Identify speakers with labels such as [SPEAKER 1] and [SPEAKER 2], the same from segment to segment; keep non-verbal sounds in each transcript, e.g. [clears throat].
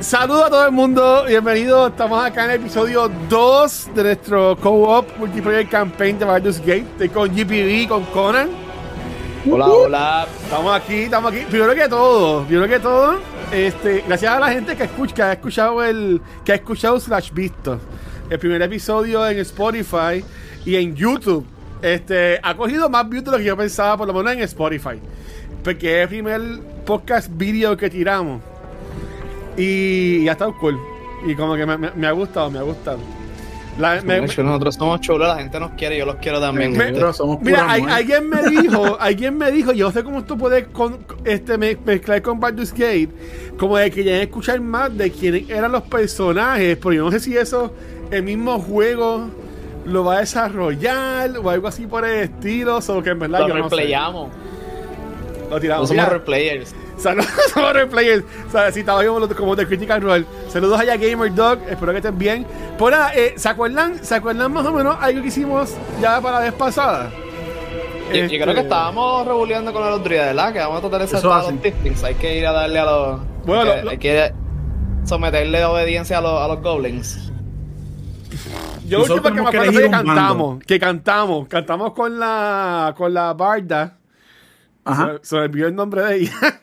[SPEAKER 1] Saludos a todo el mundo, bienvenidos. Estamos acá en el episodio 2 de nuestro co-op multiplayer campaign de Baldur's Gate. Estoy con GPD, con Conan.
[SPEAKER 2] Hola, hola.
[SPEAKER 1] Estamos aquí, estamos aquí. Primero que todo, primero que todo, este, gracias a la gente que escucha, que ha escuchado el, que ha escuchado slash visto el primer episodio en Spotify y en YouTube. Este, ha cogido más views de lo que yo pensaba, por lo menos en Spotify, porque es el primer podcast video que tiramos y, y ha estado cool y como que me, me- me ha gustado, me ha gustado. La- me- me-
[SPEAKER 2] Somos chulos, nosotros somos chulos, la gente nos quiere, yo los quiero también.
[SPEAKER 1] Me-
[SPEAKER 2] gente.
[SPEAKER 3] somos
[SPEAKER 1] Mira,
[SPEAKER 3] pura
[SPEAKER 2] ¿eh?
[SPEAKER 1] al-
[SPEAKER 3] muerte.
[SPEAKER 1] alguien
[SPEAKER 2] [laughs]
[SPEAKER 1] me dijo, alguien me dijo, yo no sé cómo esto puede con, este, me- mezclar con Baldur's Gate, como de que ya escuchar más de quiénes eran los personajes, pero yo no sé si eso, el mismo juego lo va a desarrollar o algo así por el estilo, o que en verdad
[SPEAKER 2] Lo
[SPEAKER 1] yo no sé.
[SPEAKER 2] replayamos.
[SPEAKER 1] Lo
[SPEAKER 2] No
[SPEAKER 1] tiramos.
[SPEAKER 2] somos
[SPEAKER 1] Mira, [laughs]
[SPEAKER 2] replayers.
[SPEAKER 1] Saludos a Replayers. O sea, si estaba viendo los- como de Critical Role. Saludos allá Gamer Dog. Espero que estén bien. Por nada, eh, ¿se acuerdan? ¿Se acuerdan más o menos algo que hicimos ya para la vez pasada?
[SPEAKER 2] Yo, yo
[SPEAKER 1] Este,
[SPEAKER 2] creo que estábamos rebuleando con la lotería, ¿verdad? Que vamos a tratar de
[SPEAKER 3] Eso
[SPEAKER 2] saltar
[SPEAKER 3] hacen.
[SPEAKER 2] los tippings. Hay que ir a darle a los.
[SPEAKER 1] Bueno,
[SPEAKER 2] hay, que,
[SPEAKER 1] lo- lo-
[SPEAKER 2] hay que someterle obediencia a los, a los goblins.
[SPEAKER 1] Yo lo último
[SPEAKER 3] Nosotros
[SPEAKER 1] que me
[SPEAKER 3] tenemos que
[SPEAKER 1] acuerdo es que
[SPEAKER 3] elegir un bando.
[SPEAKER 1] cantamos. Que cantamos. Cantamos con la, con la barda.
[SPEAKER 3] Ajá. Ah,
[SPEAKER 1] Se, se me olvidó el nombre de ella. [laughs]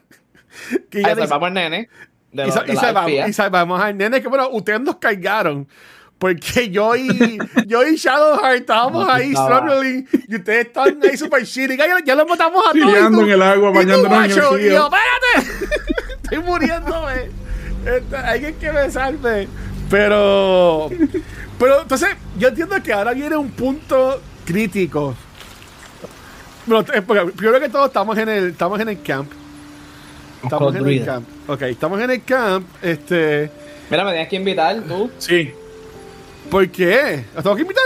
[SPEAKER 1] que ella
[SPEAKER 2] Ahí
[SPEAKER 1] le-
[SPEAKER 2] salvamos al nene. De,
[SPEAKER 1] y,
[SPEAKER 2] los-
[SPEAKER 1] sa-
[SPEAKER 2] de
[SPEAKER 1] y
[SPEAKER 2] la
[SPEAKER 1] salvamos,
[SPEAKER 2] arpía.
[SPEAKER 1] y salvamos al nene que bueno ustedes nos cargaron porque yo y [laughs] yo y Shadowheart estábamos
[SPEAKER 2] No,
[SPEAKER 1] ahí
[SPEAKER 2] estaba.
[SPEAKER 1] struggling y ustedes estaban ahí super shitty ya, ya los matamos a todos y
[SPEAKER 3] Chillando
[SPEAKER 1] tú-
[SPEAKER 3] en el agua,
[SPEAKER 1] y tú,
[SPEAKER 3] bañándonos en el
[SPEAKER 1] guacho, y
[SPEAKER 3] río.
[SPEAKER 1] yo, espérate [laughs] estoy muriéndome Este, alguien que me salve pero pero entonces yo entiendo que ahora viene un punto crítico bueno, eh, porque primero que todo estamos en el estamos en el camp Estamos
[SPEAKER 2] Con
[SPEAKER 1] en el
[SPEAKER 2] druida.
[SPEAKER 1] camp. Ok, estamos en el camp. Este,
[SPEAKER 2] Mira, me tienes que invitar tú.
[SPEAKER 3] Sí,
[SPEAKER 1] ¿Por qué? ¿Los tengo que invitar?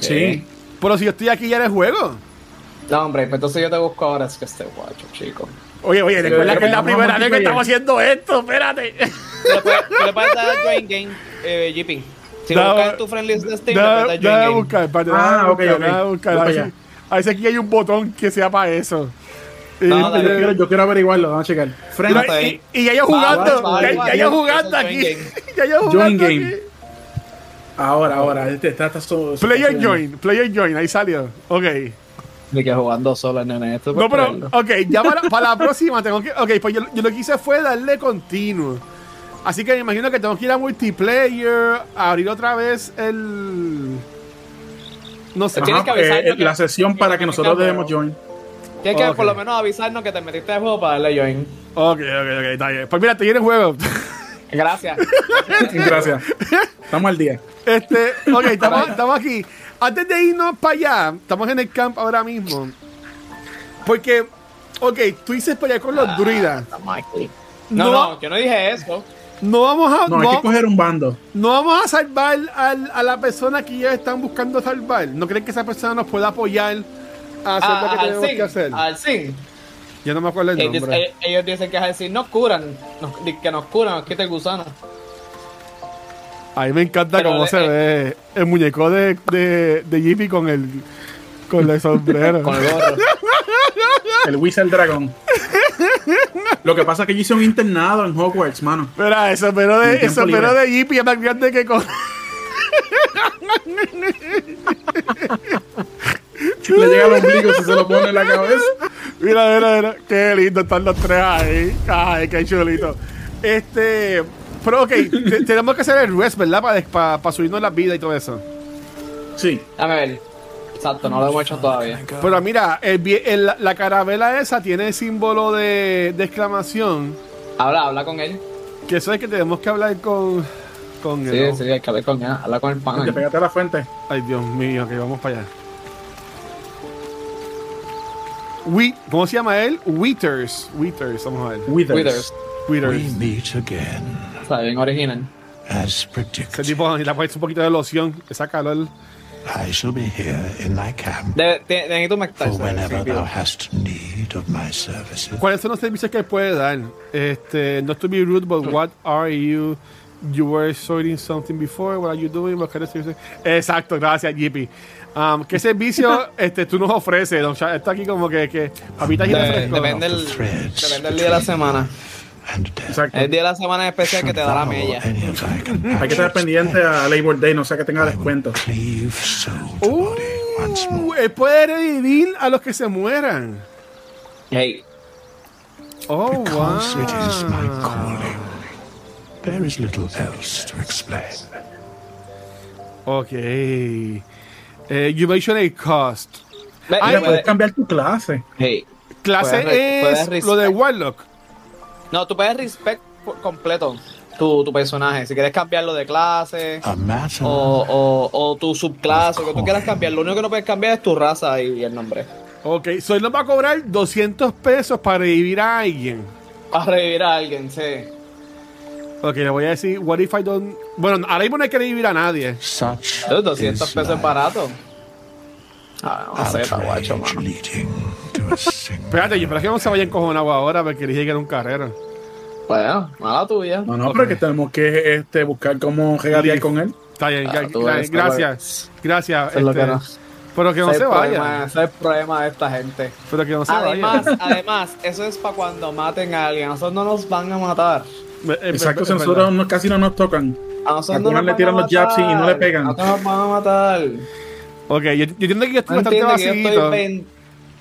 [SPEAKER 3] sí.
[SPEAKER 1] Pero si yo estoy aquí ya en el juego.
[SPEAKER 2] No, hombre, pues entonces yo te busco ahora. Es que este guacho, chico.
[SPEAKER 1] Oye, oye, recuerda
[SPEAKER 3] pero
[SPEAKER 1] que es la
[SPEAKER 3] vamos a
[SPEAKER 1] primera vez que
[SPEAKER 3] multiplayer.
[SPEAKER 1] estamos haciendo esto. Espérate.
[SPEAKER 2] Tú le puedes- tú le puedes dar join game, eh, Jipping.
[SPEAKER 1] [laughs]
[SPEAKER 2] Si lo
[SPEAKER 1] Dame-
[SPEAKER 2] buscas en tu friend list de Steam, le puedes
[SPEAKER 1] Déjame
[SPEAKER 2] dar join
[SPEAKER 1] déjame
[SPEAKER 2] game.
[SPEAKER 1] buscar, espérate.
[SPEAKER 3] Ah,
[SPEAKER 1] déjame
[SPEAKER 3] ok,
[SPEAKER 1] buscar,
[SPEAKER 3] ok.
[SPEAKER 1] déjame buscar.
[SPEAKER 3] Voy
[SPEAKER 1] A ver
[SPEAKER 3] para
[SPEAKER 1] si-
[SPEAKER 3] allá.
[SPEAKER 1] a ver si aquí hay un botón que sea para eso.
[SPEAKER 2] No,
[SPEAKER 3] Yo
[SPEAKER 2] dale.
[SPEAKER 3] quiero, yo quiero averiguarlo, vamos a checar. Friend,
[SPEAKER 1] Mira,
[SPEAKER 2] está
[SPEAKER 1] y,
[SPEAKER 2] bien.
[SPEAKER 1] y ya yo
[SPEAKER 2] Va,
[SPEAKER 1] jugando.
[SPEAKER 2] va, va,
[SPEAKER 1] ya-
[SPEAKER 2] va,
[SPEAKER 1] ya
[SPEAKER 2] va,
[SPEAKER 1] yo
[SPEAKER 2] va,
[SPEAKER 1] jugando
[SPEAKER 2] va,
[SPEAKER 1] aquí.
[SPEAKER 2] join
[SPEAKER 1] [laughs] Ya yo jugando
[SPEAKER 3] Join
[SPEAKER 1] aquí.
[SPEAKER 3] game. ahora, ahora. Este, está, está so-
[SPEAKER 1] Player join, player join, ahí salió. Ok.
[SPEAKER 2] Ni que jugando solo, nene. Esto es
[SPEAKER 1] No,
[SPEAKER 2] para
[SPEAKER 1] pero,
[SPEAKER 2] verlo.
[SPEAKER 1] ok, ya para, para la próxima tengo que. Ok, pues yo, yo lo que hice fue darle continuo. Así que me imagino que tengo que ir a multiplayer, abrir otra vez el. No sé.
[SPEAKER 2] Ajá. Tienes que avisarnos
[SPEAKER 3] eh,
[SPEAKER 2] que-
[SPEAKER 3] la sesión para que
[SPEAKER 2] que
[SPEAKER 3] nosotros
[SPEAKER 2] tengamos.
[SPEAKER 3] debemos join.
[SPEAKER 2] Tienes que
[SPEAKER 1] Ok.
[SPEAKER 2] por lo menos avisarnos que te metiste de juego para darle join.
[SPEAKER 1] Ok, ok, ok, está bien. Pues mira, te viene el juego. [laughs]
[SPEAKER 2] Gracias.
[SPEAKER 3] Gracias. Estamos al día.
[SPEAKER 1] Este, ok, estamos, estamos aquí. Antes de irnos para allá, estamos en el camp ahora mismo. Porque, ok, tú dices para allá con los druidas.
[SPEAKER 2] Estamos aquí. No, no,
[SPEAKER 1] No.
[SPEAKER 2] yo no dije eso.
[SPEAKER 1] No vamos a.
[SPEAKER 3] No,
[SPEAKER 1] no-
[SPEAKER 3] hay que coger un bando.
[SPEAKER 1] No vamos a salvar al- a la persona que ya están buscando salvar. ¿No creen que esa persona nos pueda apoyar a hacer
[SPEAKER 2] Ah,
[SPEAKER 1] lo que
[SPEAKER 2] al
[SPEAKER 1] tenemos
[SPEAKER 2] sin,
[SPEAKER 1] que hacer?
[SPEAKER 2] al Eh, sin.
[SPEAKER 1] Yo no me acuerdo el
[SPEAKER 2] Ellos,
[SPEAKER 1] nombre.
[SPEAKER 2] ellos- ellos dicen que es así, nos curan, nos- di- que nos curan, nos quita el gusano.
[SPEAKER 1] A mí me encanta
[SPEAKER 2] pero
[SPEAKER 1] cómo
[SPEAKER 2] de- eh,
[SPEAKER 1] se ve el muñeco de, de, de Jimmy con el, con el
[SPEAKER 3] [laughs]
[SPEAKER 1] sombrero.
[SPEAKER 2] Con el gorro.
[SPEAKER 3] El Wizard Dragon. Lo que pasa es que yo hice un internado en Hogwarts, mano.
[SPEAKER 1] Mira, el sombrero de,
[SPEAKER 3] Mi
[SPEAKER 1] el
[SPEAKER 3] tiempo
[SPEAKER 1] sombrero
[SPEAKER 3] libre.
[SPEAKER 1] de Jimmy es más grande que con...
[SPEAKER 3] Le llega al ombligo si se lo pone en la cabeza.
[SPEAKER 1] Mira, mira, mira. Qué lindo están los tres ahí. Ay, qué chulito. Este... Pero ok, te- tenemos que hacer el rest, ¿verdad? Para subirnos la vida y todo eso.
[SPEAKER 3] Sí.
[SPEAKER 2] Dame ver. Exacto, no lo hemos hecho todavía.
[SPEAKER 1] Pero mira, el vie- el- la carabela esa tiene el símbolo de, de exclamación,
[SPEAKER 2] Habla, habla con él.
[SPEAKER 1] que eso es que tenemos que hablar con... con
[SPEAKER 2] Sí,
[SPEAKER 1] el-
[SPEAKER 2] sí, hay que hablar con él. Habla con el pan.
[SPEAKER 3] Te pégate a la fuente.
[SPEAKER 1] Ay, Dios mío, que vamos para allá. Wheat, ¿Cómo se llama él? Withers. Withers, vamos a ver.
[SPEAKER 3] Withers.
[SPEAKER 2] Withers.
[SPEAKER 1] Withers.
[SPEAKER 4] We meet again,
[SPEAKER 2] Está bien original.
[SPEAKER 4] as
[SPEAKER 1] Ese
[SPEAKER 4] predicted.
[SPEAKER 1] tipo necesita ponerse un poquito de loción, esa calor.
[SPEAKER 4] I shall be here in thy camp,
[SPEAKER 2] De, de, de,
[SPEAKER 4] for
[SPEAKER 2] necesito meterse,
[SPEAKER 4] whenever
[SPEAKER 2] sí,
[SPEAKER 4] thou hast need of my services.
[SPEAKER 1] ¿Cuáles son los servicios que puede dar? Este, not to be rude, but what are you? You were sorting something before. What are you doing? What kind of services? Exacto, gracias, Jippy. Um,
[SPEAKER 4] [laughs]
[SPEAKER 1] ¿Qué servicio este, tú nos ofreces? O sea, está aquí como que, que papitas y
[SPEAKER 2] De-
[SPEAKER 1] refresco.
[SPEAKER 2] depende, el,
[SPEAKER 4] Threads
[SPEAKER 2] depende del día de la
[SPEAKER 4] between
[SPEAKER 2] semana.
[SPEAKER 4] and death.
[SPEAKER 3] Exacto.
[SPEAKER 2] El día Eh, de la semana especial que
[SPEAKER 4] Should
[SPEAKER 2] te da la
[SPEAKER 4] follow
[SPEAKER 2] mella.
[SPEAKER 4] any of
[SPEAKER 2] [laughs]
[SPEAKER 4] thy companions.
[SPEAKER 3] Hay que estar pendiente a Labor Day, no sea que tenga
[SPEAKER 4] I will
[SPEAKER 2] Eh,
[SPEAKER 3] descuento.
[SPEAKER 4] cleave soul to
[SPEAKER 1] Uh,
[SPEAKER 4] body once more.
[SPEAKER 1] él puede revivir a los que se mueran.
[SPEAKER 2] Hey,
[SPEAKER 1] Oh,
[SPEAKER 4] Because it is my
[SPEAKER 1] wow.
[SPEAKER 4] calling. There is little else to explain.
[SPEAKER 1] Ok. Eh, you mentioned a cost.
[SPEAKER 2] ve-
[SPEAKER 1] Ay,
[SPEAKER 3] Mira,
[SPEAKER 2] ve-
[SPEAKER 3] puedes cambiar tu clase.
[SPEAKER 2] hey.
[SPEAKER 1] Clase
[SPEAKER 2] Puedes re- puedes
[SPEAKER 1] es lo de
[SPEAKER 2] respect.
[SPEAKER 1] Warlock.
[SPEAKER 2] No, tú puedes respect por completo tu, tu personaje. Si quieres cambiarlo de clase
[SPEAKER 4] A matter
[SPEAKER 2] o, o, o tu subclase, o que tú quieras cambiar. Lo único que no puedes cambiar es tu raza y, y el nombre.
[SPEAKER 1] Ok, so él nos va a cobrar 200 pesos para revivir a alguien.
[SPEAKER 2] Para revivir a alguien, sí.
[SPEAKER 1] Ok, le voy a decir, what if I don't... Bueno, ahora mismo no hay que revivir a nadie.
[SPEAKER 4] such
[SPEAKER 2] Los 200
[SPEAKER 4] is
[SPEAKER 2] pesos es
[SPEAKER 4] life.
[SPEAKER 2] barato. Ah, no sé, está guacho,
[SPEAKER 4] Outrage
[SPEAKER 2] mano.
[SPEAKER 4] leading to a
[SPEAKER 2] [laughs]
[SPEAKER 4] single
[SPEAKER 1] Espérate, yo espero que no se vaya encojonado ahora porque dije que era un carrera.
[SPEAKER 2] Bueno, mala tuya.
[SPEAKER 3] No, no, pero que tenemos que este, buscar cómo regatear con él.
[SPEAKER 1] Está bien,
[SPEAKER 2] Ah,
[SPEAKER 1] ya-
[SPEAKER 2] tú
[SPEAKER 1] gra-
[SPEAKER 2] eres-
[SPEAKER 1] gracias. Gracias.
[SPEAKER 2] Eso es lo
[SPEAKER 1] este,
[SPEAKER 2] que no.
[SPEAKER 1] Pero que no
[SPEAKER 2] Ese es
[SPEAKER 1] se
[SPEAKER 2] el
[SPEAKER 1] vaya.
[SPEAKER 2] problema- ese es el problema de esta gente.
[SPEAKER 1] Pero que no se [laughs]
[SPEAKER 2] Además,
[SPEAKER 1] vaya. Eh,
[SPEAKER 2] además, eso es para cuando maten a alguien. A nosotros no nos van a matar.
[SPEAKER 1] Eh, eh,
[SPEAKER 3] Exacto,
[SPEAKER 1] es verdad.
[SPEAKER 3] nosotros no- casi no nos tocan.
[SPEAKER 2] A nosotros
[SPEAKER 3] A
[SPEAKER 2] no
[SPEAKER 3] Conan
[SPEAKER 2] nos
[SPEAKER 3] le
[SPEAKER 2] van
[SPEAKER 3] tiran
[SPEAKER 2] a
[SPEAKER 3] los jabs y no
[SPEAKER 2] matar.
[SPEAKER 3] le pegan.
[SPEAKER 2] No nos van a matar. No
[SPEAKER 1] Ok, yo, yo entiendo que yo estoy bastante
[SPEAKER 2] entiendes que yo estoy
[SPEAKER 1] vacío.
[SPEAKER 2] ben-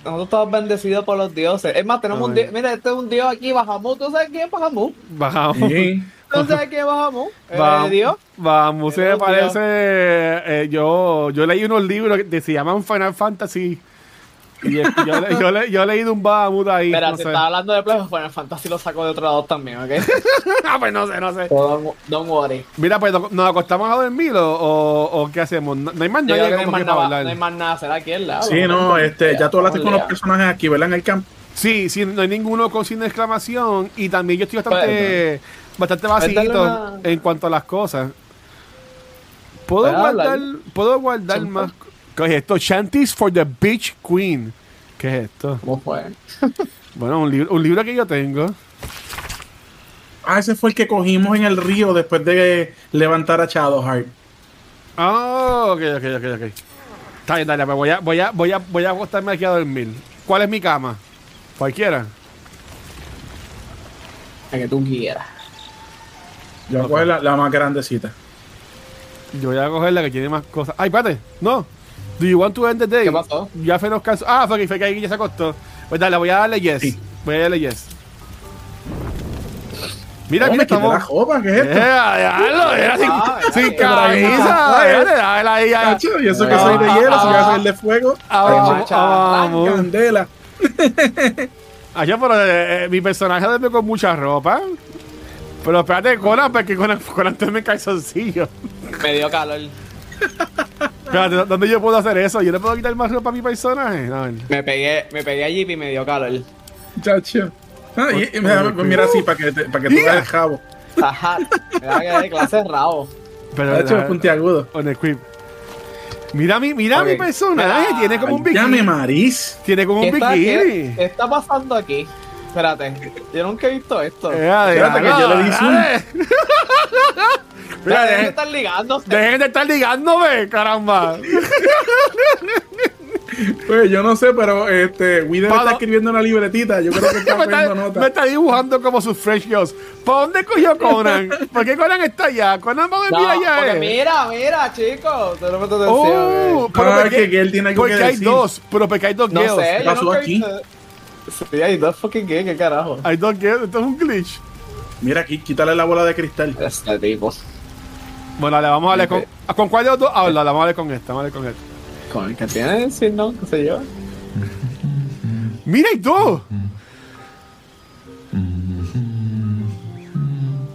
[SPEAKER 2] Nosotros estamos bendecidos por los dioses. Es más, tenemos
[SPEAKER 1] Ay.
[SPEAKER 2] un dios. Mira, este es un dios aquí, Bahamut. ¿Tú sabes quién es Bahamut?
[SPEAKER 1] Bajamos.
[SPEAKER 3] Sí.
[SPEAKER 2] ¿Tú
[SPEAKER 3] [laughs]
[SPEAKER 2] sabes quién es Bahamut? Eh,
[SPEAKER 1] Vamos,
[SPEAKER 2] dios.
[SPEAKER 1] vamos, se
[SPEAKER 2] Pero
[SPEAKER 1] me parece. eh, yo, yo leí unos libros que te- se llaman Final Fantasy. Y es- yo, le- yo, le- yo he leído un Bahamut ahí.
[SPEAKER 2] Espera,
[SPEAKER 1] no
[SPEAKER 2] si
[SPEAKER 1] sé.
[SPEAKER 2] estaba hablando de Play, bueno, el Fantasy lo sacó de otro lado también, ¿ok?
[SPEAKER 1] [laughs]
[SPEAKER 3] [laughs]
[SPEAKER 1] Ah, pues no sé, no sé.
[SPEAKER 2] don't, don't worry.
[SPEAKER 1] Mira, pues ¿no- nos acostamos a dormir o, o, o qué hacemos. No, no hay más
[SPEAKER 2] Yo creo
[SPEAKER 1] nadie
[SPEAKER 2] que no, hay
[SPEAKER 1] como
[SPEAKER 2] más
[SPEAKER 1] que para
[SPEAKER 2] nada, no hay
[SPEAKER 1] hablar.
[SPEAKER 2] más nada, será aquí el lado. [laughs]
[SPEAKER 3] Sí, no, este, ya tú hablaste con los
[SPEAKER 2] personajes.
[SPEAKER 3] personajes aquí, ¿verdad? En el campo.
[SPEAKER 1] Sí, sí, no hay ninguno con signo de exclamación. Y también yo estoy bastante, bastante
[SPEAKER 2] Métale
[SPEAKER 1] vacío
[SPEAKER 2] una-
[SPEAKER 1] en cuanto a las cosas. ¿Puedo
[SPEAKER 2] Pero
[SPEAKER 1] guardar,
[SPEAKER 2] háblale.
[SPEAKER 1] ¿puedo guardar
[SPEAKER 2] Son-
[SPEAKER 1] más? ¿Qué es esto? Shanties for the Beach Queen. ¿Qué es esto?
[SPEAKER 2] ¿Cómo fue?
[SPEAKER 1] Bueno, un libro, un libro que yo tengo.
[SPEAKER 3] Ah, ese fue el que cogimos en el río después de levantar a Shadowheart.
[SPEAKER 1] Ah, ok, ok, ok, ok. Está bien, dale, pues voy a, voy a, voy a, voy a acostarme aquí a dormir. ¿Cuál es mi cama? Cualquiera.
[SPEAKER 2] La que tú quieras.
[SPEAKER 3] Yo voy a coger la, la más grandecita.
[SPEAKER 1] Yo voy a coger la que tiene más cosas. Ay, espérate, no. Do you want to end the day?
[SPEAKER 2] ¿Qué pasó?
[SPEAKER 1] Ya fue nos cansó. Ah, fue que, fue que ahí ya se acostó. Pues dale, voy a darle yes.
[SPEAKER 3] Sí.
[SPEAKER 1] Voy a darle yes. Mira, mira,
[SPEAKER 3] Hombre, quita Oh, la
[SPEAKER 1] estamos.
[SPEAKER 3] jopa, ¿qué es
[SPEAKER 1] Eh, [laughs]
[SPEAKER 3] esto?
[SPEAKER 1] diablo, era sin, [laughs]
[SPEAKER 2] Ah,
[SPEAKER 1] sin
[SPEAKER 2] eh,
[SPEAKER 1] cabeza.
[SPEAKER 3] eh,
[SPEAKER 1] dale, dale, ahí, ahí.
[SPEAKER 3] Cacho, y eso que
[SPEAKER 1] Ah,
[SPEAKER 3] soy de
[SPEAKER 1] ah,
[SPEAKER 3] hielo, soy
[SPEAKER 1] ah,
[SPEAKER 3] que soy de fuego.
[SPEAKER 1] Ah,
[SPEAKER 2] Ay,
[SPEAKER 1] vamos,
[SPEAKER 2] macha,
[SPEAKER 1] ah, vamos.
[SPEAKER 3] Candela.
[SPEAKER 1] Ah, yo, pero eh, eh, mi personaje duerme con mucha ropa. Pero espérate, Conan, porque Conan, Conan duerme en calzoncillo.
[SPEAKER 2] Me dio calor.
[SPEAKER 1] Espérate, ¿dó- ¿dónde yo puedo hacer eso? ¿Yo le puedo quitar más ropa a mi personaje? A ver.
[SPEAKER 2] Me pegué, me pegué a Jeep y me dio calor.
[SPEAKER 3] Chacho. Ah, y- y mira, mira así para que, te, para que tú
[SPEAKER 1] Mira.
[SPEAKER 3] veas el jabo.
[SPEAKER 2] Ajá. Me da que de clase rabo.
[SPEAKER 1] Pero,
[SPEAKER 3] Chacho,
[SPEAKER 1] la-
[SPEAKER 3] puntiagudo.
[SPEAKER 1] on the creep. Mira mi, mira
[SPEAKER 2] Ok.
[SPEAKER 1] mi personaje,
[SPEAKER 2] Ah,
[SPEAKER 1] tiene como un
[SPEAKER 3] Ya me
[SPEAKER 1] bikini.
[SPEAKER 3] marís.
[SPEAKER 1] Tiene como
[SPEAKER 2] ¿Qué
[SPEAKER 1] un
[SPEAKER 2] está, qué-
[SPEAKER 1] bikini. Eh,
[SPEAKER 2] qué está pasando aquí? Espérate. Yo nunca he visto esto.
[SPEAKER 1] Eh, dale,
[SPEAKER 3] Espérate que
[SPEAKER 1] dale,
[SPEAKER 3] yo le di zoom.
[SPEAKER 1] dale. Mira,
[SPEAKER 2] Dejen de
[SPEAKER 1] dejen,
[SPEAKER 2] estar ligándose.
[SPEAKER 1] dejen de estar ligándome,
[SPEAKER 3] [laughs]
[SPEAKER 1] caramba.
[SPEAKER 3] Pues yo no sé, pero este, Wither
[SPEAKER 1] Pablo.
[SPEAKER 3] está escribiendo una libretita. Yo creo
[SPEAKER 1] [laughs]
[SPEAKER 3] que está
[SPEAKER 1] me,
[SPEAKER 3] poniendo
[SPEAKER 1] está, me
[SPEAKER 3] nota.
[SPEAKER 1] está dibujando como sus French Girls. ¿Para dónde cogió Conan? ¿Por qué Conan está allá? Conan va a
[SPEAKER 2] No,
[SPEAKER 1] dormir allá.
[SPEAKER 2] porque
[SPEAKER 1] eh.
[SPEAKER 2] mira, mira, chicos. Te lo meto atención.
[SPEAKER 1] Oh,
[SPEAKER 2] eh.
[SPEAKER 1] pero
[SPEAKER 3] Ah,
[SPEAKER 1] porque,
[SPEAKER 3] que- que él tiene algo
[SPEAKER 1] porque
[SPEAKER 3] que
[SPEAKER 1] hay
[SPEAKER 3] decir.
[SPEAKER 1] dos, pero porque hay dos
[SPEAKER 2] No
[SPEAKER 1] girls.
[SPEAKER 2] sé, yo
[SPEAKER 3] pasó
[SPEAKER 2] nunca he
[SPEAKER 3] aquí?
[SPEAKER 2] visto- Sí, hay dos fucking gays, qué carajo.
[SPEAKER 1] Hay dos girls, esto es un glitch.
[SPEAKER 3] Mira aquí, quítale la bola de cristal.
[SPEAKER 2] Este tipo.
[SPEAKER 1] Bueno, le vamos a hablar con.
[SPEAKER 2] Ok.
[SPEAKER 1] ¿Con cuál de los dos? Habla, vamos a hablar con esta, vamos a hablar con esta.
[SPEAKER 2] Con el que tiene, si no, qué sé yo.
[SPEAKER 1] Mira, hay dos.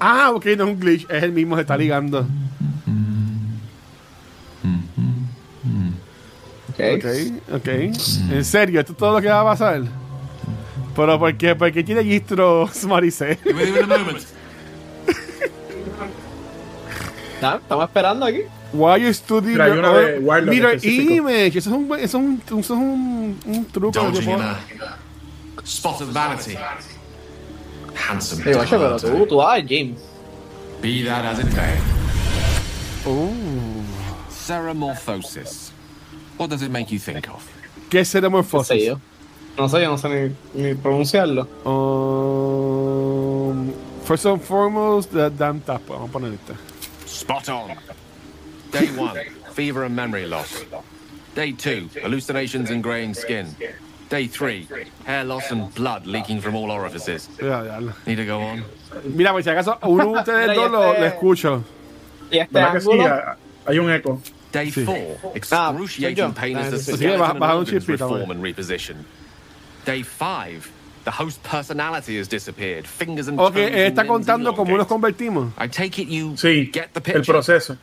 [SPEAKER 1] Ah, ok, no es un glitch, es el mismo, se está ligando.
[SPEAKER 2] Okay.
[SPEAKER 1] Ok, ok. En serio, esto es todo lo que va a pasar. Pero ¿por qué, ¿Por qué tiene [laughs] gistros, Maricel?
[SPEAKER 2] Nada, estamos esperando aquí.
[SPEAKER 1] Why you studying
[SPEAKER 3] Mira, hay una de Warlock
[SPEAKER 1] mirror
[SPEAKER 3] específico.
[SPEAKER 1] image? Eso es un, eso es un, eso es un, un truco. que
[SPEAKER 5] indulging
[SPEAKER 1] puedo-
[SPEAKER 5] in a spot of vanity. Handsome.
[SPEAKER 2] Digo, oye, pero tú, tú vas al gym.
[SPEAKER 5] Be that as it may.
[SPEAKER 1] Oh.
[SPEAKER 5] Ceramorphosis. What does it make you think of?
[SPEAKER 1] ¿Qué es
[SPEAKER 2] No sé
[SPEAKER 1] Xenomorphosis?
[SPEAKER 2] yo. No sé, yo no sé ni, ni pronunciarlo.
[SPEAKER 1] Um, First and foremost, the damn tap. Vamos a poner este. esta.
[SPEAKER 5] Spot on. Day one, fever and memory loss. Day two, hallucinations and graying skin. Day three, hair loss and blood leaking from all orifices.
[SPEAKER 1] Ya, ya.
[SPEAKER 5] Need to go on?
[SPEAKER 1] Mira, pues si acaso a
[SPEAKER 5] [laughs]
[SPEAKER 1] uno de ustedes
[SPEAKER 2] Mira, ya
[SPEAKER 1] dos lo,
[SPEAKER 2] está.
[SPEAKER 1] lo escucho.
[SPEAKER 2] Y este
[SPEAKER 3] ¿Verdad que sí?
[SPEAKER 2] ángulo.
[SPEAKER 3] Ah, Hay un eco.
[SPEAKER 5] Day
[SPEAKER 1] Ah,
[SPEAKER 5] four, excruciating
[SPEAKER 2] Ah,
[SPEAKER 5] pain as the
[SPEAKER 2] sí,
[SPEAKER 5] skeleton
[SPEAKER 1] baja-
[SPEAKER 5] and
[SPEAKER 1] baja un
[SPEAKER 5] organs
[SPEAKER 1] chispito,
[SPEAKER 5] reform
[SPEAKER 1] güey.
[SPEAKER 5] and reposition. Day five, the host personality has disappeared. Fingers and
[SPEAKER 1] Ok,
[SPEAKER 5] toes
[SPEAKER 1] él está
[SPEAKER 5] and limbs
[SPEAKER 1] contando cómo nos
[SPEAKER 5] elongate.
[SPEAKER 1] convertimos.
[SPEAKER 5] I take it you
[SPEAKER 3] Sí,
[SPEAKER 5] get the picture.
[SPEAKER 3] el proceso.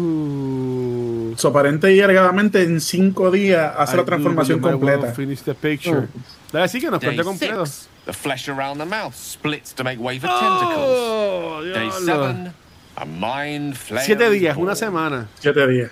[SPEAKER 1] Oh.
[SPEAKER 3] So, aparente y alegadamente en cinco días hace la
[SPEAKER 1] I
[SPEAKER 3] transformación
[SPEAKER 1] do believe I will
[SPEAKER 3] completa.
[SPEAKER 1] Finish the picture. Oh. Dale, sí que nos
[SPEAKER 5] Day
[SPEAKER 1] cuente completo.
[SPEAKER 5] six, the flesh around the mouth splits to make way for tentacles.
[SPEAKER 1] Oh,
[SPEAKER 5] Day
[SPEAKER 1] diablo.
[SPEAKER 5] seven, a mind flare.
[SPEAKER 1] Siete días, una semana.
[SPEAKER 3] Siete días.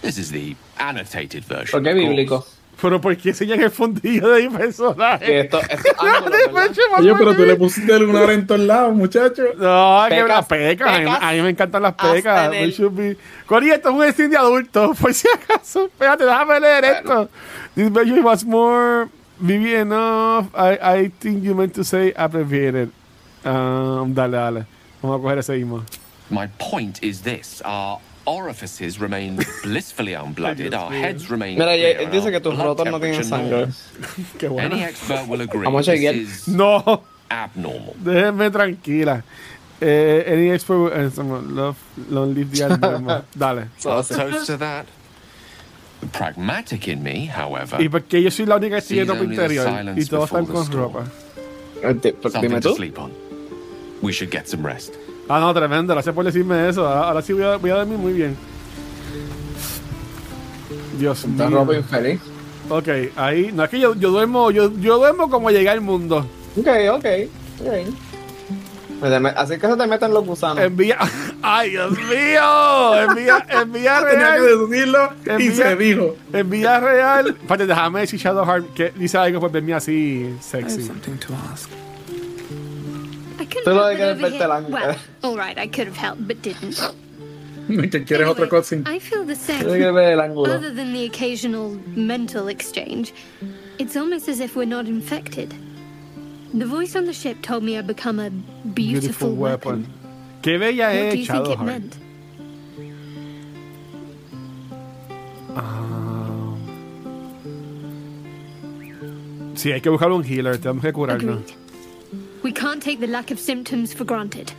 [SPEAKER 5] This is the annotated version.
[SPEAKER 2] ¿Por qué
[SPEAKER 5] of course.
[SPEAKER 2] bíblico?
[SPEAKER 1] Pero ¿por qué enseñan el fondillo de mi [laughs]
[SPEAKER 2] Que
[SPEAKER 5] [laughs]
[SPEAKER 1] personaje?
[SPEAKER 2] esto, ah, estos ángulos, ¿verdad?
[SPEAKER 3] Oye, pero tú le pusiste el lunar en todos lados, muchacho.
[SPEAKER 1] No, es que
[SPEAKER 2] Pecas,
[SPEAKER 1] las pecas. A mí-
[SPEAKER 2] pecas.
[SPEAKER 1] A mí me encantan las
[SPEAKER 2] Hasta
[SPEAKER 1] pecas.
[SPEAKER 2] en el-
[SPEAKER 1] We should be- Cory, esto es un stream de adultos. [laughs] Por si acaso. Espérate, déjame leer esto. This version was more vivid enough. I, I think you meant to say abbreviated. Um, dale, dale. Vamos a coger ese mismo.
[SPEAKER 5] My point is this: our orifices remain blissfully unblooded. our heads remain.
[SPEAKER 2] Mira,
[SPEAKER 5] clear,
[SPEAKER 2] y-
[SPEAKER 5] and
[SPEAKER 2] dice
[SPEAKER 5] our
[SPEAKER 2] que tus
[SPEAKER 5] blood
[SPEAKER 2] rotos no tienen
[SPEAKER 5] temperature
[SPEAKER 2] sangre.
[SPEAKER 5] normal.
[SPEAKER 1] Qué
[SPEAKER 5] Any
[SPEAKER 1] bueno.
[SPEAKER 5] expert will agree.
[SPEAKER 2] Vamos a chequear.
[SPEAKER 5] This is
[SPEAKER 1] No. [laughs]
[SPEAKER 5] abnormal.
[SPEAKER 1] Déjenme tranquila. Eh, any expert. eh, some love, long live the abnormal. Dale.
[SPEAKER 5] Toast to that. The pragmatic in me, however,
[SPEAKER 1] Y porque yo soy la única que tiene
[SPEAKER 5] Sees
[SPEAKER 1] ropa
[SPEAKER 5] only the
[SPEAKER 1] interior
[SPEAKER 5] silence
[SPEAKER 1] y todos están
[SPEAKER 5] before the
[SPEAKER 1] con
[SPEAKER 5] storm.
[SPEAKER 1] ropa.
[SPEAKER 2] Eh, pues,
[SPEAKER 5] something to sleep on. We should get some rest.
[SPEAKER 1] Ah, no, tremendo. Gracias por decirme eso. Ah, Ahora sí voy a, voy a dormir muy bien. Dios
[SPEAKER 2] Esta
[SPEAKER 1] mío.
[SPEAKER 2] ropa infeliz.
[SPEAKER 1] Ok, ahí. No, es que yo, yo duermo yo, yo duermo como llegué al mundo.
[SPEAKER 2] Ok, ok. ok. Me teme- Así que se te meten los
[SPEAKER 3] Ah.
[SPEAKER 2] gusanos.
[SPEAKER 1] Envía. [laughs] ¡Ay, Dios mío! Envía, envía
[SPEAKER 3] [laughs] Tenía que
[SPEAKER 1] real.
[SPEAKER 3] decirlo y
[SPEAKER 1] Envía-
[SPEAKER 3] se dijo.
[SPEAKER 1] Envía real. Espérate, déjame decir Shadowheart que dice algo por verme así
[SPEAKER 6] I have
[SPEAKER 1] sexy.
[SPEAKER 6] something to
[SPEAKER 3] [laughs]
[SPEAKER 6] ask.
[SPEAKER 7] I could
[SPEAKER 2] Pero
[SPEAKER 7] have
[SPEAKER 2] de
[SPEAKER 7] helped
[SPEAKER 2] que
[SPEAKER 7] but
[SPEAKER 2] desperté la-
[SPEAKER 7] overhit- Well, all right, I could have helped but didn't.
[SPEAKER 3] Que quieres otra
[SPEAKER 7] Anyway,
[SPEAKER 3] cosa.
[SPEAKER 7] I feel the
[SPEAKER 2] Yo quiero
[SPEAKER 7] same.
[SPEAKER 2] ver el ángulo.
[SPEAKER 7] Other than the occasional mental exchange, it's almost as if we're not infected. The voice on the ship told me I'd become a beautiful,
[SPEAKER 1] Beautiful
[SPEAKER 7] weapon.
[SPEAKER 1] weapon. Eh, Qué bella
[SPEAKER 7] What do
[SPEAKER 1] es
[SPEAKER 7] you think it
[SPEAKER 1] Shadowheart.
[SPEAKER 7] meant?
[SPEAKER 1] Ah. Sí, hay que buscar un healer. Tenemos que curarnos.
[SPEAKER 7] Agreed. We can't take the lack of symptoms for granted.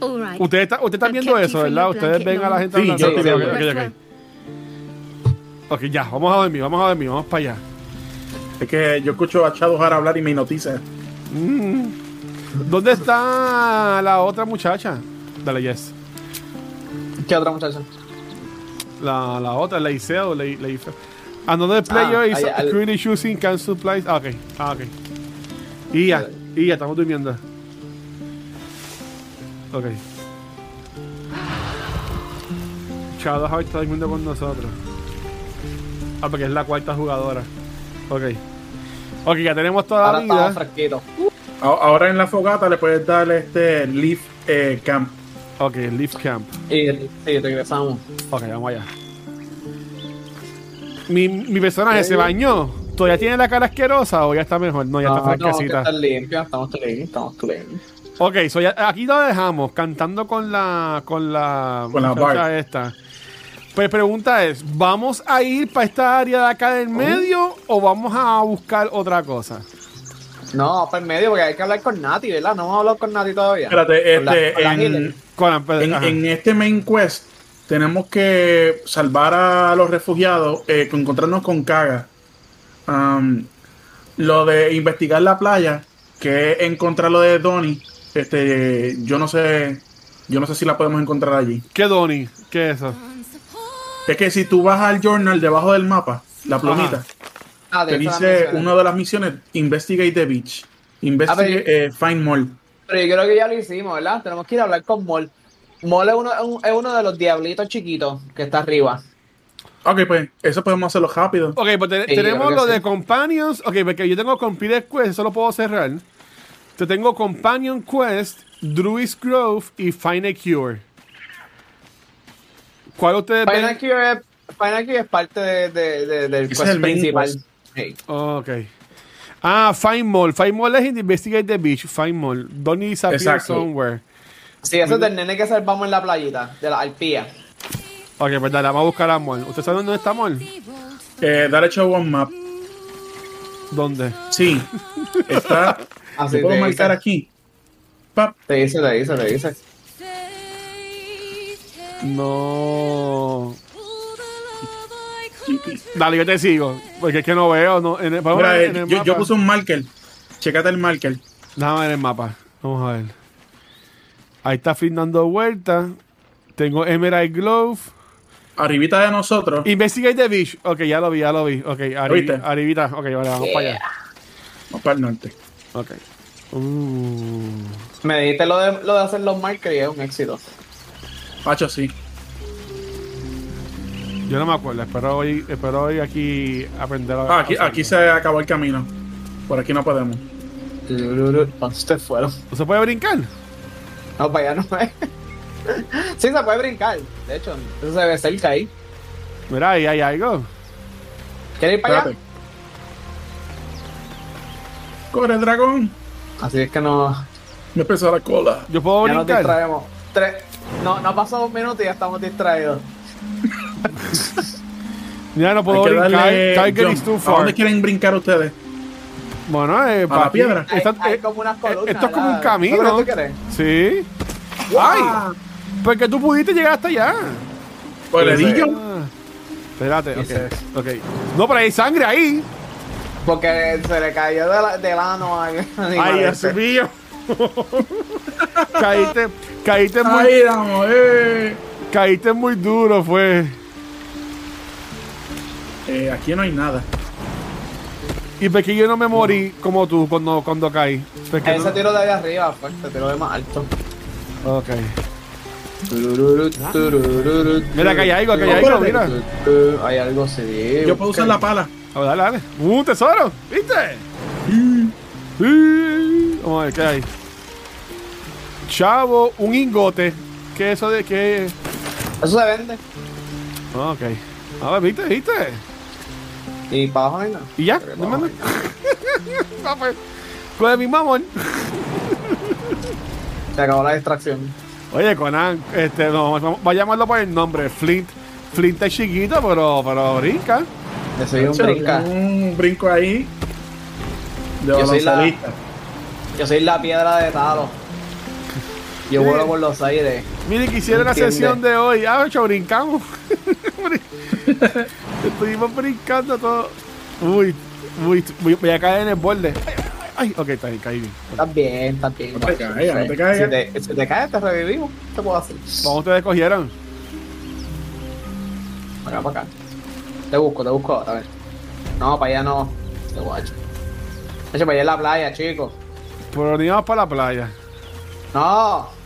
[SPEAKER 7] All right.
[SPEAKER 1] Ustedes está- ustedes están
[SPEAKER 7] I've
[SPEAKER 1] viendo
[SPEAKER 7] kept you
[SPEAKER 1] eso,
[SPEAKER 7] from
[SPEAKER 1] ¿verdad?
[SPEAKER 7] your
[SPEAKER 1] Ustedes
[SPEAKER 7] blanket
[SPEAKER 1] ven a la
[SPEAKER 7] long.
[SPEAKER 1] gente
[SPEAKER 3] Sí,
[SPEAKER 1] hablando.
[SPEAKER 3] yo sí,
[SPEAKER 1] Ok,
[SPEAKER 3] sí.
[SPEAKER 1] ok, ok, ok. Ok, ya, vamos a dormir, vamos a dormir, vamos para allá.
[SPEAKER 3] Es que yo escucho a Shadowheart hablar y me hipnotiza.
[SPEAKER 1] ¿Dónde está la otra muchacha? Dale, yes.
[SPEAKER 2] ¿Qué otra muchacha?
[SPEAKER 1] La, la otra, la ISEO, la, la ISEO. Another player
[SPEAKER 2] Ah,
[SPEAKER 1] is
[SPEAKER 2] ahí, al-
[SPEAKER 1] really choosing can supplies. Ah, ok, ah, ok. Y ya, y ya, estamos durmiendo. Ok. Shadowheart está durmiendo con nosotros. Ah, porque es la cuarta jugadora. Ok. Ok, ya tenemos toda
[SPEAKER 2] Ahora
[SPEAKER 1] la
[SPEAKER 2] estamos
[SPEAKER 1] vida.
[SPEAKER 2] fresquitos.
[SPEAKER 3] A- Ahora en la fogata le puedes dar este Leaf eh, Camp.
[SPEAKER 1] Ok, Leaf Camp.
[SPEAKER 2] Y sí, regresamos.
[SPEAKER 1] Ok, vamos allá. Mi, mi personaje se bañó. ¿Todavía tiene la cara asquerosa o ya está mejor? No, ya
[SPEAKER 2] No,
[SPEAKER 1] está
[SPEAKER 2] no, que
[SPEAKER 1] fresquecita.
[SPEAKER 2] estar limpio, estamos clean, estamos clean.
[SPEAKER 1] Ok, so ya- aquí lo dejamos cantando con la con la
[SPEAKER 3] Con la
[SPEAKER 1] muchacha
[SPEAKER 3] Bart.
[SPEAKER 1] esta. Pues pregunta es, ¿vamos a ir para esta área de acá
[SPEAKER 3] Oh.
[SPEAKER 1] del medio o vamos a buscar otra cosa?
[SPEAKER 2] No, para el medio, porque hay que hablar con Nati, ¿verdad? No hemos hablado con Nati todavía.
[SPEAKER 3] Espérate,
[SPEAKER 2] Con la-
[SPEAKER 3] este,
[SPEAKER 2] con la
[SPEAKER 3] en,
[SPEAKER 2] healer.
[SPEAKER 1] Conan, pero-
[SPEAKER 3] en,
[SPEAKER 1] ajá.
[SPEAKER 3] en este main quest tenemos que salvar a los refugiados, eh, con- encontrarnos con Kaga. Am, lo de investigar la playa, que es encontrar lo de Donnie, este, yo no sé, yo no sé si la podemos encontrar allí.
[SPEAKER 1] ¿Qué Donnie? ¿Qué es eso?
[SPEAKER 3] Es que si tú vas al journal debajo del mapa, la plumita,
[SPEAKER 1] Ajá.
[SPEAKER 2] Ah, de
[SPEAKER 3] te
[SPEAKER 2] esa
[SPEAKER 3] dice
[SPEAKER 2] mencioné.
[SPEAKER 3] una de las misiones, investigate the beach,
[SPEAKER 2] A
[SPEAKER 3] investigate,
[SPEAKER 2] ver.
[SPEAKER 3] eh, find more.
[SPEAKER 2] Pero yo creo que ya lo hicimos, ¿verdad? Tenemos que ir a hablar con Mol. Mol es uno, es un- es uno de los diablitos chiquitos que está arriba.
[SPEAKER 3] Ok, pues eso podemos hacerlo rápido.
[SPEAKER 1] Ok, pues te-
[SPEAKER 2] Sí,
[SPEAKER 1] tenemos
[SPEAKER 2] creo Eh, que
[SPEAKER 1] lo
[SPEAKER 2] sí.
[SPEAKER 1] de Companions. Ok, porque yo tengo Compile Quest, eso lo puedo cerrar. Yo tengo Companion Quest, Druid's Grove y Find a Cure. ¿Cuál ustedes ven?
[SPEAKER 2] Final Cure es, Final Cure es parte de, de- de- del
[SPEAKER 3] Ese
[SPEAKER 2] quest
[SPEAKER 3] es el main
[SPEAKER 2] principal.
[SPEAKER 3] quest.
[SPEAKER 2] Sí.
[SPEAKER 1] Ok. Ah, Find Mall. Find Mall es Investigate the Beach. Find Mall. Don't disappear
[SPEAKER 3] Exacto.
[SPEAKER 1] somewhere.
[SPEAKER 2] Sí, eso es del nene que salvamos en la playita, de la arpía.
[SPEAKER 1] Ok, pues dale, vamos a buscar a Mall. ¿Usted sabe dónde está Mall?
[SPEAKER 3] Eh, dale show one map.
[SPEAKER 1] ¿Dónde?
[SPEAKER 3] Sí. [laughs] Está.
[SPEAKER 2] Así
[SPEAKER 3] ¿Lo
[SPEAKER 2] te
[SPEAKER 3] puedo marcar
[SPEAKER 2] dice,
[SPEAKER 3] aquí? Pap.
[SPEAKER 2] te dice, te dice, te dice.
[SPEAKER 1] No. Dale, yo te sigo. Porque es que no veo. No, en el, vamos a
[SPEAKER 3] Mira,
[SPEAKER 1] ver
[SPEAKER 3] eh,
[SPEAKER 1] en el
[SPEAKER 3] yo, yo
[SPEAKER 1] mapa.
[SPEAKER 3] puse un marker. Checate el marker.
[SPEAKER 1] Déjame ver el mapa. Vamos a ver. Ahí está Flynn dando vueltas. Tengo Emerald Glove.
[SPEAKER 3] Arribita de nosotros.
[SPEAKER 1] Investigate the Beach. Ok, ya lo vi, ya lo vi. Ok, arri-
[SPEAKER 3] ¿Viste?
[SPEAKER 1] arribita. Ok, vale, vamos para allá.
[SPEAKER 3] Vamos para el norte.
[SPEAKER 1] Ok. Uh.
[SPEAKER 2] Me dijiste lo de, lo de hacer los markers y es un éxito.
[SPEAKER 3] Hacho, sí.
[SPEAKER 1] Yo no me acuerdo, espero hoy, espero hoy aquí aprender a
[SPEAKER 3] Ah, aquí,
[SPEAKER 1] a hacerlo.
[SPEAKER 3] aquí se acabó el camino. Por aquí no podemos.
[SPEAKER 2] ¿Dónde ustedes fueron?
[SPEAKER 1] ¿No se puede brincar?
[SPEAKER 2] No, para allá no es. [laughs] sí, se puede brincar. De hecho, eso se ve cerca ahí.
[SPEAKER 1] Mira, ahí hay algo.
[SPEAKER 2] ¿Quieres ir para allá?
[SPEAKER 3] Espérate. Corre, dragón.
[SPEAKER 2] Así es que no,
[SPEAKER 3] Me pesó la cola.
[SPEAKER 1] Yo puedo
[SPEAKER 2] ya nos
[SPEAKER 1] brincar.
[SPEAKER 2] distraemos. Tres. No, no ha pasado un minuto y ya estamos distraídos.
[SPEAKER 1] Ya no
[SPEAKER 3] Hay
[SPEAKER 1] puedo
[SPEAKER 3] que
[SPEAKER 1] brincar.
[SPEAKER 3] darle
[SPEAKER 1] Tiger
[SPEAKER 3] jump.
[SPEAKER 1] is too
[SPEAKER 3] ¿A
[SPEAKER 1] far.
[SPEAKER 3] dónde quieren brincar ustedes?
[SPEAKER 1] Bueno, eh,
[SPEAKER 3] la piedra.
[SPEAKER 2] Hay,
[SPEAKER 1] Esta-
[SPEAKER 2] hay
[SPEAKER 1] eh,
[SPEAKER 2] como unas
[SPEAKER 1] eh,
[SPEAKER 2] columnas.
[SPEAKER 1] esto es como
[SPEAKER 2] ¿verdad?
[SPEAKER 1] un camino.
[SPEAKER 2] ¿Eso es lo que tú quieres?
[SPEAKER 1] Sí.
[SPEAKER 3] ¡Ay!
[SPEAKER 1] Porque tú pudiste llegar hasta allá.
[SPEAKER 3] Pues le di yo.
[SPEAKER 1] Ah. Espérate,
[SPEAKER 2] Sí,
[SPEAKER 1] ok. ok. No, pero hay sangre ahí.
[SPEAKER 2] Porque se le cayó de la, del ano a [laughs] este.
[SPEAKER 1] Ay, Dios mío. [laughs] caíste, caíste muy,
[SPEAKER 3] Ahí vamos, eh.
[SPEAKER 1] caíste muy duro, fue.
[SPEAKER 3] Eh, Aquí no hay nada.
[SPEAKER 1] Y porque yo no me morí como tú cuando, cuando caí. Porque
[SPEAKER 2] Ese
[SPEAKER 1] no-
[SPEAKER 2] tiro de ahí arriba fue, ese tiro de más alto.
[SPEAKER 1] Ok. Mira, que hay algo, que hay algo, mira.
[SPEAKER 2] Ah. Hay algo, sí.
[SPEAKER 3] Yo puedo usar la pala.
[SPEAKER 1] Ah, dale, dale. ¡Uh, tesoro! ¿Viste? Sí. Vamos a ver, ¿qué hay? Chavo, un ingote. ¿Qué es eso de qué?
[SPEAKER 2] Eso se vende.
[SPEAKER 1] Ah, ok. A ver, ¿viste? ¿Viste?
[SPEAKER 2] Y para abajo no hay nada.
[SPEAKER 1] ¿Y ya?
[SPEAKER 2] Pero
[SPEAKER 1] ¿No
[SPEAKER 2] vamos.
[SPEAKER 1] más nada? [laughs] Ah, pues, Con el mismo amor.
[SPEAKER 2] Se acabó la distracción.
[SPEAKER 1] Oye, Conan, este, no, vamos a llamarlo por el nombre. Flint. Flint es chiquito, pero, pero brinca.
[SPEAKER 2] Yo soy un
[SPEAKER 3] Hacho,
[SPEAKER 2] brinca.
[SPEAKER 3] Un brinco ahí. De
[SPEAKER 2] Yo soy la-
[SPEAKER 3] baloncelista.
[SPEAKER 2] Yo soy la piedra de Talo. Yo vuelo por los aires.
[SPEAKER 1] Mire, quisiera la
[SPEAKER 2] Entiende.
[SPEAKER 1] sesión de hoy. Ah, hecho, brincamos. [laughs] Brin- Estuvimos brincando todo. Uy, uy, voy, voy a caer en el borde. Ay, ay, ay. ok, está bien, caí bien.
[SPEAKER 2] Estás bien, estás bien.
[SPEAKER 3] No te caigas, no te caigas.
[SPEAKER 2] Si te, si te caes, te revivimos. ¿Qué puedo hacer?
[SPEAKER 1] ¿Cómo ustedes cogieron?
[SPEAKER 2] Acá para acá. Te busco, te busco. A ver. No, para allá no. Te guacho. De hecho, para allá es la playa, chicos.
[SPEAKER 1] Pero ni vamos para la playa.
[SPEAKER 2] No,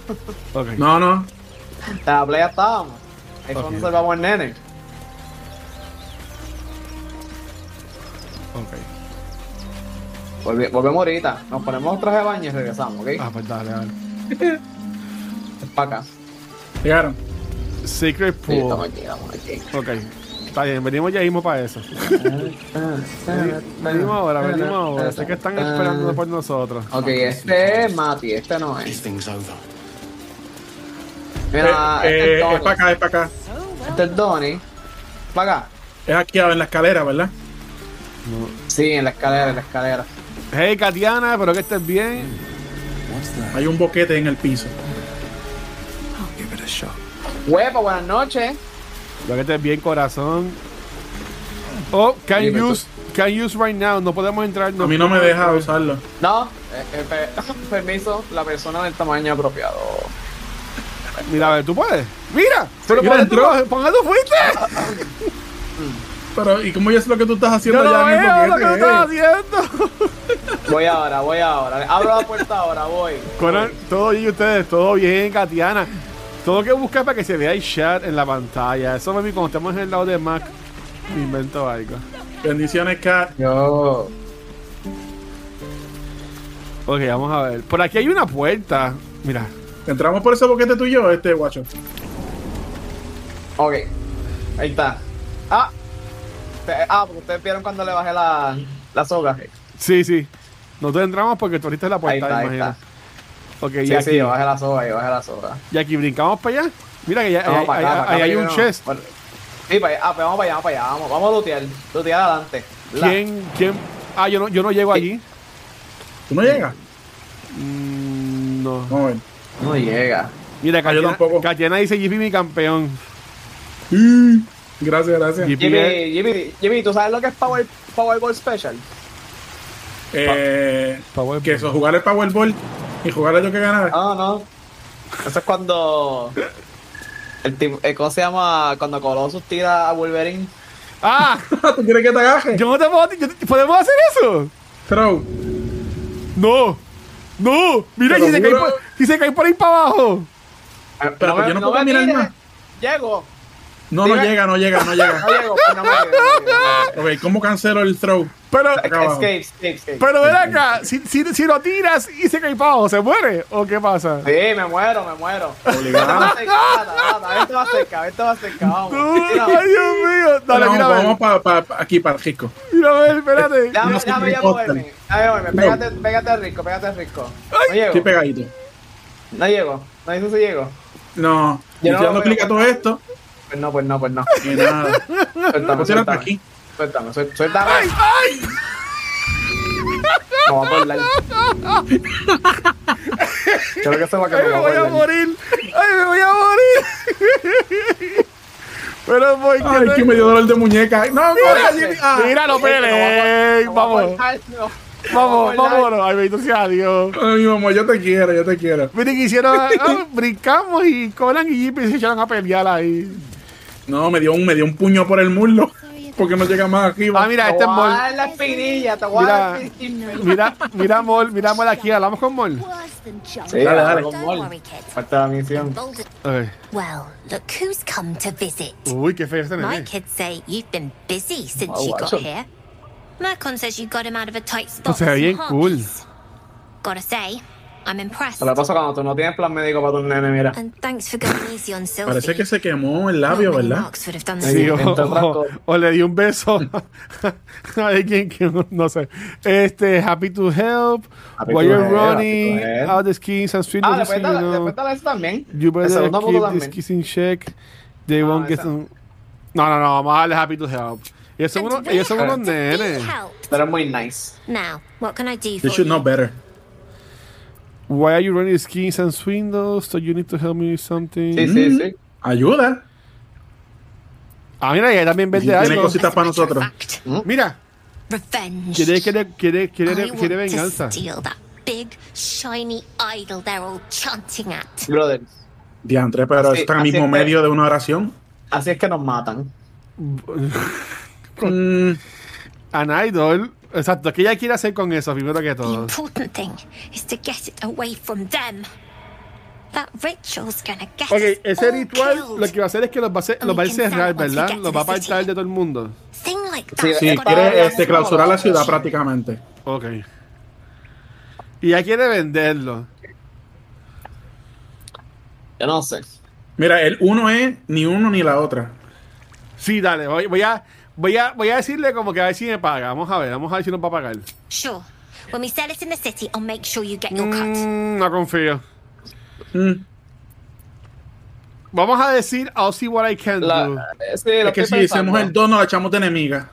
[SPEAKER 1] Ok.
[SPEAKER 3] No, no.
[SPEAKER 2] en la playa estábamos. Ahí fue
[SPEAKER 1] Ok.
[SPEAKER 2] donde salvamos el nene.
[SPEAKER 1] ok.
[SPEAKER 2] Volve- volvemos ahorita. Nos ponemos traje de baño y regresamos, ¿ok?
[SPEAKER 1] Ah, pues dale, dale.
[SPEAKER 2] Es para acá.
[SPEAKER 3] Llegaron.
[SPEAKER 1] Secret
[SPEAKER 2] Sí, estamos
[SPEAKER 1] Pool.
[SPEAKER 2] aquí, estamos aquí.
[SPEAKER 1] Ok. Está bien, venimos ya mismo para eso. Venimos ahora, venimos ahora. Sé que están esperando por nosotros.
[SPEAKER 2] Ok, este es Mati, este no
[SPEAKER 4] This
[SPEAKER 2] es.
[SPEAKER 4] thing's over.
[SPEAKER 2] Mira,
[SPEAKER 3] Eh,
[SPEAKER 2] este
[SPEAKER 3] eh,
[SPEAKER 2] es
[SPEAKER 3] es para
[SPEAKER 2] Donnie.
[SPEAKER 3] acá, es para acá.
[SPEAKER 2] Este es Donnie. ¿Para acá?
[SPEAKER 3] Es aquí en la escalera, ¿verdad?
[SPEAKER 2] Sí, en la escalera, en la escalera.
[SPEAKER 1] Hey, Katiana, espero que estés bien.
[SPEAKER 3] Hay un boquete en el piso.
[SPEAKER 4] I'll give it a shot.
[SPEAKER 2] Huevo, buenas noches.
[SPEAKER 1] Espero que estés bien, corazón. Oh, can
[SPEAKER 2] Dime tú.
[SPEAKER 1] use, can use right now. No podemos entrar.
[SPEAKER 3] A mí no me deja usarlo.
[SPEAKER 2] No, eh, eh, per- [laughs] permiso, la persona del tamaño apropiado.
[SPEAKER 1] Mira, a ver, tú puedes. Mira, pero
[SPEAKER 3] Mira,
[SPEAKER 1] ¿por qué tú,
[SPEAKER 3] entró. Ah,
[SPEAKER 1] coges- ¿por qué tú fuiste?
[SPEAKER 3] Pero, ¿y cómo yo sé lo que tú estás haciendo
[SPEAKER 1] Yo lo
[SPEAKER 3] allá en el
[SPEAKER 1] veo lo que tú
[SPEAKER 3] boquete,
[SPEAKER 1] estás
[SPEAKER 3] eh?
[SPEAKER 1] haciendo. [laughs]
[SPEAKER 2] Voy ahora, voy ahora. Abro la puerta ahora, voy.
[SPEAKER 1] Conan, todo bien, ustedes, todo bien, Katiana. Todo que buscar para que se vea el chat en la pantalla. Eso, mami, cuando estamos en el lado de Mac, me invento algo.
[SPEAKER 3] Bendiciones, Kat.
[SPEAKER 2] Yo.
[SPEAKER 1] Ok, vamos a ver. Por aquí hay una puerta. Mira,
[SPEAKER 3] Entramos por ese boquete tú y yo, este guacho.
[SPEAKER 2] Ok, ahí está. Ah, Te- ah, porque ustedes vieron cuando le bajé la, la soga.
[SPEAKER 1] Sí, sí. Nosotros entramos porque tú abriste la
[SPEAKER 2] Ahí
[SPEAKER 1] puerta,
[SPEAKER 2] está, ahí
[SPEAKER 1] imagino.
[SPEAKER 2] está.
[SPEAKER 1] Ok,
[SPEAKER 2] Sí,
[SPEAKER 1] y, aquí,
[SPEAKER 2] sí, baja la soga, yo bajé la soga.
[SPEAKER 1] y aquí brincamos para allá. Mira que ya
[SPEAKER 2] Vamos
[SPEAKER 1] ahí-
[SPEAKER 2] para acá,
[SPEAKER 1] ahí-
[SPEAKER 2] para acá,
[SPEAKER 1] ahí hay
[SPEAKER 2] para
[SPEAKER 1] un
[SPEAKER 2] allá,
[SPEAKER 1] chest.
[SPEAKER 2] para- Sí, para allá. Ah, pues vamos para allá, vamos para allá. Vamos, vamos a lootear. Lootear adelante. La-
[SPEAKER 1] ¿Quién, quién? Ah, yo no, yo no llego allí.
[SPEAKER 3] ¿Tú no llegas?
[SPEAKER 1] Mm, no.
[SPEAKER 3] Vamos a ver.
[SPEAKER 2] No llega.
[SPEAKER 1] Mira,
[SPEAKER 3] Ah, yo
[SPEAKER 1] Katiana,
[SPEAKER 3] tampoco.
[SPEAKER 1] Katiana dice GP mi campeón.
[SPEAKER 3] Sí. Gracias, gracias.
[SPEAKER 1] Jeep.
[SPEAKER 2] Jimmy, Jimmy, Jimmy, ¿tú sabes lo que es Power, Powerball Special?
[SPEAKER 3] Eh,
[SPEAKER 1] Powerball.
[SPEAKER 3] que eso, jugar el Powerball y jugar a yo que ganar.
[SPEAKER 2] Ah, no. Eso es cuando. El tipo, eh, ¿Cómo se llama? Cuando Colossus tira a Wolverine.
[SPEAKER 1] ¡Ah!
[SPEAKER 3] [laughs] ¿Tú quieres que te agaje?
[SPEAKER 1] Yo no te puedo. yo- ¿Podemos hacer eso?
[SPEAKER 3] Throw.
[SPEAKER 1] No. No. Mira,
[SPEAKER 3] Te lo
[SPEAKER 1] si se, cae
[SPEAKER 3] juro.
[SPEAKER 1] por, si se cae por ahí para abajo. Ah,
[SPEAKER 3] Pero
[SPEAKER 1] pues
[SPEAKER 3] yo no puedo caminar
[SPEAKER 2] tires.
[SPEAKER 3] más.
[SPEAKER 2] Llego.
[SPEAKER 3] No, no
[SPEAKER 2] Mira.
[SPEAKER 3] llega, no llega, no
[SPEAKER 2] No
[SPEAKER 3] llega.
[SPEAKER 2] llego, pues no me llego, no me llego.
[SPEAKER 1] [laughs]
[SPEAKER 3] Ok, ¿cómo cancelo el throw?
[SPEAKER 1] Pero,
[SPEAKER 3] Acá abajo.
[SPEAKER 2] Escape, escape, escape.
[SPEAKER 1] pero ven acá. Si, si, si lo tiras y se cae para abajo, ¿se muere? ¿O qué pasa?
[SPEAKER 2] Sí, me muero, me
[SPEAKER 1] [laughs]
[SPEAKER 2] muero.
[SPEAKER 3] [laughs] Obligado.
[SPEAKER 2] Esto va cerca, esto va cerca, vamos.
[SPEAKER 1] No,
[SPEAKER 2] Mira,
[SPEAKER 1] ay, Dios mío. Dale,
[SPEAKER 3] vamos
[SPEAKER 1] mira, a ver.
[SPEAKER 3] vamos para aquí, para el Jisco.
[SPEAKER 1] Mira, a ver, espérate.
[SPEAKER 2] Déjame,
[SPEAKER 3] No se
[SPEAKER 2] déjame ya
[SPEAKER 3] importan.
[SPEAKER 2] moverme. Déjame moverme. Pégate, pégate rico, pégate rico. No
[SPEAKER 3] Estoy
[SPEAKER 2] llego.
[SPEAKER 3] pegadito.
[SPEAKER 2] No llego. No dice si llego.
[SPEAKER 3] No,
[SPEAKER 2] Yo no
[SPEAKER 3] yo estoy dando
[SPEAKER 2] veo.
[SPEAKER 3] clic a todo esto
[SPEAKER 2] Pues no, pues no, pues no. [laughs]
[SPEAKER 3] y nada.
[SPEAKER 2] Suéltame,
[SPEAKER 3] Pues era hasta
[SPEAKER 2] suéltame.
[SPEAKER 3] aquí.
[SPEAKER 2] Suéltame, suel- suéltame. No voy a acordar. Yo creo que sepa que
[SPEAKER 1] Ay,
[SPEAKER 2] me
[SPEAKER 1] me
[SPEAKER 2] voy
[SPEAKER 1] voy
[SPEAKER 2] a
[SPEAKER 1] a
[SPEAKER 2] acordar.
[SPEAKER 1] morir. Ay, me voy a morir. Pero pues, voy
[SPEAKER 3] Ay, que me dio dolor de muñeca. Ay, No,
[SPEAKER 1] Mira,
[SPEAKER 3] coño, Jimmy. Ah.
[SPEAKER 1] Míralo,
[SPEAKER 2] Ay, que no voy a-
[SPEAKER 1] Pele.
[SPEAKER 2] no voy a
[SPEAKER 1] Vamos,
[SPEAKER 2] acordar, no.
[SPEAKER 1] vamos,
[SPEAKER 2] no voy a acordar.
[SPEAKER 1] vámonos. Ay, bendito sea Dios.
[SPEAKER 3] Ay, mi mamá, yo te quiero, yo te quiero.
[SPEAKER 1] Miren que
[SPEAKER 2] [laughs]
[SPEAKER 1] hicieron, ah, brincamos y Colan y Jeep se echaron a pelear ahí.
[SPEAKER 3] No, me dio un, me dio un puño por el muslo. [laughs] Porque no llega más arriba.
[SPEAKER 1] Ah, mira,
[SPEAKER 2] Te
[SPEAKER 1] este es
[SPEAKER 2] voy a
[SPEAKER 1] Mol.
[SPEAKER 2] dar la espinilla, te voy a dar la
[SPEAKER 1] Mira.
[SPEAKER 2] espinilla.
[SPEAKER 1] Mira, mira Mol, mira Mol aquí, hablamos con Mol.
[SPEAKER 6] Worse than junk.
[SPEAKER 2] Sí, dale, dale.
[SPEAKER 6] Don't worry, kid.
[SPEAKER 2] Falta la misión.
[SPEAKER 6] Boulder-
[SPEAKER 1] Ay.
[SPEAKER 6] Well, look who's come to visit.
[SPEAKER 1] Uy, qué feo este
[SPEAKER 6] My
[SPEAKER 1] nene.
[SPEAKER 6] kids say you've been busy since
[SPEAKER 2] Oh,
[SPEAKER 6] you got
[SPEAKER 2] awesome.
[SPEAKER 6] here. Macon says you got him out of a tight spot.
[SPEAKER 1] se ve
[SPEAKER 6] with
[SPEAKER 1] bien
[SPEAKER 6] some
[SPEAKER 1] cool.
[SPEAKER 6] harpies. Gotta say, I'm impressed.
[SPEAKER 2] Se la pasa cuando tú no tienes plan médico para tu nene, mira.
[SPEAKER 6] And thanks for going easy on Sophie.
[SPEAKER 3] Parece que se quemó el
[SPEAKER 6] Not
[SPEAKER 3] labio,
[SPEAKER 6] many
[SPEAKER 3] ¿verdad?
[SPEAKER 6] marks would have done
[SPEAKER 1] Sí, o,
[SPEAKER 6] so.
[SPEAKER 2] Entre otras
[SPEAKER 1] o-
[SPEAKER 2] cosas.
[SPEAKER 1] o le di un beso [laughs] a alguien que no- no sé. Este, happy to help,
[SPEAKER 2] Happy
[SPEAKER 1] while
[SPEAKER 2] to
[SPEAKER 1] you're
[SPEAKER 2] help,
[SPEAKER 1] running,
[SPEAKER 2] happy to help.
[SPEAKER 1] out the skins and sweet
[SPEAKER 2] Ah,
[SPEAKER 1] nothing,
[SPEAKER 2] después
[SPEAKER 1] you
[SPEAKER 2] dale,
[SPEAKER 1] know.
[SPEAKER 2] después dale eso también.
[SPEAKER 1] You
[SPEAKER 2] El
[SPEAKER 1] better
[SPEAKER 2] segundo punto
[SPEAKER 1] keep this
[SPEAKER 2] también.
[SPEAKER 1] kiss in check. They won't get
[SPEAKER 2] esa.
[SPEAKER 1] some- No, no, no, vamos a darle happy to help. Ellos son
[SPEAKER 6] And
[SPEAKER 1] unos,
[SPEAKER 6] we're
[SPEAKER 1] ellos son unos
[SPEAKER 6] happy to be
[SPEAKER 1] nenes.
[SPEAKER 6] helped.
[SPEAKER 2] Pero es muy nice.
[SPEAKER 6] Now, what can I do for
[SPEAKER 3] They should
[SPEAKER 6] you?
[SPEAKER 3] know better.
[SPEAKER 1] Why are you running skins and swindles? So you need to help me with something.
[SPEAKER 2] Sí,
[SPEAKER 3] Mm.
[SPEAKER 2] sí, sí.
[SPEAKER 3] Ayuda.
[SPEAKER 1] Ah, mira, ella también vende
[SPEAKER 3] Tiene
[SPEAKER 1] algo.
[SPEAKER 3] cosas- Cosita
[SPEAKER 6] As a
[SPEAKER 3] para
[SPEAKER 6] matter of
[SPEAKER 3] nosotros.
[SPEAKER 6] fact,
[SPEAKER 1] Mira,
[SPEAKER 6] Revenge.
[SPEAKER 1] quiere, quiere, quiere,
[SPEAKER 6] I
[SPEAKER 1] quiere,
[SPEAKER 6] want
[SPEAKER 1] quiere
[SPEAKER 6] to
[SPEAKER 1] venganza.
[SPEAKER 6] steal that big, shiny idol they're all chanting at.
[SPEAKER 2] Brother,
[SPEAKER 3] Diantre, pero
[SPEAKER 2] Sí,
[SPEAKER 3] está en el
[SPEAKER 2] así
[SPEAKER 3] mismo
[SPEAKER 2] es que-
[SPEAKER 3] medio de una oración.
[SPEAKER 2] así es que nos matan.
[SPEAKER 3] Mm,
[SPEAKER 1] An idol. Exacto, ¿qué ella quiere hacer con eso primero que
[SPEAKER 6] The
[SPEAKER 1] todo?
[SPEAKER 6] important thing is to get it away from them. That ritual's gonna get
[SPEAKER 1] Ok,
[SPEAKER 6] us
[SPEAKER 1] ese
[SPEAKER 6] all
[SPEAKER 1] ritual
[SPEAKER 6] killed.
[SPEAKER 1] lo que va a hacer es que los va a, hacer- los va a encerrar, ¿verdad? Los va a apartar de todo el mundo.
[SPEAKER 6] Thing like that.
[SPEAKER 2] Sí, eh,
[SPEAKER 3] sí,
[SPEAKER 2] Para-
[SPEAKER 3] quiere este, clausurar la ciudad prácticamente.
[SPEAKER 1] Ok. Y ella quiere venderlo.
[SPEAKER 2] Yo no sé.
[SPEAKER 3] Mira, el uno es ni uno ni la otra.
[SPEAKER 1] Sí, dale, voy, voy a, voy, a, voy a decirle como que a ver si me paga. Vamos a ver, vamos a ver si nos va a pagar.
[SPEAKER 6] Sure. When we sell it in the city, I'll make sure you get your cut.
[SPEAKER 1] Mm, no confío.
[SPEAKER 3] Mm,
[SPEAKER 1] Vamos a decir, I'll see what I can do.
[SPEAKER 2] La, eh, sí, lo
[SPEAKER 3] es que
[SPEAKER 2] estoy
[SPEAKER 3] si
[SPEAKER 2] pensando.
[SPEAKER 3] hacemos el dos, nos la echamos de enemiga.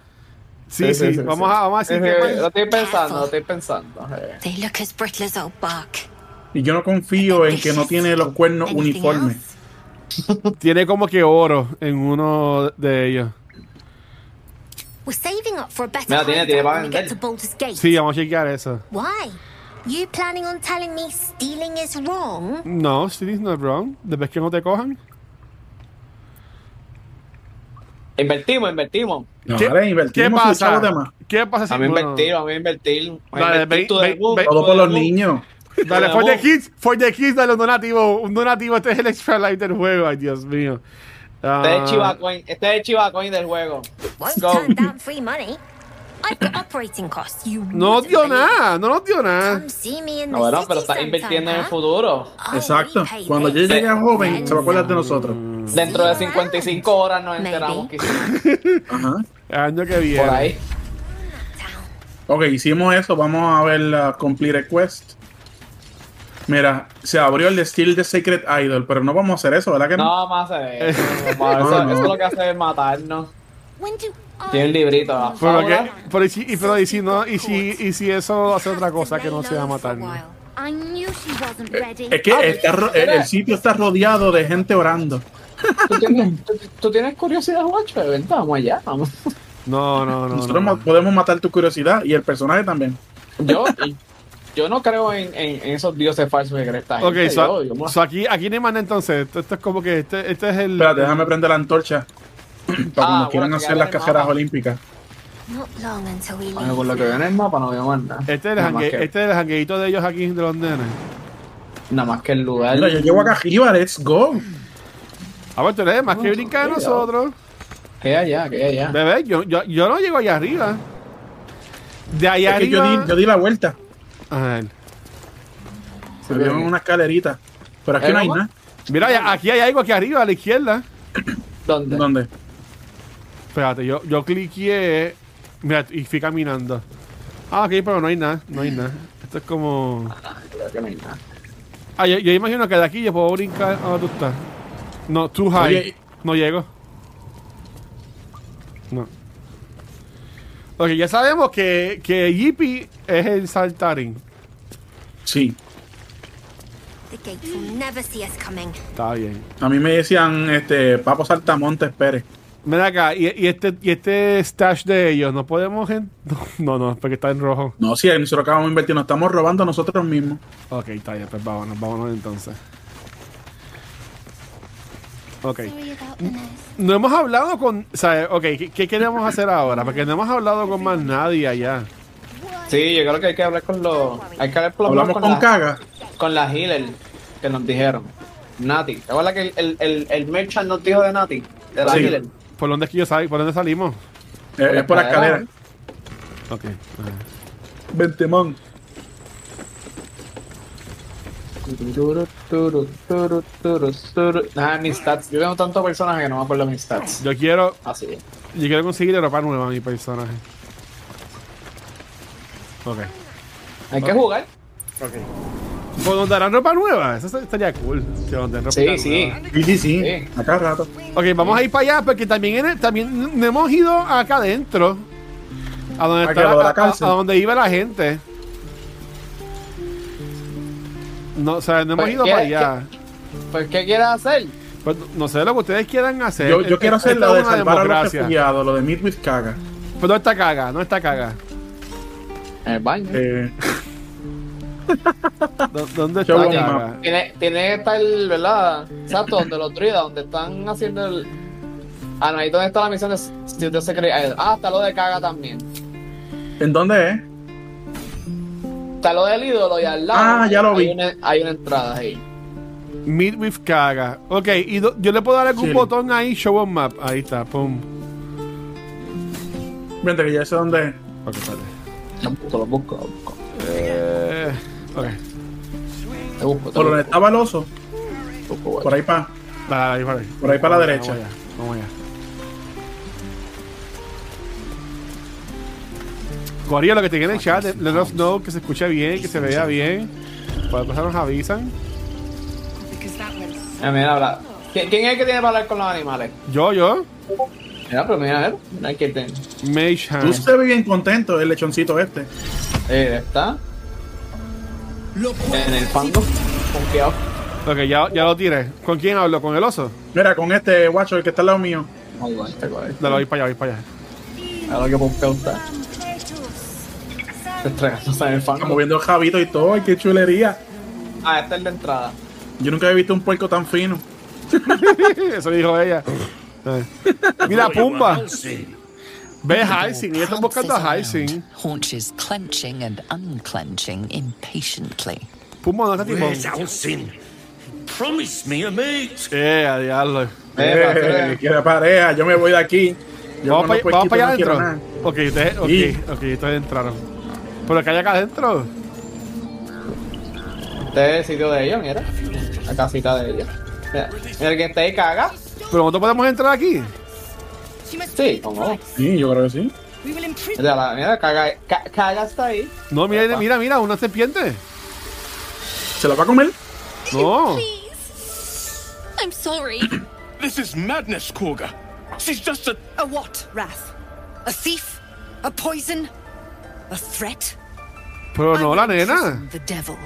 [SPEAKER 1] Sí, sí,
[SPEAKER 2] Sí, sí, sí,
[SPEAKER 1] vamos,
[SPEAKER 2] sí.
[SPEAKER 1] A, vamos a
[SPEAKER 2] Sí,
[SPEAKER 1] decir
[SPEAKER 2] sí,
[SPEAKER 1] que...
[SPEAKER 2] lo estoy pensando, lo estoy pensando. eh.
[SPEAKER 6] They look as brittle as old bark.
[SPEAKER 3] Y yo no confío en que no tiene los cuernos
[SPEAKER 6] Anything
[SPEAKER 3] uniformes.
[SPEAKER 6] else?
[SPEAKER 1] Tiene como que oro en uno de ellos.
[SPEAKER 6] We're saving up for a better
[SPEAKER 2] Mira, tiene- tiene
[SPEAKER 6] hideout
[SPEAKER 2] para
[SPEAKER 6] when we get
[SPEAKER 2] vender.
[SPEAKER 6] to Baldur's Gate.
[SPEAKER 1] Sí, vamos a chequear eso.
[SPEAKER 6] Why? You planning on telling me stealing is wrong?
[SPEAKER 1] No, sí, no es wrong. Después que no te cojan.
[SPEAKER 2] Invertimos, invertimos.
[SPEAKER 3] No,
[SPEAKER 1] ¿Qué,
[SPEAKER 3] ahora invertimos
[SPEAKER 1] ¿qué
[SPEAKER 3] sus chavos de
[SPEAKER 1] pasa?
[SPEAKER 3] más.
[SPEAKER 1] ¿Qué pasa si...
[SPEAKER 2] A mí
[SPEAKER 1] bueno,
[SPEAKER 2] invertir, a mí invertir. A mí
[SPEAKER 1] Dale,
[SPEAKER 2] invertir
[SPEAKER 1] ve-
[SPEAKER 2] tu
[SPEAKER 1] ve-
[SPEAKER 2] debut,
[SPEAKER 1] ve-
[SPEAKER 2] tu
[SPEAKER 3] Todo por los
[SPEAKER 2] debut.
[SPEAKER 3] niños.
[SPEAKER 1] Dale, for
[SPEAKER 2] Vamos.
[SPEAKER 1] the kids, for the kids, dale un donativo, un donativo, este es el extra life del juego, ay Dios mío. Ah,
[SPEAKER 2] Este es Chivacoin, este es Chivacoin del juego.
[SPEAKER 6] Won't
[SPEAKER 2] Go.
[SPEAKER 6] turn down free money. I've got operating costs. You
[SPEAKER 1] no nos
[SPEAKER 6] wouldn't
[SPEAKER 1] dio
[SPEAKER 6] believe.
[SPEAKER 1] nada, no nos dio nada.
[SPEAKER 6] Come see me in
[SPEAKER 2] No,
[SPEAKER 6] the
[SPEAKER 2] bueno,
[SPEAKER 6] city
[SPEAKER 2] pero estás
[SPEAKER 6] sometime,
[SPEAKER 2] invirtiendo en el
[SPEAKER 6] huh?
[SPEAKER 2] futuro.
[SPEAKER 6] I'll
[SPEAKER 3] Exacto.
[SPEAKER 6] repay
[SPEAKER 3] Cuando yo
[SPEAKER 6] this.
[SPEAKER 3] llegue a joven, se va a acordar de
[SPEAKER 6] Then
[SPEAKER 3] nosotros.
[SPEAKER 2] Dentro de
[SPEAKER 6] see you
[SPEAKER 2] 55 horas nos
[SPEAKER 6] Maybe.
[SPEAKER 2] enteramos que
[SPEAKER 3] Ajá.
[SPEAKER 1] Año que
[SPEAKER 2] por
[SPEAKER 1] viene.
[SPEAKER 2] ahí.
[SPEAKER 6] around town.
[SPEAKER 3] Ok, hicimos eso. Vamos a ver la Complete Quest. Mira, se abrió el de Steel the Sacred Idol, pero no vamos a hacer eso, ¿verdad que no?
[SPEAKER 2] No vamos a hacer
[SPEAKER 3] [laughs]
[SPEAKER 2] eso. papá.
[SPEAKER 3] No,
[SPEAKER 2] Eso,
[SPEAKER 3] no.
[SPEAKER 2] eso lo que hace es matarnos.
[SPEAKER 6] When do I
[SPEAKER 2] Tiene un librito. ¿no?
[SPEAKER 1] Pero,
[SPEAKER 2] Ahora,
[SPEAKER 1] que, pero, y, si, y, pero y si no, y si, y si eso hace otra cosa que no Eh. sea matarnos.
[SPEAKER 6] I knew she wasn't ready.
[SPEAKER 3] Es
[SPEAKER 1] Ah,
[SPEAKER 3] que está ro- el, el sitio está rodeado de gente orando.
[SPEAKER 2] ¿tú, tienes, tú, tú tienes curiosidad, guacho, de verdad, vamos allá. Vamos.
[SPEAKER 1] No, no, no.
[SPEAKER 3] Nosotros
[SPEAKER 1] no.
[SPEAKER 3] ma- podemos matar tu curiosidad y el personaje también.
[SPEAKER 2] Yo, y- yo no creo en, en, en esos dioses falsos que cree esta
[SPEAKER 1] Ok,
[SPEAKER 2] gente.
[SPEAKER 1] so,
[SPEAKER 2] yo- yo me-
[SPEAKER 1] so aquí, aquí no hay manda entonces. Esto, esto es como que este, este es el.
[SPEAKER 3] Espérate, déjame prender la antorcha. [clears throat] Para cuando
[SPEAKER 2] bueno,
[SPEAKER 3] quieran
[SPEAKER 2] que
[SPEAKER 3] hacer
[SPEAKER 2] ya
[SPEAKER 3] las
[SPEAKER 2] viene el
[SPEAKER 3] cajeras
[SPEAKER 2] mapa.
[SPEAKER 3] olímpicas.
[SPEAKER 6] Not long until we
[SPEAKER 2] Bueno, por lo
[SPEAKER 6] leave.
[SPEAKER 2] que veo en el mapa no veo más nada.
[SPEAKER 1] Este es el,
[SPEAKER 2] nada, más
[SPEAKER 1] jangue-
[SPEAKER 2] que,
[SPEAKER 1] este es el jangueíto de ellos aquí de los nenes. este-
[SPEAKER 2] nada más que el lugar.
[SPEAKER 3] Mira, yo llevo acá arriba, let's go.
[SPEAKER 1] A ver, Ah, pues tú eres más que brinca de nosotros.
[SPEAKER 2] Que allá, que allá.
[SPEAKER 1] Bebé, yo, yo, yo no llego allá arriba. De allá
[SPEAKER 3] Es que yo
[SPEAKER 1] arriba.
[SPEAKER 3] di, yo di la vuelta.
[SPEAKER 1] A ver.
[SPEAKER 3] Se vio una escalerita. Pero aquí
[SPEAKER 2] ¿Eh,
[SPEAKER 3] no hay
[SPEAKER 2] mamá?
[SPEAKER 3] nada.
[SPEAKER 1] Mira, ya- aquí hay algo aquí arriba, a la izquierda.
[SPEAKER 2] ¿Dónde?
[SPEAKER 3] ¿Dónde?
[SPEAKER 1] Espérate, yo, yo cliqué. Mira, y fui caminando. Ah, ok, pero no hay nada, no hay nada. Esto es como.
[SPEAKER 2] Creo que no hay nada.
[SPEAKER 1] Ah, yo, yo imagino que de aquí yo puedo brincar. Ah, tú estás. No, too high.
[SPEAKER 3] Oye,
[SPEAKER 1] No llego. No. Ok, ya sabemos que, que Yippee es el saltarín.
[SPEAKER 3] Sí.
[SPEAKER 6] The gates will never see us coming.
[SPEAKER 1] Está bien.
[SPEAKER 3] A mí me decían, este, Papo Saltamontes Pérez.
[SPEAKER 1] Ven acá, y, y este, y este stash de ellos, ¿no podemos.? en- [laughs] No, no, porque está en rojo.
[SPEAKER 3] No, sí, nosotros acabamos de invertir, nos estamos robando a nosotros mismos.
[SPEAKER 1] Ok, está bien, pues vámonos, vámonos entonces. Ok.
[SPEAKER 6] Sorry about the nurse.
[SPEAKER 1] No hemos hablado con. O sea, ok, ¿qué, qué queremos hacer ahora? Porque no hemos hablado con más nadie allá.
[SPEAKER 2] Sí, yo creo que hay que hablar con los. Hay que hablar por lo menos
[SPEAKER 3] Hablamos con
[SPEAKER 2] la-
[SPEAKER 3] Caga.
[SPEAKER 2] con la healer que nos dijeron. Nati. ¿Te acuerdas que el, el, el, el merchant nos dijo de Nati? De la
[SPEAKER 3] Sí.
[SPEAKER 2] healer.
[SPEAKER 1] ¿Por dónde es que yo sal- ¿Por dónde salimos?
[SPEAKER 3] Eh, es por la escalera.
[SPEAKER 1] Ok.
[SPEAKER 3] Vente, man.
[SPEAKER 2] Turu, turu, turu, turu, turu. Nada, mis stats. Yo tengo tantos personajes que no me acuerdo mis stats.
[SPEAKER 1] Yo quiero.
[SPEAKER 2] Así es.
[SPEAKER 1] Yo quiero conseguir ropa nueva a mi personaje. Ok.
[SPEAKER 2] Hay que jugar.
[SPEAKER 1] ¿Pues nos darán ropa nueva? Eso estaría cool. Que nos den ropa
[SPEAKER 2] Sí, sí.
[SPEAKER 1] nueva.
[SPEAKER 3] Sí, sí, sí.
[SPEAKER 2] Sí.
[SPEAKER 3] Acá rato.
[SPEAKER 1] Ok, vamos a ir para allá porque también, en el- también no hemos ido acá adentro. A donde,
[SPEAKER 3] ¿A
[SPEAKER 1] está
[SPEAKER 3] qué?
[SPEAKER 1] la-
[SPEAKER 3] ¿Lo de la
[SPEAKER 1] a- a-
[SPEAKER 3] cárcel?
[SPEAKER 1] a donde iba la gente. No, o sea, no hemos
[SPEAKER 2] Pues,
[SPEAKER 1] ido
[SPEAKER 2] ¿qué-
[SPEAKER 1] para allá.
[SPEAKER 2] Pues, ¿qué quieres hacer?
[SPEAKER 1] Pues, no sé lo que ustedes quieran hacer.
[SPEAKER 3] Yo, yo quiero hacer
[SPEAKER 1] Esta
[SPEAKER 3] lo de
[SPEAKER 1] este, es una
[SPEAKER 3] salvar a los
[SPEAKER 1] democracia.
[SPEAKER 3] refugiados, lo de Meet with Caga.
[SPEAKER 1] Pero no está caga, no está
[SPEAKER 3] [laughs]
[SPEAKER 1] caga.
[SPEAKER 2] En el baño.
[SPEAKER 3] Eh,
[SPEAKER 1] ¿Dó- ¿Dónde
[SPEAKER 3] Yo
[SPEAKER 1] está
[SPEAKER 3] voy a
[SPEAKER 1] caga?
[SPEAKER 2] Ah, Tiene, tiene que estar, ¿verdad? Exacto, donde los druidas, donde están haciendo el. Ah, no, ahí donde está la misión de Steel the Secret Island. Ah, está lo de Kaga también.
[SPEAKER 3] ¿En dónde es?
[SPEAKER 2] Está lo del ídolo y al lado.
[SPEAKER 3] Ah, ya lo
[SPEAKER 2] hay
[SPEAKER 3] vi.
[SPEAKER 2] Una, hay una entrada ahí.
[SPEAKER 1] Meet with Kaga. Ok, y do- yo le puedo dar algún
[SPEAKER 3] Sí.
[SPEAKER 1] botón ahí, show on map. Ahí está, pum.
[SPEAKER 3] Vente, que ya sé dónde es.
[SPEAKER 1] Ok, vale.
[SPEAKER 2] Lo busco, lo busco, lo busco.
[SPEAKER 1] Eh, ok,
[SPEAKER 2] Te busco, te
[SPEAKER 3] Por donde
[SPEAKER 2] busco,
[SPEAKER 3] estaba el oso.
[SPEAKER 2] te busco, guacho.
[SPEAKER 3] Por ahí para.
[SPEAKER 1] dale, dale, dale.
[SPEAKER 3] Por ahí para la
[SPEAKER 1] Vamos
[SPEAKER 3] derecha.
[SPEAKER 1] allá, vamos allá. Corillo, lo que te queda en el chat, let us know que se escuche bien, que se vea bien. Cualquier cosa nos avisan.
[SPEAKER 2] Eh, mira, habla. ¿Quién, quién es el que tiene para hablar con los animales?
[SPEAKER 1] Yo, yo,
[SPEAKER 2] Mira, pero mira, a ver. Mira quién tiene.
[SPEAKER 1] Mage
[SPEAKER 3] Tú
[SPEAKER 1] Hand.
[SPEAKER 3] se ve bien contento, el lechoncito este.
[SPEAKER 2] Eh, está. En el fango. Confiado.
[SPEAKER 1] Ok, ya, ya lo tiré. ¿Con quién hablo? ¿Con el oso?
[SPEAKER 3] Mira, con este guacho, el que está al lado mío.
[SPEAKER 2] Muy bueno, este guay.
[SPEAKER 1] Dale, voy para allá, voy para allá.
[SPEAKER 2] Ahora que confiado está. Estregándose en el
[SPEAKER 3] Está
[SPEAKER 2] fango.
[SPEAKER 3] moviendo el jabito y todo. Ay, qué chulería.
[SPEAKER 2] Ah, esta es la entrada.
[SPEAKER 3] Yo nunca había visto un puerco tan fino.
[SPEAKER 1] [laughs] Eso dijo
[SPEAKER 4] [laughs]
[SPEAKER 1] ella. Eh. Mira, Pumba. Ve Hysing, ella está buscando a Hysing.
[SPEAKER 8] Haunches clenching and unclenching impatiently.
[SPEAKER 1] Pumba, ¿dónde está Timón?
[SPEAKER 4] Where's Alcin? Promise me a mate.
[SPEAKER 1] Eh, a diablo.
[SPEAKER 2] Eh,
[SPEAKER 3] Eh, quiere pareja, yo me voy de aquí. Yo
[SPEAKER 1] Vamos
[SPEAKER 3] con los
[SPEAKER 1] para vamos
[SPEAKER 3] puerquitos
[SPEAKER 1] pa allá
[SPEAKER 3] no quiero
[SPEAKER 1] adentro.
[SPEAKER 3] nada.
[SPEAKER 1] Ok, ustedes, ok,
[SPEAKER 3] Sí.
[SPEAKER 1] ok, ustedes entraron. Pero que hay acá adentro.
[SPEAKER 2] Este es el sitio de ellos, mira. La casita de ellos. Mira, mira el que está ahí caga.
[SPEAKER 1] Pero nosotros podemos entrar aquí.
[SPEAKER 2] Sí, como
[SPEAKER 3] Sí, yo creo que sí.
[SPEAKER 9] We will imprison.
[SPEAKER 2] Mira, la- mira, caga, ca- caga está ahí.
[SPEAKER 1] No, mira, mira, mira, una serpiente.
[SPEAKER 3] ¿Se la va a comer?
[SPEAKER 1] No.
[SPEAKER 6] Please.
[SPEAKER 2] [clears throat]
[SPEAKER 6] I'm sorry.
[SPEAKER 10] This is madness, Korga. She's just a.
[SPEAKER 9] A what, Wrath? A thief? A poison? A threat?
[SPEAKER 1] Pero
[SPEAKER 9] I
[SPEAKER 1] Oh, no
[SPEAKER 9] will
[SPEAKER 1] la nena.
[SPEAKER 9] imprison The devil.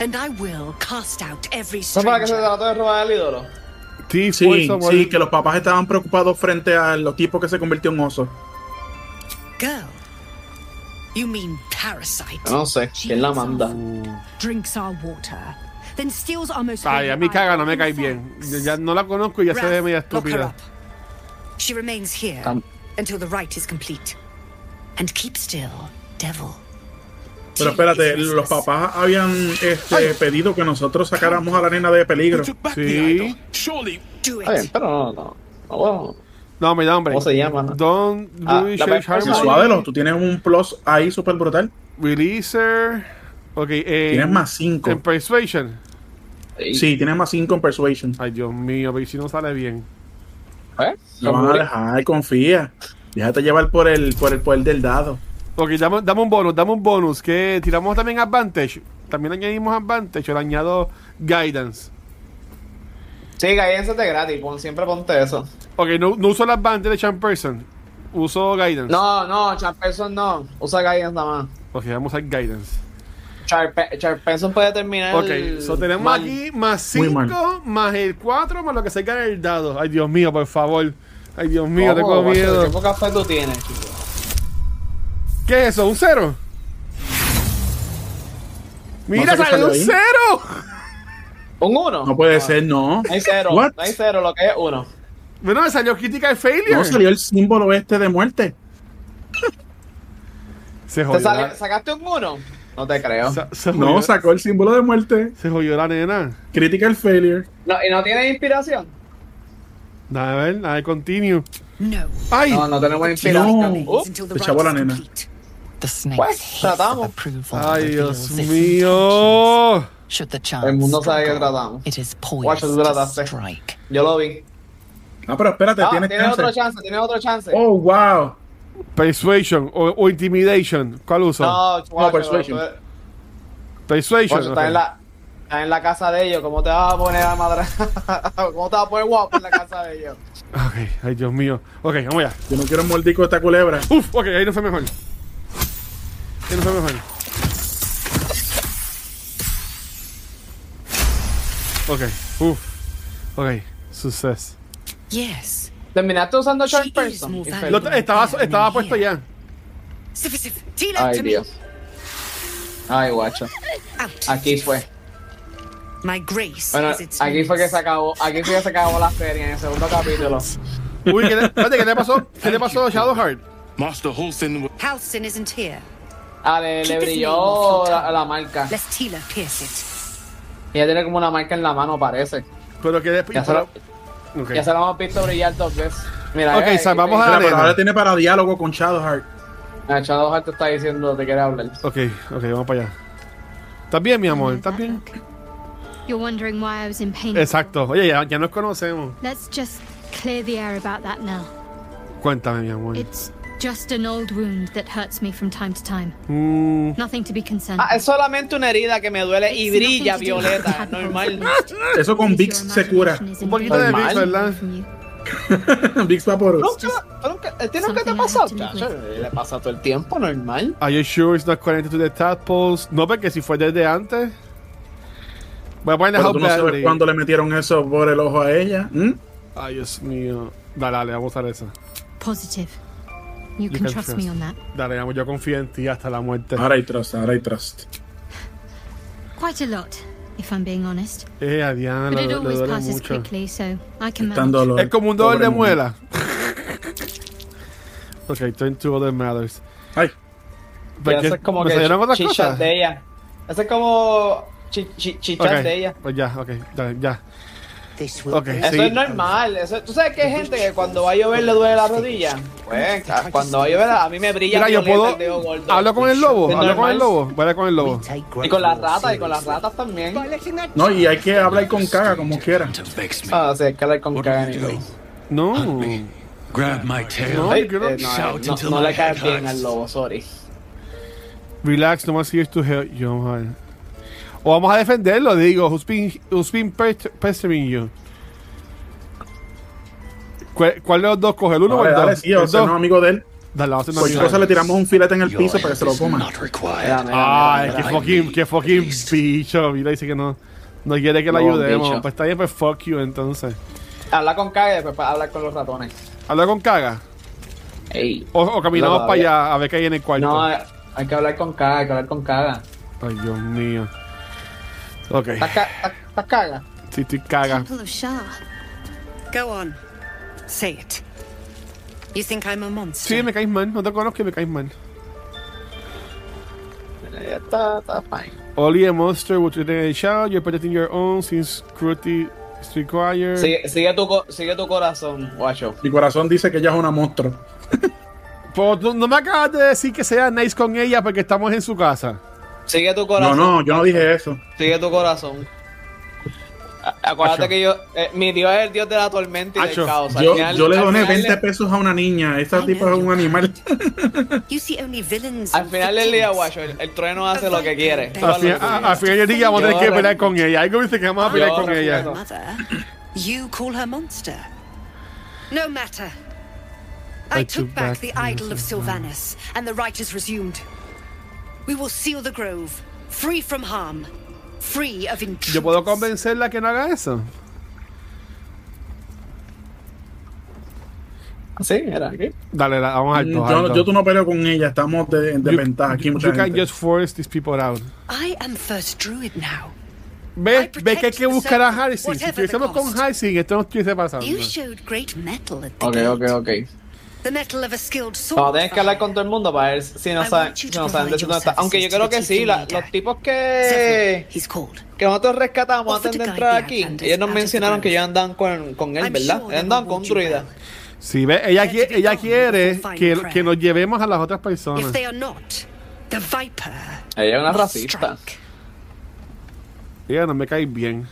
[SPEAKER 9] And I will cast out every
[SPEAKER 2] ¿Eso es para que se
[SPEAKER 9] stranger.
[SPEAKER 2] trató de robar el ídolo?
[SPEAKER 1] Sí,
[SPEAKER 3] Sí,
[SPEAKER 1] fuerza,
[SPEAKER 3] sí,
[SPEAKER 1] amor.
[SPEAKER 3] que los papás estaban preocupados frente a los tipos que se convirtió en oso.
[SPEAKER 9] Girl. You mean parasite?
[SPEAKER 2] Yo no sé, ¿quién la manda?
[SPEAKER 9] Drinks our water, then steals our most.
[SPEAKER 1] Ay, a mí
[SPEAKER 9] holy
[SPEAKER 1] caga,
[SPEAKER 9] iron
[SPEAKER 1] no me
[SPEAKER 9] and
[SPEAKER 1] cae bien.
[SPEAKER 9] forks.
[SPEAKER 1] Yo Ya no la conozco y ya se ve
[SPEAKER 9] Wrath,
[SPEAKER 1] media
[SPEAKER 9] lock her
[SPEAKER 1] estúpida.
[SPEAKER 9] up. She remains here
[SPEAKER 2] Tam-
[SPEAKER 9] until the rite is complete. And keep still, devil.
[SPEAKER 3] Pero espérate, los papás habían este, pedido que nosotros sacáramos a la nena de peligro.
[SPEAKER 10] Took back the
[SPEAKER 1] Sí.
[SPEAKER 10] idol. Surely.
[SPEAKER 9] Do
[SPEAKER 2] Está bien,
[SPEAKER 9] it.
[SPEAKER 2] pero no, no. No, bueno,
[SPEAKER 1] No, me da hombre.
[SPEAKER 2] ¿Cómo se llama, no?
[SPEAKER 1] Don't
[SPEAKER 2] Ah,
[SPEAKER 1] really
[SPEAKER 2] la
[SPEAKER 1] Shape
[SPEAKER 2] Black Person.
[SPEAKER 1] Harmony.
[SPEAKER 3] Suávelo, tú tienes un plus ahí súper brutal.
[SPEAKER 1] Releaser. Ok, eh.
[SPEAKER 3] Tienes más
[SPEAKER 1] En
[SPEAKER 3] 5.
[SPEAKER 1] Persuasion.
[SPEAKER 2] Y-
[SPEAKER 3] Sí, tienes más 5 en Persuasion.
[SPEAKER 1] Ay, Dios mío, pero si no sale bien.
[SPEAKER 2] ¿eh?
[SPEAKER 3] Lo van a dejar, confía. Déjate llevar por el, por el poder del dado.
[SPEAKER 1] Ok, dame, dame un bonus, dame un bonus. Que tiramos también Advantage. También añadimos Advantage. O le añado Guidance.
[SPEAKER 2] Sí, cállense de gratis, pon, siempre ponte eso.
[SPEAKER 1] Ok, no, no uso el Advantage de Charm Person. Uso Guidance.
[SPEAKER 2] No, no, Charperson no. Usa Guidance nada más.
[SPEAKER 1] Ok, vamos a usar Guidance.
[SPEAKER 2] Charpe- Charperson puede terminar.
[SPEAKER 1] Ok, so tenemos
[SPEAKER 2] mal.
[SPEAKER 1] aquí más
[SPEAKER 3] Muy mal.
[SPEAKER 1] 5, más el 4, más lo que se cae en el dado. Ay, Dios mío, por favor. Ay, Dios mío,
[SPEAKER 2] Ojo,
[SPEAKER 1] tengo
[SPEAKER 2] macho,
[SPEAKER 1] miedo.
[SPEAKER 2] ¿Qué poca fe tú tienes, chico?
[SPEAKER 1] ¿Qué es eso? ¿Un cero? ¡Mira,
[SPEAKER 3] No sé qué
[SPEAKER 1] salió un
[SPEAKER 3] salió ahí.
[SPEAKER 1] cero!
[SPEAKER 2] ¿Un uno?
[SPEAKER 3] No puede ser, no.
[SPEAKER 2] No Ah. hay cero,
[SPEAKER 3] What?
[SPEAKER 2] no hay cero, lo que es uno.
[SPEAKER 1] Bueno, me salió Critical Failure.
[SPEAKER 3] No salió el símbolo este de muerte.
[SPEAKER 1] Se
[SPEAKER 2] ¿Te
[SPEAKER 1] jodió.
[SPEAKER 2] sale-
[SPEAKER 1] la-
[SPEAKER 2] ¿Sacaste un uno? No te creo.
[SPEAKER 1] sa- se
[SPEAKER 3] No,
[SPEAKER 1] jodió-
[SPEAKER 3] sacó el símbolo de muerte.
[SPEAKER 1] se jodió la nena.
[SPEAKER 3] Critical failure.
[SPEAKER 2] No, ¿Y no tienes inspiración?
[SPEAKER 1] Nada de ver, nada de continue.
[SPEAKER 9] No.
[SPEAKER 1] ¡Ay!
[SPEAKER 2] No, no tenemos
[SPEAKER 3] No.
[SPEAKER 2] inspiración. Uh, Ups,
[SPEAKER 9] Until the
[SPEAKER 3] se
[SPEAKER 9] rite
[SPEAKER 3] chavó la
[SPEAKER 9] is
[SPEAKER 3] nena.
[SPEAKER 9] complete.
[SPEAKER 11] The snake's
[SPEAKER 2] Pues,
[SPEAKER 11] hiss of
[SPEAKER 2] tratamos.
[SPEAKER 11] approval
[SPEAKER 1] ¡Ay,
[SPEAKER 11] reveals
[SPEAKER 1] Dios
[SPEAKER 11] its intentions.
[SPEAKER 1] mío!
[SPEAKER 11] Should the
[SPEAKER 2] El
[SPEAKER 11] chance
[SPEAKER 2] mundo sabe que
[SPEAKER 11] struggle,
[SPEAKER 2] tratamos.
[SPEAKER 11] it is
[SPEAKER 2] Guacho, tú
[SPEAKER 11] poised to
[SPEAKER 2] trataste.
[SPEAKER 11] strike.
[SPEAKER 2] Yo lo vi.
[SPEAKER 3] Ah, pero espérate,
[SPEAKER 2] Ah,
[SPEAKER 3] tienes
[SPEAKER 2] tienes
[SPEAKER 3] cáncer.
[SPEAKER 2] otro chance, tienes otro chance.
[SPEAKER 3] Oh, wow.
[SPEAKER 1] Persuasion o, o Intimidation. ¿Cuál uso?
[SPEAKER 2] No, guacho,
[SPEAKER 3] persuasion.
[SPEAKER 2] tú eres-
[SPEAKER 1] Persuasion.
[SPEAKER 2] Guacho, estás
[SPEAKER 1] ok.
[SPEAKER 2] en la... estás en la casa de ellos, ¿cómo te vas a poner a madra? [laughs] ¿Cómo te vas a poner guapo en la casa de ellos?
[SPEAKER 1] Ok, ay, Dios mío. Ok, vamos allá.
[SPEAKER 3] Yo no quiero un mordico de esta culebra.
[SPEAKER 1] Uf, ok, ahí no fue mejor. Ahí no fue mejor. Ok, uf. Ok, suceso.
[SPEAKER 9] Yes.
[SPEAKER 2] ¿Terminaste usando
[SPEAKER 9] She
[SPEAKER 2] Charm
[SPEAKER 9] is
[SPEAKER 2] Person?
[SPEAKER 9] more
[SPEAKER 2] Infeliz.
[SPEAKER 1] Lo t- estaba, estaba puesto ya.
[SPEAKER 9] Sif, sif. Deal out
[SPEAKER 2] Ay,
[SPEAKER 9] to me.
[SPEAKER 2] Dios. Ay, guacho.
[SPEAKER 9] Out.
[SPEAKER 2] Aquí fue.
[SPEAKER 9] My grace
[SPEAKER 2] Bueno,
[SPEAKER 9] is its
[SPEAKER 2] aquí fue que se
[SPEAKER 9] means.
[SPEAKER 2] acabó, aquí fue que se acabó la serie en el segundo capítulo.
[SPEAKER 1] Uy, ¿qué le, espérate, ¿qué le pasó? ¿Qué le pasó a Shadowheart?
[SPEAKER 10] Master Holson.
[SPEAKER 9] Halson isn't here.
[SPEAKER 2] Ah, le, le brilló la, la marca.
[SPEAKER 9] Lest Tila pierce it.
[SPEAKER 2] Ella tiene como una marca en la mano, parece.
[SPEAKER 1] Pero que después.
[SPEAKER 2] Ya se lo,
[SPEAKER 1] ok.
[SPEAKER 2] ya se la hemos visto brillar dos veces. Mira, eh,
[SPEAKER 1] Ok, Sam, vamos a-
[SPEAKER 2] Ah,
[SPEAKER 3] Espera,
[SPEAKER 1] Arena.
[SPEAKER 3] pero ahora tiene para diálogo con Shadowheart.
[SPEAKER 2] a. te está diciendo, te quiere hablar.
[SPEAKER 1] ok, ok, vamos para allá. ¿Estás bien, mi amor? ¿Estás bien?
[SPEAKER 12] You're wondering why I was in pain.
[SPEAKER 1] Exacto. Oye, ya, ya nos conocemos.
[SPEAKER 12] Let's just clear the air about that now.
[SPEAKER 1] Cuéntame, mi amor.
[SPEAKER 12] It's just an old wound that hurts me from time to time.
[SPEAKER 1] Mm,
[SPEAKER 12] Nothing to be concerned.
[SPEAKER 2] Ah, es solamente una herida que me duele y
[SPEAKER 12] It's nothing
[SPEAKER 2] brilla
[SPEAKER 12] to do with
[SPEAKER 2] violeta, [laughs]
[SPEAKER 12] bad
[SPEAKER 2] normal.
[SPEAKER 12] potions.
[SPEAKER 3] Eso con
[SPEAKER 12] If
[SPEAKER 3] Vix
[SPEAKER 12] your
[SPEAKER 3] se cura.
[SPEAKER 12] imagination is
[SPEAKER 1] Un poquito
[SPEAKER 2] de
[SPEAKER 12] invaded
[SPEAKER 2] Vix,
[SPEAKER 1] ¿verdad?
[SPEAKER 12] from you.
[SPEAKER 3] [laughs] Vix Vaporus.
[SPEAKER 2] Nunca, nunca, ¿a ti nunca eh, te ha
[SPEAKER 12] Something I
[SPEAKER 2] pasado,
[SPEAKER 12] have to live
[SPEAKER 2] chacho? eh, Le pasa todo el tiempo, normal.
[SPEAKER 1] Are you sure it's not connected to the tadpoles? No, porque si fue desde antes. Voy a poner
[SPEAKER 3] Pero
[SPEAKER 1] how
[SPEAKER 3] tú no sabes
[SPEAKER 1] badly.
[SPEAKER 3] cuándo le metieron eso por el ojo a ella. ¿Mm?
[SPEAKER 1] Ay, Dios mío. Dale, dale, vamos a usar esa.
[SPEAKER 12] Positive. You
[SPEAKER 1] You
[SPEAKER 12] can trust me on that.
[SPEAKER 1] Dale, amor, yo confío en ti hasta la muerte.
[SPEAKER 3] Ahora hay trust, ahora hay trust.
[SPEAKER 12] Quite a lot, if I'm being honest.
[SPEAKER 1] Eh, a Diana
[SPEAKER 12] But
[SPEAKER 1] le,
[SPEAKER 12] it
[SPEAKER 1] le
[SPEAKER 12] always
[SPEAKER 1] duele
[SPEAKER 12] passes
[SPEAKER 1] mucho.
[SPEAKER 12] quickly, so I can
[SPEAKER 3] Está en
[SPEAKER 12] manage.
[SPEAKER 3] dolor.
[SPEAKER 1] Es como un dolor
[SPEAKER 3] Pobre
[SPEAKER 1] de
[SPEAKER 3] mujer.
[SPEAKER 1] muela. [laughs] ok, turn to other matters.
[SPEAKER 3] Ay,
[SPEAKER 2] Y
[SPEAKER 1] Pero
[SPEAKER 2] eso
[SPEAKER 1] que-
[SPEAKER 2] es como
[SPEAKER 1] ¿me
[SPEAKER 2] que
[SPEAKER 1] salieron pues otras
[SPEAKER 2] chichas
[SPEAKER 1] cosas?
[SPEAKER 2] de ella. Eso es como chi- chi- chichas
[SPEAKER 1] Ok,
[SPEAKER 2] de ella.
[SPEAKER 1] Pues ya, ok, dale, ya.
[SPEAKER 11] This will
[SPEAKER 1] Ok,
[SPEAKER 11] be
[SPEAKER 2] Eso
[SPEAKER 1] sí.
[SPEAKER 2] es normal. Eso, ¿Tú sabes que hay gente que cuando va a llover le duele la rodilla? Pues, ca- cuando va a llover, a mí me brilla
[SPEAKER 1] Mira, yo
[SPEAKER 2] violeta
[SPEAKER 1] puedo.
[SPEAKER 2] el dedo gordo.
[SPEAKER 1] Hablo con el lobo,
[SPEAKER 2] Es
[SPEAKER 1] hablo con el
[SPEAKER 2] normal.
[SPEAKER 1] lobo. Voy a hablar con el lobo.
[SPEAKER 11] take
[SPEAKER 2] Y
[SPEAKER 11] great
[SPEAKER 2] con las
[SPEAKER 11] law
[SPEAKER 2] ratas, y con las
[SPEAKER 11] seriously.
[SPEAKER 2] ratas también.
[SPEAKER 9] By letting that
[SPEAKER 3] no, y hay que hablar con caga como quiera.
[SPEAKER 10] To vex me.
[SPEAKER 2] Ah, sí, hay que hablar con
[SPEAKER 10] What
[SPEAKER 2] cagan
[SPEAKER 10] are you
[SPEAKER 2] y todo.
[SPEAKER 10] doing?
[SPEAKER 1] No.
[SPEAKER 10] Hunt me. Grab my tail.
[SPEAKER 1] No,
[SPEAKER 2] Ay,
[SPEAKER 1] yo quiero-
[SPEAKER 2] eh, no,
[SPEAKER 10] Shout
[SPEAKER 2] no,
[SPEAKER 10] until
[SPEAKER 2] no le
[SPEAKER 10] my
[SPEAKER 2] caes
[SPEAKER 10] head
[SPEAKER 2] bien
[SPEAKER 10] hurts.
[SPEAKER 2] al lobo, sorry.
[SPEAKER 1] Relax, no más here to help you. Vamos a ver. O vamos a defenderlo, digo. Who's been, who's been pest- pestering you? ¿Cuál, cuál de los dos coge? ¿El uno o
[SPEAKER 3] Dale,
[SPEAKER 1] el dos?
[SPEAKER 3] dale, sí, o
[SPEAKER 1] El
[SPEAKER 3] sea,
[SPEAKER 1] dos.
[SPEAKER 3] no Pues amigo de él.
[SPEAKER 1] Dale, vamos a hacer una
[SPEAKER 3] Cualquier
[SPEAKER 1] mierda.
[SPEAKER 3] cosa le tiramos un filete en el
[SPEAKER 10] Your
[SPEAKER 3] piso para que se lo
[SPEAKER 10] help is
[SPEAKER 3] coma.
[SPEAKER 10] Not required.
[SPEAKER 2] Mira, mira,
[SPEAKER 1] Ay,
[SPEAKER 2] mira,
[SPEAKER 1] qué
[SPEAKER 2] mira.
[SPEAKER 1] fucking, qué fucking bicho. Mira, dice que no, no quiere que le
[SPEAKER 2] No,
[SPEAKER 1] ayudemos.
[SPEAKER 2] bicho.
[SPEAKER 1] Pues está bien, pues fuck you entonces.
[SPEAKER 2] Habla con Kage y después para hablar con los ratones.
[SPEAKER 1] Habla con caga.
[SPEAKER 2] Ey.
[SPEAKER 1] O, o caminamos
[SPEAKER 2] No,
[SPEAKER 1] para
[SPEAKER 2] todavía.
[SPEAKER 1] allá a ver qué hay en el cuarto.
[SPEAKER 2] No, eh, hay que hablar con Kaga, hay que hablar con Kaga.
[SPEAKER 1] Ay, Dios mío. Ok,
[SPEAKER 2] ¿Estás ca- estás- estás Kaga?
[SPEAKER 1] sí, estoy caga.
[SPEAKER 12] Temple of Shah.
[SPEAKER 9] Go on. Say it. You think I'm a monster?
[SPEAKER 1] Sí, me caes mal. No te conozco y me caes mal.
[SPEAKER 2] Eh, Está, está fine.
[SPEAKER 1] Only a monster would retain a child. You're protecting your own since cruelty is required.
[SPEAKER 2] Sigue, sigue, tu, co- sigue tu corazón, guacho.
[SPEAKER 3] Mi corazón dice que ella es una monstruo.
[SPEAKER 1] Pero tú Pues, no me acabas de decir que sea nice con ella porque estamos en su casa.
[SPEAKER 2] Sigue tu
[SPEAKER 3] No,
[SPEAKER 2] corazón.
[SPEAKER 3] no, yo no dije eso.
[SPEAKER 2] Sigue tu corazón. A- Acuérdate
[SPEAKER 1] Acho.
[SPEAKER 2] que yo, eh, mi dios es el dios de la tormenta y
[SPEAKER 1] Acho,
[SPEAKER 2] del caos. Al
[SPEAKER 3] Yo,
[SPEAKER 2] final-
[SPEAKER 3] yo le
[SPEAKER 2] al
[SPEAKER 3] doné
[SPEAKER 2] final
[SPEAKER 3] 20
[SPEAKER 2] del-
[SPEAKER 3] pesos a una niña. Esta
[SPEAKER 9] Ay,
[SPEAKER 3] tipo es
[SPEAKER 9] Dios.
[SPEAKER 3] un animal.
[SPEAKER 9] You see only villains.
[SPEAKER 2] Al
[SPEAKER 9] and
[SPEAKER 2] final del día,
[SPEAKER 9] victims.
[SPEAKER 2] guacho, el, el trueno hace lo que quiere.
[SPEAKER 9] Al
[SPEAKER 1] Al fin-
[SPEAKER 3] ah,
[SPEAKER 1] a- Al final del día vamos a tener que
[SPEAKER 2] Yo
[SPEAKER 1] pelear
[SPEAKER 2] recuerdo.
[SPEAKER 1] con ella. Algo dice que vamos a pelear
[SPEAKER 2] Yo
[SPEAKER 1] con ella.
[SPEAKER 2] recuerdo.
[SPEAKER 9] Mother, you call her monster. No matter. I,
[SPEAKER 1] I
[SPEAKER 9] took
[SPEAKER 1] took
[SPEAKER 9] back
[SPEAKER 1] back
[SPEAKER 9] the
[SPEAKER 1] the
[SPEAKER 9] idol of Sylvanus, and the rite is resumed. We will seal the grove, free from harm, free of intruders.
[SPEAKER 1] Yo puedo convencerla que no haga eso.
[SPEAKER 3] ah.
[SPEAKER 2] Sí, era aquí.
[SPEAKER 1] Dale, la- vamos al dos, al
[SPEAKER 3] [laughs] Mm, Yo,
[SPEAKER 1] dos.
[SPEAKER 3] yo tú no peleo con ella, estamos de, en
[SPEAKER 1] You-
[SPEAKER 3] desventaja aquí.
[SPEAKER 1] you
[SPEAKER 3] Mucha
[SPEAKER 1] can
[SPEAKER 3] gente.
[SPEAKER 1] just force these people out.
[SPEAKER 9] I am first druid now. I
[SPEAKER 1] Ve,
[SPEAKER 9] protect
[SPEAKER 1] ve que hay que buscar a
[SPEAKER 9] the circle,
[SPEAKER 1] Halsey. Si
[SPEAKER 9] whatever the
[SPEAKER 1] estuviésemos con
[SPEAKER 9] cost.
[SPEAKER 1] Halsey, esto no estuviese pasando.
[SPEAKER 9] You showed great metal at the
[SPEAKER 2] Ok,
[SPEAKER 9] gate.
[SPEAKER 2] ok, ok.
[SPEAKER 9] The metal of a skilled sword.
[SPEAKER 2] Vamos, tienes que hablar con
[SPEAKER 9] fighter.
[SPEAKER 2] todo el mundo para ver si no
[SPEAKER 9] I
[SPEAKER 2] saben,
[SPEAKER 9] want you
[SPEAKER 2] si
[SPEAKER 9] to
[SPEAKER 2] no saben de
[SPEAKER 9] provide
[SPEAKER 2] dónde está.
[SPEAKER 9] your
[SPEAKER 2] Aunque yo creo que
[SPEAKER 9] services to
[SPEAKER 2] sí,
[SPEAKER 9] the
[SPEAKER 2] la-
[SPEAKER 9] team
[SPEAKER 2] los
[SPEAKER 9] leader.
[SPEAKER 2] tipos
[SPEAKER 9] Zephyr,
[SPEAKER 2] que,
[SPEAKER 9] he's called.
[SPEAKER 2] que nosotros rescatamos
[SPEAKER 9] Offer
[SPEAKER 2] antes
[SPEAKER 9] to
[SPEAKER 2] de
[SPEAKER 9] guide
[SPEAKER 2] entrar
[SPEAKER 9] the
[SPEAKER 2] aquí,
[SPEAKER 9] Outlanders
[SPEAKER 2] ellos nos
[SPEAKER 9] out of the
[SPEAKER 2] mencionaron que
[SPEAKER 9] grove.
[SPEAKER 2] ellos andan con, con él,
[SPEAKER 9] I'm
[SPEAKER 2] ¿verdad?
[SPEAKER 9] sure
[SPEAKER 2] Ellos
[SPEAKER 9] they
[SPEAKER 2] andan
[SPEAKER 9] will
[SPEAKER 2] con un
[SPEAKER 9] want you
[SPEAKER 2] druida.
[SPEAKER 9] well.
[SPEAKER 1] Sí, ve, ella, qui- ella quiere que, que nos llevemos a las otras
[SPEAKER 9] If
[SPEAKER 1] personas.
[SPEAKER 9] they are not, the viper.
[SPEAKER 2] Ella es una
[SPEAKER 9] must
[SPEAKER 2] racista.
[SPEAKER 9] strike.
[SPEAKER 1] Ella no me cae bien.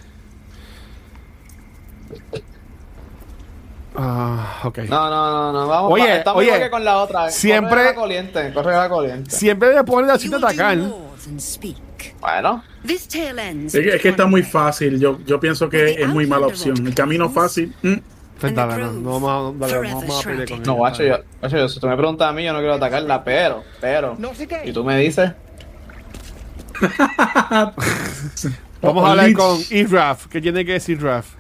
[SPEAKER 1] Ah, ok.
[SPEAKER 2] No, no, no, no. Vamos,
[SPEAKER 1] Oye,
[SPEAKER 2] va- estamos
[SPEAKER 1] oye,
[SPEAKER 2] igual que con la otra. eh.
[SPEAKER 1] siempre-
[SPEAKER 2] Corre la corriente, corre la corriente.
[SPEAKER 1] Siempre le ponen la
[SPEAKER 13] You
[SPEAKER 1] cita a
[SPEAKER 13] will do
[SPEAKER 1] atacar.
[SPEAKER 13] more than speak.
[SPEAKER 2] Bueno,
[SPEAKER 9] This tale ends.
[SPEAKER 3] Es que, es que está muy fácil. Yo, yo pienso que
[SPEAKER 9] Pues, The
[SPEAKER 3] es muy mala
[SPEAKER 9] Outlander
[SPEAKER 3] opción. El
[SPEAKER 9] Road
[SPEAKER 3] camino
[SPEAKER 9] Couples.
[SPEAKER 3] fácil. mm,
[SPEAKER 1] Pues dale, no, no vamos a, dale,
[SPEAKER 9] Forever
[SPEAKER 1] no vamos a pelear con
[SPEAKER 9] shrouded.
[SPEAKER 2] no,
[SPEAKER 1] ella.
[SPEAKER 2] guacho, yo, guacho, yo- si tú me preguntas a mí, yo no quiero atacarla, pero, pero. Y tú me dices,
[SPEAKER 1] Vamos a
[SPEAKER 3] Oh,
[SPEAKER 1] hablar
[SPEAKER 3] Lich.
[SPEAKER 1] con Israf. ¿Qué tiene que decir Raf?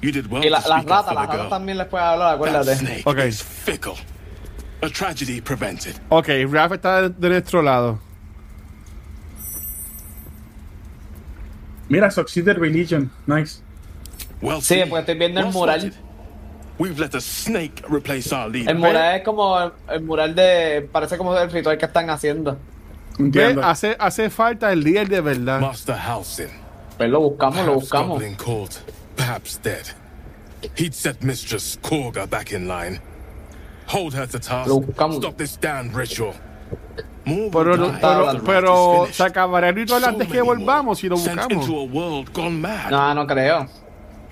[SPEAKER 10] You did well
[SPEAKER 2] y la-
[SPEAKER 10] to
[SPEAKER 2] las
[SPEAKER 10] speak up
[SPEAKER 2] ratas,
[SPEAKER 10] for the
[SPEAKER 2] las ratas
[SPEAKER 10] girl.
[SPEAKER 2] también les puedes hablar,
[SPEAKER 10] That
[SPEAKER 2] acuérdate.
[SPEAKER 10] snake
[SPEAKER 1] Okay.
[SPEAKER 10] is fickle. A tragedy prevented.
[SPEAKER 1] Ok, Raf está de, de nuestro lado.
[SPEAKER 3] Mira, Succeeded Religion. Nice.
[SPEAKER 10] Well,
[SPEAKER 2] Sí,
[SPEAKER 10] seen.
[SPEAKER 2] porque estoy viendo el
[SPEAKER 10] Well
[SPEAKER 2] mural.
[SPEAKER 10] spotted. We've let the snake replace our leader.
[SPEAKER 2] El mural es como el, el mural de. Parece como el ritual que están haciendo.
[SPEAKER 1] Ve,
[SPEAKER 3] Entiendo.
[SPEAKER 1] hace, hace falta el líder de verdad.
[SPEAKER 10] Master Halsin.
[SPEAKER 2] Pues lo buscamos, lo
[SPEAKER 10] Perhaps
[SPEAKER 2] buscamos.
[SPEAKER 10] goblin court, perhaps dead. He'd set Mistress Korga back in line. Hold her to task.
[SPEAKER 2] Lo buscamos.
[SPEAKER 10] Stop this damn ritual. More will
[SPEAKER 1] Pero,
[SPEAKER 10] die
[SPEAKER 1] pero,
[SPEAKER 10] after the rite
[SPEAKER 1] pero
[SPEAKER 10] is
[SPEAKER 1] se
[SPEAKER 10] finished.
[SPEAKER 1] acabará el ritual
[SPEAKER 10] So
[SPEAKER 1] antes que
[SPEAKER 10] many more
[SPEAKER 1] volvamos si lo
[SPEAKER 10] sent into
[SPEAKER 1] buscamos.
[SPEAKER 10] a world gone mad.
[SPEAKER 2] No, no creo.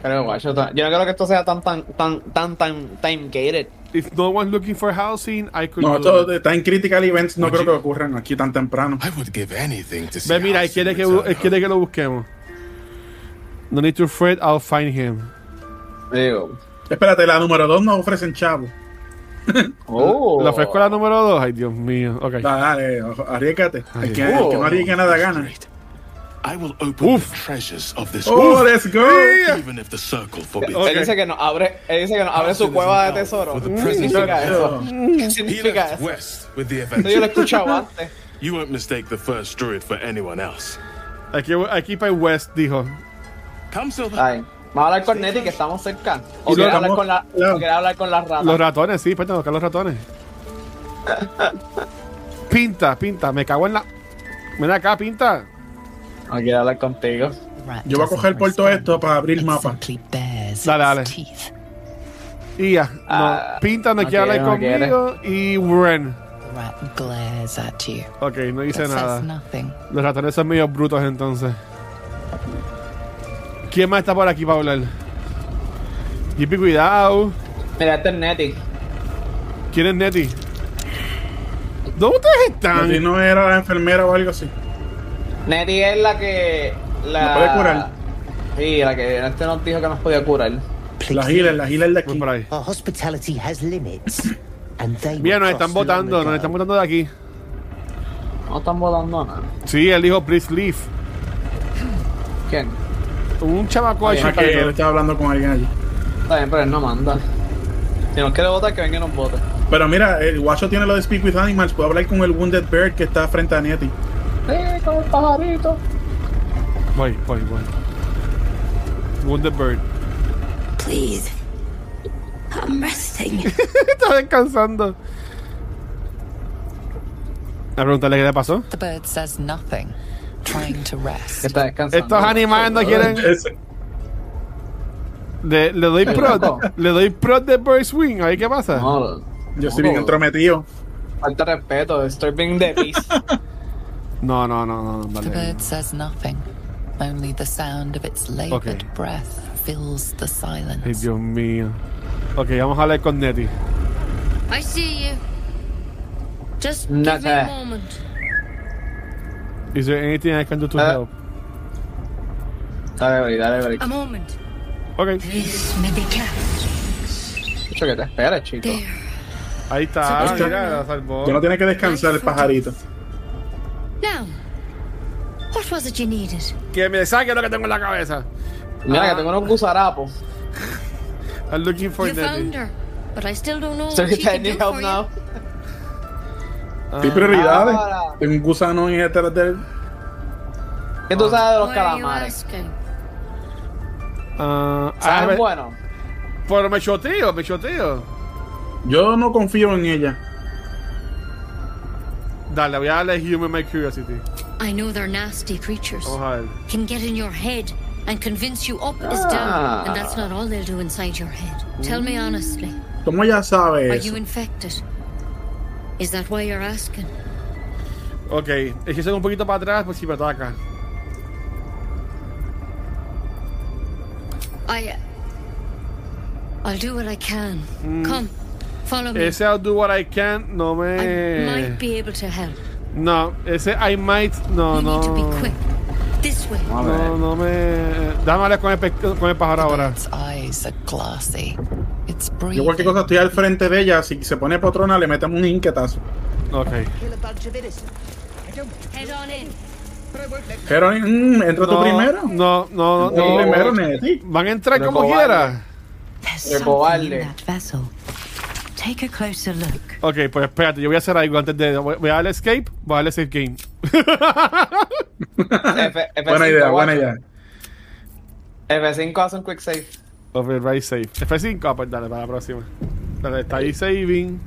[SPEAKER 2] Creo, guacho. ta- Yo no creo que esto sea tan, tan, tan, tan, tan, time gated.
[SPEAKER 1] If no one's looking for housing, I could
[SPEAKER 3] No,
[SPEAKER 1] do
[SPEAKER 3] esto
[SPEAKER 1] it.
[SPEAKER 3] está en Critical Events. No
[SPEAKER 10] Oye.
[SPEAKER 3] creo que ocurran aquí tan temprano.
[SPEAKER 10] I would give anything to see
[SPEAKER 1] Ve, mira, él
[SPEAKER 10] Halsin
[SPEAKER 1] quiere, que,
[SPEAKER 10] return
[SPEAKER 1] él quiere
[SPEAKER 10] home.
[SPEAKER 1] que lo busquemos. No need to fret, I'll find him.
[SPEAKER 2] Digo.
[SPEAKER 3] Espérate, la número 2 nos ofrecen chavo.
[SPEAKER 2] Oh.
[SPEAKER 1] ¿La ofrezco la número 2? Ay, Dios mío. Ok.
[SPEAKER 3] Dale, dale, arriesgate. El que, el que no
[SPEAKER 2] Oh.
[SPEAKER 3] arriesga nada gana.
[SPEAKER 10] I will open
[SPEAKER 1] Uf.
[SPEAKER 10] the treasures of this
[SPEAKER 3] Oh,
[SPEAKER 10] world,
[SPEAKER 3] let's go.
[SPEAKER 10] even if the circle forbids.
[SPEAKER 3] Oh,
[SPEAKER 1] Ok.
[SPEAKER 2] Él dice que nos abre, él dice que nos abre su
[SPEAKER 10] Halcyon
[SPEAKER 2] cueva de
[SPEAKER 10] is now
[SPEAKER 2] tesoro.
[SPEAKER 10] for the
[SPEAKER 2] ¿Qué
[SPEAKER 10] present
[SPEAKER 2] significa eso? ¿Qué
[SPEAKER 10] He
[SPEAKER 2] significa
[SPEAKER 10] left
[SPEAKER 2] eso?
[SPEAKER 10] west with the
[SPEAKER 2] Eso yo lo he
[SPEAKER 10] adventure.
[SPEAKER 2] escuchado antes.
[SPEAKER 10] you won't mistake the first druid for anyone else.
[SPEAKER 1] Aquí, aquí para West dijo.
[SPEAKER 10] Come, Silver.
[SPEAKER 2] Ay. Vamos a hablar con Neti que estamos cerca. O
[SPEAKER 3] Y lo
[SPEAKER 2] quiere hablar
[SPEAKER 3] estamos-
[SPEAKER 2] con la,
[SPEAKER 3] claro.
[SPEAKER 2] o quiere hablar con las ratas.
[SPEAKER 1] Los ratones, sí, pues espérate, tocar los
[SPEAKER 2] [laughs]
[SPEAKER 1] ratones. Pinta, pinta, me cago en la. Ven acá, pinta.
[SPEAKER 2] No quiere hablar contigo.
[SPEAKER 13] Rat
[SPEAKER 3] Yo voy a
[SPEAKER 13] doesn't
[SPEAKER 3] coger por todo
[SPEAKER 13] respond.
[SPEAKER 3] esto para abrir
[SPEAKER 13] It
[SPEAKER 3] mapa.
[SPEAKER 13] simply bares
[SPEAKER 1] Dale, dale.
[SPEAKER 13] its teeth.
[SPEAKER 1] Y ya, no,
[SPEAKER 2] Ah,
[SPEAKER 1] pinta no
[SPEAKER 2] no
[SPEAKER 1] quiere hablar
[SPEAKER 2] quiere, no
[SPEAKER 1] conmigo. Y Ren.
[SPEAKER 13] The rat glares at you.
[SPEAKER 1] Ok, no
[SPEAKER 13] But
[SPEAKER 1] dice
[SPEAKER 13] says
[SPEAKER 1] nada.
[SPEAKER 13] nothing.
[SPEAKER 1] Los ratones son medio brutos entonces. ¿Quién más está por aquí para hablar? Jippy, cuidado.
[SPEAKER 2] Mira, este es Neti.
[SPEAKER 1] ¿Quién es Nettie? ¿Dónde ustedes están?
[SPEAKER 3] Si no era la enfermera o algo así.
[SPEAKER 2] Neri es la que. La...
[SPEAKER 3] ¿Nos puede curar?
[SPEAKER 2] Sí, la que este nos dijo que nos podía curar.
[SPEAKER 3] La healer, la healer de
[SPEAKER 1] Voy
[SPEAKER 3] aquí.
[SPEAKER 1] por ahí.
[SPEAKER 14] Our hospitality has limits, and they
[SPEAKER 1] Mira,
[SPEAKER 14] were
[SPEAKER 1] nos están
[SPEAKER 14] crossed long
[SPEAKER 1] votando,
[SPEAKER 14] ago.
[SPEAKER 1] nos están votando de aquí.
[SPEAKER 2] No están votando nada.
[SPEAKER 1] Sí, él dijo, please leave.
[SPEAKER 2] ¿Quién?
[SPEAKER 1] Un chamaco
[SPEAKER 2] Oye,
[SPEAKER 1] así.
[SPEAKER 3] Ah, que él estaba hablando con alguien allí.
[SPEAKER 2] Está bien, pero él no manda. Si nos quiere votar, que venga y nos vote.
[SPEAKER 3] Pero mira, el guacho tiene lo de Speak with Animals. Puedo hablar con el Wounded Bird que está frente a Nieti.
[SPEAKER 2] Sí, con el pajarito.
[SPEAKER 1] Voy, voy, voy. Wonderbird.
[SPEAKER 6] Please. I'm resting.
[SPEAKER 1] Está descansando. A preguntarle qué le pasó.
[SPEAKER 8] The bird says nothing, trying to
[SPEAKER 2] Que
[SPEAKER 8] rest.
[SPEAKER 2] está descansando.
[SPEAKER 1] Estos animales no quieren.
[SPEAKER 3] Ese-
[SPEAKER 1] Le, le doy
[SPEAKER 2] loco.
[SPEAKER 1] prod. Le doy prod de Bird Swing. A ver qué pasa.
[SPEAKER 2] No,
[SPEAKER 3] Yo estoy
[SPEAKER 1] Oh.
[SPEAKER 3] bien entrometido.
[SPEAKER 2] falta respeto. Estoy being
[SPEAKER 9] [laughs]
[SPEAKER 2] the peace.
[SPEAKER 1] No, no, no, no. no,
[SPEAKER 8] The
[SPEAKER 1] Vale.
[SPEAKER 8] bird says nothing. Only the sound of its labored
[SPEAKER 1] Okay.
[SPEAKER 8] breath fills the
[SPEAKER 1] Ay,
[SPEAKER 8] silence.
[SPEAKER 1] Dios mío. Ok, vamos a hablar con Nettie.
[SPEAKER 9] I see you. Just
[SPEAKER 2] Not
[SPEAKER 9] give me a
[SPEAKER 2] her.
[SPEAKER 9] moment.
[SPEAKER 1] Is there anything I can do to
[SPEAKER 2] Ah.
[SPEAKER 1] help?
[SPEAKER 2] Dale, Bri, dale, Bri.
[SPEAKER 9] A moment.
[SPEAKER 1] Ok,
[SPEAKER 9] This may be kept.
[SPEAKER 2] Mucho que te esperes, chico.
[SPEAKER 9] There.
[SPEAKER 1] ahí está. Ah,
[SPEAKER 3] Esto-
[SPEAKER 1] mira, la salvó.
[SPEAKER 3] Yo no tiene que descansar el pajarito.
[SPEAKER 9] Now, what was it you needed?
[SPEAKER 1] Que me saque lo que tengo en la cabeza.
[SPEAKER 2] Mira,
[SPEAKER 9] Ah.
[SPEAKER 2] que tengo unos gusarapos.
[SPEAKER 9] Oh,
[SPEAKER 1] I'm looking for
[SPEAKER 9] you found
[SPEAKER 1] Nettie.
[SPEAKER 9] her, but I still don't know
[SPEAKER 2] So
[SPEAKER 9] what she
[SPEAKER 2] you
[SPEAKER 9] can
[SPEAKER 2] need
[SPEAKER 9] do
[SPEAKER 2] help
[SPEAKER 9] for
[SPEAKER 2] now?
[SPEAKER 9] you.
[SPEAKER 1] Ah.
[SPEAKER 3] Hay prioridades.
[SPEAKER 9] Ah.
[SPEAKER 2] Ahora.
[SPEAKER 3] Tengo un gusano en este detrás de él.
[SPEAKER 2] ¿Qué tú sabes de los
[SPEAKER 9] What are you
[SPEAKER 2] calamares?
[SPEAKER 9] asking?
[SPEAKER 1] Ah, ah,
[SPEAKER 2] ¿Sabes
[SPEAKER 1] me-
[SPEAKER 2] bueno?
[SPEAKER 1] Pero me choteo, me choteo.
[SPEAKER 3] Yo no confío en ella.
[SPEAKER 1] Dale, voy a darle Human My Curiosity.
[SPEAKER 9] I know they're nasty creatures.
[SPEAKER 1] Vamos a ver.
[SPEAKER 9] Can get in your head and convince you up is down, and that's not all they'll do inside your head. Tell me honestly,
[SPEAKER 3] ¿Cómo ella sabe
[SPEAKER 9] are
[SPEAKER 3] eso?
[SPEAKER 9] you infected? Is that why you're asking?
[SPEAKER 1] Ok, es que salgo un poquito para atrás pues por si me ataca.
[SPEAKER 9] I. uh, I'll do what I can. Come, follow me.
[SPEAKER 1] Ese I'll do what I can no
[SPEAKER 9] I might
[SPEAKER 1] me.
[SPEAKER 9] be able to help.
[SPEAKER 1] No, ese I might. No,
[SPEAKER 9] We
[SPEAKER 1] no.
[SPEAKER 9] need to be quick. This way.
[SPEAKER 1] No, no me. Dame hablar con el, pe- con el pájaro
[SPEAKER 8] The
[SPEAKER 1] ahora.
[SPEAKER 8] bird's eyes are glassy. It's
[SPEAKER 3] Yo cualquier cosa
[SPEAKER 8] breathing.
[SPEAKER 3] estoy al frente de ella. Si se pone patrona, le metemos un inquietazo.
[SPEAKER 1] Ok.
[SPEAKER 14] Kill a bunch of innocent,
[SPEAKER 9] Head on in.
[SPEAKER 3] Pero mm, entra tú
[SPEAKER 1] No,
[SPEAKER 3] primero.
[SPEAKER 1] No, no,
[SPEAKER 3] Tú
[SPEAKER 1] no.
[SPEAKER 3] primero, Neti.
[SPEAKER 1] Van a entrar
[SPEAKER 2] Pero
[SPEAKER 1] como
[SPEAKER 2] cobarde.
[SPEAKER 1] quiera.
[SPEAKER 14] There's
[SPEAKER 2] You're
[SPEAKER 14] something in
[SPEAKER 2] cobarde.
[SPEAKER 14] that vessel. Take a closer look.
[SPEAKER 1] Ok, pues espérate, yo voy a hacer algo antes de. Voy voy a darle escape, voy a darle save game. [laughs]
[SPEAKER 2] F- F5,
[SPEAKER 3] Buena idea, buena
[SPEAKER 2] guacho.
[SPEAKER 3] idea.
[SPEAKER 2] F5 hace un quick save.
[SPEAKER 1] Override save. F5, ah, pues dale, para la próxima. Dale, está ahí saving.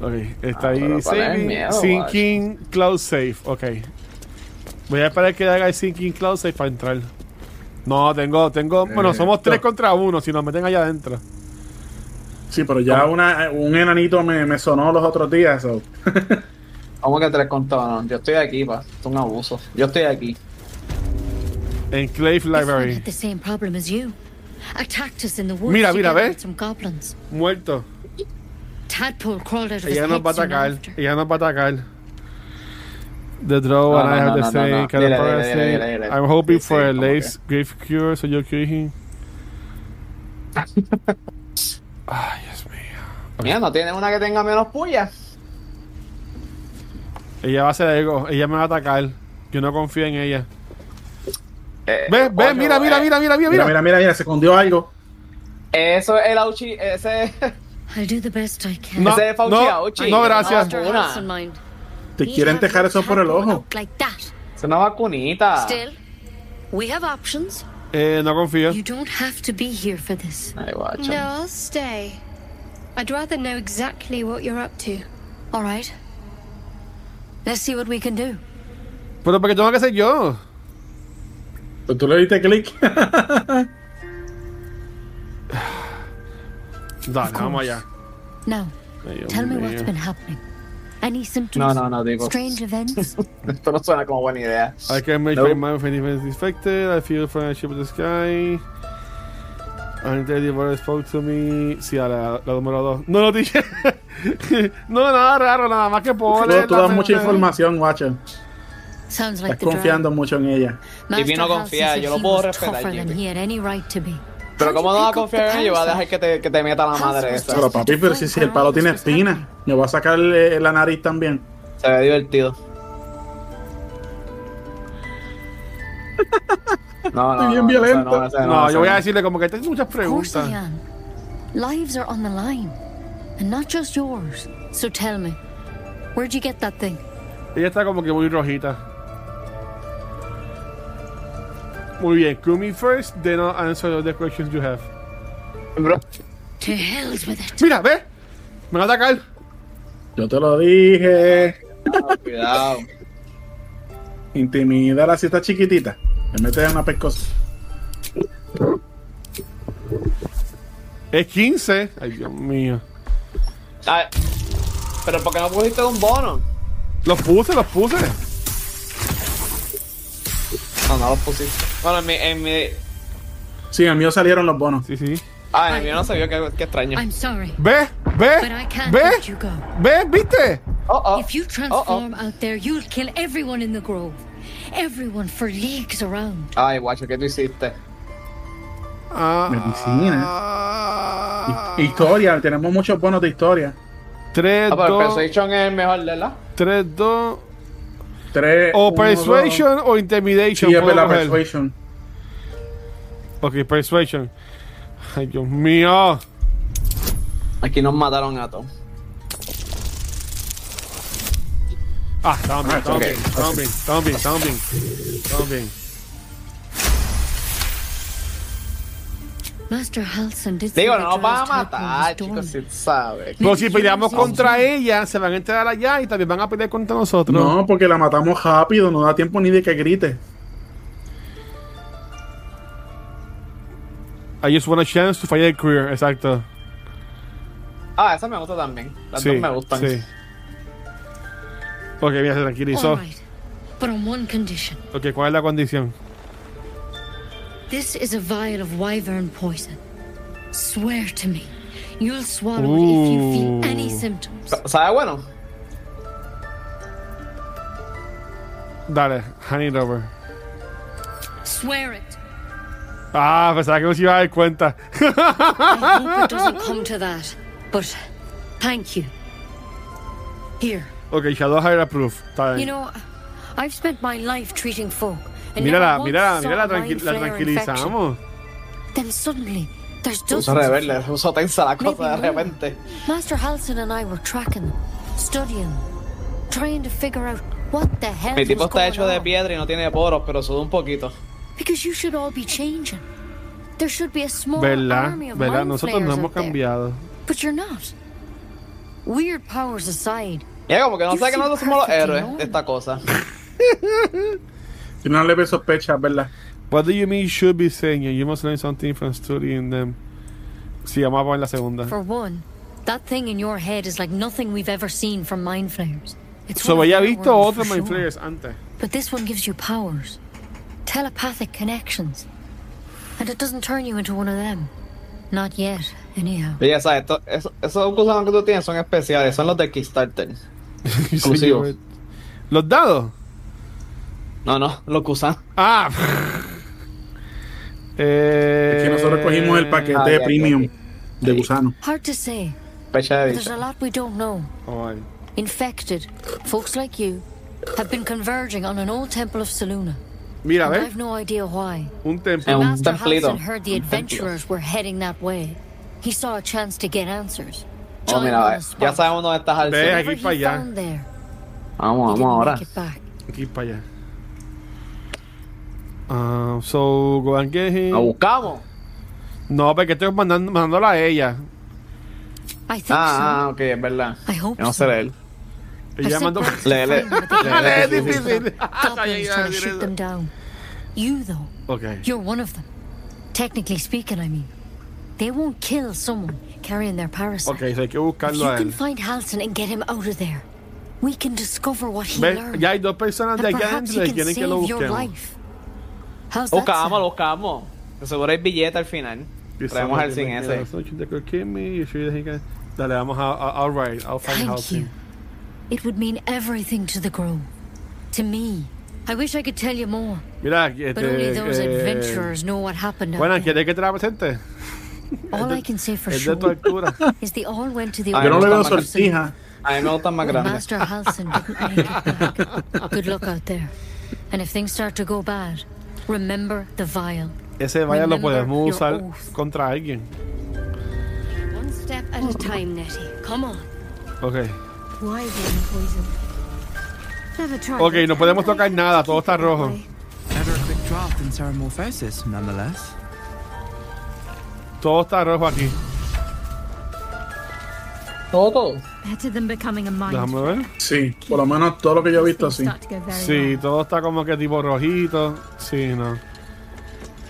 [SPEAKER 1] Ok, está
[SPEAKER 2] Ah,
[SPEAKER 1] ahí
[SPEAKER 2] pero para el
[SPEAKER 1] saving.
[SPEAKER 2] miedo,
[SPEAKER 1] Sinking cloud save. Ok. Voy a esperar que haga el sinking cloud save para entrar. No, tengo, tengo. bueno, somos tres
[SPEAKER 3] no.
[SPEAKER 1] contra uno. Si nos meten allá adentro.
[SPEAKER 3] Sí, pero ya una, un enanito me, me sonó los otros días. so.
[SPEAKER 2] ¿Cómo que tres contra uno? Yo estoy aquí, pa. Esto es un abuso. Yo estoy aquí.
[SPEAKER 1] Enclave
[SPEAKER 9] This one
[SPEAKER 1] Library.
[SPEAKER 9] had the same problem as you. Attacked us in the woods.
[SPEAKER 1] Mira, mira,
[SPEAKER 9] together
[SPEAKER 1] ve.
[SPEAKER 9] with Some goblins.
[SPEAKER 1] Muerto.
[SPEAKER 9] Tadpole crawled out of his
[SPEAKER 1] Ella nos va a
[SPEAKER 9] head soon
[SPEAKER 1] atacar.
[SPEAKER 9] after.
[SPEAKER 1] Ella nos va a atacar. The draw
[SPEAKER 2] No,
[SPEAKER 1] and
[SPEAKER 2] no,
[SPEAKER 1] I
[SPEAKER 2] no,
[SPEAKER 1] have the
[SPEAKER 2] no, no,
[SPEAKER 1] same
[SPEAKER 2] no.
[SPEAKER 1] kind of
[SPEAKER 2] Dile, dile,
[SPEAKER 1] parasite.
[SPEAKER 2] dile, dile, dile.
[SPEAKER 1] I'm hoping
[SPEAKER 2] Sí,
[SPEAKER 1] for
[SPEAKER 2] sí,
[SPEAKER 1] a
[SPEAKER 2] como
[SPEAKER 1] lace grave cure, so you're curing. Ay, Dios mío.
[SPEAKER 2] Mira, no tiene una que tenga menos puya.
[SPEAKER 1] Ella va a hacer algo. Ella me va a atacar. Yo no confío en ella.
[SPEAKER 2] Eh,
[SPEAKER 1] Ve, ve,
[SPEAKER 2] coño,
[SPEAKER 1] mira, mira,
[SPEAKER 2] eh,
[SPEAKER 1] mira, mira, mira,
[SPEAKER 3] Mira, mira, mira, mira, se escondió algo.
[SPEAKER 2] Eso es el Auchi. Ese, [laughs]
[SPEAKER 9] I'll do the best I can.
[SPEAKER 1] No,
[SPEAKER 2] ese es Fauci
[SPEAKER 1] no,
[SPEAKER 2] Auchi.
[SPEAKER 1] no, gracias.
[SPEAKER 9] After
[SPEAKER 2] Una.
[SPEAKER 9] house in mind.
[SPEAKER 3] Te quieren dejar eso por el ojo.
[SPEAKER 9] Like that.
[SPEAKER 2] Es una vacunita.
[SPEAKER 9] Still, we have options.
[SPEAKER 1] Eh, no confío.
[SPEAKER 9] You don't have to be here for this.
[SPEAKER 2] Ay, guacho.
[SPEAKER 7] No, I'll stay. I'd rather know exactly what you're up to.
[SPEAKER 9] All right. Let's see what we can do.
[SPEAKER 1] Pero porque tengo que ser yo.
[SPEAKER 3] Pues tú le diste clic. [laughs]
[SPEAKER 1] Dale, vamos allá.
[SPEAKER 9] Now,
[SPEAKER 1] Ay, Dios
[SPEAKER 9] tell me
[SPEAKER 1] mío.
[SPEAKER 9] what's been happening. Any
[SPEAKER 2] No,
[SPEAKER 9] symptoms?
[SPEAKER 2] no, no, digo.
[SPEAKER 9] Strange
[SPEAKER 3] [laughs]
[SPEAKER 9] events?
[SPEAKER 2] Esto no suena como buena idea.
[SPEAKER 1] I can make
[SPEAKER 2] Nope.
[SPEAKER 1] my mind if anything is infected. I feel from a ship of the sky. I think the devourer spoke to me. Sí, a la, la número 2. No lo dije. [laughs] no, nada raro, nada más que por.
[SPEAKER 3] Tú, tú das mucha información, Watcher.
[SPEAKER 9] Sounds like
[SPEAKER 3] Estás
[SPEAKER 9] the drow.
[SPEAKER 3] confiando mucho en ella.
[SPEAKER 9] Master
[SPEAKER 2] vino
[SPEAKER 9] House
[SPEAKER 2] confiada,
[SPEAKER 9] said
[SPEAKER 2] yo lo
[SPEAKER 9] he
[SPEAKER 2] puedo
[SPEAKER 9] was
[SPEAKER 2] respetar,
[SPEAKER 9] tougher than he had any right to be.
[SPEAKER 2] Pero ¿cómo no va a confiar en ello? Va a dejar que te, que te meta la madre esa.
[SPEAKER 3] Pero papi, pero si, si el palo tiene espina, me voy a sacar eh, la nariz también.
[SPEAKER 2] Se ve divertido. No,
[SPEAKER 3] Estoy
[SPEAKER 2] no, no, ese
[SPEAKER 3] bien violento.
[SPEAKER 2] no, ese no,
[SPEAKER 1] No,
[SPEAKER 2] ese
[SPEAKER 1] yo voy a
[SPEAKER 2] no.
[SPEAKER 1] decirle como que tengo muchas
[SPEAKER 9] Of course I
[SPEAKER 1] preguntas.
[SPEAKER 9] am. Lives are on the line, and not just yours. So tell me, where'd you get that thing?
[SPEAKER 1] Ella está como que muy rojita. Muy bien, kill me first, then I'll answer the questions you have.
[SPEAKER 9] To hell's with it.
[SPEAKER 1] Mira, ve. Me van a atacar.
[SPEAKER 3] Yo te lo dije.
[SPEAKER 2] Cuidado.
[SPEAKER 3] Intimidar así está chiquitita. Me metes una pescosa.
[SPEAKER 1] Es 15. Ay, Dios mío.
[SPEAKER 2] Ay, pero ¿por qué no pusiste un bono?
[SPEAKER 1] Los puse, los puse.
[SPEAKER 2] No, no los pusiste. Bueno, en mi. En mi
[SPEAKER 3] Sí, el mío salieron los bonos.
[SPEAKER 1] Sí, sí.
[SPEAKER 2] ah, en el mío no se vio, qué, qué extraño.
[SPEAKER 9] I'm sorry,
[SPEAKER 1] ¿Ves?
[SPEAKER 2] Eh?
[SPEAKER 1] ¿Ves?
[SPEAKER 9] but I can't
[SPEAKER 1] ¿Ves?
[SPEAKER 9] let you go.
[SPEAKER 1] ¿Ves? ¿Viste?
[SPEAKER 2] Oh,
[SPEAKER 9] If you transform out there, you'll kill everyone in the grove. Everyone for leagues around.
[SPEAKER 2] Ay, guacho, ¿qué tú hiciste?
[SPEAKER 1] Ah.
[SPEAKER 3] Medicina. Hi- Historia, tenemos muchos bonos de historia.
[SPEAKER 1] 3,
[SPEAKER 2] Ah, pero
[SPEAKER 1] 2,
[SPEAKER 2] Persuasion es el mejor, ¿verdad?
[SPEAKER 1] 3, 2.
[SPEAKER 3] 3.
[SPEAKER 1] O Persuasion o Intimidation.
[SPEAKER 3] Sí, es
[SPEAKER 1] puedo
[SPEAKER 3] la
[SPEAKER 1] coger.
[SPEAKER 3] Persuasion.
[SPEAKER 1] Ok, Persuasion. Ay, Dios mío.
[SPEAKER 2] Aquí nos mataron a todos.
[SPEAKER 1] Ah, estamos bien,
[SPEAKER 2] Ah,
[SPEAKER 1] estamos
[SPEAKER 2] ok,
[SPEAKER 1] bien, estamos
[SPEAKER 2] ok.
[SPEAKER 1] bien, estamos bien, estamos bien, estamos bien.
[SPEAKER 9] Master Halson did say
[SPEAKER 2] Digo,
[SPEAKER 9] the
[SPEAKER 2] no nos van a
[SPEAKER 9] drow's type
[SPEAKER 2] matar,
[SPEAKER 9] room
[SPEAKER 2] chicos,
[SPEAKER 9] was
[SPEAKER 2] si tú sabes.
[SPEAKER 1] Pero si peleamos contra ella, se van a enterar allá y también van a pelear contra nosotros.
[SPEAKER 3] No, porque la matamos rápido, no da tiempo ni de que grite.
[SPEAKER 1] I just want a chance to fire a career, exacto.
[SPEAKER 2] Ah, esa me gusta también. Las
[SPEAKER 1] Sí,
[SPEAKER 2] dos me gustan.
[SPEAKER 1] sí. Ok, mira, se tranquilizó.
[SPEAKER 9] All right, but on one condition.
[SPEAKER 1] Ok, ¿cuál es la condición?
[SPEAKER 9] This is a vial of wyvern poison. Swear to me, you'll swallow it if you feel any
[SPEAKER 1] Ooh.
[SPEAKER 9] symptoms.
[SPEAKER 2] ¿Sabe bueno?
[SPEAKER 1] Dale, honey over.
[SPEAKER 9] Swear it.
[SPEAKER 1] Ah, pensaba que no se iba a dar cuenta.
[SPEAKER 9] I hope it doesn't come to that. But thank you. Here,
[SPEAKER 1] Ok, Shadow Higher Approve. Está
[SPEAKER 9] you
[SPEAKER 1] bien.
[SPEAKER 9] know, I've spent my life treating folk. And
[SPEAKER 1] Mírala,
[SPEAKER 9] never once
[SPEAKER 1] mírala,
[SPEAKER 9] saw
[SPEAKER 1] mírala,
[SPEAKER 9] a
[SPEAKER 1] tranqui-
[SPEAKER 9] mind
[SPEAKER 1] la
[SPEAKER 9] flare infection.
[SPEAKER 1] tranquilizamos.
[SPEAKER 9] Then suddenly, there's
[SPEAKER 2] Se puso
[SPEAKER 9] dozens of
[SPEAKER 2] rebelde, [laughs] se puso tensa la cosa de
[SPEAKER 9] Maybe more.
[SPEAKER 2] repente.
[SPEAKER 9] Master Halson and I were tracking them, studying them, trying to figure out what the hell
[SPEAKER 2] Mi tipo
[SPEAKER 9] was
[SPEAKER 2] está
[SPEAKER 9] going
[SPEAKER 2] hecho de
[SPEAKER 9] on.
[SPEAKER 2] piedra y no tiene poros, pero suda un poquito.
[SPEAKER 9] Because you should all be changing. There should be a small
[SPEAKER 1] ¿Verdad?
[SPEAKER 9] army of
[SPEAKER 1] ¿Verdad?
[SPEAKER 9] mind
[SPEAKER 1] Nosotros no
[SPEAKER 9] flayers
[SPEAKER 1] hemos
[SPEAKER 9] out there,
[SPEAKER 1] cambiado.
[SPEAKER 9] But you're not. Weird powers aside,
[SPEAKER 2] Ya como que no
[SPEAKER 9] You
[SPEAKER 2] sé que
[SPEAKER 9] seem
[SPEAKER 2] nosotros somos los
[SPEAKER 9] perfectly
[SPEAKER 2] héroes
[SPEAKER 9] normal.
[SPEAKER 2] de esta cosa.
[SPEAKER 3] Tiene una leve sospecha, ¿verdad?
[SPEAKER 1] What do you mean should be saying? You must learn something from studying them. Sí, vamos a poner la segunda.
[SPEAKER 9] for one, that thing in your head is like nothing we've ever seen from mind flayers. It's
[SPEAKER 1] So
[SPEAKER 9] one of
[SPEAKER 1] había
[SPEAKER 9] their
[SPEAKER 1] visto
[SPEAKER 9] world for
[SPEAKER 1] otros Mind
[SPEAKER 9] sure.
[SPEAKER 1] Flayers
[SPEAKER 3] [laughs]
[SPEAKER 1] antes.
[SPEAKER 9] But this one gives you powers, telepathic connections, and it doesn't turn you into one of them. Not yet, anyhow.
[SPEAKER 2] Pero ya sabes, esto- eso- esos gusanos que tú tienes son especiales, son los de Kickstarter. Exclusivos.
[SPEAKER 1] ¿Los dados?
[SPEAKER 2] No, no, los gusanos.
[SPEAKER 1] Ah. eh,
[SPEAKER 3] Es que nosotros cogimos el paquete
[SPEAKER 2] Ah, ya, ya,
[SPEAKER 3] premium
[SPEAKER 2] ya.
[SPEAKER 3] de gusano.
[SPEAKER 9] Hard to say.
[SPEAKER 2] Fecha de
[SPEAKER 9] There's a
[SPEAKER 2] vista.
[SPEAKER 9] lot we don't know.
[SPEAKER 1] Ay.
[SPEAKER 9] Infected, folks like you, have been converging on an old temple of Saluna.
[SPEAKER 1] Mira,
[SPEAKER 9] and
[SPEAKER 1] ve.
[SPEAKER 9] I've no idea why.
[SPEAKER 1] Un
[SPEAKER 2] Es
[SPEAKER 1] templo.
[SPEAKER 2] un
[SPEAKER 9] Master
[SPEAKER 2] templito.
[SPEAKER 9] Halson heard the
[SPEAKER 2] Un templito.
[SPEAKER 9] adventurers were heading that way. He saw a chance to get answers.
[SPEAKER 2] Oh,
[SPEAKER 9] Joined
[SPEAKER 2] mira,
[SPEAKER 9] on
[SPEAKER 2] ve,
[SPEAKER 9] the spot.
[SPEAKER 2] ya sabemos dónde estás al
[SPEAKER 1] Ve,
[SPEAKER 9] Whatever
[SPEAKER 1] aquí
[SPEAKER 9] he
[SPEAKER 1] para allá.
[SPEAKER 9] found there,
[SPEAKER 2] Vamos,
[SPEAKER 9] he didn't
[SPEAKER 2] vamos ahora.
[SPEAKER 9] make it back.
[SPEAKER 1] Aquí para allá. Ah, so, go and get him.
[SPEAKER 2] Lo buscamos.
[SPEAKER 1] No, porque estoy mandando, mandándola a ella.
[SPEAKER 9] I think
[SPEAKER 2] Ah, ah, ok, es verdad.
[SPEAKER 9] so. I hope
[SPEAKER 2] Yo no
[SPEAKER 9] so.
[SPEAKER 2] sé leer.
[SPEAKER 1] Ella mandó.
[SPEAKER 2] Lee,
[SPEAKER 1] [laughs]
[SPEAKER 2] lee.
[SPEAKER 1] Es
[SPEAKER 2] Lee, lee, lee.
[SPEAKER 1] difícil.
[SPEAKER 9] Goblins trying to shoot them down. You, though,
[SPEAKER 1] Ok.
[SPEAKER 9] you're one of them. Technically speaking, I mean. They won't kill someone carrying their parasite.
[SPEAKER 1] Ok, so hay que
[SPEAKER 9] If
[SPEAKER 1] buscarlo
[SPEAKER 9] you
[SPEAKER 1] a
[SPEAKER 9] can
[SPEAKER 1] él.
[SPEAKER 9] find Halson and get him out of there, we can discover what he
[SPEAKER 1] ¿Ves?
[SPEAKER 9] learned.
[SPEAKER 1] Ya hay dos personas
[SPEAKER 9] and
[SPEAKER 1] de aquí
[SPEAKER 9] perhaps
[SPEAKER 1] adentro
[SPEAKER 9] he
[SPEAKER 1] que
[SPEAKER 9] can
[SPEAKER 1] quieren que lo
[SPEAKER 9] save your
[SPEAKER 1] busquemos.
[SPEAKER 2] Oh,
[SPEAKER 9] life. How's that
[SPEAKER 2] Buscamos,
[SPEAKER 9] sound?
[SPEAKER 2] lo buscamos. Que seguro hay billete al final. Traemos al sin ese.
[SPEAKER 1] Dale, vamos a, a- all right, I'll find
[SPEAKER 9] Thank
[SPEAKER 1] housing.
[SPEAKER 9] It would mean everything to the Grove. To me. I wish I could tell you more.
[SPEAKER 1] Mira,
[SPEAKER 9] But only those
[SPEAKER 1] eh, este,
[SPEAKER 9] adventurers know what happened. out
[SPEAKER 1] Bueno,
[SPEAKER 9] there.
[SPEAKER 1] ¿quieres que te la presente?
[SPEAKER 9] All I can say for
[SPEAKER 1] es de
[SPEAKER 9] sure
[SPEAKER 1] tu
[SPEAKER 9] [laughs]
[SPEAKER 1] altura.
[SPEAKER 9] is they all went to the
[SPEAKER 2] Yo no
[SPEAKER 9] old
[SPEAKER 2] le veo
[SPEAKER 9] house and
[SPEAKER 2] sortija. A mí me gustan más
[SPEAKER 9] Well,
[SPEAKER 2] grandes.
[SPEAKER 9] Master Halson didn't make it back. Good luck out there. And if things start to go bad, remember the vial.
[SPEAKER 1] Ese vaya lo podemos
[SPEAKER 9] your
[SPEAKER 1] usar contra alguien.
[SPEAKER 7] One step at a time, Nettie. Come on.
[SPEAKER 1] Ok.
[SPEAKER 7] Oh. Why then poison? Never tried.
[SPEAKER 1] Ok,
[SPEAKER 7] it.
[SPEAKER 1] no podemos tocar nada, todo está rojo.
[SPEAKER 15] Never a quick draft in Saramorphosis, nonetheless.
[SPEAKER 1] Todo está rojo aquí.
[SPEAKER 2] Todo.
[SPEAKER 7] Better than becoming a mind.
[SPEAKER 1] Déjame ver.
[SPEAKER 3] Sí, por lo menos todo lo que yo he visto así.
[SPEAKER 7] Start to go very
[SPEAKER 1] Sí, todo está como que tipo rojito. Sí, no.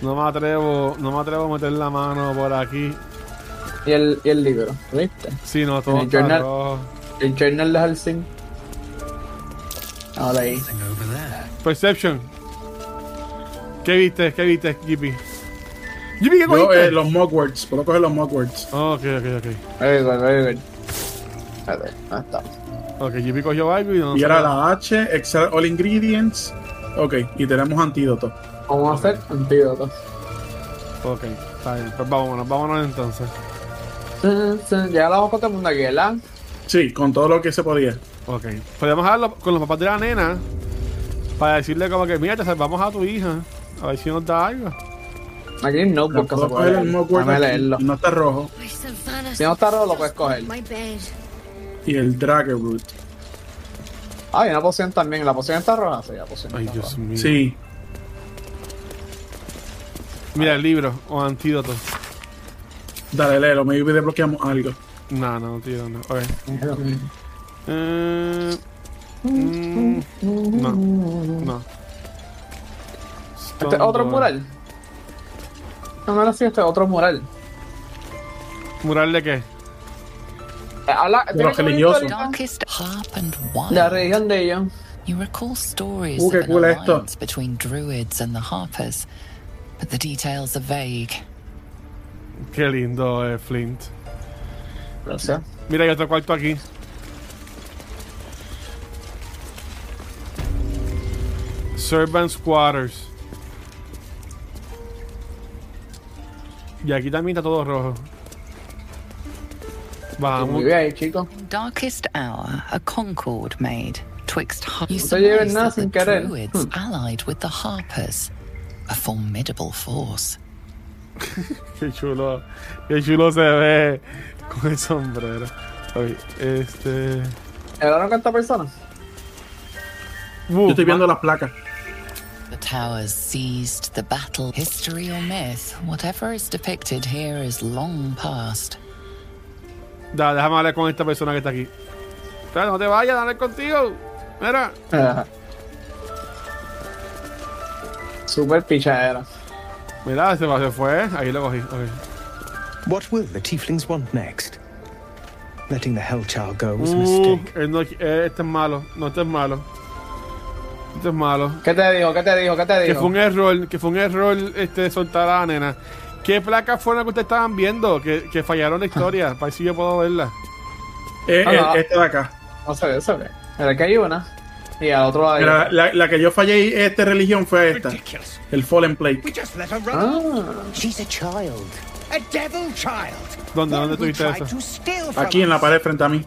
[SPEAKER 1] No me atrevo, no me atrevo a meter la mano por aquí.
[SPEAKER 2] Y el, y el libro, ¿viste?
[SPEAKER 1] Sí, no,
[SPEAKER 2] En
[SPEAKER 1] todo
[SPEAKER 2] el
[SPEAKER 1] está
[SPEAKER 2] journal.
[SPEAKER 1] rojo.
[SPEAKER 2] El journal de Halsing. Ahora ahí.
[SPEAKER 1] Perception. ¿Qué viste? ¿Qué viste, Gippy? Jimmy, ¿qué
[SPEAKER 3] Yo,
[SPEAKER 1] cogiste?
[SPEAKER 3] eh, los Mogwarts, puedo coger los Mogwarts.
[SPEAKER 1] Ok, ok, ok.
[SPEAKER 2] Very good, very good. A ver, ahí estamos.
[SPEAKER 1] Ok, Jimmy cogió algo y no
[SPEAKER 3] Y
[SPEAKER 1] sé
[SPEAKER 3] era
[SPEAKER 1] nada.
[SPEAKER 3] la H, extract all ingredients. Ok, y tenemos antídoto.
[SPEAKER 2] Vamos a hacer antídoto.
[SPEAKER 1] Ok, está bien. Pues vámonos, vámonos entonces.
[SPEAKER 2] Sí, sí, Ya hablamos con todo el mundo aquí, ¿verdad?
[SPEAKER 3] Sí, con todo lo que se podía.
[SPEAKER 1] Ok. Podemos hablar con los papás de la nena para decirle como que, mira, te salvamos a tu hija. A ver si nos da algo.
[SPEAKER 2] Aquí no,
[SPEAKER 3] Puedo
[SPEAKER 2] porque se puede
[SPEAKER 3] coger el
[SPEAKER 2] leer.
[SPEAKER 3] Mogwart
[SPEAKER 2] Dame
[SPEAKER 3] aquí,
[SPEAKER 2] leerlo.
[SPEAKER 3] No está rojo.
[SPEAKER 2] Si no está rojo, lo puedes coger.
[SPEAKER 9] My bed.
[SPEAKER 3] Y el Dragon Root.
[SPEAKER 2] Ah, y una poción también. La poción está roja, sí, la poción.
[SPEAKER 1] Ay, Dios mío.
[SPEAKER 3] Sí.
[SPEAKER 1] Mira, el libro o antídoto.
[SPEAKER 3] Dale, léelo, maybe desbloqueamos algo.
[SPEAKER 1] No, no, tío, no. Ok. Eh, mm, no, no.
[SPEAKER 2] Este es otro mural. No, no, no, sí, este es otro mural.
[SPEAKER 1] ¿Mural de qué?
[SPEAKER 2] Eh, Habla, tiene que ver con la-
[SPEAKER 8] Darkest harp and wine.
[SPEAKER 2] La religión de ellos.
[SPEAKER 8] You recall stories
[SPEAKER 2] Uh, qué
[SPEAKER 8] of an
[SPEAKER 2] cool esto.
[SPEAKER 8] alliance between druids and the harpers, but the details are vague.
[SPEAKER 1] Qué lindo, eh, Flint.
[SPEAKER 2] Gracias.
[SPEAKER 1] Mira, hay otro cuarto aquí. Servants Quarters. Y aquí también está todo rojo. Vamos.
[SPEAKER 8] Muy bien
[SPEAKER 2] chico.
[SPEAKER 8] Darkest hour, a concord made twixt. har- You
[SPEAKER 2] No te lleves
[SPEAKER 8] surmise
[SPEAKER 2] nada
[SPEAKER 8] that
[SPEAKER 2] sin
[SPEAKER 8] the
[SPEAKER 2] querer.
[SPEAKER 8] druids allied with the harpers, a formidable force.
[SPEAKER 1] Qué chulo. Qué chulo se ve con el sombrero. Oye, este.
[SPEAKER 2] ¿Hablaron con esta persona?
[SPEAKER 1] Yo
[SPEAKER 3] estoy viendo las placas.
[SPEAKER 8] The towers seized the battle. History or myth, whatever is depicted here is long past.
[SPEAKER 1] Da, déjame hablar con esta persona que está aquí. Espera, no te vayas, dale contigo. Mira.
[SPEAKER 2] Super pichadera.
[SPEAKER 1] Mira, se, se fue. Ahí lo cogí. ok.
[SPEAKER 15] What will the tieflings want next? Letting the Hellchild go was a
[SPEAKER 1] Uh,
[SPEAKER 15] mistake.
[SPEAKER 1] él no- eh, este es malo. No, este es malo. Este es malo.
[SPEAKER 2] ¿Qué te dijo? ¿Qué te dijo? ¿Qué te
[SPEAKER 1] Que
[SPEAKER 2] dijo?
[SPEAKER 1] fue un error, que fue un error este, soltar a la nena. ¿Qué placas fueron las que ustedes estaban viendo? Que, que fallaron la historia. Para ver si yo puedo verla.
[SPEAKER 3] Eh,
[SPEAKER 2] Ah,
[SPEAKER 3] eh,
[SPEAKER 2] no.
[SPEAKER 3] este de acá.
[SPEAKER 2] No se ve, se ve. Mira, que hay una. Y al otro lado. hay
[SPEAKER 3] Mira,
[SPEAKER 2] otra.
[SPEAKER 3] la, la que yo fallé esta religión fue esta. El Fallen Plate.
[SPEAKER 14] We just let her
[SPEAKER 3] Ah.
[SPEAKER 2] run.
[SPEAKER 14] She's a child. A devil child.
[SPEAKER 1] ¿Dónde,
[SPEAKER 14] One
[SPEAKER 1] dónde
[SPEAKER 14] who
[SPEAKER 1] tuviste
[SPEAKER 14] tried
[SPEAKER 1] eso?
[SPEAKER 14] to steal from
[SPEAKER 3] Aquí en la Ah,
[SPEAKER 14] us.
[SPEAKER 3] pared frente a mí.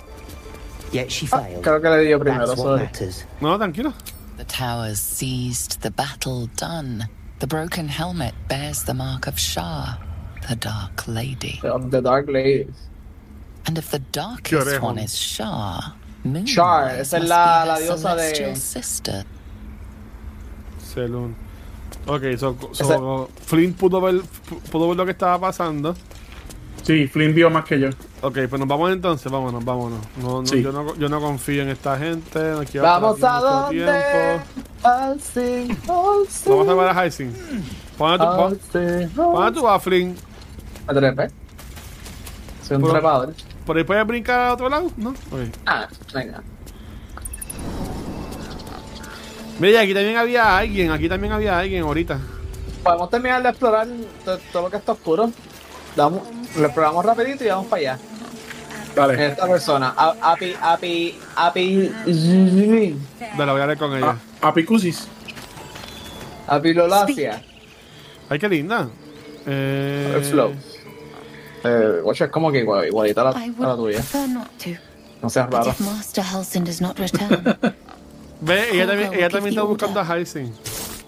[SPEAKER 14] Yet she failed.
[SPEAKER 2] Creo que le di yo primero,
[SPEAKER 14] That's what
[SPEAKER 2] sorry.
[SPEAKER 14] matters.
[SPEAKER 1] No, tranquilo.
[SPEAKER 8] The towers seized, the battle done. The broken helmet bears the mark of Shah, the Dark Lady.
[SPEAKER 2] Of the Dark Lady.
[SPEAKER 8] And if the darkest one is Shah, Moonrise
[SPEAKER 2] Shar, esa es
[SPEAKER 8] Mm. must
[SPEAKER 2] la-
[SPEAKER 8] be
[SPEAKER 2] la
[SPEAKER 8] her
[SPEAKER 2] diosa de-
[SPEAKER 8] celestial sister.
[SPEAKER 1] Saloon. Ok, so, so-
[SPEAKER 3] Ese-
[SPEAKER 1] Flint pudo ver, pudo ver lo que estaba pasando.
[SPEAKER 3] Sí, Flynn vio más que yo.
[SPEAKER 1] Ok, pues nos vamos entonces. Vámonos, vámonos. No, no,
[SPEAKER 3] Sí.
[SPEAKER 1] yo, no, yo no confío en esta gente. no quiero
[SPEAKER 2] Vamos
[SPEAKER 1] estar
[SPEAKER 2] a
[SPEAKER 1] aquí mucho
[SPEAKER 2] donde. Al sin, al sin.
[SPEAKER 1] Vamos a ver a Hysing. ¿Para
[SPEAKER 2] Ah,
[SPEAKER 1] dónde
[SPEAKER 2] tú,
[SPEAKER 1] pa- pa' dónde tú vas, Flynn?
[SPEAKER 2] A trepé. Soy un
[SPEAKER 1] Por-
[SPEAKER 2] trepador.
[SPEAKER 1] ¿Por ahí puedes brincar a otro lado? ¿No? Ok.
[SPEAKER 2] Ah, venga.
[SPEAKER 1] Mira, y aquí también había alguien. Aquí también había alguien ahorita.
[SPEAKER 2] Podemos terminar de explorar to- todo lo que está oscuro. Damos, lo probamos rapidito y vamos para allá.
[SPEAKER 3] Dale.
[SPEAKER 2] Esta persona, A- Api, Api, Api,
[SPEAKER 1] Dale, voy a hablar con ella.
[SPEAKER 3] Apicusis.
[SPEAKER 2] Apilolacia. Ah.
[SPEAKER 1] Ay, qué linda. Eh...
[SPEAKER 2] It's slow. Eh, Watcher es como que igual- igualita a la,
[SPEAKER 8] I
[SPEAKER 2] a la
[SPEAKER 8] would
[SPEAKER 2] tuya.
[SPEAKER 8] prefer not to.
[SPEAKER 2] No seas
[SPEAKER 8] But
[SPEAKER 2] raro.
[SPEAKER 8] if Master Halson does not
[SPEAKER 2] [laughs]
[SPEAKER 8] return,
[SPEAKER 1] Ve, ella también,
[SPEAKER 8] Koga
[SPEAKER 1] ella
[SPEAKER 8] will
[SPEAKER 1] también
[SPEAKER 8] give
[SPEAKER 1] está
[SPEAKER 8] the
[SPEAKER 1] buscando a Hyacinth.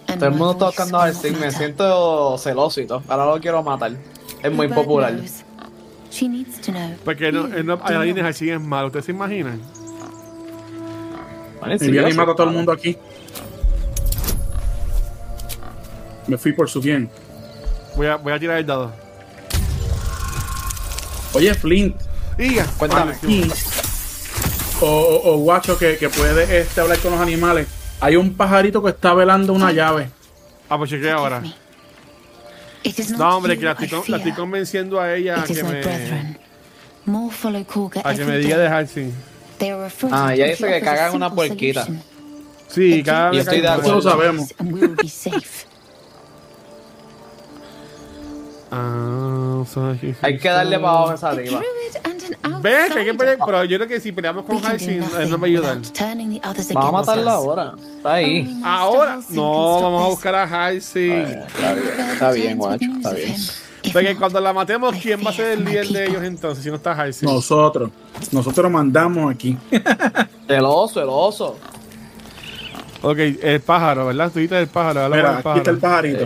[SPEAKER 2] Todo el mundo está buscando a Sting, me siento celoso y todo. Ahora lo quiero matar. Es muy
[SPEAKER 8] Bird
[SPEAKER 2] popular.
[SPEAKER 8] knows. she needs to know.
[SPEAKER 1] Porque no, él no, a alguien es así es malo, ¿ustedes se imaginan?
[SPEAKER 3] Me viene y mata a todo el mundo aquí. Me fui por su bien.
[SPEAKER 1] Voy a, voy a tirar el dado.
[SPEAKER 3] Oye, Flint.
[SPEAKER 1] Diga,
[SPEAKER 2] cuéntame.
[SPEAKER 3] O, o- o guacho que, que puede este, hablar con los animales. Hay un pajarito que está velando una llave.
[SPEAKER 1] Ah, pues chequea ahora. No, hombre, que la estoy, con- la estoy convenciendo a ella a
[SPEAKER 8] It is
[SPEAKER 1] que
[SPEAKER 8] my
[SPEAKER 1] me,
[SPEAKER 8] brethren. More follow Korga
[SPEAKER 1] a que me
[SPEAKER 8] every
[SPEAKER 1] diga
[SPEAKER 8] day.
[SPEAKER 1] dejar sin.
[SPEAKER 8] They are afraid
[SPEAKER 2] Ah,
[SPEAKER 8] if
[SPEAKER 2] ya
[SPEAKER 8] he
[SPEAKER 2] dice que
[SPEAKER 8] offers a
[SPEAKER 2] cagan una
[SPEAKER 8] simple
[SPEAKER 2] puerquita.
[SPEAKER 8] solution,
[SPEAKER 1] Sí, cada
[SPEAKER 2] Yo
[SPEAKER 1] vez
[SPEAKER 2] estoy de
[SPEAKER 1] cada-
[SPEAKER 2] acuerdo. Eso lo sabemos.
[SPEAKER 8] and we will be
[SPEAKER 1] [laughs]
[SPEAKER 8] safe.
[SPEAKER 1] Ah, so-
[SPEAKER 2] Hay que darle para abajo a esa diva.
[SPEAKER 1] Ve, que hay que pelear, pero yo creo que si peleamos con Hyacinth, él no va a ayudar.
[SPEAKER 8] Turning the others
[SPEAKER 2] Vamos a
[SPEAKER 8] against
[SPEAKER 2] matarla
[SPEAKER 8] us.
[SPEAKER 2] ahora. Está
[SPEAKER 9] Ah,
[SPEAKER 2] ahí.
[SPEAKER 1] Ahora, no, vamos a buscar a Hyacinth.
[SPEAKER 2] Está bien, está bien, guacho. Está bien.
[SPEAKER 1] Porque cuando la matemos, ¿quién va a ser el líder de ellos entonces? Si no está Hyacinth.
[SPEAKER 3] Nosotros. Nosotros lo mandamos aquí.
[SPEAKER 2] El oso, el oso.
[SPEAKER 1] Ok, el pájaro, ¿verdad? Tú dices el pájaro, habla con
[SPEAKER 3] Mira,
[SPEAKER 1] el
[SPEAKER 3] aquí está el pajarito.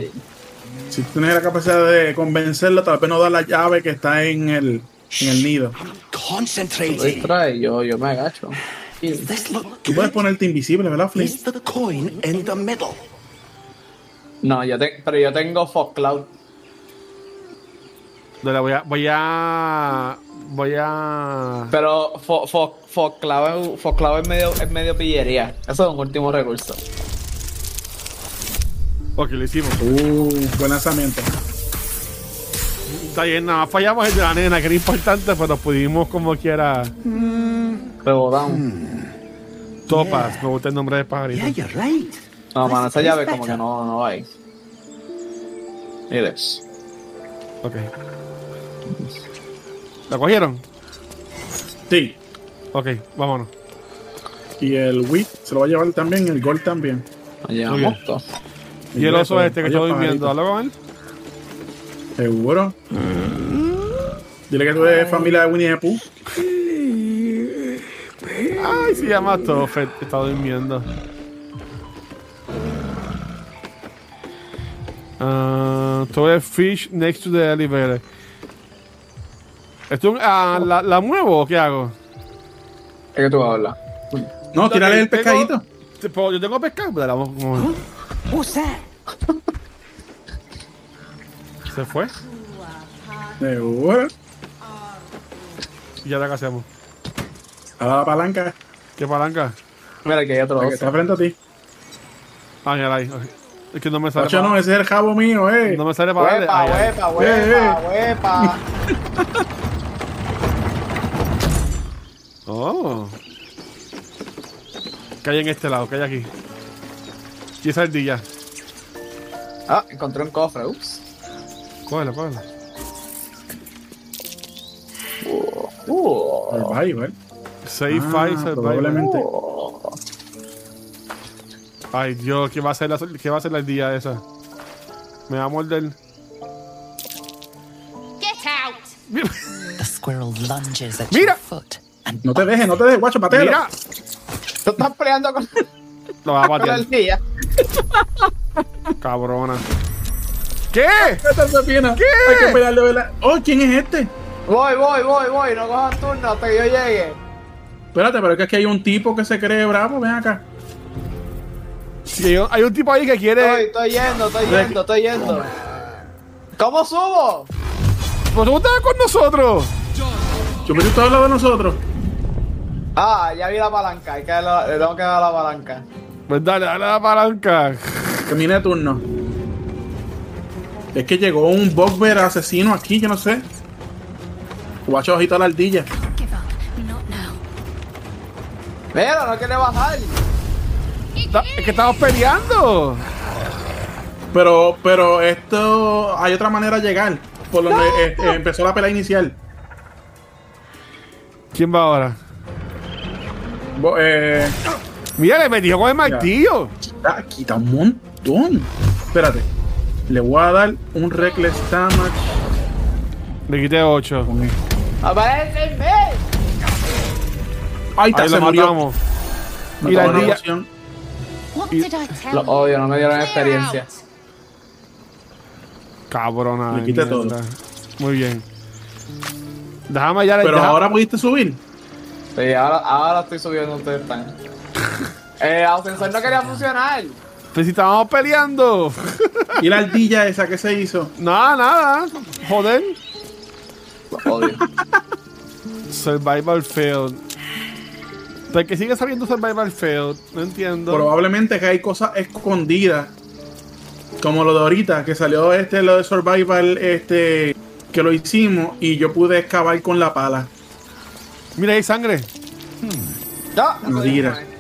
[SPEAKER 3] Si tú tienes la capacidad de convencerlo, tal vez no da la llave que está en el, en el nido.
[SPEAKER 2] Lo distrae, yo, yo me agacho.
[SPEAKER 3] Tú puedes ponerte invisible, ¿verdad, Flint?
[SPEAKER 14] The coin in the middle.
[SPEAKER 2] No, yo te, pero yo tengo Fox Cloud.
[SPEAKER 1] Dale, voy a, voy a, voy a...
[SPEAKER 2] Pero Fo- Fo- Fox Cloud, es- Fox Cloud es, medio, es medio pillería. Eso es un último recurso.
[SPEAKER 1] Ok, lo hicimos.
[SPEAKER 3] Uh, buen lanzamiento.
[SPEAKER 1] Está bien, nada más fallamos el de la nena, que era importante, pero pudimos como quiera.
[SPEAKER 2] Rebotamos.
[SPEAKER 1] Mm. Topas, me gusta el nombre de pajarito.
[SPEAKER 14] right.
[SPEAKER 2] No, mano, esa llave como que no, no va ahí. Mires.
[SPEAKER 1] Ok. ¿La cogieron?
[SPEAKER 3] Sí.
[SPEAKER 1] Ok, vámonos.
[SPEAKER 3] Y el wheat se lo va a llevar también, el gol también.
[SPEAKER 1] Muy bien. Y el
[SPEAKER 3] pues,
[SPEAKER 1] oso este que está durmiendo, ¿habla con él?
[SPEAKER 3] Seguro. Dile que tú eres familia de Winnie the Pooh.
[SPEAKER 1] Ay, se llama Toffet, está durmiendo. Ah, Toffet fish next to the elevator. ¿Esto, ah, la, ¿La muevo o qué hago?
[SPEAKER 2] ¿De qué tú hablas?
[SPEAKER 3] No, tírale el pescadito.
[SPEAKER 1] Yo tengo pescado, pues, dale, vamos, vamos.
[SPEAKER 14] What's that?
[SPEAKER 1] ¿Se fue?
[SPEAKER 3] Seguro.
[SPEAKER 1] ¿Y ahora qué hacemos?
[SPEAKER 3] Ahora la palanca.
[SPEAKER 1] ¿Qué palanca?
[SPEAKER 2] Mira que hay otro
[SPEAKER 3] La que
[SPEAKER 2] oso.
[SPEAKER 3] está frente a ti.
[SPEAKER 1] Ah, mira ahí. ok. Es que no me sale.
[SPEAKER 3] Ocho,
[SPEAKER 1] pa-
[SPEAKER 3] no, ese es el jabo mío, eh.
[SPEAKER 1] No me sale para darle.
[SPEAKER 2] Huepa,
[SPEAKER 1] Ay, ay.
[SPEAKER 2] huepa,
[SPEAKER 3] Eh,
[SPEAKER 2] huepa, huepa.
[SPEAKER 1] Oh. Que hay en este lado, que hay aquí. Y esa ardilla.
[SPEAKER 2] Ah, encontré un cofre, ups.
[SPEAKER 1] Cógela, cógela.
[SPEAKER 2] Uh,
[SPEAKER 3] Survival.
[SPEAKER 1] 6
[SPEAKER 3] Ah,
[SPEAKER 1] 5 survival.
[SPEAKER 3] probablemente.
[SPEAKER 1] Ay, Dios, ¿qué va a hacer la, qué va a hacer la ardilla esa? Me va a morder.
[SPEAKER 6] Get out!
[SPEAKER 8] The squirrel lunges at
[SPEAKER 1] Mira.
[SPEAKER 8] your foot.
[SPEAKER 3] No te dejes, no te dejes, guacho, patela.
[SPEAKER 1] Mira,
[SPEAKER 2] tú estás peleando con,
[SPEAKER 1] lo va a
[SPEAKER 2] con
[SPEAKER 1] patear.
[SPEAKER 3] [laughs]
[SPEAKER 2] el día.
[SPEAKER 1] Cabrona. ¿Qué?
[SPEAKER 3] [laughs] Esta es la pierna.
[SPEAKER 1] ¿Qué?
[SPEAKER 3] Hay que pegarle, ¿verdad? Oh, ¿quién es este?
[SPEAKER 2] Voy, voy, voy, voy. No cojan turno hasta que yo llegue.
[SPEAKER 3] Espérate, pero es que aquí hay un tipo que se cree bravo, ven acá.
[SPEAKER 1] Sí, hay, un, hay un tipo ahí que
[SPEAKER 2] Estoy,
[SPEAKER 3] Eh.
[SPEAKER 1] quiere.
[SPEAKER 2] estoy yendo, estoy yendo, estoy yendo. ¿Cómo subo?
[SPEAKER 1] ¿Pero Pues tú estabas con nosotros?
[SPEAKER 3] Chupete, tú hablas de nosotros.
[SPEAKER 2] Ah, ya vi la palanca. Hay que darle la- le tengo que dar la palanca.
[SPEAKER 1] Pues dale, dale a la palanca.
[SPEAKER 3] Termina de turno. Es que llegó un Bugbear asesino aquí, yo no sé. Guacho, agita la ardilla.
[SPEAKER 6] Give up. Not now.
[SPEAKER 2] Mira, no quiere bajar.
[SPEAKER 1] Da- Es que estamos peleando.
[SPEAKER 3] Pero, pero esto, hay otra manera de llegar. por donde eh, eh, empezó la pelea inicial.
[SPEAKER 1] ¿Quién va ahora?
[SPEAKER 3] Bo- eh,
[SPEAKER 1] Mira, le metió con el martillo.
[SPEAKER 3] Quita, quita un montón. Espérate. Le voy a dar un reckless damage.
[SPEAKER 1] Le quité 8.
[SPEAKER 2] ¡Aparecenme!
[SPEAKER 3] Ahí está,
[SPEAKER 1] Ahí
[SPEAKER 3] se
[SPEAKER 1] lo
[SPEAKER 3] murió.
[SPEAKER 1] matamos.
[SPEAKER 3] Me
[SPEAKER 1] Y la
[SPEAKER 3] tocó una
[SPEAKER 1] ardilla-
[SPEAKER 3] poción.
[SPEAKER 9] What did I tell
[SPEAKER 2] Lo
[SPEAKER 9] you?
[SPEAKER 2] odio, no me dieron experiencia.
[SPEAKER 1] Cabrona.
[SPEAKER 3] Le
[SPEAKER 1] de
[SPEAKER 3] quité
[SPEAKER 1] mierda.
[SPEAKER 3] todo.
[SPEAKER 1] Muy bien. Déjame ya
[SPEAKER 3] Pero
[SPEAKER 1] deja-
[SPEAKER 3] ahora pudiste subir.
[SPEAKER 2] Sí, ahora, ahora estoy subiendo ustedes están. [laughs] Eh, ascensor no quería funcionar.
[SPEAKER 1] Pues si estábamos peleando. [laughs]
[SPEAKER 3] ¿Y la ardilla esa que se hizo?
[SPEAKER 1] Nada, nada. Joder.
[SPEAKER 2] Odio.
[SPEAKER 1] Survival failed. ¿Por qué sigue saliendo survival failed? No entiendo.
[SPEAKER 3] Probablemente que hay cosas escondidas. Como lo de ahorita, que salió este, lo de Survival, este, que lo hicimos y yo pude excavar con la pala.
[SPEAKER 1] Mira, hay sangre.
[SPEAKER 2] No, Ah, no podía
[SPEAKER 3] Mira.
[SPEAKER 2] poner.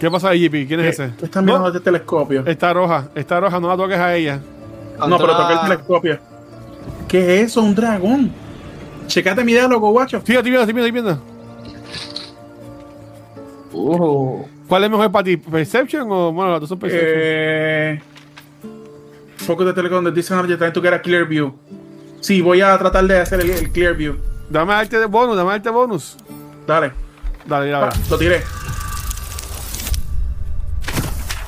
[SPEAKER 1] ¿Qué pasa, JP?
[SPEAKER 3] Eh,
[SPEAKER 1] ¿Quién es ese? Eh,
[SPEAKER 3] Estás mirando este telescopio.
[SPEAKER 1] Está roja, está roja, no la toques a ella.
[SPEAKER 3] no, pero
[SPEAKER 2] Contra-
[SPEAKER 3] toqué el telescopio. ¿Qué es eso? Un dragón. Checate mi diálogo, guacho.
[SPEAKER 1] Sí, estoy viendo, estoy viendo, estoy viendo.
[SPEAKER 2] Uh,
[SPEAKER 1] ¿Cuál es mejor para ti? ¿Perception o bueno, las dos son perception?
[SPEAKER 3] Eh, Focus de telecom de Dixon Object Trying to get a clear view. Sí, voy a tratar de hacer el, el clear view.
[SPEAKER 1] Dame arte de bonus, dame arte bonus.
[SPEAKER 3] Dale.
[SPEAKER 1] Dale, dale.
[SPEAKER 3] Ah, lo tiré.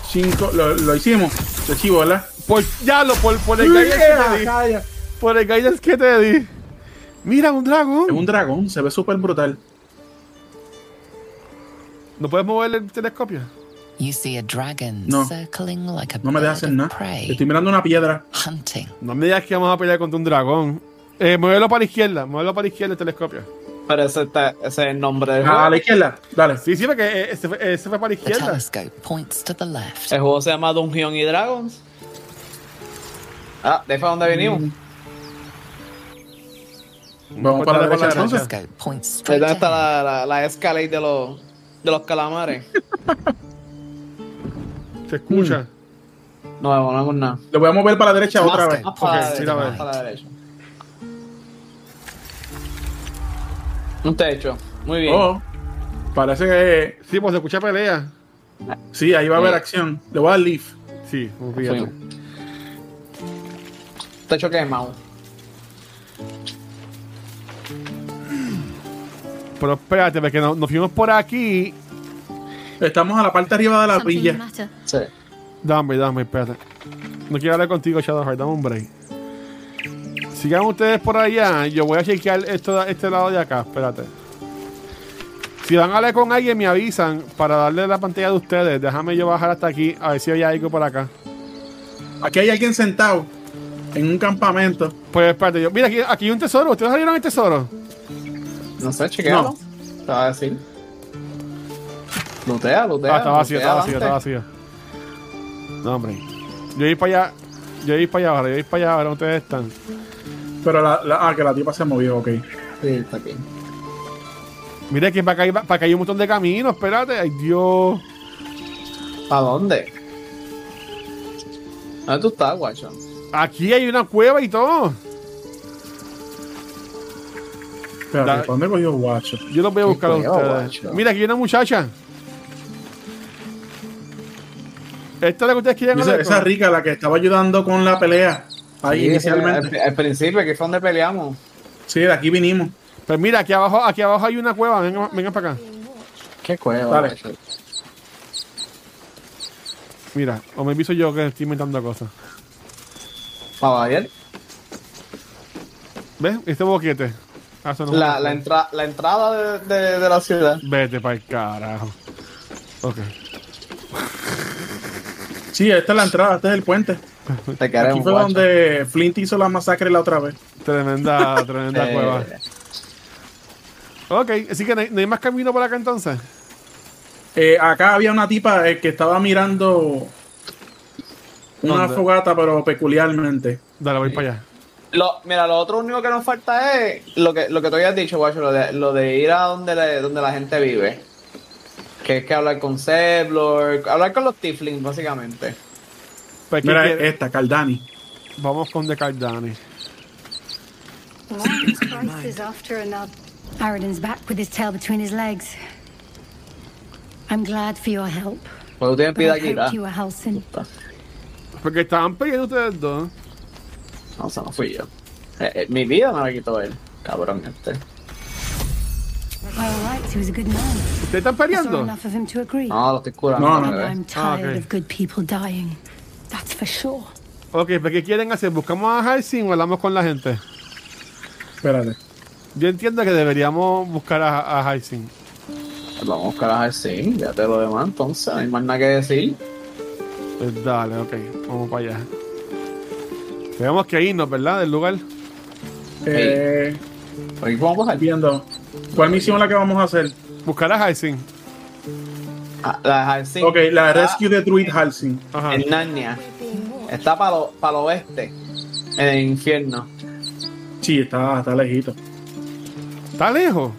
[SPEAKER 3] Cinco. Lo, lo hicimos. Lo chivo, ¿verdad?
[SPEAKER 1] Por, ya lo, por, por el guidance que te di.
[SPEAKER 3] Es
[SPEAKER 1] Por el guidance que te di. Mira, un dragón.
[SPEAKER 3] un dragón. Se ve súper brutal.
[SPEAKER 1] ¿No puedes mover el telescopio?
[SPEAKER 8] You see a dragon
[SPEAKER 3] No.
[SPEAKER 8] circling like a
[SPEAKER 3] No me
[SPEAKER 8] bird
[SPEAKER 3] deja hacer
[SPEAKER 8] of
[SPEAKER 3] nada.
[SPEAKER 8] prey,
[SPEAKER 3] Estoy mirando una piedra.
[SPEAKER 8] hunting.
[SPEAKER 1] No me digas que vamos a pelear contra un dragón. Eh, muévelo para la izquierda, muévelo para la izquierda el telescopio.
[SPEAKER 2] pero ese, está- ese es el nombre del juego.
[SPEAKER 3] Ah, a la izquierda. Dale.
[SPEAKER 1] Sí, sí, porque eh, ese fue, ese fue para la
[SPEAKER 8] The
[SPEAKER 1] izquierda.
[SPEAKER 8] telescope points to the
[SPEAKER 3] Eh.
[SPEAKER 8] left.
[SPEAKER 2] El juego se llama Dungeon y Dragons. Ah, de ahí fue donde vinimos.
[SPEAKER 3] Vamos para la
[SPEAKER 1] Dale para
[SPEAKER 3] derecha
[SPEAKER 1] la
[SPEAKER 3] entonces.
[SPEAKER 1] derecha.
[SPEAKER 8] Telescope points
[SPEAKER 2] Ahí
[SPEAKER 8] straight
[SPEAKER 2] donde está
[SPEAKER 8] ahead.
[SPEAKER 2] la, la, la escalade de los, de los calamares.
[SPEAKER 1] Se escucha.
[SPEAKER 2] No, no vemos nada.
[SPEAKER 3] Lo voy a mover para la derecha otra vez.
[SPEAKER 8] Master.
[SPEAKER 2] Más para,
[SPEAKER 1] Ok, mira,
[SPEAKER 2] la derecha,
[SPEAKER 1] a
[SPEAKER 2] más
[SPEAKER 1] ver.
[SPEAKER 2] para la derecha. Un techo. Muy bien.
[SPEAKER 3] Oh, parece que.
[SPEAKER 1] Sí, pues se escucha pelea.
[SPEAKER 3] Sí, ahí va a haber acción. Le voy a dar leaf.
[SPEAKER 1] Sí, confía.
[SPEAKER 2] Fuimos. Techo quemado.
[SPEAKER 1] Pero espérate, porque no- nos fuimos por aquí.
[SPEAKER 3] Estamos a la parte arriba de la
[SPEAKER 7] Something the
[SPEAKER 3] villa.
[SPEAKER 7] matter.
[SPEAKER 2] Sí.
[SPEAKER 1] Dame, dame, espérate. No quiero hablar contigo, Shadowheart, dame un break. Sigan ustedes por allá, yo voy a chequear esto, este lado de acá, espérate. Si van a hablar con alguien, me avisan para darle la pantalla de ustedes. Déjame yo bajar hasta aquí, a ver si hay algo por acá.
[SPEAKER 3] Aquí hay alguien sentado en un campamento.
[SPEAKER 1] Pues espérate, yo. Mira, aquí, aquí hay un tesoro. ¿Ustedes salieron el tesoro?
[SPEAKER 2] No sé, chequealo. Te va a decir. Lutea, lutea.
[SPEAKER 1] Ah, está vacío,
[SPEAKER 2] lutea
[SPEAKER 1] está vacío, está
[SPEAKER 2] adelante.
[SPEAKER 1] vacío. No, hombre. Yo voy para allá. Yo voy para allá ahora, yo voy para allá ahora, ustedes están.
[SPEAKER 3] Pero la, la- ah, que la tipa se movió, ok.
[SPEAKER 2] Sí, está aquí.
[SPEAKER 1] Mira que para acá, hay, para acá hay un montón de caminos, espérate. Ay, Dios.
[SPEAKER 2] ¿A dónde? ¿Dónde tú estás, guacho?
[SPEAKER 1] Aquí hay una cueva y todo.
[SPEAKER 3] Espérate,
[SPEAKER 1] Dale.
[SPEAKER 3] ¿para dónde cogió guacho?
[SPEAKER 1] Yo los voy a
[SPEAKER 2] Qué
[SPEAKER 1] buscar a
[SPEAKER 2] cueva,
[SPEAKER 1] ustedes.
[SPEAKER 2] guacho.
[SPEAKER 1] Mira, aquí hay una muchacha. Esta es la que ustedes quieren
[SPEAKER 3] Esa,
[SPEAKER 1] hablar
[SPEAKER 3] esa
[SPEAKER 1] con-
[SPEAKER 3] rica, la que estaba ayudando con la pelea. Ahí
[SPEAKER 2] Sí,
[SPEAKER 3] inicialmente.
[SPEAKER 2] Al, al principio, que fue donde peleamos.
[SPEAKER 3] Sí, de aquí vinimos.
[SPEAKER 1] Pues mira, aquí abajo, aquí abajo hay una cueva. Vengan, vengan para acá.
[SPEAKER 2] Qué cueva,
[SPEAKER 3] Vale.
[SPEAKER 2] guacho.
[SPEAKER 1] Mira, o me aviso yo que estoy inventando cosas.
[SPEAKER 2] Para variar.
[SPEAKER 1] ¿Ves? Este boquete. Ah, eso no es
[SPEAKER 2] La,
[SPEAKER 1] una-
[SPEAKER 2] la, entra- la entrada de, de- de la ciudad.
[SPEAKER 1] Vete para el carajo. Ok.
[SPEAKER 3] Sí, esta es la entrada, este es el puente.
[SPEAKER 2] Te
[SPEAKER 3] Aquí
[SPEAKER 2] queremos,
[SPEAKER 3] fue
[SPEAKER 2] guacho.
[SPEAKER 3] donde Flint hizo la masacre la otra vez.
[SPEAKER 2] [laughs]
[SPEAKER 1] Tremenda, tremenda
[SPEAKER 2] Eh,
[SPEAKER 1] cueva. Ok, así que no hay, no hay más camino por acá entonces.
[SPEAKER 3] Eh, acá había una tipa eh, que estaba mirando una
[SPEAKER 1] ¿Dónde?
[SPEAKER 3] fogata, pero peculiarmente.
[SPEAKER 1] Dale, voy para allá.
[SPEAKER 2] Lo, mira, lo otro único que nos falta es lo que, lo que tú habías dicho, guacho, lo de, lo de ir a donde, le- donde la gente vive. Que es que hablar con Zeblor, hablar con los Tiflings, básicamente.
[SPEAKER 1] Pues, ¿quién
[SPEAKER 3] Mira eh,
[SPEAKER 1] quiere?
[SPEAKER 3] esta, Caldani.
[SPEAKER 1] Vamos con The Cardani.
[SPEAKER 7] One Christ is after another.
[SPEAKER 9] Aridan's back with his tail between his legs. I'm glad for your help.
[SPEAKER 2] Cuando tienen
[SPEAKER 9] but
[SPEAKER 2] pida
[SPEAKER 9] I
[SPEAKER 2] aquí,
[SPEAKER 9] hoped you were Halcyon.
[SPEAKER 1] Porque estaban peleando ustedes dos.
[SPEAKER 2] No, eso no fui yo. Eh, eh, mi vida me la quitó él. Cabrón este.
[SPEAKER 9] Well, right, he was a good man.
[SPEAKER 1] ¿Ustedes están
[SPEAKER 9] I saw
[SPEAKER 1] peleando?
[SPEAKER 9] enough of him to agree.
[SPEAKER 3] Ah,
[SPEAKER 2] No, lo estoy curando.
[SPEAKER 1] No, no.
[SPEAKER 2] bebé.
[SPEAKER 9] I'm
[SPEAKER 1] Ah,
[SPEAKER 9] tired
[SPEAKER 1] ok.
[SPEAKER 9] of good people dying. That's for sure.
[SPEAKER 1] Ok, ¿pero qué quieren hacer? ¿Buscamos a Halcyon o hablamos con la gente?
[SPEAKER 3] Espérate.
[SPEAKER 1] Yo entiendo que deberíamos buscar a, a Halcyon.
[SPEAKER 2] Pues Vamos a buscar a Halcín, ya te lo demás entonces, no hay más nada que decir.
[SPEAKER 1] Pues dale, ok, vamos para allá. Tenemos que irnos, ¿verdad? Del lugar.
[SPEAKER 3] Eh,
[SPEAKER 2] Pues vamos a pasar?
[SPEAKER 3] Viendo. ¿Cuál misión es la que vamos a hacer?
[SPEAKER 1] Buscar a Halcyon.
[SPEAKER 2] La de Halcín.
[SPEAKER 3] Ok, la
[SPEAKER 2] está
[SPEAKER 3] Rescue de Druid Halsing.
[SPEAKER 2] En Narnia. Está para lo, para el oeste, en el infierno.
[SPEAKER 3] Sí, está, está lejito.
[SPEAKER 1] ¿Está lejos?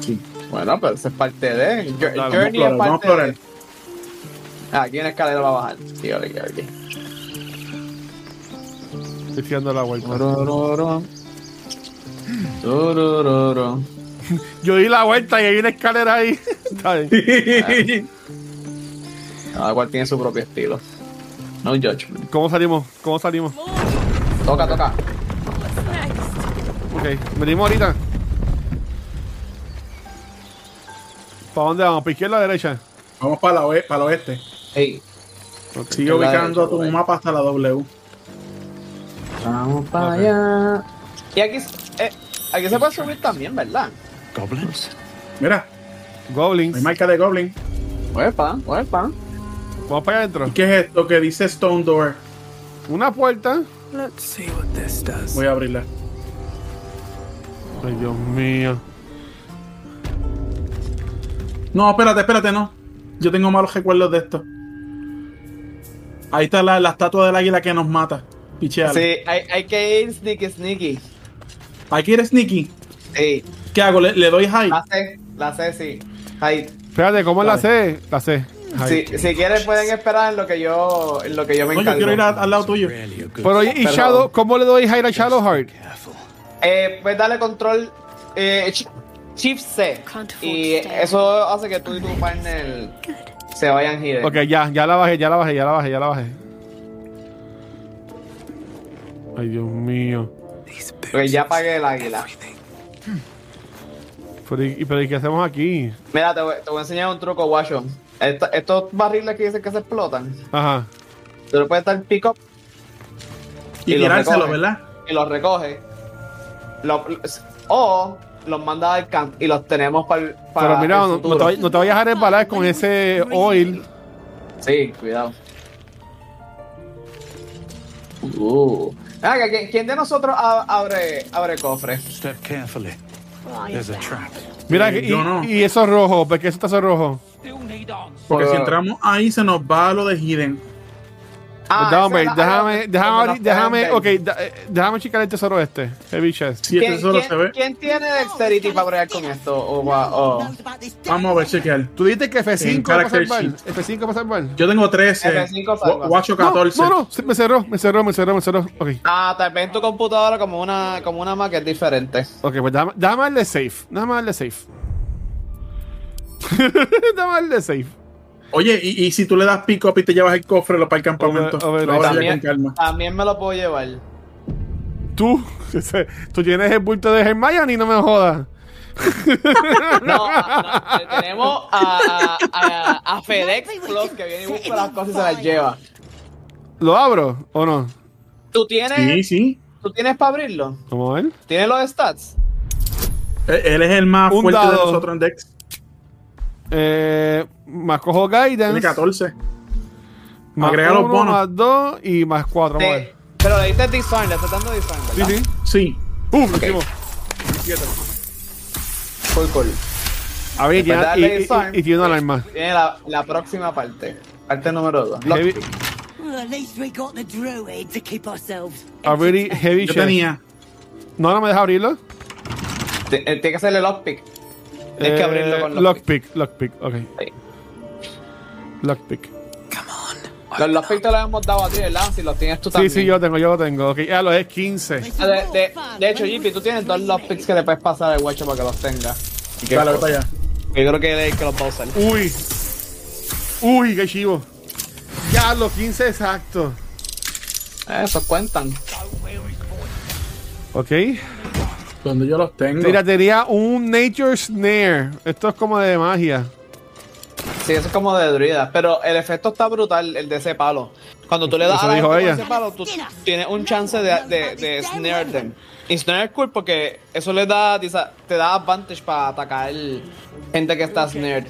[SPEAKER 2] Sí. Bueno, pero eso es parte de. el jour- el
[SPEAKER 3] Vamos a
[SPEAKER 2] Journey
[SPEAKER 3] explorar,
[SPEAKER 2] es
[SPEAKER 3] vamos a
[SPEAKER 2] parte
[SPEAKER 3] explorar.
[SPEAKER 2] de. Ah, aquí una escalera va a bajar. Sí, ahora aquí, ahora aquí.
[SPEAKER 1] Estoy tirando la vuelta.
[SPEAKER 2] Turururu.
[SPEAKER 1] Yo di la vuelta y hay una escalera ahí. [laughs] Está bien.
[SPEAKER 2] Cada cual tiene su propio estilo. No judgment.
[SPEAKER 1] ¿Cómo salimos? ¿Cómo salimos?
[SPEAKER 2] Toca, toca.
[SPEAKER 1] Ok, venimos ahorita. ¿Para dónde vamos? ¿Para izquierda o derecha?
[SPEAKER 3] Vamos para, la oe- para el oeste.
[SPEAKER 2] Ey.
[SPEAKER 3] Sigue ubicando
[SPEAKER 2] eh.
[SPEAKER 3] tu mapa hasta la W.
[SPEAKER 2] Vamos para allá. Y aquí, eh, aquí se puede subir también, ¿verdad?
[SPEAKER 3] Goblins. Mira. Goblins. Hay marca de Goblin.
[SPEAKER 2] Huepa, huepa.
[SPEAKER 1] Vamos para allá adentro.
[SPEAKER 3] ¿Qué es esto que dice Stone Door?
[SPEAKER 1] Una puerta.
[SPEAKER 14] Let's see what this does.
[SPEAKER 3] Voy a abrirla.
[SPEAKER 1] Ay, Dios mío.
[SPEAKER 3] No, espérate, espérate, no. Yo tengo malos recuerdos de esto. Ahí está la, la estatua del águila que nos mata. Picheala.
[SPEAKER 2] Sí, hay, hay que ir sneaky, sneaky.
[SPEAKER 3] Aquí eres Sneaky.
[SPEAKER 2] Sí.
[SPEAKER 3] ¿Qué hago? ¿Le, le doy high?
[SPEAKER 2] La C, la C, sí. Ahí.
[SPEAKER 1] Espérate, ¿cómo es la C? La C.
[SPEAKER 2] Si,
[SPEAKER 1] Ahí.
[SPEAKER 2] si quieren pueden esperar en lo que yo, en lo que yo me
[SPEAKER 3] No, yo
[SPEAKER 2] encargo.
[SPEAKER 3] quiero ir a- al lado tuyo.
[SPEAKER 1] Pero, ¿y- ¿y Shadow? ¿Cómo le doy
[SPEAKER 2] Este,
[SPEAKER 1] Jaira a Shadowheart?
[SPEAKER 2] Eh, pues dale control eh, ch- Shift C. Y eso hace que tú y tu partner se vayan giren.
[SPEAKER 1] Ok, ya, ya la bajé, ya la bajé, ya la bajé, ya la bajé. Ay, Dios mío.
[SPEAKER 2] Porque ya pagué el águila.
[SPEAKER 1] Pero, ¿y, pero, ¿y qué hacemos aquí?
[SPEAKER 2] Mira, te voy, te voy a enseñar un truco, guacho. Esto- estos barriles que dicen que se explotan,
[SPEAKER 1] Ajá.
[SPEAKER 2] tú le puedes dar pick up
[SPEAKER 3] Y,
[SPEAKER 2] los
[SPEAKER 3] tirárselo,
[SPEAKER 2] recoge.
[SPEAKER 3] ¿verdad?
[SPEAKER 2] y los recoge. Lo- o los manda al camp y los tenemos para
[SPEAKER 1] Pero mira, no, no te, vay- no te vayas a resbalar con ese oil.
[SPEAKER 2] Sí, cuidado. Uh. Ah, que- que- ¿Quién de nosotros a- abre, abre cofre?
[SPEAKER 16] Step carefully. There's a trap.
[SPEAKER 1] Mira,
[SPEAKER 3] Eh,
[SPEAKER 1] que-
[SPEAKER 3] yo
[SPEAKER 1] y,
[SPEAKER 3] no.
[SPEAKER 1] y eso es rojo, porque eso está eso es rojo.
[SPEAKER 3] Porque si entramos ahí se nos va lo de Hidden.
[SPEAKER 2] Ah,
[SPEAKER 1] Pues déjame,
[SPEAKER 3] esa es la-
[SPEAKER 1] déjame, déjame,
[SPEAKER 3] cuando
[SPEAKER 1] abrir-
[SPEAKER 3] nos
[SPEAKER 1] déjame,
[SPEAKER 3] pueden
[SPEAKER 1] ok,
[SPEAKER 3] ver.
[SPEAKER 1] da- eh, déjame checar el tesoro este. Heavy chest.
[SPEAKER 3] Sí,
[SPEAKER 2] ¿Quién, quién- quién tiene dexterity para bregar con esto? O va- o-
[SPEAKER 3] Vamos a ver, chequear.
[SPEAKER 1] Tú dijiste que F5 para
[SPEAKER 3] character
[SPEAKER 1] salvar.
[SPEAKER 3] sheet.
[SPEAKER 1] F5 para salvar.
[SPEAKER 3] Yo tengo 13.
[SPEAKER 2] F5
[SPEAKER 3] gua-
[SPEAKER 2] salva.
[SPEAKER 3] Guacho 14.
[SPEAKER 1] No, no, se- me cerró, me cerró, me cerró, me cerró. Ok,
[SPEAKER 2] Ah, tal vez en tu computadora como una, como una Mac es diferente.
[SPEAKER 1] ok, pues déjame, déjame darle safe. Déjame darle safe. [laughs] déjame darle safe.
[SPEAKER 3] Oye, y, y si tú le das pick up y te llevas el cofre lo para el campamento.
[SPEAKER 1] A ver, a ver,
[SPEAKER 3] Ahora ya
[SPEAKER 2] también,
[SPEAKER 3] con calma.
[SPEAKER 2] también me lo puedo llevar.
[SPEAKER 1] Tú, [laughs] tú tienes el bulto de Hermione, no me jodas.
[SPEAKER 2] No, ah, no, tenemos a, a, a- a FedEx Plus que viene y busca las cosas y se las lleva.
[SPEAKER 1] ¿Lo abro o no?
[SPEAKER 2] ¿Tú tienes,
[SPEAKER 3] sí.
[SPEAKER 2] ¿tú tienes para abrirlo?
[SPEAKER 1] Vamos a ver.
[SPEAKER 2] ¿Tienes los stats?
[SPEAKER 3] Eh, Él es el más
[SPEAKER 1] Un
[SPEAKER 3] fuerte de
[SPEAKER 1] dado.
[SPEAKER 3] nosotros en Dex.
[SPEAKER 1] Eh, más cojo
[SPEAKER 3] Tiene
[SPEAKER 1] guidance.
[SPEAKER 3] 14.
[SPEAKER 1] Más
[SPEAKER 3] Agrega los
[SPEAKER 1] uno,
[SPEAKER 3] bonos.
[SPEAKER 1] Más dos y más cuatro. Vamos a ver.
[SPEAKER 2] Sí, pero le diste design, le estás dando design,
[SPEAKER 1] Sí,
[SPEAKER 2] ¿verdad?
[SPEAKER 1] sí. Uh,
[SPEAKER 3] Sí.
[SPEAKER 1] Uf, lo hicimos.
[SPEAKER 2] Cool, cool.
[SPEAKER 1] A ver,
[SPEAKER 2] Después
[SPEAKER 3] Pues
[SPEAKER 1] tiene-
[SPEAKER 2] de darle
[SPEAKER 1] y- y-
[SPEAKER 3] eh.
[SPEAKER 2] design,
[SPEAKER 1] y, tiene una alarma.
[SPEAKER 2] Viene la, la próxima parte. Parte número 2.
[SPEAKER 1] Heavy,
[SPEAKER 17] Well, at least we got the druid to keep ourselves.
[SPEAKER 1] a really heavy
[SPEAKER 3] Yo
[SPEAKER 1] chest.
[SPEAKER 3] tenía.
[SPEAKER 1] No, no me deja abrirlo.
[SPEAKER 2] eh, Tiene que hacerle lockpick. Tienes que
[SPEAKER 1] Eh,
[SPEAKER 2] abrirlo con
[SPEAKER 1] lockpick. Lockpick, ok. Lockpick.
[SPEAKER 2] Los, los pictos los hemos dado a ti, ¿verdad? Si los tienes tú
[SPEAKER 1] Sí,
[SPEAKER 2] también.
[SPEAKER 1] sí, yo lo tengo, yo lo tengo. Ok, ya lo es 15.
[SPEAKER 2] Ah, De, de- de hecho, JP, tú tienes todos los picks que le puedes pasar al guacho para que los tenga. Y que-
[SPEAKER 1] Dale, voy para allá.
[SPEAKER 2] Yo creo que es el que los va a usar.
[SPEAKER 1] Uy. Uy, qué chivo. Ya los 15 exactos.
[SPEAKER 2] Eh, Esos cuentan.
[SPEAKER 1] Ok.
[SPEAKER 3] Donde yo los tengo.
[SPEAKER 1] Tiratería un Nature Snare. Esto es como de magia.
[SPEAKER 2] Sí, eso es como de druida. Pero el efecto está brutal, el de ese palo. Cuando tú le das
[SPEAKER 1] Eso
[SPEAKER 2] a la
[SPEAKER 1] dijo
[SPEAKER 2] gente
[SPEAKER 1] ella.
[SPEAKER 2] con ese palo, tú tienes un chance de, de, de snare them. Y snare es cool porque eso le da, disa- te da advantage para atacar gente que está snared.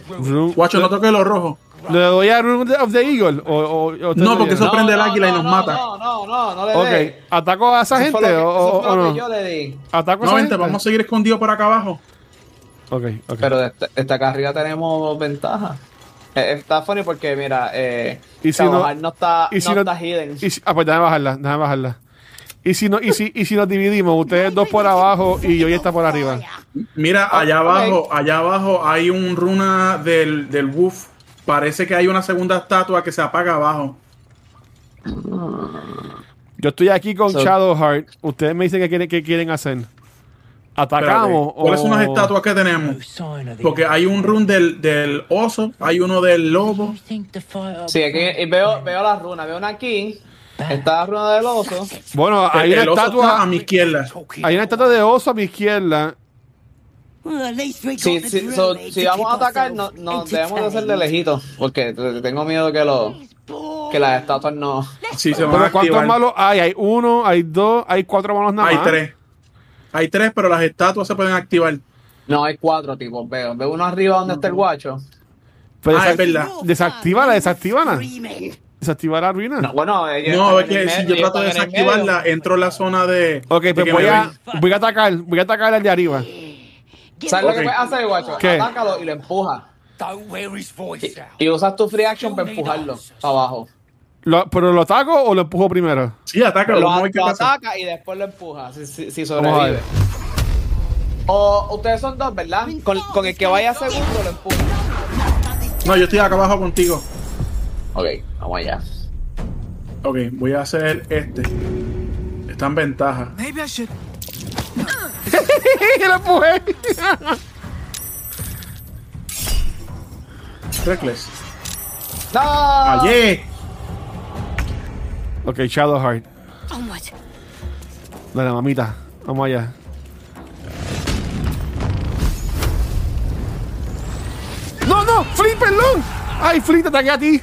[SPEAKER 3] Guacho, no toques los rojos.
[SPEAKER 1] ¿Le doy a Rune of the Eagle? O, o- o-
[SPEAKER 3] No, porque eso
[SPEAKER 1] No,
[SPEAKER 3] prende
[SPEAKER 1] no,
[SPEAKER 3] el águila y nos
[SPEAKER 1] no,
[SPEAKER 3] mata.
[SPEAKER 2] No, no, no, no le
[SPEAKER 1] Ok,
[SPEAKER 2] des.
[SPEAKER 1] ¿ataco a esa
[SPEAKER 2] Eso fue
[SPEAKER 1] gente
[SPEAKER 2] lo que-
[SPEAKER 1] o,
[SPEAKER 2] eso
[SPEAKER 1] o-
[SPEAKER 2] fue
[SPEAKER 1] o
[SPEAKER 2] lo
[SPEAKER 1] no?
[SPEAKER 2] que yo le di.
[SPEAKER 1] ¿Ataco a
[SPEAKER 3] No,
[SPEAKER 1] esa
[SPEAKER 3] vente,
[SPEAKER 1] gente?
[SPEAKER 3] vamos a seguir escondidos por acá abajo.
[SPEAKER 1] Ok, ok.
[SPEAKER 2] Pero de esta, esta acá arriba tenemos ventaja. Eh, Está funny porque, mira, eh,
[SPEAKER 1] ¿Y si no-
[SPEAKER 2] Cabajal no, está,
[SPEAKER 1] y si
[SPEAKER 2] no
[SPEAKER 1] no-
[SPEAKER 2] está Ah, hidden.
[SPEAKER 1] Y si- ah, pues déjame bajarla, déjame bajarla. Y si, no, y, si, y si nos dividimos, ustedes dos por abajo y yo ya está por arriba.
[SPEAKER 3] Mira,
[SPEAKER 1] Ah,
[SPEAKER 3] allá abajo, allá abajo hay un runa del, del Wolf. Parece que hay una segunda estatua que se apaga abajo.
[SPEAKER 1] Yo estoy aquí con
[SPEAKER 3] So-
[SPEAKER 1] Shadowheart. Ustedes me dicen qué quieren, qué quieren hacer. ¿Atacamos?
[SPEAKER 3] Espérate, ¿Cuáles son las
[SPEAKER 1] o-
[SPEAKER 3] estatuas que tenemos? Porque hay un run del, del oso, hay uno del lobo.
[SPEAKER 2] Sí, aquí y veo, veo las runas. Veo una aquí. Está la runa del oso.
[SPEAKER 1] Bueno,
[SPEAKER 3] El-
[SPEAKER 1] hay
[SPEAKER 3] el
[SPEAKER 1] una
[SPEAKER 3] oso está
[SPEAKER 1] estatua
[SPEAKER 3] a mi izquierda.
[SPEAKER 1] Hay una estatua de oso a mi izquierda.
[SPEAKER 2] Sí, sí, so, si vamos a atacar, no, no, debemos de hacer de lejito. Porque te- tengo miedo que, lo, que las estatuas no.
[SPEAKER 3] Sí, se van a
[SPEAKER 1] Pero ¿cuántos
[SPEAKER 3] activar.
[SPEAKER 1] malos hay? Hay uno, hay dos, hay cuatro malos nada
[SPEAKER 3] Hay
[SPEAKER 1] más.
[SPEAKER 3] tres. Hay tres, pero las estatuas se pueden activar.
[SPEAKER 2] No, hay cuatro tipos. Veo, veo uno arriba donde está el guacho.
[SPEAKER 1] Pero
[SPEAKER 3] Ah, es
[SPEAKER 1] desac-
[SPEAKER 3] verdad.
[SPEAKER 1] Desactívala, desactívala. Desactiva la ruina.
[SPEAKER 2] No, bueno, ellos
[SPEAKER 3] No,
[SPEAKER 2] están
[SPEAKER 3] es
[SPEAKER 2] en
[SPEAKER 3] que
[SPEAKER 2] el
[SPEAKER 3] si
[SPEAKER 2] medio,
[SPEAKER 3] yo trato de
[SPEAKER 2] ellos están en el medio.
[SPEAKER 3] desactivarla, entro en la zona de.
[SPEAKER 1] Ok,
[SPEAKER 3] de
[SPEAKER 1] pues
[SPEAKER 3] que
[SPEAKER 1] voy
[SPEAKER 3] me
[SPEAKER 1] a,
[SPEAKER 3] ven.
[SPEAKER 1] voy a atacar, voy a atacar al de arriba.
[SPEAKER 2] ¿Sabes lo que
[SPEAKER 1] Ok.
[SPEAKER 2] puedes hacer, guacho?
[SPEAKER 1] ¿Qué?
[SPEAKER 2] Atácalo y lo empuja. Y, y usas tu free action para empujarlo para abajo.
[SPEAKER 1] Lo- ¿Pero lo ataco o lo empujo primero?
[SPEAKER 3] Sí, ataca,
[SPEAKER 2] lo lo ataca y después lo empuja si, si- si
[SPEAKER 1] Vamos a
[SPEAKER 2] sobrevive.
[SPEAKER 1] ver.
[SPEAKER 2] O ustedes son dos, ¿verdad? Con, con el que vaya segundo lo empuja.
[SPEAKER 3] No, yo estoy acá abajo contigo.
[SPEAKER 2] Ok, vamos allá.
[SPEAKER 3] Ok, voy a hacer este. Está en ventaja.
[SPEAKER 14] Maybe I should.
[SPEAKER 1] [laughs] ¡Lo empujé!
[SPEAKER 3] Reckless.
[SPEAKER 2] ¡No!
[SPEAKER 3] Allí.
[SPEAKER 1] Ok, Shadowheart.
[SPEAKER 6] Onward.
[SPEAKER 1] Dale, mamita. Vamos allá. ¡No, no! ¡Flip, perdón! ¡Ay, Flip, te ataqué a ti!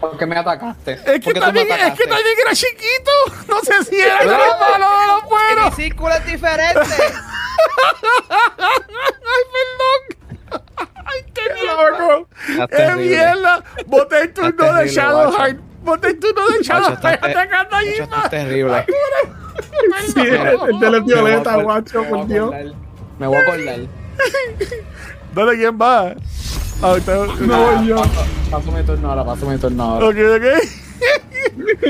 [SPEAKER 2] ¿Por qué me atacaste?
[SPEAKER 1] Es que,
[SPEAKER 2] ¿Por qué tú me
[SPEAKER 1] también, es
[SPEAKER 2] atacaste?
[SPEAKER 1] que también era chiquito. No sé si
[SPEAKER 2] [laughs]
[SPEAKER 1] era el
[SPEAKER 2] Pero-
[SPEAKER 1] malo de
[SPEAKER 2] [laughs]
[SPEAKER 1] los buenos.
[SPEAKER 2] Mi círculo es diferente.
[SPEAKER 1] ¡Ay, perdón! [laughs] ¡Ay, qué loco!
[SPEAKER 2] Estás
[SPEAKER 1] ¡Qué
[SPEAKER 2] terrible.
[SPEAKER 1] mierda! Boté el turno de
[SPEAKER 2] terrible,
[SPEAKER 1] Shadowheart. Boté el turno de
[SPEAKER 2] Guacho, estás
[SPEAKER 1] Shadowheart
[SPEAKER 2] te-
[SPEAKER 1] atacando a
[SPEAKER 2] Esto es
[SPEAKER 1] Yima.
[SPEAKER 2] terrible.
[SPEAKER 3] Sí, este el
[SPEAKER 1] este
[SPEAKER 3] de la violeta, guacho,
[SPEAKER 2] Me voy a
[SPEAKER 3] por Dios.
[SPEAKER 2] acordar, Me voy a acordar.
[SPEAKER 1] Dale, ¿quién va? Ah, está-
[SPEAKER 2] Ah,
[SPEAKER 1] voy yo.
[SPEAKER 2] paso- Paso mi turno ahora, paso mi turno ahora.
[SPEAKER 1] Ok, ok.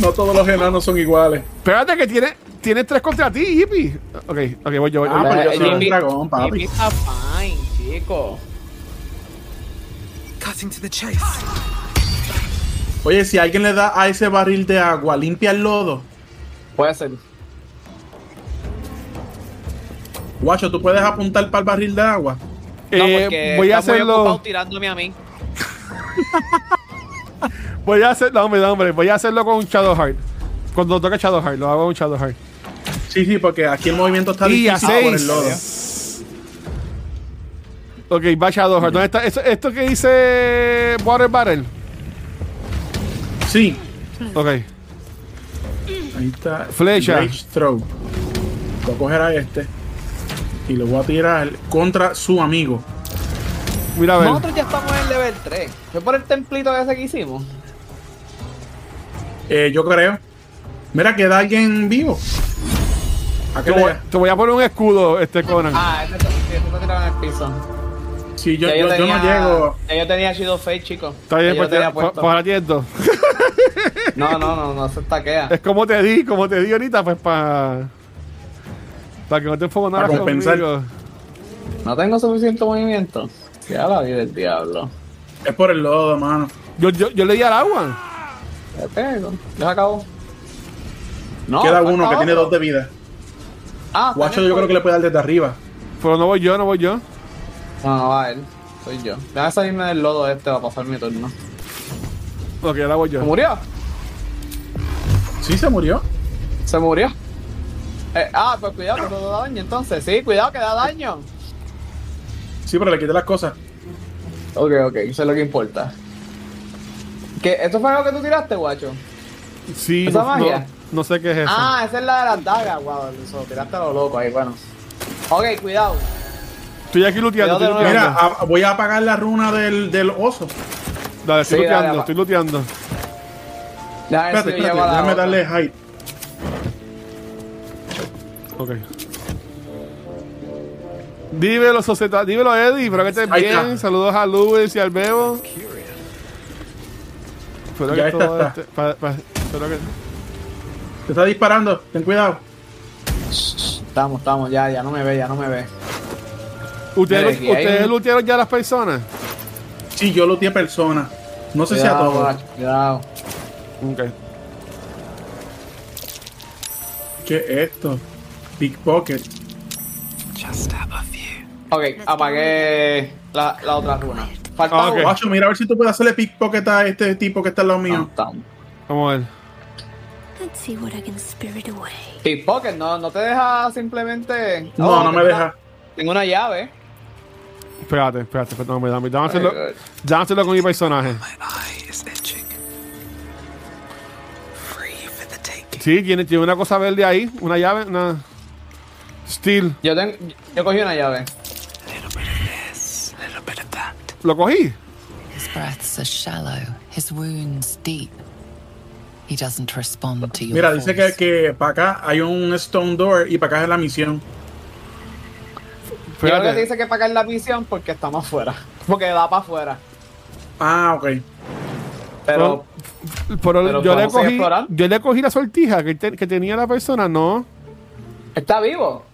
[SPEAKER 3] No todos los enanos son iguales.
[SPEAKER 1] Espérate que tiene, tiene tres contra ti, Yipi. Ok, ok, voy yo. Eh, voy
[SPEAKER 3] Ah,
[SPEAKER 1] yo.
[SPEAKER 2] pues
[SPEAKER 3] pero yo soy un
[SPEAKER 2] Jimmy-
[SPEAKER 3] dragón,
[SPEAKER 2] Jimmy
[SPEAKER 3] papi.
[SPEAKER 2] está fine, chico.
[SPEAKER 14] Cutting to the chase.
[SPEAKER 3] Oye, si alguien le da a ese barril de agua, limpia el lodo.
[SPEAKER 2] Puede ser.
[SPEAKER 3] Guacho, tú puedes apuntar para el barril de agua.
[SPEAKER 1] Eh, voy a hacerlo.
[SPEAKER 2] tirándome a mí.
[SPEAKER 1] Voy a hacer, no, hombre, no, hombre, voy a hacerlo con Shadowheart. Cuando toque Shadowheart, lo hago con Shadowheart.
[SPEAKER 3] Sí, sí, porque aquí el movimiento está
[SPEAKER 1] Y a
[SPEAKER 3] difícil por el lodo.
[SPEAKER 1] Ok, va Shadowheart. ¿Dónde está? Esto, esto que dice Water Battle.
[SPEAKER 3] Sí.
[SPEAKER 1] Ok.
[SPEAKER 3] Ahí está.
[SPEAKER 1] Flecha.
[SPEAKER 3] Rage Throw. Voy a coger a este. Y lo voy a tirar contra su amigo.
[SPEAKER 1] Mira a ver.
[SPEAKER 2] Nosotros ya estamos en el level 3. Fue por el templito ese que hicimos.
[SPEAKER 3] Eh, yo creo. Mira, queda alguien vivo. ¿A qué
[SPEAKER 1] Te voy,
[SPEAKER 3] le-
[SPEAKER 1] te voy a poner un escudo, este Conan.
[SPEAKER 2] Ah, ese sí, ese lo tiraron en el piso.
[SPEAKER 3] Sí, yo,
[SPEAKER 2] Ya
[SPEAKER 3] yo- yo no llego.
[SPEAKER 2] ya yo tenía Shield of Fate, chicos.
[SPEAKER 1] Está bien,
[SPEAKER 2] Ya yo
[SPEAKER 1] pues,
[SPEAKER 2] tenía
[SPEAKER 1] pues,
[SPEAKER 2] puesto.
[SPEAKER 1] pues ahora tienes dos.
[SPEAKER 2] No, no, no, no se taquea.
[SPEAKER 1] Es como te di, como te di ahorita, pues para. Para que no te enfogonaras
[SPEAKER 2] Para compensar.
[SPEAKER 1] conmigo.
[SPEAKER 2] No tengo suficiente movimiento. Ya la vida del diablo.
[SPEAKER 3] Es por el lodo, mano.
[SPEAKER 1] Yo, yo, yo le di al agua.
[SPEAKER 2] Ya acabó. No,
[SPEAKER 3] Queda
[SPEAKER 2] falta
[SPEAKER 3] uno que tiene
[SPEAKER 2] otro.
[SPEAKER 3] dos de vida.
[SPEAKER 2] Ah,
[SPEAKER 3] Guacho,
[SPEAKER 2] también
[SPEAKER 3] yo creo que le puede dar desde arriba.
[SPEAKER 1] Pero no voy yo, no voy yo.
[SPEAKER 2] No, no, va él. Soy yo. Déjame salirme del lodo este para pasar mi turno.
[SPEAKER 1] Ok, ahora voy yo.
[SPEAKER 2] ¿Murió?
[SPEAKER 3] Sí, se murió.
[SPEAKER 2] Se murió. Eh, ah, pues cuidado que todo da daño entonces. Sí, cuidado que da daño.
[SPEAKER 3] Sí, pero le quité las cosas.
[SPEAKER 2] Ok, ok, eso es lo que importa. ¿Qué, ¿Esto fue lo que tú tiraste, guacho?
[SPEAKER 1] Sí,
[SPEAKER 2] ¿Esa
[SPEAKER 1] no,
[SPEAKER 2] magia?
[SPEAKER 1] no- no sé qué es eso.
[SPEAKER 2] Ah, esa es la de las dagas. Wow, eso, tiraste a lo loco ahí, bueno. Ok, cuidado.
[SPEAKER 1] Estoy aquí looteando,
[SPEAKER 2] Cuidado
[SPEAKER 1] estoy
[SPEAKER 2] de nuevo.
[SPEAKER 1] looteando.
[SPEAKER 3] Mira, a- voy a apagar la runa del, del oso.
[SPEAKER 1] Dale, estoy
[SPEAKER 3] Sí, dale,
[SPEAKER 1] looteando,
[SPEAKER 3] apa-
[SPEAKER 1] estoy looteando.
[SPEAKER 3] Espérate, espérate, déjame darle height.
[SPEAKER 1] Ok. Dímelo, sociedad. Dímelo, Eddie. Espero que estés
[SPEAKER 3] Ahí
[SPEAKER 1] bien.
[SPEAKER 3] está.
[SPEAKER 1] Saludos a Luis y al Bebo. Espero
[SPEAKER 3] Ya
[SPEAKER 1] que
[SPEAKER 3] está,
[SPEAKER 1] todo
[SPEAKER 3] está.
[SPEAKER 1] esté- pa- pa- espero que-
[SPEAKER 3] Te está disparando, ten cuidado.
[SPEAKER 2] Estamos, estamos, ya, ya no me ve, ya no me ve. Mira,
[SPEAKER 1] ¿Ustedes,
[SPEAKER 2] aquí hay
[SPEAKER 1] ustedes
[SPEAKER 2] un-
[SPEAKER 1] lootearon ya a las personas?
[SPEAKER 3] Sí, yo lo tiene persona. No sé si a
[SPEAKER 2] Cuidado,
[SPEAKER 3] todos.
[SPEAKER 2] guacho, Cuidado.
[SPEAKER 1] Ok.
[SPEAKER 3] ¿Qué es esto? Pickpocket.
[SPEAKER 2] Ok, apagué la, la otra runa. Falta uno.
[SPEAKER 3] Ah, Guacho, mira a ver si tú puedes hacerle pickpocket a este tipo que está al lado
[SPEAKER 2] Ah,
[SPEAKER 3] mío.
[SPEAKER 1] Vamos a ver.
[SPEAKER 6] Let's see what I can spirit away.
[SPEAKER 2] Pickpocket, no, no te deja simplemente.
[SPEAKER 1] No,
[SPEAKER 2] Oh,
[SPEAKER 1] no me
[SPEAKER 2] tengo
[SPEAKER 1] deja.
[SPEAKER 2] una- Tengo una llave.
[SPEAKER 1] Espérate, espérate, espérate. Dame, dame,
[SPEAKER 3] Oh
[SPEAKER 1] dame hacerlo, dame hacerlo con mi personaje. Sí, tiene, tiene una cosa verde ahí. Una llave, una. Steel.
[SPEAKER 2] Yo, ten- yo cogí una llave.
[SPEAKER 1] ¿Lo cogí?
[SPEAKER 8] His breaths are shallow, his wounds deep. He doesn't respond to your
[SPEAKER 3] Mira, dice
[SPEAKER 8] force.
[SPEAKER 3] que, para acá hay un stone door y para acá es la misión.
[SPEAKER 2] Yo creo que te dice que pagar la misión porque estamos afuera. Porque da para afuera.
[SPEAKER 3] Ah, ok.
[SPEAKER 2] Pero-
[SPEAKER 1] Pero- pero
[SPEAKER 2] pero
[SPEAKER 1] yo, le
[SPEAKER 2] ¿podemos seguir
[SPEAKER 1] cogí,
[SPEAKER 2] explorando?
[SPEAKER 1] yo le cogí la sortija que, te- que tenía la persona, ¿no?
[SPEAKER 2] ¿Está vivo?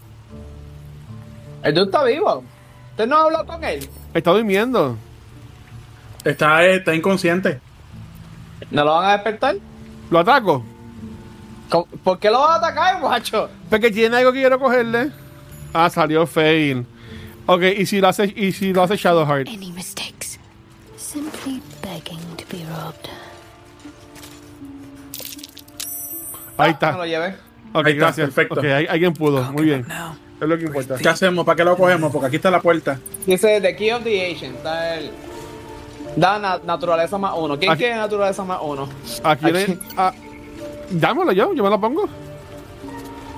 [SPEAKER 2] ¿El dude está vivo? ¿Usted no habló con él?
[SPEAKER 1] Está durmiendo.
[SPEAKER 3] Está, eh, está inconsciente.
[SPEAKER 2] ¿No lo van a despertar?
[SPEAKER 1] ¿Lo ataco?
[SPEAKER 2] ¿Cómo- ¿Por qué lo vas a atacar, guacho?
[SPEAKER 1] Porque tiene algo que quiero cogerle. Ah, salió fail. Ok, y si lo hace, y si lo hace Shadowheart.
[SPEAKER 6] Any mistakes? Simply begging to be robbed.
[SPEAKER 1] Ahí está.
[SPEAKER 2] No lo llevé.
[SPEAKER 1] Ok,
[SPEAKER 3] Ahí está,
[SPEAKER 1] gracias.
[SPEAKER 3] perfecto.
[SPEAKER 1] Ok, ahí- alguien pudo. Muy bien. Es lo que importa.
[SPEAKER 3] ¿Qué hacemos? ¿Para qué lo cogemos? Porque aquí está la puerta.
[SPEAKER 2] Dice The Key of the Ancient. Está el- Da na- naturaleza más uno. ¿Quién
[SPEAKER 1] Aquí-
[SPEAKER 2] quiere naturaleza más uno?
[SPEAKER 1] Aquí le- ah, dámelo yo, yo me lo pongo.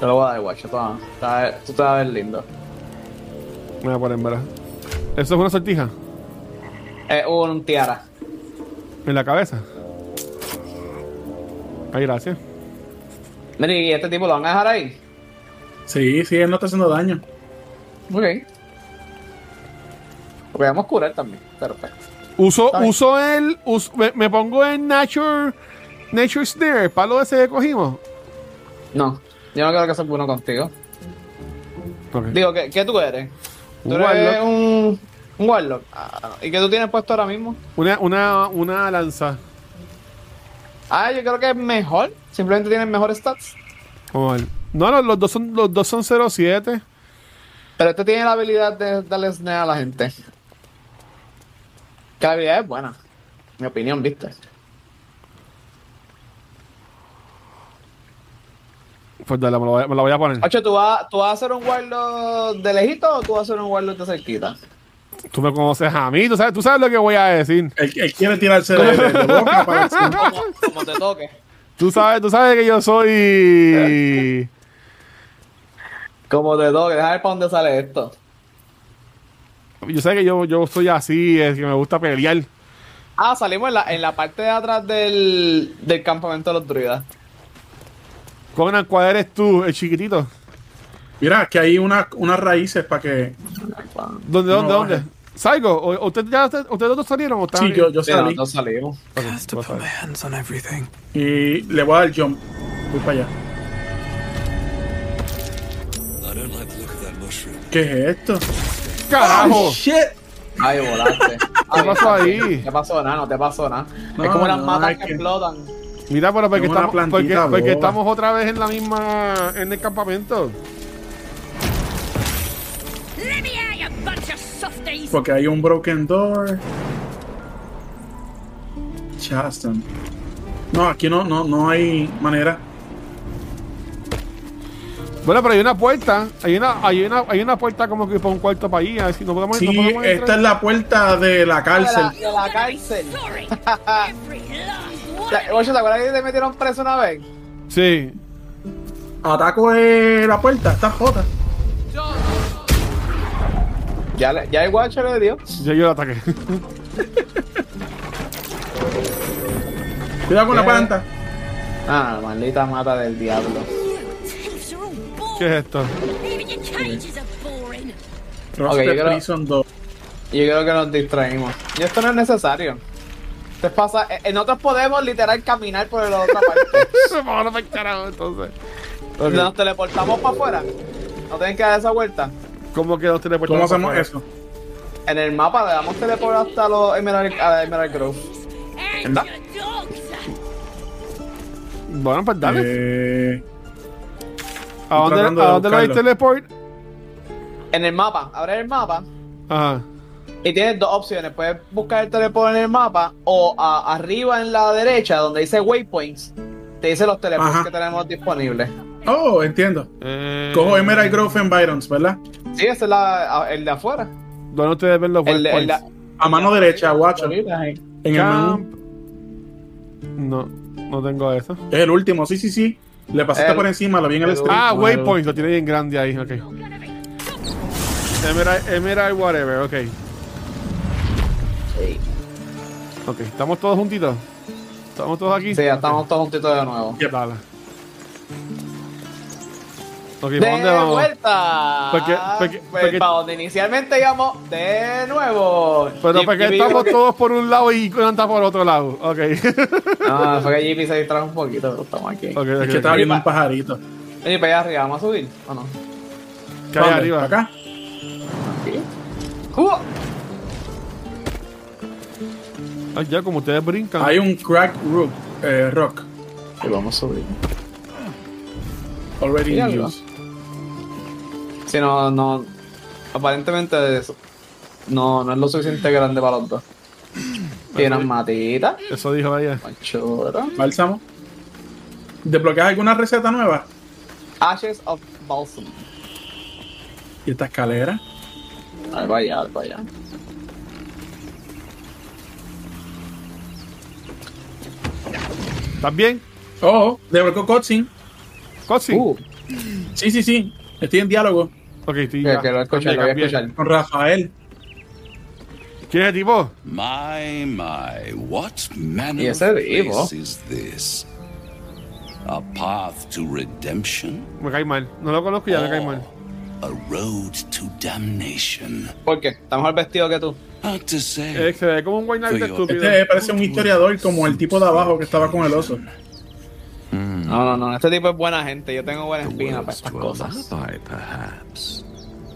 [SPEAKER 2] Te lo voy a dar, guacho. Toma. Está- Tú te vas a ver lindo.
[SPEAKER 1] Me voy a poner, ¿verdad? Eso es una sortija.
[SPEAKER 2] Es un tiara.
[SPEAKER 1] En la cabeza. Ay, gracias.
[SPEAKER 2] Mira, ¿y este tipo lo van a dejar ahí?
[SPEAKER 3] Sí, sí, él no está haciendo daño.
[SPEAKER 2] Ok. Porque vamos a curar también. Perfecto.
[SPEAKER 1] Uso,
[SPEAKER 2] Está bien.
[SPEAKER 1] uso el. us- me, me pongo en Nature. Nature Snare, el palo ese que cogimos.
[SPEAKER 2] No. Yo no creo que sea bueno contigo. Digo, ¿qué, qué tú eres? ¿Tú
[SPEAKER 1] Un
[SPEAKER 2] eres
[SPEAKER 1] warlock.
[SPEAKER 2] un, un warlock? Ah, ¿Y qué tú tienes puesto ahora mismo?
[SPEAKER 1] Una, una, una lanza.
[SPEAKER 2] Ah, yo creo que es mejor. Simplemente tienes mejores stats.
[SPEAKER 1] Vamos a ver. No, los, los dos son los dos son 07.
[SPEAKER 2] Pero este tiene la habilidad de darle snare a la gente. Que la habilidad es buena. Mi opinión, ¿viste?
[SPEAKER 1] Pues dale, me lo, voy a- me lo voy a poner.
[SPEAKER 2] Ocho, ¿tú vas, ¿tú vas a hacer un warlock de lejito o tú vas a hacer un warlock de cerquita?
[SPEAKER 1] Tú me conoces a mí, tú sabes, tú sabes lo que voy a decir.
[SPEAKER 3] Él, él quiere tirarse de, de- de boca para
[SPEAKER 2] como, como te toque.
[SPEAKER 1] Tú sabes, tú sabes que yo soy.
[SPEAKER 2] Como te toque. Déjame ver para dónde sale esto.
[SPEAKER 1] Yo sé que yo, yo soy así, es que me gusta pelear.
[SPEAKER 2] Ah, salimos en la, en la parte de atrás del, del campamento de los druidas.
[SPEAKER 1] Conan, ¿cuál eres tú, el chiquitito?
[SPEAKER 3] Mira, que hay una- unas raíces para que.
[SPEAKER 1] ¿Dónde,
[SPEAKER 3] No,
[SPEAKER 1] dónde,
[SPEAKER 3] baja.
[SPEAKER 1] dónde? ¿Salgo? ¿O- ¿Ustedes ya ustedes ustedes dos salieron o están
[SPEAKER 3] Sí, yo- yo Sí, salí.
[SPEAKER 2] nosotros salimos.
[SPEAKER 3] Y le voy a dar jump. Voy para allá. ¿Qué es esto?
[SPEAKER 1] ¡Carajo!
[SPEAKER 3] shit.
[SPEAKER 2] Ay, volaste.
[SPEAKER 1] ¿Qué pasó ahí?
[SPEAKER 2] Te pasó nada, no te pasó nada.
[SPEAKER 1] No,
[SPEAKER 2] es como las
[SPEAKER 1] no,
[SPEAKER 2] matas
[SPEAKER 1] es
[SPEAKER 2] que,
[SPEAKER 1] que-
[SPEAKER 2] explotan.
[SPEAKER 1] Mira, pero porque
[SPEAKER 3] Es una
[SPEAKER 1] estamos, porque,
[SPEAKER 3] plantita
[SPEAKER 1] porque
[SPEAKER 3] boba.
[SPEAKER 1] estamos otra vez en la misma. en el campamento.
[SPEAKER 6] Libby, you bunch of softies!
[SPEAKER 3] Porque hay un broken door. Chaston. No, aquí no, no, no hay manera.
[SPEAKER 1] Bueno, pero hay una puerta. Hay una, hay una, hay una puerta como que para un cuarto para allí. A ver si no podemos, no
[SPEAKER 3] Sí,
[SPEAKER 1] podemos entrar.
[SPEAKER 3] esta es la puerta de la cárcel.
[SPEAKER 2] De la, de la cárcel. Te- Oye, ¿te acuerdas que te metieron preso una vez?
[SPEAKER 1] Sí.
[SPEAKER 3] Ataco eh, la puerta, está jota.
[SPEAKER 2] Ya, le- ya el guacho le dio.
[SPEAKER 1] Ya yo la ataqué. [laughs]
[SPEAKER 3] Cuidado con la
[SPEAKER 2] Eh.
[SPEAKER 3] planta.
[SPEAKER 2] Ah, maldita mata del diablo.
[SPEAKER 1] ¿Qué es esto?
[SPEAKER 6] Even your cages are boring.
[SPEAKER 2] Ok, yo
[SPEAKER 3] Roster
[SPEAKER 2] creo-
[SPEAKER 3] Prison 2.
[SPEAKER 2] Yo creo que nos distraímos. Y esto no es necesario. Te pasa, eh, eh, nosotros podemos literal caminar por la otra parte.
[SPEAKER 1] [laughs] Vámonos para el carajo entonces.
[SPEAKER 2] Nos teleportamos para afuera. No tienen que dar esa vuelta.
[SPEAKER 1] ¿Cómo que nos teleportamos?
[SPEAKER 2] ¿Cómo hacemos
[SPEAKER 1] para
[SPEAKER 3] eso?
[SPEAKER 2] En el mapa le damos teleport hasta los Emerald, a la Emerald Grove.
[SPEAKER 1] ¿Verdad? Bueno, pues dale.
[SPEAKER 3] Eh,
[SPEAKER 1] ¿A dónde,
[SPEAKER 2] tratando de
[SPEAKER 1] ¿a dónde lo hay
[SPEAKER 2] buscarlo.
[SPEAKER 1] teleport?
[SPEAKER 2] En el mapa, abre el mapa
[SPEAKER 1] Ajá.
[SPEAKER 2] y tienes dos opciones. Puedes buscar el teleport en el mapa o a- arriba en la derecha donde dice waypoints, te dice los teleports
[SPEAKER 3] Ajá.
[SPEAKER 2] que tenemos disponibles.
[SPEAKER 3] Oh, entiendo.
[SPEAKER 2] Eh,
[SPEAKER 3] Cojo Emerald Grove Environs, ¿verdad?
[SPEAKER 2] Sí, ese es la- el de afuera.
[SPEAKER 1] ¿Dónde ustedes ven los
[SPEAKER 2] El de- el
[SPEAKER 1] waypoints?
[SPEAKER 2] de-
[SPEAKER 3] A mano derecha, guacho.
[SPEAKER 2] En
[SPEAKER 3] el menú.
[SPEAKER 1] Camp. No, no tengo eso.
[SPEAKER 3] Es el último, sí, sí, sí. Le pasaste por encima, lo vi en el stream.
[SPEAKER 1] Ah, waypoint, lo tiene bien grande ahí, ok. Emerald, Emerald whatever, ok. Ok, ¿estamos todos juntitos? ¿Estamos todos aquí?
[SPEAKER 2] Sí, ya estamos todos juntitos de nuevo.
[SPEAKER 1] Dale. Ok,
[SPEAKER 2] De
[SPEAKER 1] ¿para dónde vamos?
[SPEAKER 2] vuelta.
[SPEAKER 1] Porque- porque-
[SPEAKER 2] Pues,
[SPEAKER 1] porque-
[SPEAKER 2] para donde inicialmente íbamos de nuevo.
[SPEAKER 1] Pero
[SPEAKER 2] Jeep-
[SPEAKER 1] porque
[SPEAKER 2] Jeepy- [laughs]
[SPEAKER 1] estamos todos por un lado y Conanta por otro lado. Ok. [laughs]
[SPEAKER 2] No, fue que Jeepy se distrajo un poquito, pero estamos aquí.
[SPEAKER 3] Es que estaba viendo un pajarito.
[SPEAKER 2] Oye, para allá arriba, ¿vamos a subir o no?
[SPEAKER 1] ¿Qué hay
[SPEAKER 3] ¿Dónde?
[SPEAKER 1] arriba?
[SPEAKER 3] ¿Acá?
[SPEAKER 2] ¡Uh!
[SPEAKER 1] Ay, ya, como ustedes brincan.
[SPEAKER 3] Hay un crack rook, eh, rock.
[SPEAKER 2] vamos a subir.
[SPEAKER 3] Already
[SPEAKER 2] Mira,
[SPEAKER 3] in
[SPEAKER 2] algo.
[SPEAKER 3] use.
[SPEAKER 2] Si no, no. Aparentemente eso. No, no es lo suficiente grande para los dos. Tienen matita.
[SPEAKER 1] Eso dijo ella.
[SPEAKER 3] Bálsamo. ¿Desbloqueas alguna receta nueva?
[SPEAKER 2] Ashes of Balsam.
[SPEAKER 3] ¿Y esta escalera?
[SPEAKER 2] Ahí va allá, ahí va allá.
[SPEAKER 1] ¿Estás bien?
[SPEAKER 3] Oh, desbloqueó cutscene.
[SPEAKER 1] ¿Cutscene?
[SPEAKER 2] Uh.
[SPEAKER 3] Sí, sí, sí. Estoy en diálogo.
[SPEAKER 1] Ok, estoy
[SPEAKER 2] Ya, que lo voy a escuchar, lo voy a escuchar.
[SPEAKER 3] Con Rafael.
[SPEAKER 1] ¿Quién es el tipo?
[SPEAKER 10] My, my, what manner
[SPEAKER 2] Yes,
[SPEAKER 10] of
[SPEAKER 2] that is evil.
[SPEAKER 10] place is this? A path to redemption?
[SPEAKER 1] Me cae mal. No lo conozco y ya me cae mal.
[SPEAKER 10] A road to damnation?
[SPEAKER 2] ¿Por qué? Está mejor vestido que tú.
[SPEAKER 10] Hard to say.
[SPEAKER 1] Eh, se ve como un guaynal
[SPEAKER 10] Soy yo.
[SPEAKER 1] estúpido.
[SPEAKER 3] Este parece un historiador como el tipo de abajo que estaba con el oso.
[SPEAKER 2] No, no, no. Este tipo es buena gente. Yo tengo buena espina para estas cosas.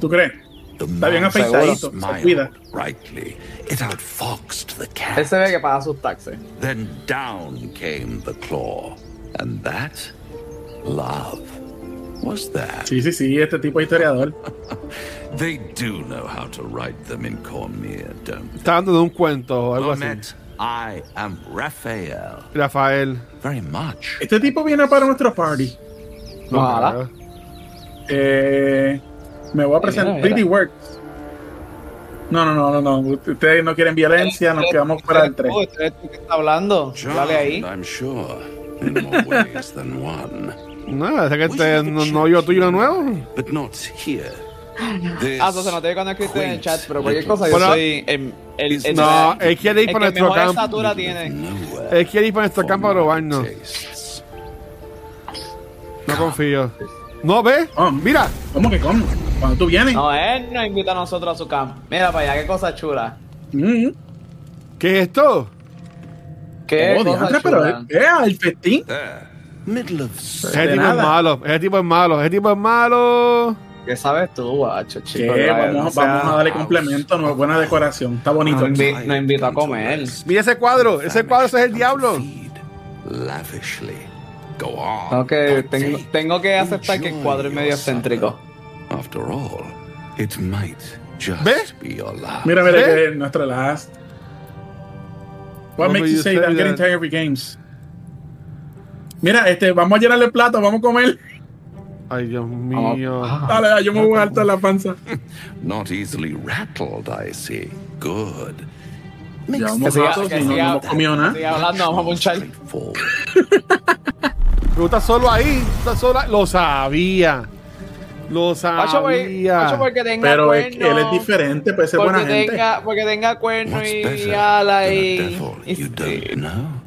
[SPEAKER 3] ¿Tú crees? Está bien afeitadito, se cuida.
[SPEAKER 10] Rightly, it outfoxed the cat.
[SPEAKER 2] Él se ve que paga sus taxes.
[SPEAKER 10] Then down came the claw, and that love was that.
[SPEAKER 3] Sí, sí, sí, este tipo de historiador.
[SPEAKER 10] They do know how to write them in Cormier, don't
[SPEAKER 1] Está dando de un cuento o
[SPEAKER 10] they?
[SPEAKER 1] algo así.
[SPEAKER 10] Lomet, I am Raphael.
[SPEAKER 1] Rafael.
[SPEAKER 10] Very much.
[SPEAKER 3] Este tipo viene para nuestro party.
[SPEAKER 2] Ojalá.
[SPEAKER 3] Eh, me voy a presentar.
[SPEAKER 2] mira.
[SPEAKER 3] Pretty Works. No, no, no, no, no. Ustedes no quieren violencia, nos quedamos fuera del tren.
[SPEAKER 2] Oh, este es el que está hablando. Dale ahí.
[SPEAKER 10] I'm sure. In more ways than one.
[SPEAKER 1] No, es que este no- novio tuyo de nuevo.
[SPEAKER 10] But not here.
[SPEAKER 2] Ah, eso se noté cuando escribiste en el chat, pero cualquier
[SPEAKER 10] quaint
[SPEAKER 2] cosa yo
[SPEAKER 1] little-
[SPEAKER 2] soy em, el, el,
[SPEAKER 1] No,
[SPEAKER 2] el,
[SPEAKER 1] él quiere ir
[SPEAKER 2] el
[SPEAKER 1] para
[SPEAKER 2] que
[SPEAKER 1] nuestro
[SPEAKER 2] mejor
[SPEAKER 1] campo.
[SPEAKER 2] estatura tiene.
[SPEAKER 1] Él quiere ir para nuestro campo a robarnos. No confío. No, ve. Mira.
[SPEAKER 3] ¿Cómo que cómo? Cuando tú vienes.
[SPEAKER 2] No, él nos invita a nosotros a su campo. Mira para allá, qué cosa chula.
[SPEAKER 3] Mm,
[SPEAKER 1] ¿Qué es esto?
[SPEAKER 2] Qué
[SPEAKER 1] Oh,
[SPEAKER 2] cosa
[SPEAKER 1] diantre, pero
[SPEAKER 2] chula.
[SPEAKER 3] Eh, el festín.
[SPEAKER 10] Middle of
[SPEAKER 1] Ese tipo es malo. Ese tipo es malo. Ese tipo es malo.
[SPEAKER 2] ¿Qué sabes tú, guacho, chico?
[SPEAKER 3] Que
[SPEAKER 2] Brian?
[SPEAKER 3] vamos,
[SPEAKER 2] O sea,
[SPEAKER 3] vamos a darle complemento, no, buena decoración, está bonito.
[SPEAKER 2] Nos invi- nos invita a comer.
[SPEAKER 1] Mira ese cuadro, ese cuadro ese es el diablo.
[SPEAKER 10] Lavishly. Go on.
[SPEAKER 2] Tengo que, tengo, tengo que aceptar que el cuadro es medio excéntrico.
[SPEAKER 10] After all, it might just be your last.
[SPEAKER 3] Mira, mira, que nuestra last. What
[SPEAKER 10] What
[SPEAKER 3] makes
[SPEAKER 10] made
[SPEAKER 3] you
[SPEAKER 10] you
[SPEAKER 3] say
[SPEAKER 10] say
[SPEAKER 3] that I'm getting
[SPEAKER 10] that?
[SPEAKER 3] tired of your games? Mira, este, vamos a llenarle el plato, vamos a comer. [laughs]
[SPEAKER 1] Ay, Dios
[SPEAKER 2] Ah.
[SPEAKER 1] mío.
[SPEAKER 3] Dale, dale, yo me voy a hartar la panza.
[SPEAKER 10] Not easily rattled, I see. Good.
[SPEAKER 3] Ya
[SPEAKER 10] Que
[SPEAKER 3] vamos
[SPEAKER 10] siga-
[SPEAKER 3] ratos
[SPEAKER 10] que
[SPEAKER 3] y no, no
[SPEAKER 10] siga-
[SPEAKER 3] hemos comido nada.
[SPEAKER 2] Sigue hablando, vamos a punchar.
[SPEAKER 1] Tú estás solo ahí, tú estás solo ahí. Lo sabía. Lo
[SPEAKER 2] Guacho, güey,
[SPEAKER 1] sabía.
[SPEAKER 2] guacho, porque tenga
[SPEAKER 3] Pero es-
[SPEAKER 2] cuerno,
[SPEAKER 3] él es diferente, puede ser buena
[SPEAKER 2] porque
[SPEAKER 3] gente.
[SPEAKER 2] tenga, porque tenga cuerno y
[SPEAKER 3] better
[SPEAKER 2] ala y, y- y-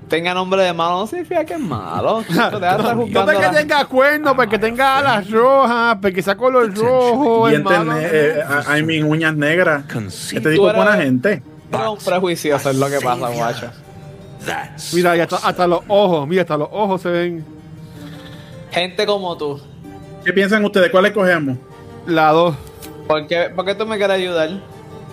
[SPEAKER 2] tenga nombre de malo, no significa que es
[SPEAKER 3] [laughs]
[SPEAKER 2] malo. chico, deja de estar
[SPEAKER 1] No
[SPEAKER 2] juzgando a
[SPEAKER 1] porque
[SPEAKER 2] la-
[SPEAKER 1] tenga cuernos, porque tenga alas rojas, porque sea color rojo,
[SPEAKER 3] Dientes,
[SPEAKER 1] hermano.
[SPEAKER 3] ne- eh, a- I mean, uñas negras. Este
[SPEAKER 1] Tú
[SPEAKER 3] tipo es buena
[SPEAKER 1] eres-
[SPEAKER 3] gente.
[SPEAKER 2] Pero un prejuicioso es lo que pasa, guacho.
[SPEAKER 1] Este- Mira, y hasta, hasta los ojos, mira, hasta los ojos se ven.
[SPEAKER 2] Gente como tú.
[SPEAKER 3] ¿Qué piensan ustedes? ¿Cuál escogemos?
[SPEAKER 1] La dos.
[SPEAKER 2] ¿Por qué, por qué tú me quieres ayudar?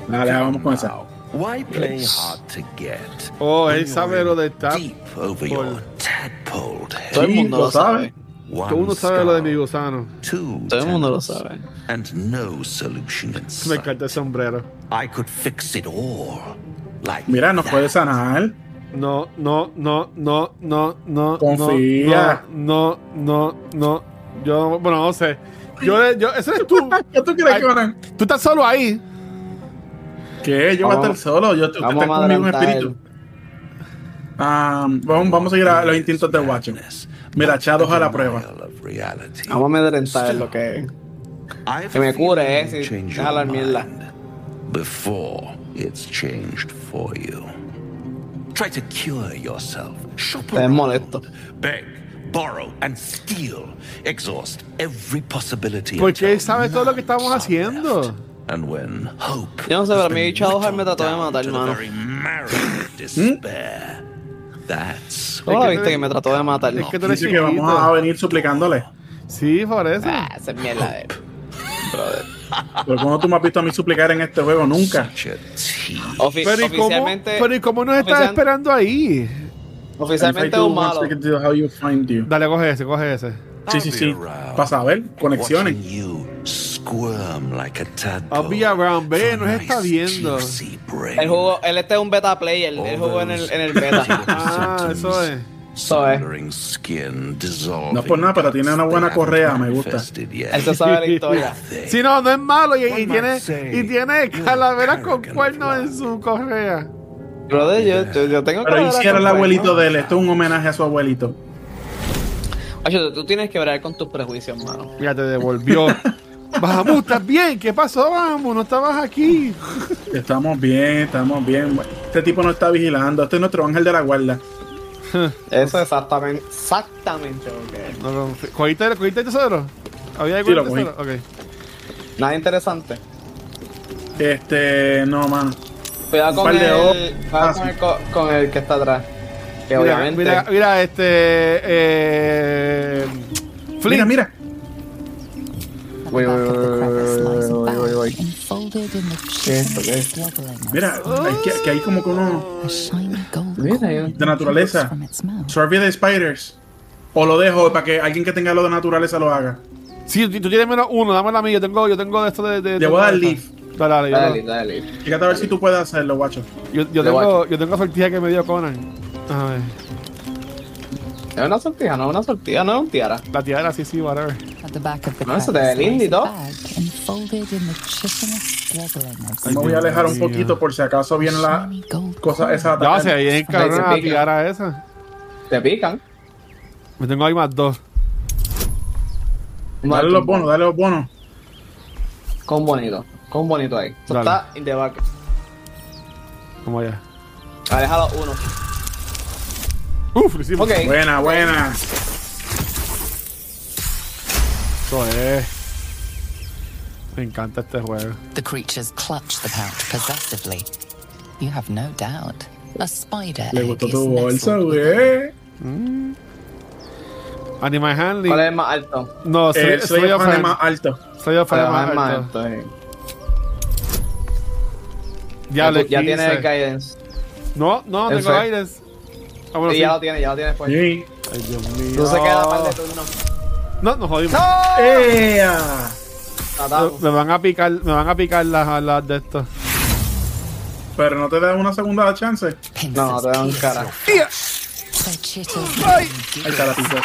[SPEAKER 3] Dale, vamos con esa.
[SPEAKER 10] Why play hard to get?
[SPEAKER 1] Oh, él sabe lo de estar.
[SPEAKER 10] Over your tadpole head.
[SPEAKER 1] Todo el mundo lo sabe. Todo el
[SPEAKER 10] One
[SPEAKER 1] mundo sabe lo de mi gusano.
[SPEAKER 10] Two
[SPEAKER 1] Todo el mundo lo
[SPEAKER 10] tendons,
[SPEAKER 1] sabe.
[SPEAKER 10] And no solution in
[SPEAKER 1] Me
[SPEAKER 10] sight.
[SPEAKER 1] encanta el sombrero.
[SPEAKER 10] I could fix it all. Like
[SPEAKER 3] Mira, nos puede sanar.
[SPEAKER 1] No, no, no, no, no, no.
[SPEAKER 3] Confía.
[SPEAKER 1] No, no, no, no. Yo, bueno, no sé. Yo, yo, ese eres tú.
[SPEAKER 3] ¿Qué tú crees que van a-
[SPEAKER 1] Tú estás solo ahí.
[SPEAKER 3] ¿Qué? Yo voy a estar
[SPEAKER 1] Vamos-
[SPEAKER 3] solo. Yo usted
[SPEAKER 1] vamos
[SPEAKER 3] está
[SPEAKER 1] a
[SPEAKER 3] conmigo en
[SPEAKER 1] adelantar
[SPEAKER 3] espíritu. Ah, vamos, vamos a seguir a los instintos de Watcher. Mira, chados a la prueba.
[SPEAKER 2] Vamos a amedrentar lo que Que me cure, eh. Si
[SPEAKER 10] change
[SPEAKER 2] deja la
[SPEAKER 10] your
[SPEAKER 2] mierda.
[SPEAKER 10] before it's changed for you. Try to cure yourself. Shop
[SPEAKER 2] Te molesto.
[SPEAKER 10] beg, borrow, and steal. Exhaust every possibility.
[SPEAKER 1] Porque él sabe todo lo que estamos haciendo.
[SPEAKER 10] And when hope
[SPEAKER 2] Yo no sé, pero mi Shadowheart me trató de matar,
[SPEAKER 10] to the
[SPEAKER 2] hermano.
[SPEAKER 10] very marrow of
[SPEAKER 3] ¿Mm?
[SPEAKER 10] despair. That's
[SPEAKER 2] ¿Cómo lo viste que me trató de matar?
[SPEAKER 1] Es que tú eres
[SPEAKER 3] Dice que vamos
[SPEAKER 1] chiquito.
[SPEAKER 3] a venir suplicándole.
[SPEAKER 1] Sí, por eso.
[SPEAKER 2] Ah, esa es mierda de...
[SPEAKER 3] Pero como tú me has visto a mí suplicar en este juego, nunca.
[SPEAKER 2] Ofi-
[SPEAKER 1] Pero ¿y cómo,
[SPEAKER 2] oficialmente,
[SPEAKER 1] pero ¿y cómo nos estás
[SPEAKER 2] oficial-
[SPEAKER 1] esperando ahí?
[SPEAKER 2] oficialmente es un malo.
[SPEAKER 1] Dale, coge ese, coge ese.
[SPEAKER 3] Sí, sí, sí. Pasa a ver, conexiones.
[SPEAKER 10] squirm like a tadpole.
[SPEAKER 1] I'll be around, ve, nos está viendo.
[SPEAKER 2] Él jugó, él este es un beta player, él jugó en el, en el beta.
[SPEAKER 1] Ah, eso es.
[SPEAKER 10] Smothering skin dissolving.
[SPEAKER 3] No es por nada, pero tiene una buena correa, me gusta.
[SPEAKER 2] [laughs] Él se sabe la historia.
[SPEAKER 1] Si no, no es malo y, y tiene, y tiene calaveras con cuernos en su correa.
[SPEAKER 2] Brother, yo, yo, yo tengo
[SPEAKER 3] Pero
[SPEAKER 2] hablar con
[SPEAKER 3] hiciera el
[SPEAKER 2] Brian.
[SPEAKER 3] abuelito de él. Esto es un homenaje a su abuelito.
[SPEAKER 2] Ocho, tú tienes que hablar con tus prejuicios, mano.
[SPEAKER 1] Ya te
[SPEAKER 3] [laughs]
[SPEAKER 1] devolvió. Vamos, ¿estás bien? ¿Qué pasó? Vamos, no estabas aquí.
[SPEAKER 3] Estamos bien, estamos bien. Este tipo no está vigilando. Este es nuestro ángel de la guarda.
[SPEAKER 2] Eso exactamente, exactamente lo que es.
[SPEAKER 1] No, no, ¿Cogiste, cogiste el tesoro? ¿Había
[SPEAKER 3] Sí,
[SPEAKER 1] algún
[SPEAKER 3] lo cogí.
[SPEAKER 1] tesoro? Ok.
[SPEAKER 2] Nada interesante.
[SPEAKER 3] Este, no, mano.
[SPEAKER 2] Cuidado
[SPEAKER 3] Un
[SPEAKER 2] con
[SPEAKER 3] par
[SPEAKER 2] el,
[SPEAKER 3] de ojos.
[SPEAKER 2] cuidado con, el co- con el que está atrás. Que
[SPEAKER 1] Ah, Mira,
[SPEAKER 2] obviamente.
[SPEAKER 1] mira, mira, este. Eh, Flint.
[SPEAKER 3] Mira, mira.
[SPEAKER 2] Voy, voy, voy, voy, voy, voy, voy.
[SPEAKER 8] Enfolded in the
[SPEAKER 2] ¿Qué es esto? ¿Qué es?
[SPEAKER 3] Mira, es que, que hay como que uno
[SPEAKER 2] Mira, yo-
[SPEAKER 3] de naturaleza. Survey de Spiders. O lo dejo para que alguien que tenga lo de naturaleza lo haga.
[SPEAKER 1] Sí, tú tú tienes menos uno, dame la mía. Yo tengo, yo tengo esto de. de
[SPEAKER 3] Le voy a dar
[SPEAKER 1] de-
[SPEAKER 3] leaf.
[SPEAKER 1] Dale, dale, yo-
[SPEAKER 2] Dale, dale.
[SPEAKER 3] Fíjate a ver si tú puedes hacerlo, guacho.
[SPEAKER 1] Yo, yo
[SPEAKER 2] Le voy
[SPEAKER 1] tengo, yo tengo sortija que me dio Conan. A ver.
[SPEAKER 2] Es una sortija, no es una sortija, no es un tiara.
[SPEAKER 1] La tiara, sí, sí, whatever.
[SPEAKER 8] At the back of the
[SPEAKER 2] No, eso te
[SPEAKER 8] crevice
[SPEAKER 2] ve lindo y
[SPEAKER 8] lies a
[SPEAKER 2] todo.
[SPEAKER 8] bag enfolded in the chitinous struggling of
[SPEAKER 3] Me voy a alejar un poquito por si acaso viene la cosa esa.
[SPEAKER 1] Ya va, se ve bien cabrón la tiara esa.
[SPEAKER 2] Te pican.
[SPEAKER 1] Me tengo ahí más dos.
[SPEAKER 3] Dale los bonos, dale los bonos.
[SPEAKER 2] Con bonito, con bonito ahí. Eso
[SPEAKER 1] Dale.
[SPEAKER 2] está in the back.
[SPEAKER 1] Vamos allá.
[SPEAKER 2] Alejado uno.
[SPEAKER 1] Uf, lo hicimos.
[SPEAKER 2] Ok.
[SPEAKER 3] Buena, buena.
[SPEAKER 1] Eso es. Me encanta este juego.
[SPEAKER 8] The creatures clutch the pouch possessively. You have no doubt. A spider
[SPEAKER 3] Le
[SPEAKER 8] egg
[SPEAKER 3] gustó
[SPEAKER 8] is
[SPEAKER 3] Eh, tu bolsa,
[SPEAKER 8] nestled
[SPEAKER 3] güey.
[SPEAKER 1] Animal Handling.
[SPEAKER 2] ¿Cuál es más alto?
[SPEAKER 1] No,
[SPEAKER 3] Eh,
[SPEAKER 1] Slay-
[SPEAKER 3] Slay
[SPEAKER 1] Slay
[SPEAKER 3] of
[SPEAKER 1] of
[SPEAKER 3] Hand
[SPEAKER 1] Hand.
[SPEAKER 3] es más alto.
[SPEAKER 1] Slay of Hand es
[SPEAKER 2] Ah,
[SPEAKER 1] más
[SPEAKER 2] es más
[SPEAKER 1] alto.
[SPEAKER 2] alto, sí.
[SPEAKER 1] Ya,
[SPEAKER 2] Ya,
[SPEAKER 1] le
[SPEAKER 2] tú- ya tiene
[SPEAKER 1] 15.
[SPEAKER 2] el guidance.
[SPEAKER 1] No, no,
[SPEAKER 2] Eso
[SPEAKER 1] tengo
[SPEAKER 2] es.
[SPEAKER 1] aires. Ah, bueno,
[SPEAKER 2] Sí,
[SPEAKER 1] sí.
[SPEAKER 2] ya lo tiene, ya lo tiene después.
[SPEAKER 3] Sí.
[SPEAKER 1] Ay, Dios mío.
[SPEAKER 2] Tú se queda par de turnos.
[SPEAKER 1] No, nos jodimos.
[SPEAKER 3] ¡Ea!
[SPEAKER 1] Me- Me van a picar, me van a picar las, las de estas.
[SPEAKER 3] Pero no te da una segunda chance.
[SPEAKER 2] No, te da un cara.
[SPEAKER 8] The chitter
[SPEAKER 3] Ahí está la pizza.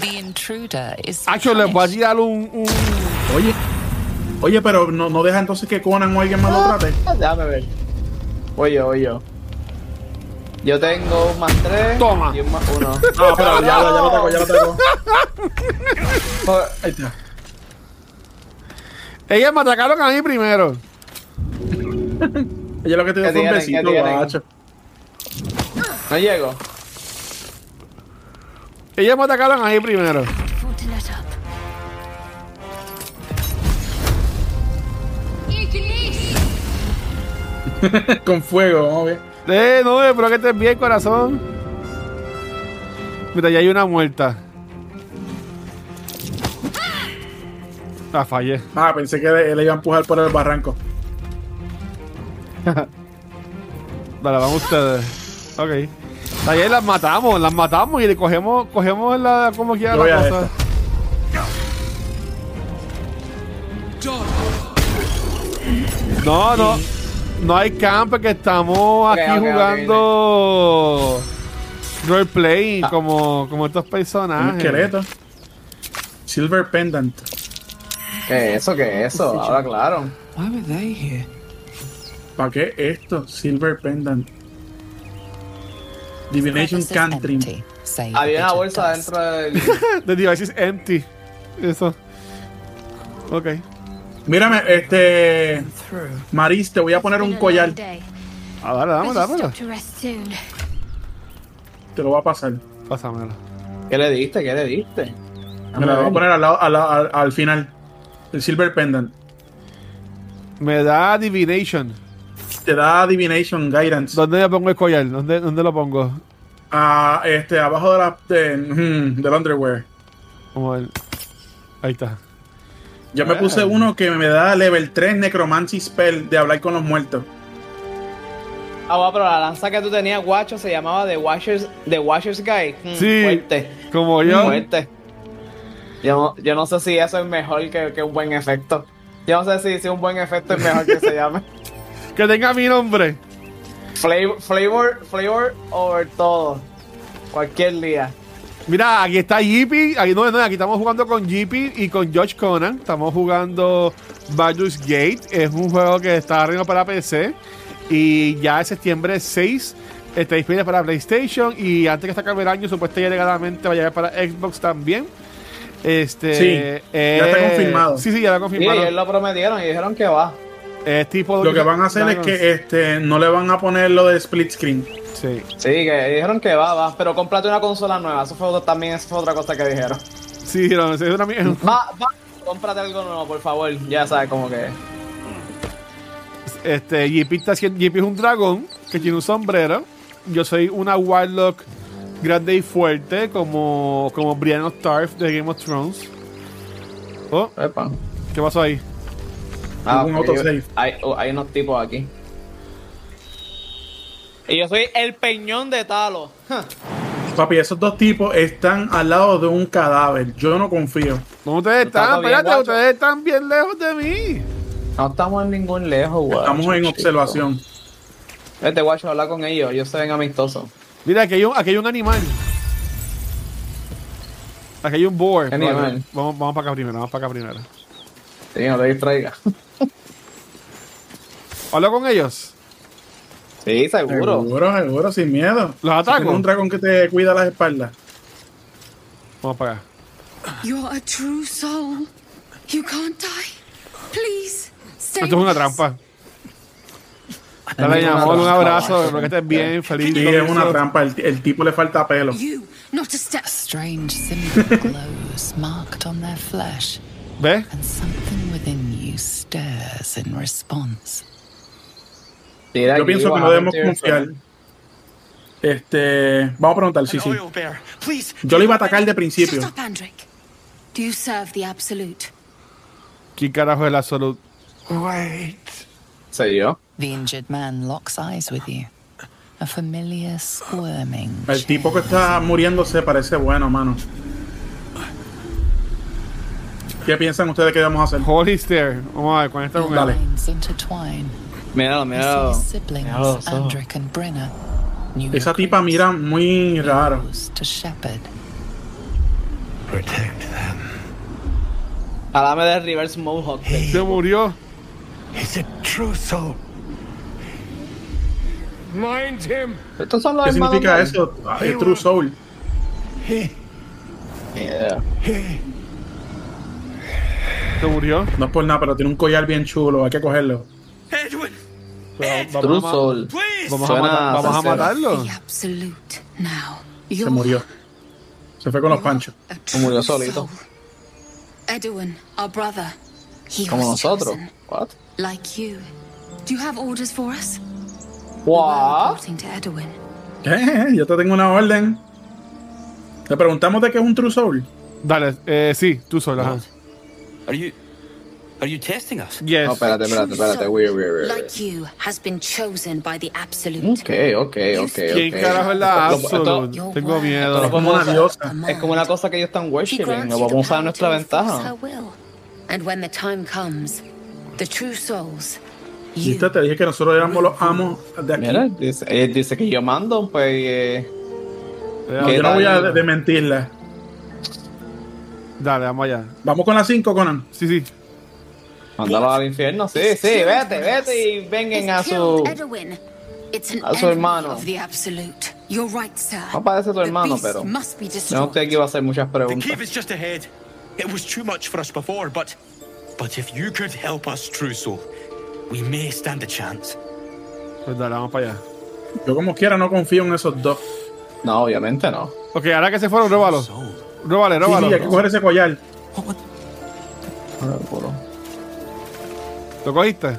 [SPEAKER 8] The intruder is
[SPEAKER 1] Acho, les voy a tirar un. un...
[SPEAKER 3] Oye. Oye, pero no, no deja entonces que Conan o alguien más lo trate.
[SPEAKER 2] Ah, Déjame ver. Voy yo, voy yo. Yo tengo un más tres. Toma. Y un más uno.
[SPEAKER 1] [laughs]
[SPEAKER 3] Ah, pero ya, lo- ya lo tengo, ya lo tengo.
[SPEAKER 2] Por- Pues,
[SPEAKER 3] Ahí está.
[SPEAKER 1] Ellas me atacaron a mí primero.
[SPEAKER 3] Ella lo que te dio
[SPEAKER 2] ¿Qué
[SPEAKER 3] fue un
[SPEAKER 2] tienen? ¿Qué
[SPEAKER 3] besito,
[SPEAKER 2] tienen?
[SPEAKER 3] guacho.
[SPEAKER 2] No llego.
[SPEAKER 1] Ellas me atacaron a mí primero.
[SPEAKER 6] to let up.
[SPEAKER 3] Con fuego, vamos a ver.
[SPEAKER 1] Eh, no, pero que estés bien, corazón. Mira, ya hay una muerta. Ah, fallé.
[SPEAKER 3] Ah, pensé que le, le iba a empujar por el barranco.
[SPEAKER 1] Dale, van ustedes. Ok. Ayer las matamos, las matamos y le cogemos, cogemos la, como quiera
[SPEAKER 3] Yo voy
[SPEAKER 1] la
[SPEAKER 3] a
[SPEAKER 1] cosa. No, no. No hay campo que estamos
[SPEAKER 2] Ok,
[SPEAKER 1] aquí
[SPEAKER 2] ok, ok,
[SPEAKER 1] jugando
[SPEAKER 2] Ah.
[SPEAKER 1] roleplay como, como estos personajes.
[SPEAKER 3] Un esqueleto. Silver Pendant.
[SPEAKER 2] ¿Qué es eso? ¿Qué es eso? Ahora claro.
[SPEAKER 14] Why were they here?
[SPEAKER 3] ¿Para qué esto? Silver Pendant. Divination Country.
[SPEAKER 2] Había una bolsa dentro del.
[SPEAKER 1] The device is empty. Eso. Ok.
[SPEAKER 3] Mírame, este. Maris, te voy a poner un collar.
[SPEAKER 1] Ah, dale, dame, dámelo.
[SPEAKER 7] to rest soon.
[SPEAKER 3] Te lo voy a pasar.
[SPEAKER 1] Pásamelo.
[SPEAKER 2] ¿Qué le diste? ¿Qué le diste?
[SPEAKER 3] Me lo voy a poner al, lado- al, lado- al- al final. El Silver Pendant.
[SPEAKER 1] Me da divination.
[SPEAKER 3] Te da Divination Guidance.
[SPEAKER 1] ¿Dónde le pongo el collar? ¿Dónde, dónde lo pongo?
[SPEAKER 3] Ah, este, abajo de la, de- mm, del underwear.
[SPEAKER 1] Vamos a ver. Ahí está.
[SPEAKER 3] Yo me
[SPEAKER 1] Ah.
[SPEAKER 3] puse uno que me da level 3 Necromancy Spell de hablar con los muertos.
[SPEAKER 2] Ah, bueno, pero la lanza que tú tenías, guacho, se llamaba The Washers, The Washers Guy. Mm,
[SPEAKER 1] Sí.
[SPEAKER 2] Fuerte.
[SPEAKER 1] Como yo.
[SPEAKER 2] Fuerte. Yo, no- yo no sé si eso es mejor que, que un buen efecto. Yo no sé si, si un buen efecto es mejor que [laughs] se llame.
[SPEAKER 1] Que tenga mi nombre.
[SPEAKER 2] Flavor, flavor, flavor over todo. Cualquier día.
[SPEAKER 1] Mira, aquí está Yippee. Aquí, no, no, aquí estamos jugando con Yippee y con George Conan. Estamos jugando Baldur's Gate. Es un juego que está arriba para PC. Y ya en septiembre 6 está disponible para PlayStation. Y antes que se acabe el año, supuestamente legalmente va a llegar para Xbox también. Este,
[SPEAKER 3] Sí, ya está confirmado.
[SPEAKER 1] Sí, sí, ya está
[SPEAKER 2] Y
[SPEAKER 1] confirmado.
[SPEAKER 2] ellos lo prometieron y dijeron que va.
[SPEAKER 1] Es tipo
[SPEAKER 3] Lo que van a hacer es que este no le van a poner lo de split screen.
[SPEAKER 1] Sí.
[SPEAKER 2] Sí, que dijeron que va, va. Pero cómprate una consola nueva. Eso fue otro- también eso fue otra cosa que dijeron.
[SPEAKER 1] Sí, no, es una mierda.
[SPEAKER 2] Va, va, cómprate algo nuevo, por favor. Ya sabes cómo que.
[SPEAKER 1] Este, JP, está haciendo- JP es un dragón que tiene un sombrero. Yo soy una Warlock grande y fuerte, como, como Brienne of Tarth de Game of Thrones. Oh,
[SPEAKER 2] Epa.
[SPEAKER 1] ¿qué pasó ahí?
[SPEAKER 2] Ah,
[SPEAKER 3] Un
[SPEAKER 2] ok,
[SPEAKER 3] autosave.
[SPEAKER 2] yo- Hay, oh, hay unos tipos aquí. Y yo soy el peñón de Talo.
[SPEAKER 3] Papi, esos dos tipos están al lado de un cadáver. Yo no confío.
[SPEAKER 1] ¿Dónde ustedes
[SPEAKER 2] está
[SPEAKER 1] están?
[SPEAKER 2] todo bien,
[SPEAKER 1] Espérate,
[SPEAKER 2] guacho.
[SPEAKER 1] ustedes están bien lejos de mí.
[SPEAKER 2] No estamos en ningún lejos, guacho.
[SPEAKER 3] Estamos en
[SPEAKER 2] chico.
[SPEAKER 3] observación.
[SPEAKER 2] Vete, guacho, habla con ellos. Ellos se ven amistosos.
[SPEAKER 1] Mira, aquí hay un, aquí hay un animal. Aquí hay un boar.
[SPEAKER 2] ¿Qué
[SPEAKER 1] Vale,
[SPEAKER 2] animal?
[SPEAKER 1] Vamos, vamos para acá primero, vamos para acá primero.
[SPEAKER 2] Sí, no te distraigas. [laughs]
[SPEAKER 1] ¿Hablo con ellos?
[SPEAKER 2] Sí, seguro.
[SPEAKER 3] Seguro, seguro, sin miedo.
[SPEAKER 1] ¿Los
[SPEAKER 3] Si tienes
[SPEAKER 1] ataco?
[SPEAKER 3] un dragón que te cuida las espaldas.
[SPEAKER 1] Vamos para acá.
[SPEAKER 18] You're a true soul. You can't die. Please, save
[SPEAKER 1] Esto es una
[SPEAKER 18] us.
[SPEAKER 1] trampa. Dale, mi amor, un abrazo. Espero que estés bien, feliz.
[SPEAKER 3] Sí,
[SPEAKER 1] con
[SPEAKER 3] es una
[SPEAKER 1] eso.
[SPEAKER 3] trampa. El, el tipo le falta pelo.
[SPEAKER 18] You, not a step.
[SPEAKER 8] strange symbol [laughs] glows marked on their flesh,
[SPEAKER 1] ¿Ves?
[SPEAKER 8] and something within you stirs in response.
[SPEAKER 2] Tira
[SPEAKER 3] Yo
[SPEAKER 2] aquí,
[SPEAKER 3] pienso que
[SPEAKER 2] guacho,
[SPEAKER 3] no debemos
[SPEAKER 2] tío,
[SPEAKER 3] confiar. Este, vamos a preguntar, sí, sí. Yo lo iba a atacar de principio.
[SPEAKER 18] Stop, Andric. Do you serve the Absolute?
[SPEAKER 1] ¿Quién carajo es la salud?
[SPEAKER 8] Wait.
[SPEAKER 2] Soy yo.
[SPEAKER 8] The injured man locks eyes with you. A familiar squirming.
[SPEAKER 3] El tipo que está muriéndose parece bueno, mano. ¿Qué piensan ustedes que vamos a hacer?
[SPEAKER 1] Hollister. Vamos a ver, conecta
[SPEAKER 8] Your
[SPEAKER 1] con él.
[SPEAKER 8] lines intertwine.
[SPEAKER 2] Míralo,
[SPEAKER 8] You see
[SPEAKER 1] Oh.
[SPEAKER 2] míralo.
[SPEAKER 8] his siblings,
[SPEAKER 2] Míralo, los ojos.
[SPEAKER 8] Andric and Brenna,
[SPEAKER 3] Esa tipa mira muy raro.
[SPEAKER 8] to Shepard.
[SPEAKER 2] Háblame de Reverse
[SPEAKER 3] [laughs]
[SPEAKER 2] Mohawk.
[SPEAKER 1] Se murió.
[SPEAKER 2] Is it true soul?
[SPEAKER 4] Mind him.
[SPEAKER 2] Estos son los
[SPEAKER 3] ¿Qué
[SPEAKER 2] hermanos
[SPEAKER 3] significa
[SPEAKER 2] de-
[SPEAKER 3] eso? Ah, eh, True Soul.
[SPEAKER 2] Yeah.
[SPEAKER 1] Se murió.
[SPEAKER 3] No es por nada, pero tiene un collar bien chulo. Hay que cogerlo.
[SPEAKER 1] Pero
[SPEAKER 3] True
[SPEAKER 1] vamos a ma-
[SPEAKER 3] Soul.
[SPEAKER 1] Vamos a,
[SPEAKER 3] Suena
[SPEAKER 1] matar- vamos a
[SPEAKER 3] sincero.
[SPEAKER 1] matarlo.
[SPEAKER 18] The Absolute. Now.
[SPEAKER 3] Se
[SPEAKER 18] You're
[SPEAKER 3] murió. Se fue con los panchos.
[SPEAKER 2] Murió solito.
[SPEAKER 18] Edwin, our brother. He
[SPEAKER 1] Pues,
[SPEAKER 2] Como
[SPEAKER 18] was
[SPEAKER 2] nosotros.
[SPEAKER 18] chosen,
[SPEAKER 2] What?
[SPEAKER 18] like you. Do you have orders for us?
[SPEAKER 2] What?
[SPEAKER 18] Reporting to Edwin.
[SPEAKER 3] Eh, yo te tengo una orden. Le preguntamos de qué es un True Soul.
[SPEAKER 1] Dale, eh, sí, tú sola. ajá.
[SPEAKER 16] Are you are you testing us?
[SPEAKER 1] Yes.
[SPEAKER 2] No, espérate, espérate, espérate. Weird, weird, weird.
[SPEAKER 17] Like you has been chosen by the Absolute.
[SPEAKER 2] Ok, ok, ok.
[SPEAKER 1] ¿Quién
[SPEAKER 2] ok.
[SPEAKER 1] carajo es la
[SPEAKER 2] Lo- esto-
[SPEAKER 1] Absolute? Tengo miedo.
[SPEAKER 2] lo podemos usar-
[SPEAKER 17] Among
[SPEAKER 2] Es como una cosa que ellos están worshiping. Lo vamos a usar a nuestra
[SPEAKER 17] her
[SPEAKER 2] ventaja.
[SPEAKER 17] will. And when the time comes, the true souls,
[SPEAKER 3] ¿Viste? Te dije que nosotros éramos los amos de aquí.
[SPEAKER 2] Mira, dice, eh, dice que yo mando, pues. eh,
[SPEAKER 1] Eh,
[SPEAKER 3] No,
[SPEAKER 2] ¿qué
[SPEAKER 3] yo no
[SPEAKER 2] tal?
[SPEAKER 3] voy a de- dementirla.
[SPEAKER 1] Dale, vamos allá.
[SPEAKER 3] Vamos con la 5, Conan.
[SPEAKER 1] Sí, sí.
[SPEAKER 2] Mándalo al infierno. Sí, sí, vete, vete y vengan a su.
[SPEAKER 18] Edwin. It's an
[SPEAKER 2] a su
[SPEAKER 18] enemy
[SPEAKER 2] hermano.
[SPEAKER 18] of the Absolute. You're right, sir.
[SPEAKER 2] No parece tu hermano,
[SPEAKER 18] beast
[SPEAKER 2] pero.
[SPEAKER 18] must be
[SPEAKER 2] Yo no
[SPEAKER 18] destroyed.
[SPEAKER 2] estoy aquí va a hacer muchas
[SPEAKER 16] The
[SPEAKER 2] preguntas.
[SPEAKER 16] cave is just ahead. It was too much for us before, but but if you could help us, True Soul, we may stand a chance.
[SPEAKER 1] Pues dale, vamos para allá.
[SPEAKER 3] Yo como quiera no confío en esos dos.
[SPEAKER 2] No, obviamente no.
[SPEAKER 1] Ok, ahora que se fueron, róbalo. Róbale,
[SPEAKER 3] Sí,
[SPEAKER 1] róbalo.
[SPEAKER 3] sí, hay que coger ese collar.
[SPEAKER 1] ¿Lo cogiste?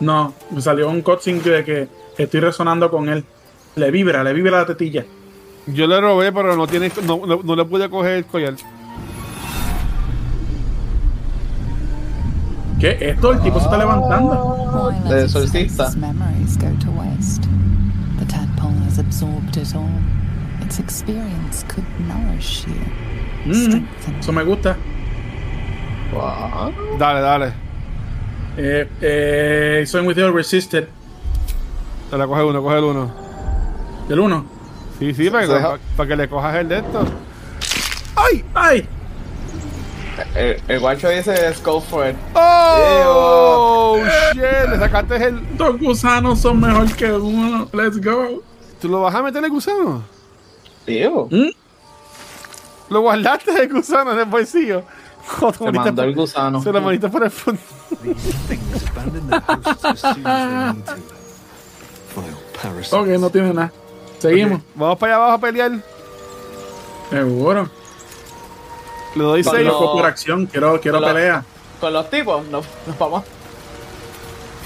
[SPEAKER 3] No, me salió un cutscene de que estoy resonando con él. Le vibra, le vibra la tetilla.
[SPEAKER 1] Yo le robé, pero no tiene, no, no, no le pude coger el collar.
[SPEAKER 3] ¿Qué? Esto, el tipo se está levantando.
[SPEAKER 2] De solcista.
[SPEAKER 8] His memories go to waste. The tadpole has absorbed it all. Its experience could nourish you.
[SPEAKER 3] Mm, eso me gusta.
[SPEAKER 1] Dale, dale.
[SPEAKER 3] Eh, eh, soy with you resisted.
[SPEAKER 1] Dale, coge uno, coge el uno.
[SPEAKER 3] Del 1.
[SPEAKER 1] Sí, sí, para que,
[SPEAKER 2] Deja-
[SPEAKER 1] para, que le cojas el de esto.
[SPEAKER 3] ¡Ay! ¡Ay!
[SPEAKER 2] El, el guacho dice, let's go for it.
[SPEAKER 1] ¡Oh! ¡Shit! Le sacaste el.
[SPEAKER 3] Dos gusanos son mejor que uno. Let's go.
[SPEAKER 1] ¿Tú lo vas a meter el gusano?
[SPEAKER 2] Tío,
[SPEAKER 1] Mm. ¿Lo guardaste el gusano en el bolsillo? Joder,
[SPEAKER 2] se
[SPEAKER 1] mandaste
[SPEAKER 2] mandó
[SPEAKER 1] por-
[SPEAKER 2] el gusano.
[SPEAKER 1] Se lo mandaste por el fondo.
[SPEAKER 14] Things abandon their hosts as soon as they need to.
[SPEAKER 16] Vile parasites.
[SPEAKER 3] Ok, no tiene nada. Seguimos.
[SPEAKER 1] Vamos para allá abajo a pelear.
[SPEAKER 3] Seguro.
[SPEAKER 1] Le doy
[SPEAKER 2] Con
[SPEAKER 3] Estoy
[SPEAKER 1] 6.
[SPEAKER 2] los-
[SPEAKER 3] loco por acción. Quiero, quiero
[SPEAKER 2] Hola.
[SPEAKER 3] pelea.
[SPEAKER 2] Con los tipos, nos, nos vamos.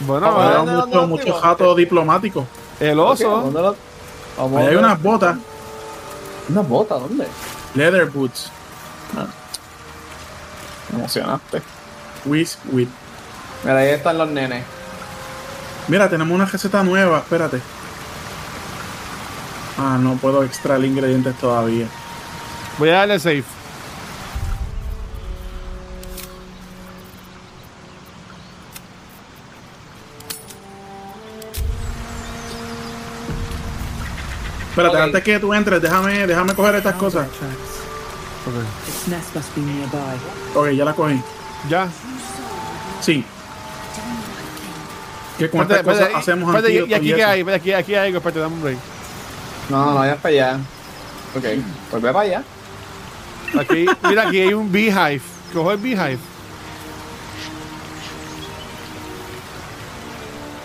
[SPEAKER 1] Bueno,
[SPEAKER 2] Vamos
[SPEAKER 3] Me
[SPEAKER 2] a
[SPEAKER 1] vale.
[SPEAKER 3] da
[SPEAKER 2] ¿dónde, dónde
[SPEAKER 3] mucho,
[SPEAKER 2] los
[SPEAKER 3] mucho
[SPEAKER 2] tiro?
[SPEAKER 3] jato diplomático.
[SPEAKER 1] el
[SPEAKER 2] ok,
[SPEAKER 1] oso.
[SPEAKER 2] vamos a los- vamos
[SPEAKER 3] Ahí
[SPEAKER 2] a
[SPEAKER 3] hay
[SPEAKER 2] los-
[SPEAKER 3] unas botas.
[SPEAKER 2] Unas botas, ¿dónde?
[SPEAKER 3] Leather boots.
[SPEAKER 1] Ah.
[SPEAKER 2] Me emocionaste.
[SPEAKER 3] Whiz, whiz.
[SPEAKER 2] Mira, ahí están los nenes.
[SPEAKER 3] Mira, tenemos una receta nueva. Espérate. Ah, no puedo extraer ingredientes todavía.
[SPEAKER 1] Voy a darle safe.
[SPEAKER 3] Espérate,
[SPEAKER 2] Ok.
[SPEAKER 3] antes que tú entres, déjame, déjame coger estas cosas.
[SPEAKER 19] Its nest must be nearby.
[SPEAKER 3] Ok, ya la cogí.
[SPEAKER 1] Ya.
[SPEAKER 3] Sí. ¿Qué con
[SPEAKER 1] Espérate,
[SPEAKER 3] estas cosas
[SPEAKER 1] espérate,
[SPEAKER 3] hacemos
[SPEAKER 1] espérate, y, y
[SPEAKER 3] antídoto
[SPEAKER 1] aquí
[SPEAKER 3] y
[SPEAKER 1] que
[SPEAKER 3] eso?
[SPEAKER 1] hay, espérate, aquí, aquí hay algo, espérate, dame un break.
[SPEAKER 2] No, no vayas para allá. Ok, pues ve para allá.
[SPEAKER 1] Aquí, mira, aquí hay un beehive. Cojo el beehive.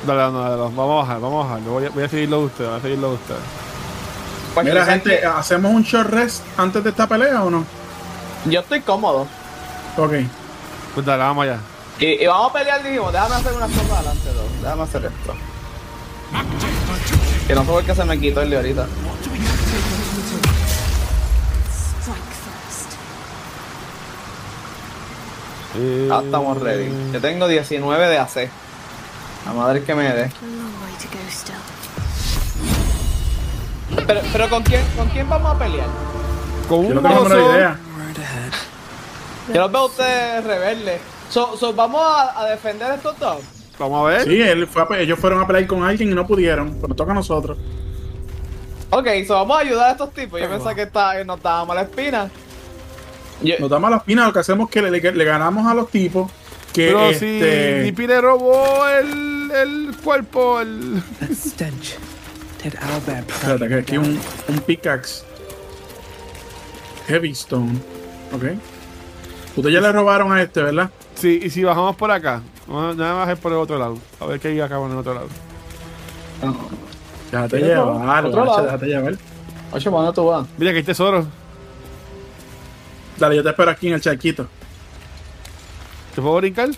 [SPEAKER 1] Dale, dale, dale, dale, vamos a bajar, vamos a bajar. Voy a, voy a seguirlo de ustedes, voy a seguirlo de ustedes.
[SPEAKER 2] Pues,
[SPEAKER 3] Mira,
[SPEAKER 2] ¿sabes
[SPEAKER 3] gente, ah. ¿hacemos un short rest antes de esta pelea o no?
[SPEAKER 2] qué? Yo estoy cómodo.
[SPEAKER 3] Ok.
[SPEAKER 1] Pues dale, vamos allá.
[SPEAKER 2] Y, y vamos a pelear, dijimos, déjame hacer unas cosas adelante, dos. Déjame hacer esto. Que no fue porque se me quitó el de ahorita.
[SPEAKER 18] Strike first.
[SPEAKER 2] Ah, estamos ready. Yo tengo 19 de AC. La madre que me dé.
[SPEAKER 18] A long way to go still.
[SPEAKER 2] Pero, pero ¿con, quién, ¿con quién vamos a pelear?
[SPEAKER 1] Con
[SPEAKER 3] Yo
[SPEAKER 1] un
[SPEAKER 3] no tengo la menor
[SPEAKER 1] oso.
[SPEAKER 3] idea.
[SPEAKER 2] Yo los veo a ustedes rebeldes. So, so, vamos a, a defender estos dos.
[SPEAKER 1] Vamos a ver.
[SPEAKER 3] Sí, él fue a pe- ellos fueron a pelear con alguien y no pudieron, pero toca a nosotros.
[SPEAKER 2] Ok, so vamos a ayudar a estos tipos. Yo pensaba que, está, que nos dábamos la espina.
[SPEAKER 3] Nos damos la espina, lo que hacemos es que le, le- le ganamos a los tipos que
[SPEAKER 1] Pero
[SPEAKER 3] este,
[SPEAKER 1] si Dipi le robó el, el cuerpo, el.
[SPEAKER 19] Stench. Did Albert
[SPEAKER 3] Espérate, que aquí un, un pickaxe. Heavy stone. Ok. Ustedes ya le robaron a este, ¿verdad?
[SPEAKER 1] Sí, y si bajamos por acá, vamos- nada más es por el otro lado. A ver qué hay acá por el otro lado.
[SPEAKER 3] Déjate
[SPEAKER 1] Otro lado,
[SPEAKER 3] llevar,
[SPEAKER 1] otro
[SPEAKER 3] guacha,
[SPEAKER 1] lado.
[SPEAKER 3] déjate llevar.
[SPEAKER 2] Oye, ¿para dónde tú vas?
[SPEAKER 1] Mira que hay tesoro.
[SPEAKER 3] Dale, yo te espero aquí en el charquito.
[SPEAKER 1] ¿Te puedo brincar?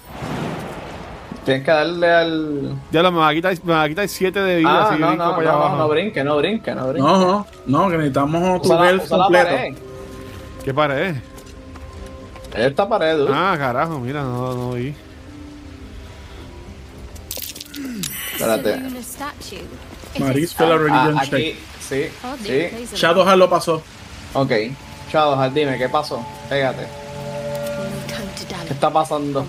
[SPEAKER 2] Tienes que darle al.
[SPEAKER 1] Ya lo me va a quitar, me va a quitar 7 de vida.
[SPEAKER 2] Ah,
[SPEAKER 1] si
[SPEAKER 2] no,
[SPEAKER 1] brinco
[SPEAKER 2] no, no,
[SPEAKER 1] para allá abajo.
[SPEAKER 2] no, no brinque, no brinque, no brinque.
[SPEAKER 3] No, no, no, que necesitamos tu
[SPEAKER 2] Usa la-
[SPEAKER 3] belt
[SPEAKER 2] usa la
[SPEAKER 3] completo.
[SPEAKER 2] pared.
[SPEAKER 1] ¿Qué pared?
[SPEAKER 2] Esta pared, dude.
[SPEAKER 1] Ah, carajo, mira, no, no vi.
[SPEAKER 2] Espérate.
[SPEAKER 18] Even a statue.
[SPEAKER 3] Maris fue la religion
[SPEAKER 2] Ah, aquí,
[SPEAKER 3] check.
[SPEAKER 2] sí,
[SPEAKER 12] Oh,
[SPEAKER 2] sí.
[SPEAKER 3] Shadowheart lo pasó.
[SPEAKER 2] Ok. Shadowheart, dime, ¿qué pasó? Pégate. ¿Qué está pasando?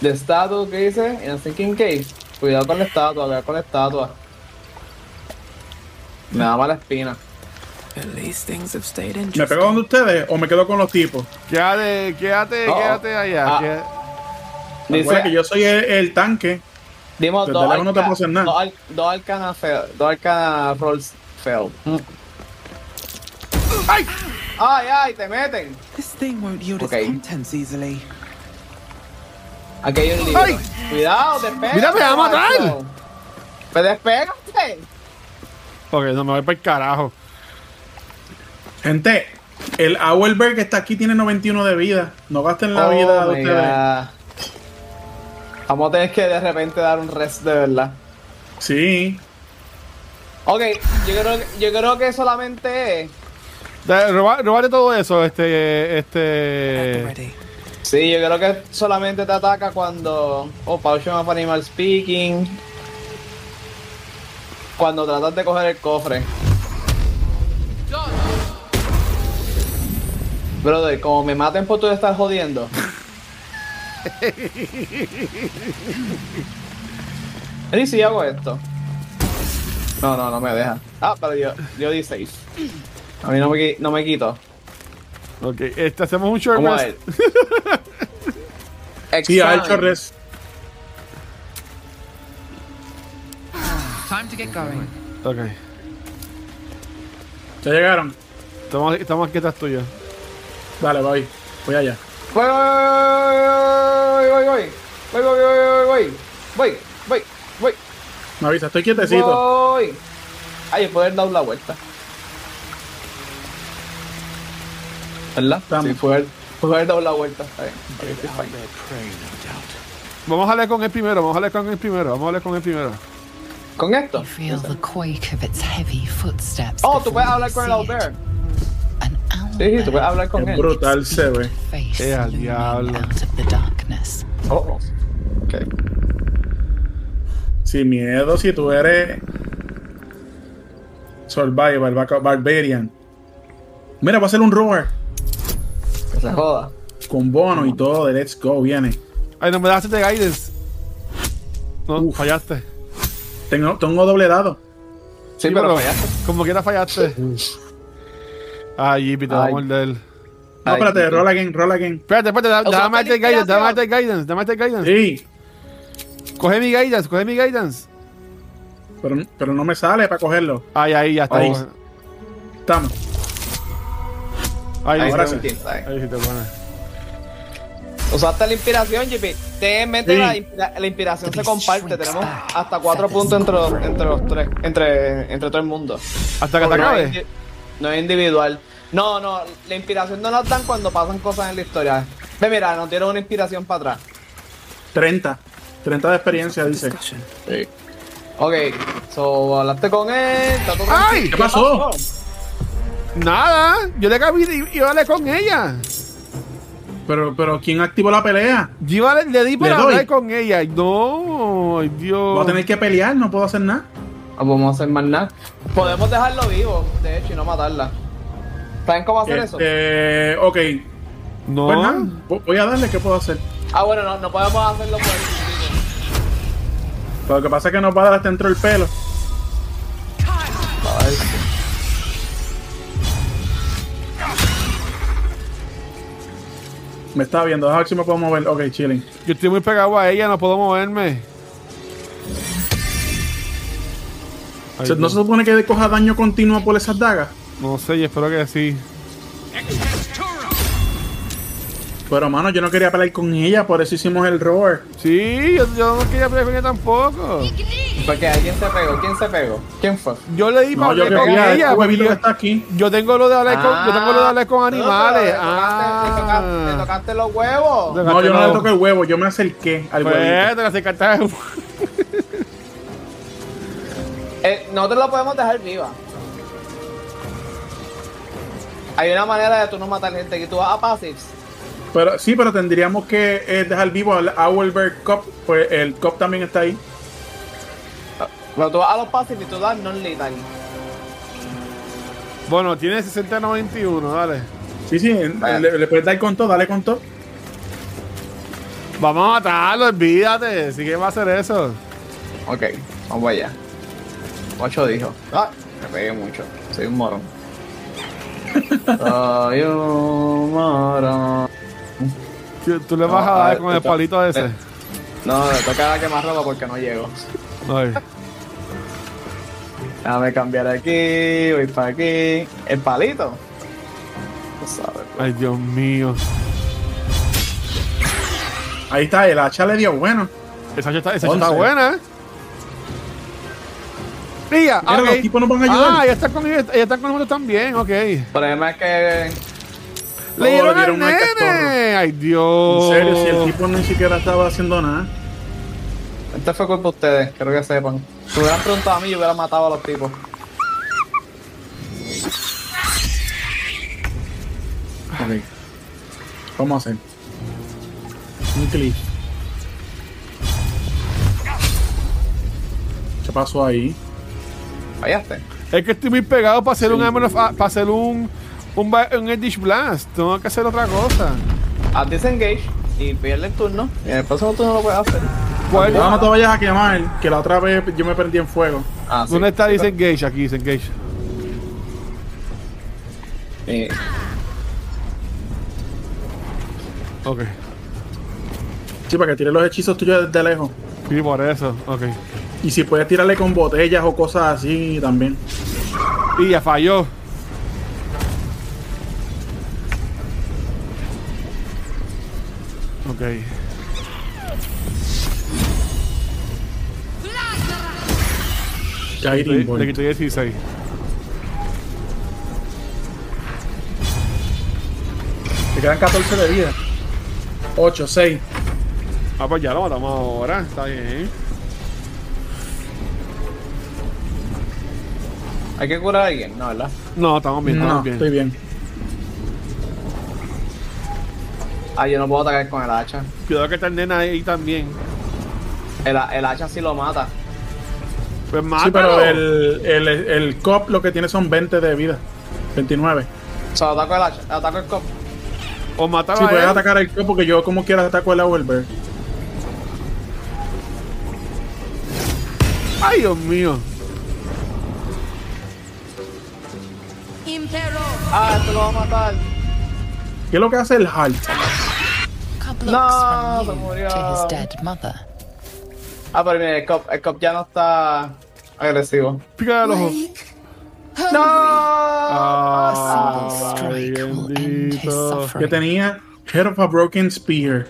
[SPEAKER 2] The estatua, ¿qué dice? In a sinking cave. Cuidado con la estatua, cuidado con la estatua. Me da mala espina.
[SPEAKER 19] At least things have stayed in.
[SPEAKER 3] ¿Me pego donde ustedes o me quedo con los tipos?
[SPEAKER 1] Quédate, quédate,
[SPEAKER 2] No.
[SPEAKER 1] quédate allá.
[SPEAKER 2] Ah.
[SPEAKER 1] quédate.
[SPEAKER 2] Pues,
[SPEAKER 3] Dice que yo soy el, el tanque.
[SPEAKER 2] Dimos
[SPEAKER 3] Desde
[SPEAKER 2] dos,
[SPEAKER 3] luego no te
[SPEAKER 2] arca-
[SPEAKER 3] puedo hacer nada.
[SPEAKER 2] dos al- dos arcana fail, dos arcana rolls fail. ¡Ay! ¡Ay, ay! ¡Te meten!
[SPEAKER 19] This thing won't yield
[SPEAKER 2] Ok.
[SPEAKER 19] its contents easily.
[SPEAKER 2] Aquí hay un libro.
[SPEAKER 19] ¡Ay!
[SPEAKER 2] Cuidado, despega.
[SPEAKER 1] Mira, me va a matar.
[SPEAKER 2] ¡Me despégate!
[SPEAKER 1] Ok, no me voy para el carajo.
[SPEAKER 3] Gente, el Auerberg que está aquí tiene 91 de vida. No gasten la
[SPEAKER 2] Oh
[SPEAKER 3] vida de
[SPEAKER 2] my
[SPEAKER 3] ustedes.
[SPEAKER 2] God. Vamos a tener que de repente dar un rest de verdad.
[SPEAKER 3] Sí.
[SPEAKER 2] Ok, yo creo, yo creo que solamente es.
[SPEAKER 1] Da- roba- Robale todo eso, este. este...
[SPEAKER 2] Sí, yo creo que solamente te ataca cuando. Oh, Potion of Animal Speaking. Cuando tratas de coger el cofre. Brother, como me maten por tú estar jodiendo. [laughs] ¿Y si hago esto? No, no, no me deja. Ah, pero yo, yo 16. A mí no me, qui- no me quito.
[SPEAKER 1] Ok, este, hacemos un short
[SPEAKER 2] Vamos a
[SPEAKER 1] rest.
[SPEAKER 3] [laughs] Sí, ha hecho
[SPEAKER 2] Examen.
[SPEAKER 3] res.
[SPEAKER 19] Time to get going.
[SPEAKER 1] Ok,
[SPEAKER 3] Ya llegaron.
[SPEAKER 1] estamos, estamos aquí atrás tuyo.
[SPEAKER 3] Dale, voy. Voy allá.
[SPEAKER 2] Voy, voy, voy, voy, voy, voy, voy, voy, voy, voy, voy,
[SPEAKER 3] Me avisa, estoy
[SPEAKER 2] voy,
[SPEAKER 3] quietecito.
[SPEAKER 2] voy. Ay, poder dar la vuelta. ¿Verdad? Sí, poder, poder dar la vuelta. Está bien. Ok, estoy fine.
[SPEAKER 1] Vamos a hablar con el primero, vamos a hablar con el primero, vamos a hablar con el primero.
[SPEAKER 2] ¿Con esto?
[SPEAKER 8] Feel the quake of its heavy footsteps.
[SPEAKER 2] Oh, tú
[SPEAKER 8] before
[SPEAKER 2] puedes
[SPEAKER 8] you
[SPEAKER 2] hablar con el
[SPEAKER 8] see it.
[SPEAKER 2] Albert. Sí, sí, tú puedes hablar con
[SPEAKER 3] Qué
[SPEAKER 2] él.
[SPEAKER 3] brutal se ve.
[SPEAKER 8] Face
[SPEAKER 1] Eh, al
[SPEAKER 8] looming
[SPEAKER 1] diablo.
[SPEAKER 8] out of the darkness.
[SPEAKER 2] Oh,
[SPEAKER 3] Sin miedo, si tú eres. Survivor, barba- Barbarian. Mira, va a ser un roar.
[SPEAKER 2] que se joda.
[SPEAKER 3] Con bono y todo de Let's Go viene.
[SPEAKER 1] Ay, no me das de guidance. No, fallaste.
[SPEAKER 3] Tengo, tengo doble dado.
[SPEAKER 2] Sí, pero fallaste.
[SPEAKER 1] Como quiera fallaste. Ay, Yipi, te va a
[SPEAKER 3] Ay.
[SPEAKER 1] morder.
[SPEAKER 3] No, espérate, roll again, roll again.
[SPEAKER 1] Espérate, espérate, da-
[SPEAKER 3] Usa
[SPEAKER 1] dame
[SPEAKER 3] la
[SPEAKER 1] este guidance, dame este guidance, dame este guidance.
[SPEAKER 3] Sí,
[SPEAKER 1] Coge mi guidance, coge mi guidance.
[SPEAKER 3] pero, pero no me sale para cogerlo.
[SPEAKER 1] Ay, ahí ya
[SPEAKER 3] Ahí.
[SPEAKER 1] estamos.
[SPEAKER 3] Estamos.
[SPEAKER 1] Ay,
[SPEAKER 2] Ahí
[SPEAKER 1] ahora sí.
[SPEAKER 2] se me entiende, ahí.
[SPEAKER 1] Ahí sí te pones.
[SPEAKER 2] Usaste la inspiración, JP. Ten en mente
[SPEAKER 1] Sí.
[SPEAKER 2] la, inspira- la inspiración se comparte. Tenemos hasta cuatro puntos entre, los- entre los tres, entre, entre todo el mundo.
[SPEAKER 1] Hasta que te
[SPEAKER 2] Porque no
[SPEAKER 1] acabe.
[SPEAKER 2] es indi- No es individual. No, no, la inspiración no la dan cuando pasan cosas en la historia. Ve, mira, nos dieron una inspiración para atrás.
[SPEAKER 3] 30. 30 de experiencia, dice.
[SPEAKER 2] Sí. Ok, so hablaste con él. está todo
[SPEAKER 1] ¡Ay!
[SPEAKER 2] tranquilo.
[SPEAKER 1] ¿Qué pasó? Nada, yo le acabé de y hablé con ella.
[SPEAKER 3] Pero, pero ¿quién activó la pelea?
[SPEAKER 1] Yo iba- le, di para
[SPEAKER 3] doy?
[SPEAKER 1] hablar con ella. No, ay, Dios.
[SPEAKER 3] Voy a tener que pelear, no puedo hacer nada.
[SPEAKER 2] vamos a hacer más nada. Podemos dejarlo vivo, de hecho, y no matarla. ¿Saben cómo hacer eso?
[SPEAKER 3] Este, ok.
[SPEAKER 1] No.
[SPEAKER 3] Pues nada, vo- voy a darle qué puedo hacer.
[SPEAKER 2] Ah, bueno, no, no podemos hacerlo por
[SPEAKER 3] Pero Lo que pasa es que no va a dar hasta dentro el pelo. Me está viendo, déjame ver si me puedo mover. Ok, chilling.
[SPEAKER 1] Yo estoy muy pegado a ella, no puedo moverme. Ay,
[SPEAKER 3] O sea, ¿No
[SPEAKER 1] Dios.
[SPEAKER 3] se supone que coja daño continuo por esas dagas?
[SPEAKER 1] No sé, y espero que sí.
[SPEAKER 3] Pero, mano, yo no quería pelear con ella, por eso hicimos el roar.
[SPEAKER 1] Sí, yo, yo no quería pelear con ella tampoco.
[SPEAKER 2] Porque alguien se pegó, ¿quién se pegó? ¿Quién fue?
[SPEAKER 1] Yo le di
[SPEAKER 2] No,
[SPEAKER 1] para
[SPEAKER 2] yo
[SPEAKER 1] hablar con
[SPEAKER 2] quería el
[SPEAKER 1] ella.
[SPEAKER 2] huevito
[SPEAKER 1] porque
[SPEAKER 2] que
[SPEAKER 1] Yo, yo tengo lo de hablar con, yo tengo lo de hablar con animales.
[SPEAKER 2] Ah, no, pero le tocaste- le tocaste- le tocaste los huevos.
[SPEAKER 3] No, yo no le toqué el huevo, yo me acerqué al
[SPEAKER 1] Pues,
[SPEAKER 3] huevito.
[SPEAKER 1] te la acercaste al huevo.
[SPEAKER 2] Eh, nosotros la podemos dejar viva. Hay una manera de tú no matar gente que tú vas a passives.
[SPEAKER 3] Pero, sí, pero tendríamos que eh, dejar vivo al Owlbear Cop, pues el Cop también está ahí.
[SPEAKER 2] Pero tú vas a los passives y tú das non-lethal.
[SPEAKER 1] [laughs] Bueno, tiene 60-91, dale.
[SPEAKER 3] Sí, sí, le, le puedes dar con todo, dale con todo.
[SPEAKER 1] Vamos a matarlo, olvídate. Si que va a hacer eso.
[SPEAKER 2] Ok, vamos allá. Ocho dijo. Ah, me pegué mucho. Soy un morón. [laughs] Soy un morón.
[SPEAKER 1] Tú, tú le vas a dar con el palito ese.
[SPEAKER 3] eh.
[SPEAKER 2] No, me toca la que más roba porque no llego.
[SPEAKER 1] Ay.
[SPEAKER 2] Déjame cambiar aquí, voy para aquí. El palito. Tú sabes.
[SPEAKER 1] Ay, Dios mío.
[SPEAKER 3] Ahí está, el hacha le dio bueno.
[SPEAKER 1] Esa hacha está, esa hacha está
[SPEAKER 3] Once.
[SPEAKER 1] buena, ¿eh? Mira,
[SPEAKER 3] Mira,
[SPEAKER 1] ok.
[SPEAKER 3] los tipos nos van a ayudar. Oh,
[SPEAKER 1] Ah, ya están con ellos, ya están con nosotros también, ok. Le
[SPEAKER 2] El problema es que.
[SPEAKER 1] dieron al
[SPEAKER 3] dieron al
[SPEAKER 1] nene.
[SPEAKER 3] castorro.
[SPEAKER 1] Ay, Dios.
[SPEAKER 3] En serio, si
[SPEAKER 1] Oh.
[SPEAKER 3] el tipo ni siquiera estaba haciendo nada.
[SPEAKER 2] Este fue culpa de ustedes, quiero que sepan. Si hubieran preguntado a mí, yo hubiera matado a los tipos.
[SPEAKER 3] Ok. Vamos a hacer. Un clic. ¿Qué pasó ahí?
[SPEAKER 2] Fallaste.
[SPEAKER 1] Es que estoy muy pegado para hacer un Hammer of- para hacer un un, ba- un Eddish Blast. Tengo que hacer otra cosa.
[SPEAKER 2] Haz disengage y pierde el turno. Y en el próximo turno lo puedes hacer.
[SPEAKER 1] ¿Cuál?
[SPEAKER 3] Vamos te vayas a quemar, que la otra vez yo me prendí en fuego.
[SPEAKER 2] Ah,
[SPEAKER 1] ¿Dónde está Disengage? Aquí, Disengage.
[SPEAKER 2] Eh,
[SPEAKER 1] Ok.
[SPEAKER 3] Sí, para que tire los hechizos tuyos desde lejos.
[SPEAKER 1] Sí, por eso. Ok.
[SPEAKER 3] Y si puedes tirarle con botellas o cosas así también.
[SPEAKER 1] Y ya falló. Ok.
[SPEAKER 3] Ya
[SPEAKER 1] Le quité- le quité 16.
[SPEAKER 3] Te quedan 14 de vida. 8, 6.
[SPEAKER 1] Ah, pues ya lo matamos ahora. Está bien.
[SPEAKER 2] Hay que curar a alguien, ¿no? ¿Verdad?
[SPEAKER 1] No, estamos bien, estamos
[SPEAKER 3] No,
[SPEAKER 1] bien.
[SPEAKER 3] estoy bien.
[SPEAKER 2] Ah, yo no puedo atacar con el hacha.
[SPEAKER 1] Cuidado que está el nena ahí también.
[SPEAKER 2] El, ha- el hacha sí lo mata.
[SPEAKER 1] Pues
[SPEAKER 3] Sí,
[SPEAKER 1] mátalo.
[SPEAKER 3] pero el, el, el cop lo que tiene son 20 de vida. 29.
[SPEAKER 2] O sea, ataco el hacha, ataco el cop.
[SPEAKER 1] O mátalo
[SPEAKER 3] Sí,
[SPEAKER 1] a
[SPEAKER 3] puedes
[SPEAKER 1] él.
[SPEAKER 3] atacar el cop porque yo como quiera ataco el Owlbear.
[SPEAKER 1] Ay, Dios mío.
[SPEAKER 2] Ah, esto lo va a matar.
[SPEAKER 3] ¿Qué es lo que hace el Halt?
[SPEAKER 8] Cobb
[SPEAKER 2] No,
[SPEAKER 8] looks
[SPEAKER 2] se
[SPEAKER 8] from you
[SPEAKER 2] murió.
[SPEAKER 8] to his dead mother.
[SPEAKER 2] Ah, pero mira, el cop, el cop ya no está agresivo.
[SPEAKER 1] Pícale al ojo.
[SPEAKER 2] ¡No!
[SPEAKER 1] Ay, bendito.
[SPEAKER 3] Que tenía Head of a Broken Spear.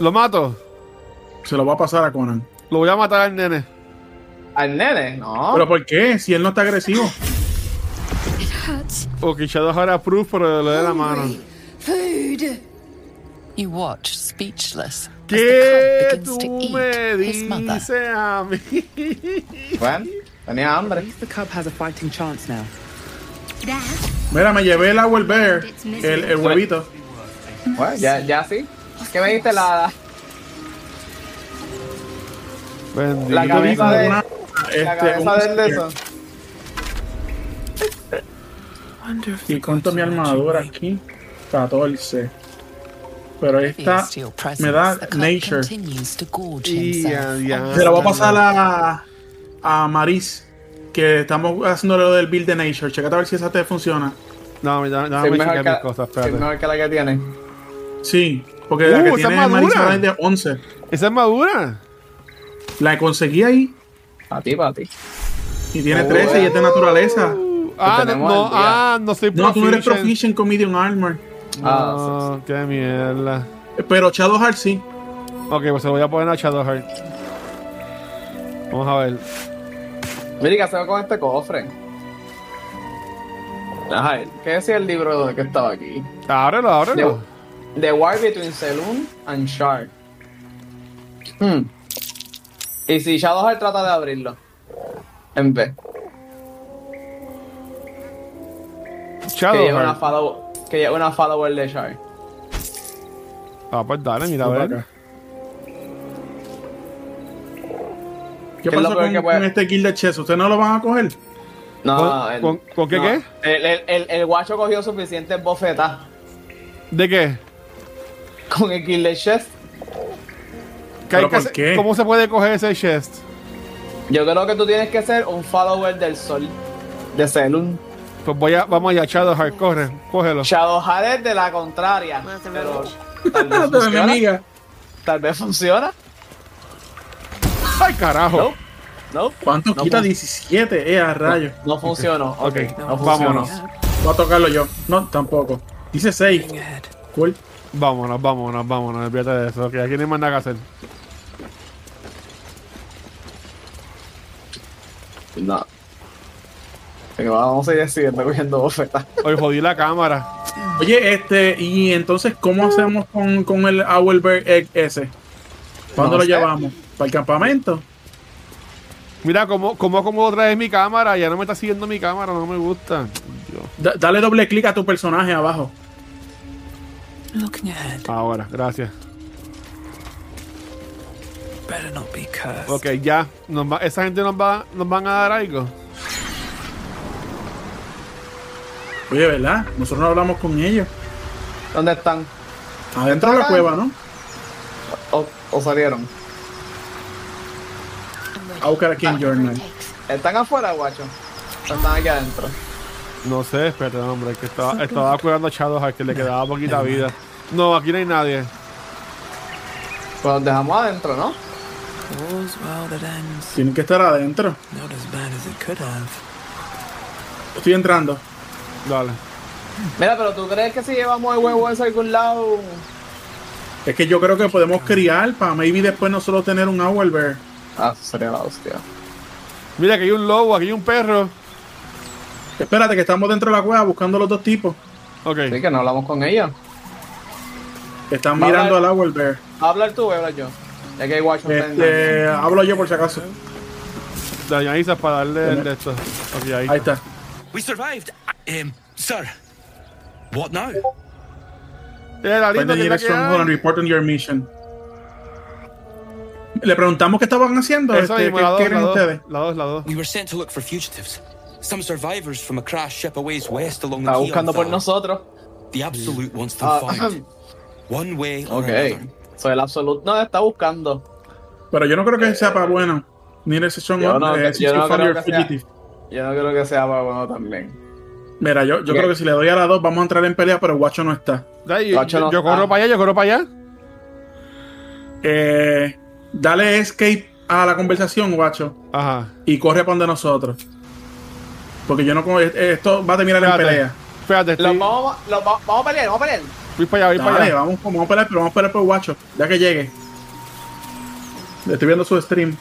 [SPEAKER 1] Lo mato.
[SPEAKER 3] Se lo va a pasar a Conan.
[SPEAKER 1] Lo voy a matar al nene.
[SPEAKER 2] ¿Al nene? No.
[SPEAKER 3] ¿Pero por qué? Si él no está agresivo.
[SPEAKER 1] Ok, Shadow ahora proof, pero le doy la mano.
[SPEAKER 18] Food!
[SPEAKER 8] You watch, speechless, as the
[SPEAKER 1] ¿Qué
[SPEAKER 8] cub begins
[SPEAKER 1] tú
[SPEAKER 8] to
[SPEAKER 1] me
[SPEAKER 8] eat his mother.
[SPEAKER 1] dices a mí?
[SPEAKER 2] Bueno, tenía hambre.
[SPEAKER 19] The cub has a fighting chance now.
[SPEAKER 3] Mira, me llevé el Owl Bear, el, el huevito.
[SPEAKER 2] Bueno, ya, ya sí. ¿Qué me diste la, la cabeza de
[SPEAKER 3] Una-
[SPEAKER 2] la
[SPEAKER 3] este,
[SPEAKER 2] cabeza
[SPEAKER 3] un-
[SPEAKER 2] del de eso?
[SPEAKER 3] ¿Y cuánto mi armadura aquí? 14. Pero esta
[SPEAKER 8] Oblivious to your
[SPEAKER 3] me
[SPEAKER 8] presence,
[SPEAKER 3] da
[SPEAKER 8] the cub
[SPEAKER 3] Nature.
[SPEAKER 8] continues to gorge
[SPEAKER 3] Y
[SPEAKER 8] himself on
[SPEAKER 3] Se la voy a pasar a, a Maris, que estamos haciendo lo del build de Nature. Checate a ver si esa te funciona.
[SPEAKER 1] No, no,
[SPEAKER 2] Sí, mejor que la- sí, mejor que la que tiene.
[SPEAKER 3] Sí, porque la
[SPEAKER 2] Uh,
[SPEAKER 3] que
[SPEAKER 2] esa
[SPEAKER 3] tiene
[SPEAKER 2] es madura.
[SPEAKER 3] Maris ahora es de 11.
[SPEAKER 1] ¿Esa es madura?
[SPEAKER 3] La conseguí ahí.
[SPEAKER 2] A ti, para ti.
[SPEAKER 3] Y tiene 13 y es de naturaleza.
[SPEAKER 1] Ah, no, no, ah, no soy
[SPEAKER 3] No, tú no eres proficient con Medium Armor. Eh,
[SPEAKER 1] Ah, qué mierda.
[SPEAKER 3] Pero Shadowheart sí.
[SPEAKER 1] Ok, pues se lo voy a poner a Shadowheart. Vamos a ver.
[SPEAKER 2] Mira, ¿qué hacemos con este cofre? Ajá, ¿qué decía el libro que estaba aquí?
[SPEAKER 1] Ábrelo, ábrelo.
[SPEAKER 2] The, The War Between Saloon and Shark. Hmm. Y si Shadowheart trata de abrirlo. En vez. Que lleva una
[SPEAKER 1] Shadowheart.
[SPEAKER 2] follow- que lleva una follower de Shark.
[SPEAKER 1] Ah, pues dale, mira, a ver.
[SPEAKER 3] ¿Qué,
[SPEAKER 2] ¿Qué es lo
[SPEAKER 3] pasó
[SPEAKER 2] peor
[SPEAKER 3] con,
[SPEAKER 2] que puede-
[SPEAKER 3] con este kill de Chess? ¿Ustedes no lo van a coger?
[SPEAKER 2] No,
[SPEAKER 1] ¿Con-
[SPEAKER 2] no, el-
[SPEAKER 1] con- con qué
[SPEAKER 2] no.
[SPEAKER 1] qué?
[SPEAKER 2] El, el- el- el guacho cogió suficientes bofetas
[SPEAKER 1] ¿De qué?
[SPEAKER 2] con el Kill the Chef.
[SPEAKER 1] ¿Qué hay que hacer? ¿Cómo se puede coger ese chest?
[SPEAKER 2] Yo creo que tú tienes que ser un follower del sol. De Selun.
[SPEAKER 1] Pues voy a, vamos allá, Shadowheart, corre, cógelo.
[SPEAKER 2] Shadowheart es de la contraria. [laughs] Pero tal
[SPEAKER 3] [laughs]
[SPEAKER 2] vez
[SPEAKER 1] De la
[SPEAKER 2] funciona.
[SPEAKER 1] enemiga.
[SPEAKER 2] Tal vez funciona.
[SPEAKER 1] ¡Ay, carajo!
[SPEAKER 2] No. No.
[SPEAKER 3] ¿Cuánto
[SPEAKER 2] No
[SPEAKER 3] quita?
[SPEAKER 2] fun-
[SPEAKER 3] 17, eh, a rayo.
[SPEAKER 2] No, no funcionó, ok, no funcionó.
[SPEAKER 3] vámonos. Voy a tocarlo yo. No, tampoco. Dice 6. Cool.
[SPEAKER 1] Vámonos, vámonos, vámonos, olvídate de eso, que aquí no hay más nada que hacer.
[SPEAKER 2] No. Pero vamos a ir siguiendo cogiendo bofetas.
[SPEAKER 1] Hoy jodí la cámara.
[SPEAKER 3] Oye, este, y entonces, ¿cómo hacemos con, con el Owlbear Egg ese? ¿Cuándo
[SPEAKER 1] No
[SPEAKER 3] lo
[SPEAKER 1] sé.
[SPEAKER 3] llevamos? ¿Para el campamento?
[SPEAKER 1] Mira cómo, cómo acomodo otra vez mi cámara, ya no me está siguiendo mi cámara, no me gusta.
[SPEAKER 3] Da- dale doble clic a tu personaje abajo.
[SPEAKER 19] Looking ahead.
[SPEAKER 1] Ahora, gracias.
[SPEAKER 19] Better not be cursed.
[SPEAKER 1] Ok, ya. Nos va- esa gente nos va, nos van a dar algo.
[SPEAKER 3] Oye, ¿verdad? Nosotros no hablamos con ellos.
[SPEAKER 2] ¿Dónde están?
[SPEAKER 3] Adentro de la cueva, ¿no?
[SPEAKER 2] O, o salieron.
[SPEAKER 3] A buscar aquí
[SPEAKER 9] Ah,
[SPEAKER 3] en Journal.
[SPEAKER 2] ¿Están afuera, guacho? ¿O están aquí adentro?
[SPEAKER 1] No sé, espérate, hombre, que estaba, estaba cuidando a Shadowheart que le quedaba poquita vida. No, aquí no hay nadie.
[SPEAKER 2] Pues los dejamos adentro, ¿no?
[SPEAKER 19] All's well that ends.
[SPEAKER 3] Tienen que estar adentro.
[SPEAKER 2] Oh.
[SPEAKER 19] Not as bad as it could have.
[SPEAKER 3] Estoy entrando.
[SPEAKER 1] Dale.
[SPEAKER 2] Mira, pero ¿tú crees que si llevamos el huevo ese a algún lado?
[SPEAKER 3] Es que yo creo que podemos criar para maybe después nosotros tener un Owlbear.
[SPEAKER 2] Ah, sería la hostia.
[SPEAKER 1] Mira, que hay un lobo, aquí hay un perro.
[SPEAKER 3] Espérate, que estamos dentro de la cueva buscando los dos tipos.
[SPEAKER 1] Ok.
[SPEAKER 2] Sí, que no hablamos con ella.
[SPEAKER 3] Están
[SPEAKER 2] Va a
[SPEAKER 3] mirando al
[SPEAKER 2] hablar-
[SPEAKER 3] Owlbear.
[SPEAKER 2] ¿Va a hablar tú o voy a hablar yo? Ya que hay guacho
[SPEAKER 3] Este, hablo yo por si acaso.
[SPEAKER 1] Daña Isa para darle el de esto. Ok, ahí,
[SPEAKER 3] Ahí está.
[SPEAKER 16] We survived. Um, sir. What now?
[SPEAKER 1] Era lindo
[SPEAKER 3] Find the
[SPEAKER 1] que Eh, la
[SPEAKER 3] nearest
[SPEAKER 1] que
[SPEAKER 3] stronghold and
[SPEAKER 1] hay.
[SPEAKER 3] report on your mission. Le preguntamos qué estaban haciendo.
[SPEAKER 16] Eso
[SPEAKER 3] este,
[SPEAKER 16] mismo,
[SPEAKER 3] ¿Qué
[SPEAKER 16] la dos,
[SPEAKER 3] quieren
[SPEAKER 16] la dos.
[SPEAKER 3] ustedes?
[SPEAKER 1] La dos, la dos.
[SPEAKER 16] We were sent to look for fugitives. Some survivors from a crashed ship a ways west along the
[SPEAKER 2] Está
[SPEAKER 16] Keon
[SPEAKER 2] buscando por
[SPEAKER 16] Valley.
[SPEAKER 2] nosotros.
[SPEAKER 16] The Absolute wants them
[SPEAKER 2] Ah,
[SPEAKER 16] found. One way or
[SPEAKER 2] [clears throat] ok.
[SPEAKER 16] another.
[SPEAKER 2] Soy el absoluto. No, está buscando.
[SPEAKER 3] Pero yo no creo que
[SPEAKER 16] Eh,
[SPEAKER 3] sea para bueno. Nearest
[SPEAKER 2] Yo
[SPEAKER 3] stronghold.
[SPEAKER 2] no,
[SPEAKER 3] eh,
[SPEAKER 2] yo
[SPEAKER 3] since
[SPEAKER 2] no
[SPEAKER 3] you found
[SPEAKER 2] creo
[SPEAKER 3] your
[SPEAKER 2] que sea.
[SPEAKER 3] fugitive.
[SPEAKER 2] Yo no creo que sea para bueno también.
[SPEAKER 3] Mira, yo, yo
[SPEAKER 2] Ok.
[SPEAKER 3] creo que si le doy a la 2 vamos a entrar en pelea, pero Guacho no está.
[SPEAKER 1] Dale, yo,
[SPEAKER 3] Guacho no ah.
[SPEAKER 1] yo corro
[SPEAKER 3] está.
[SPEAKER 1] para allá, yo corro para allá.
[SPEAKER 3] Eh, dale escape a la conversación, Guacho.
[SPEAKER 1] Ajá.
[SPEAKER 3] Y corre para donde nosotros. Porque yo no... como- eh, Esto va a terminar en
[SPEAKER 1] Espérate.
[SPEAKER 3] pelea.
[SPEAKER 1] Espérate,
[SPEAKER 2] Los
[SPEAKER 1] estoy...
[SPEAKER 2] vamos, los va- vamos a pelear, vamos a pelear.
[SPEAKER 1] voy para allá, voy para
[SPEAKER 3] Dale,
[SPEAKER 1] allá.
[SPEAKER 3] vamos, vamos a pelear, pero vamos a pelear por Guacho. Ya que llegue. Le Estoy viendo su stream.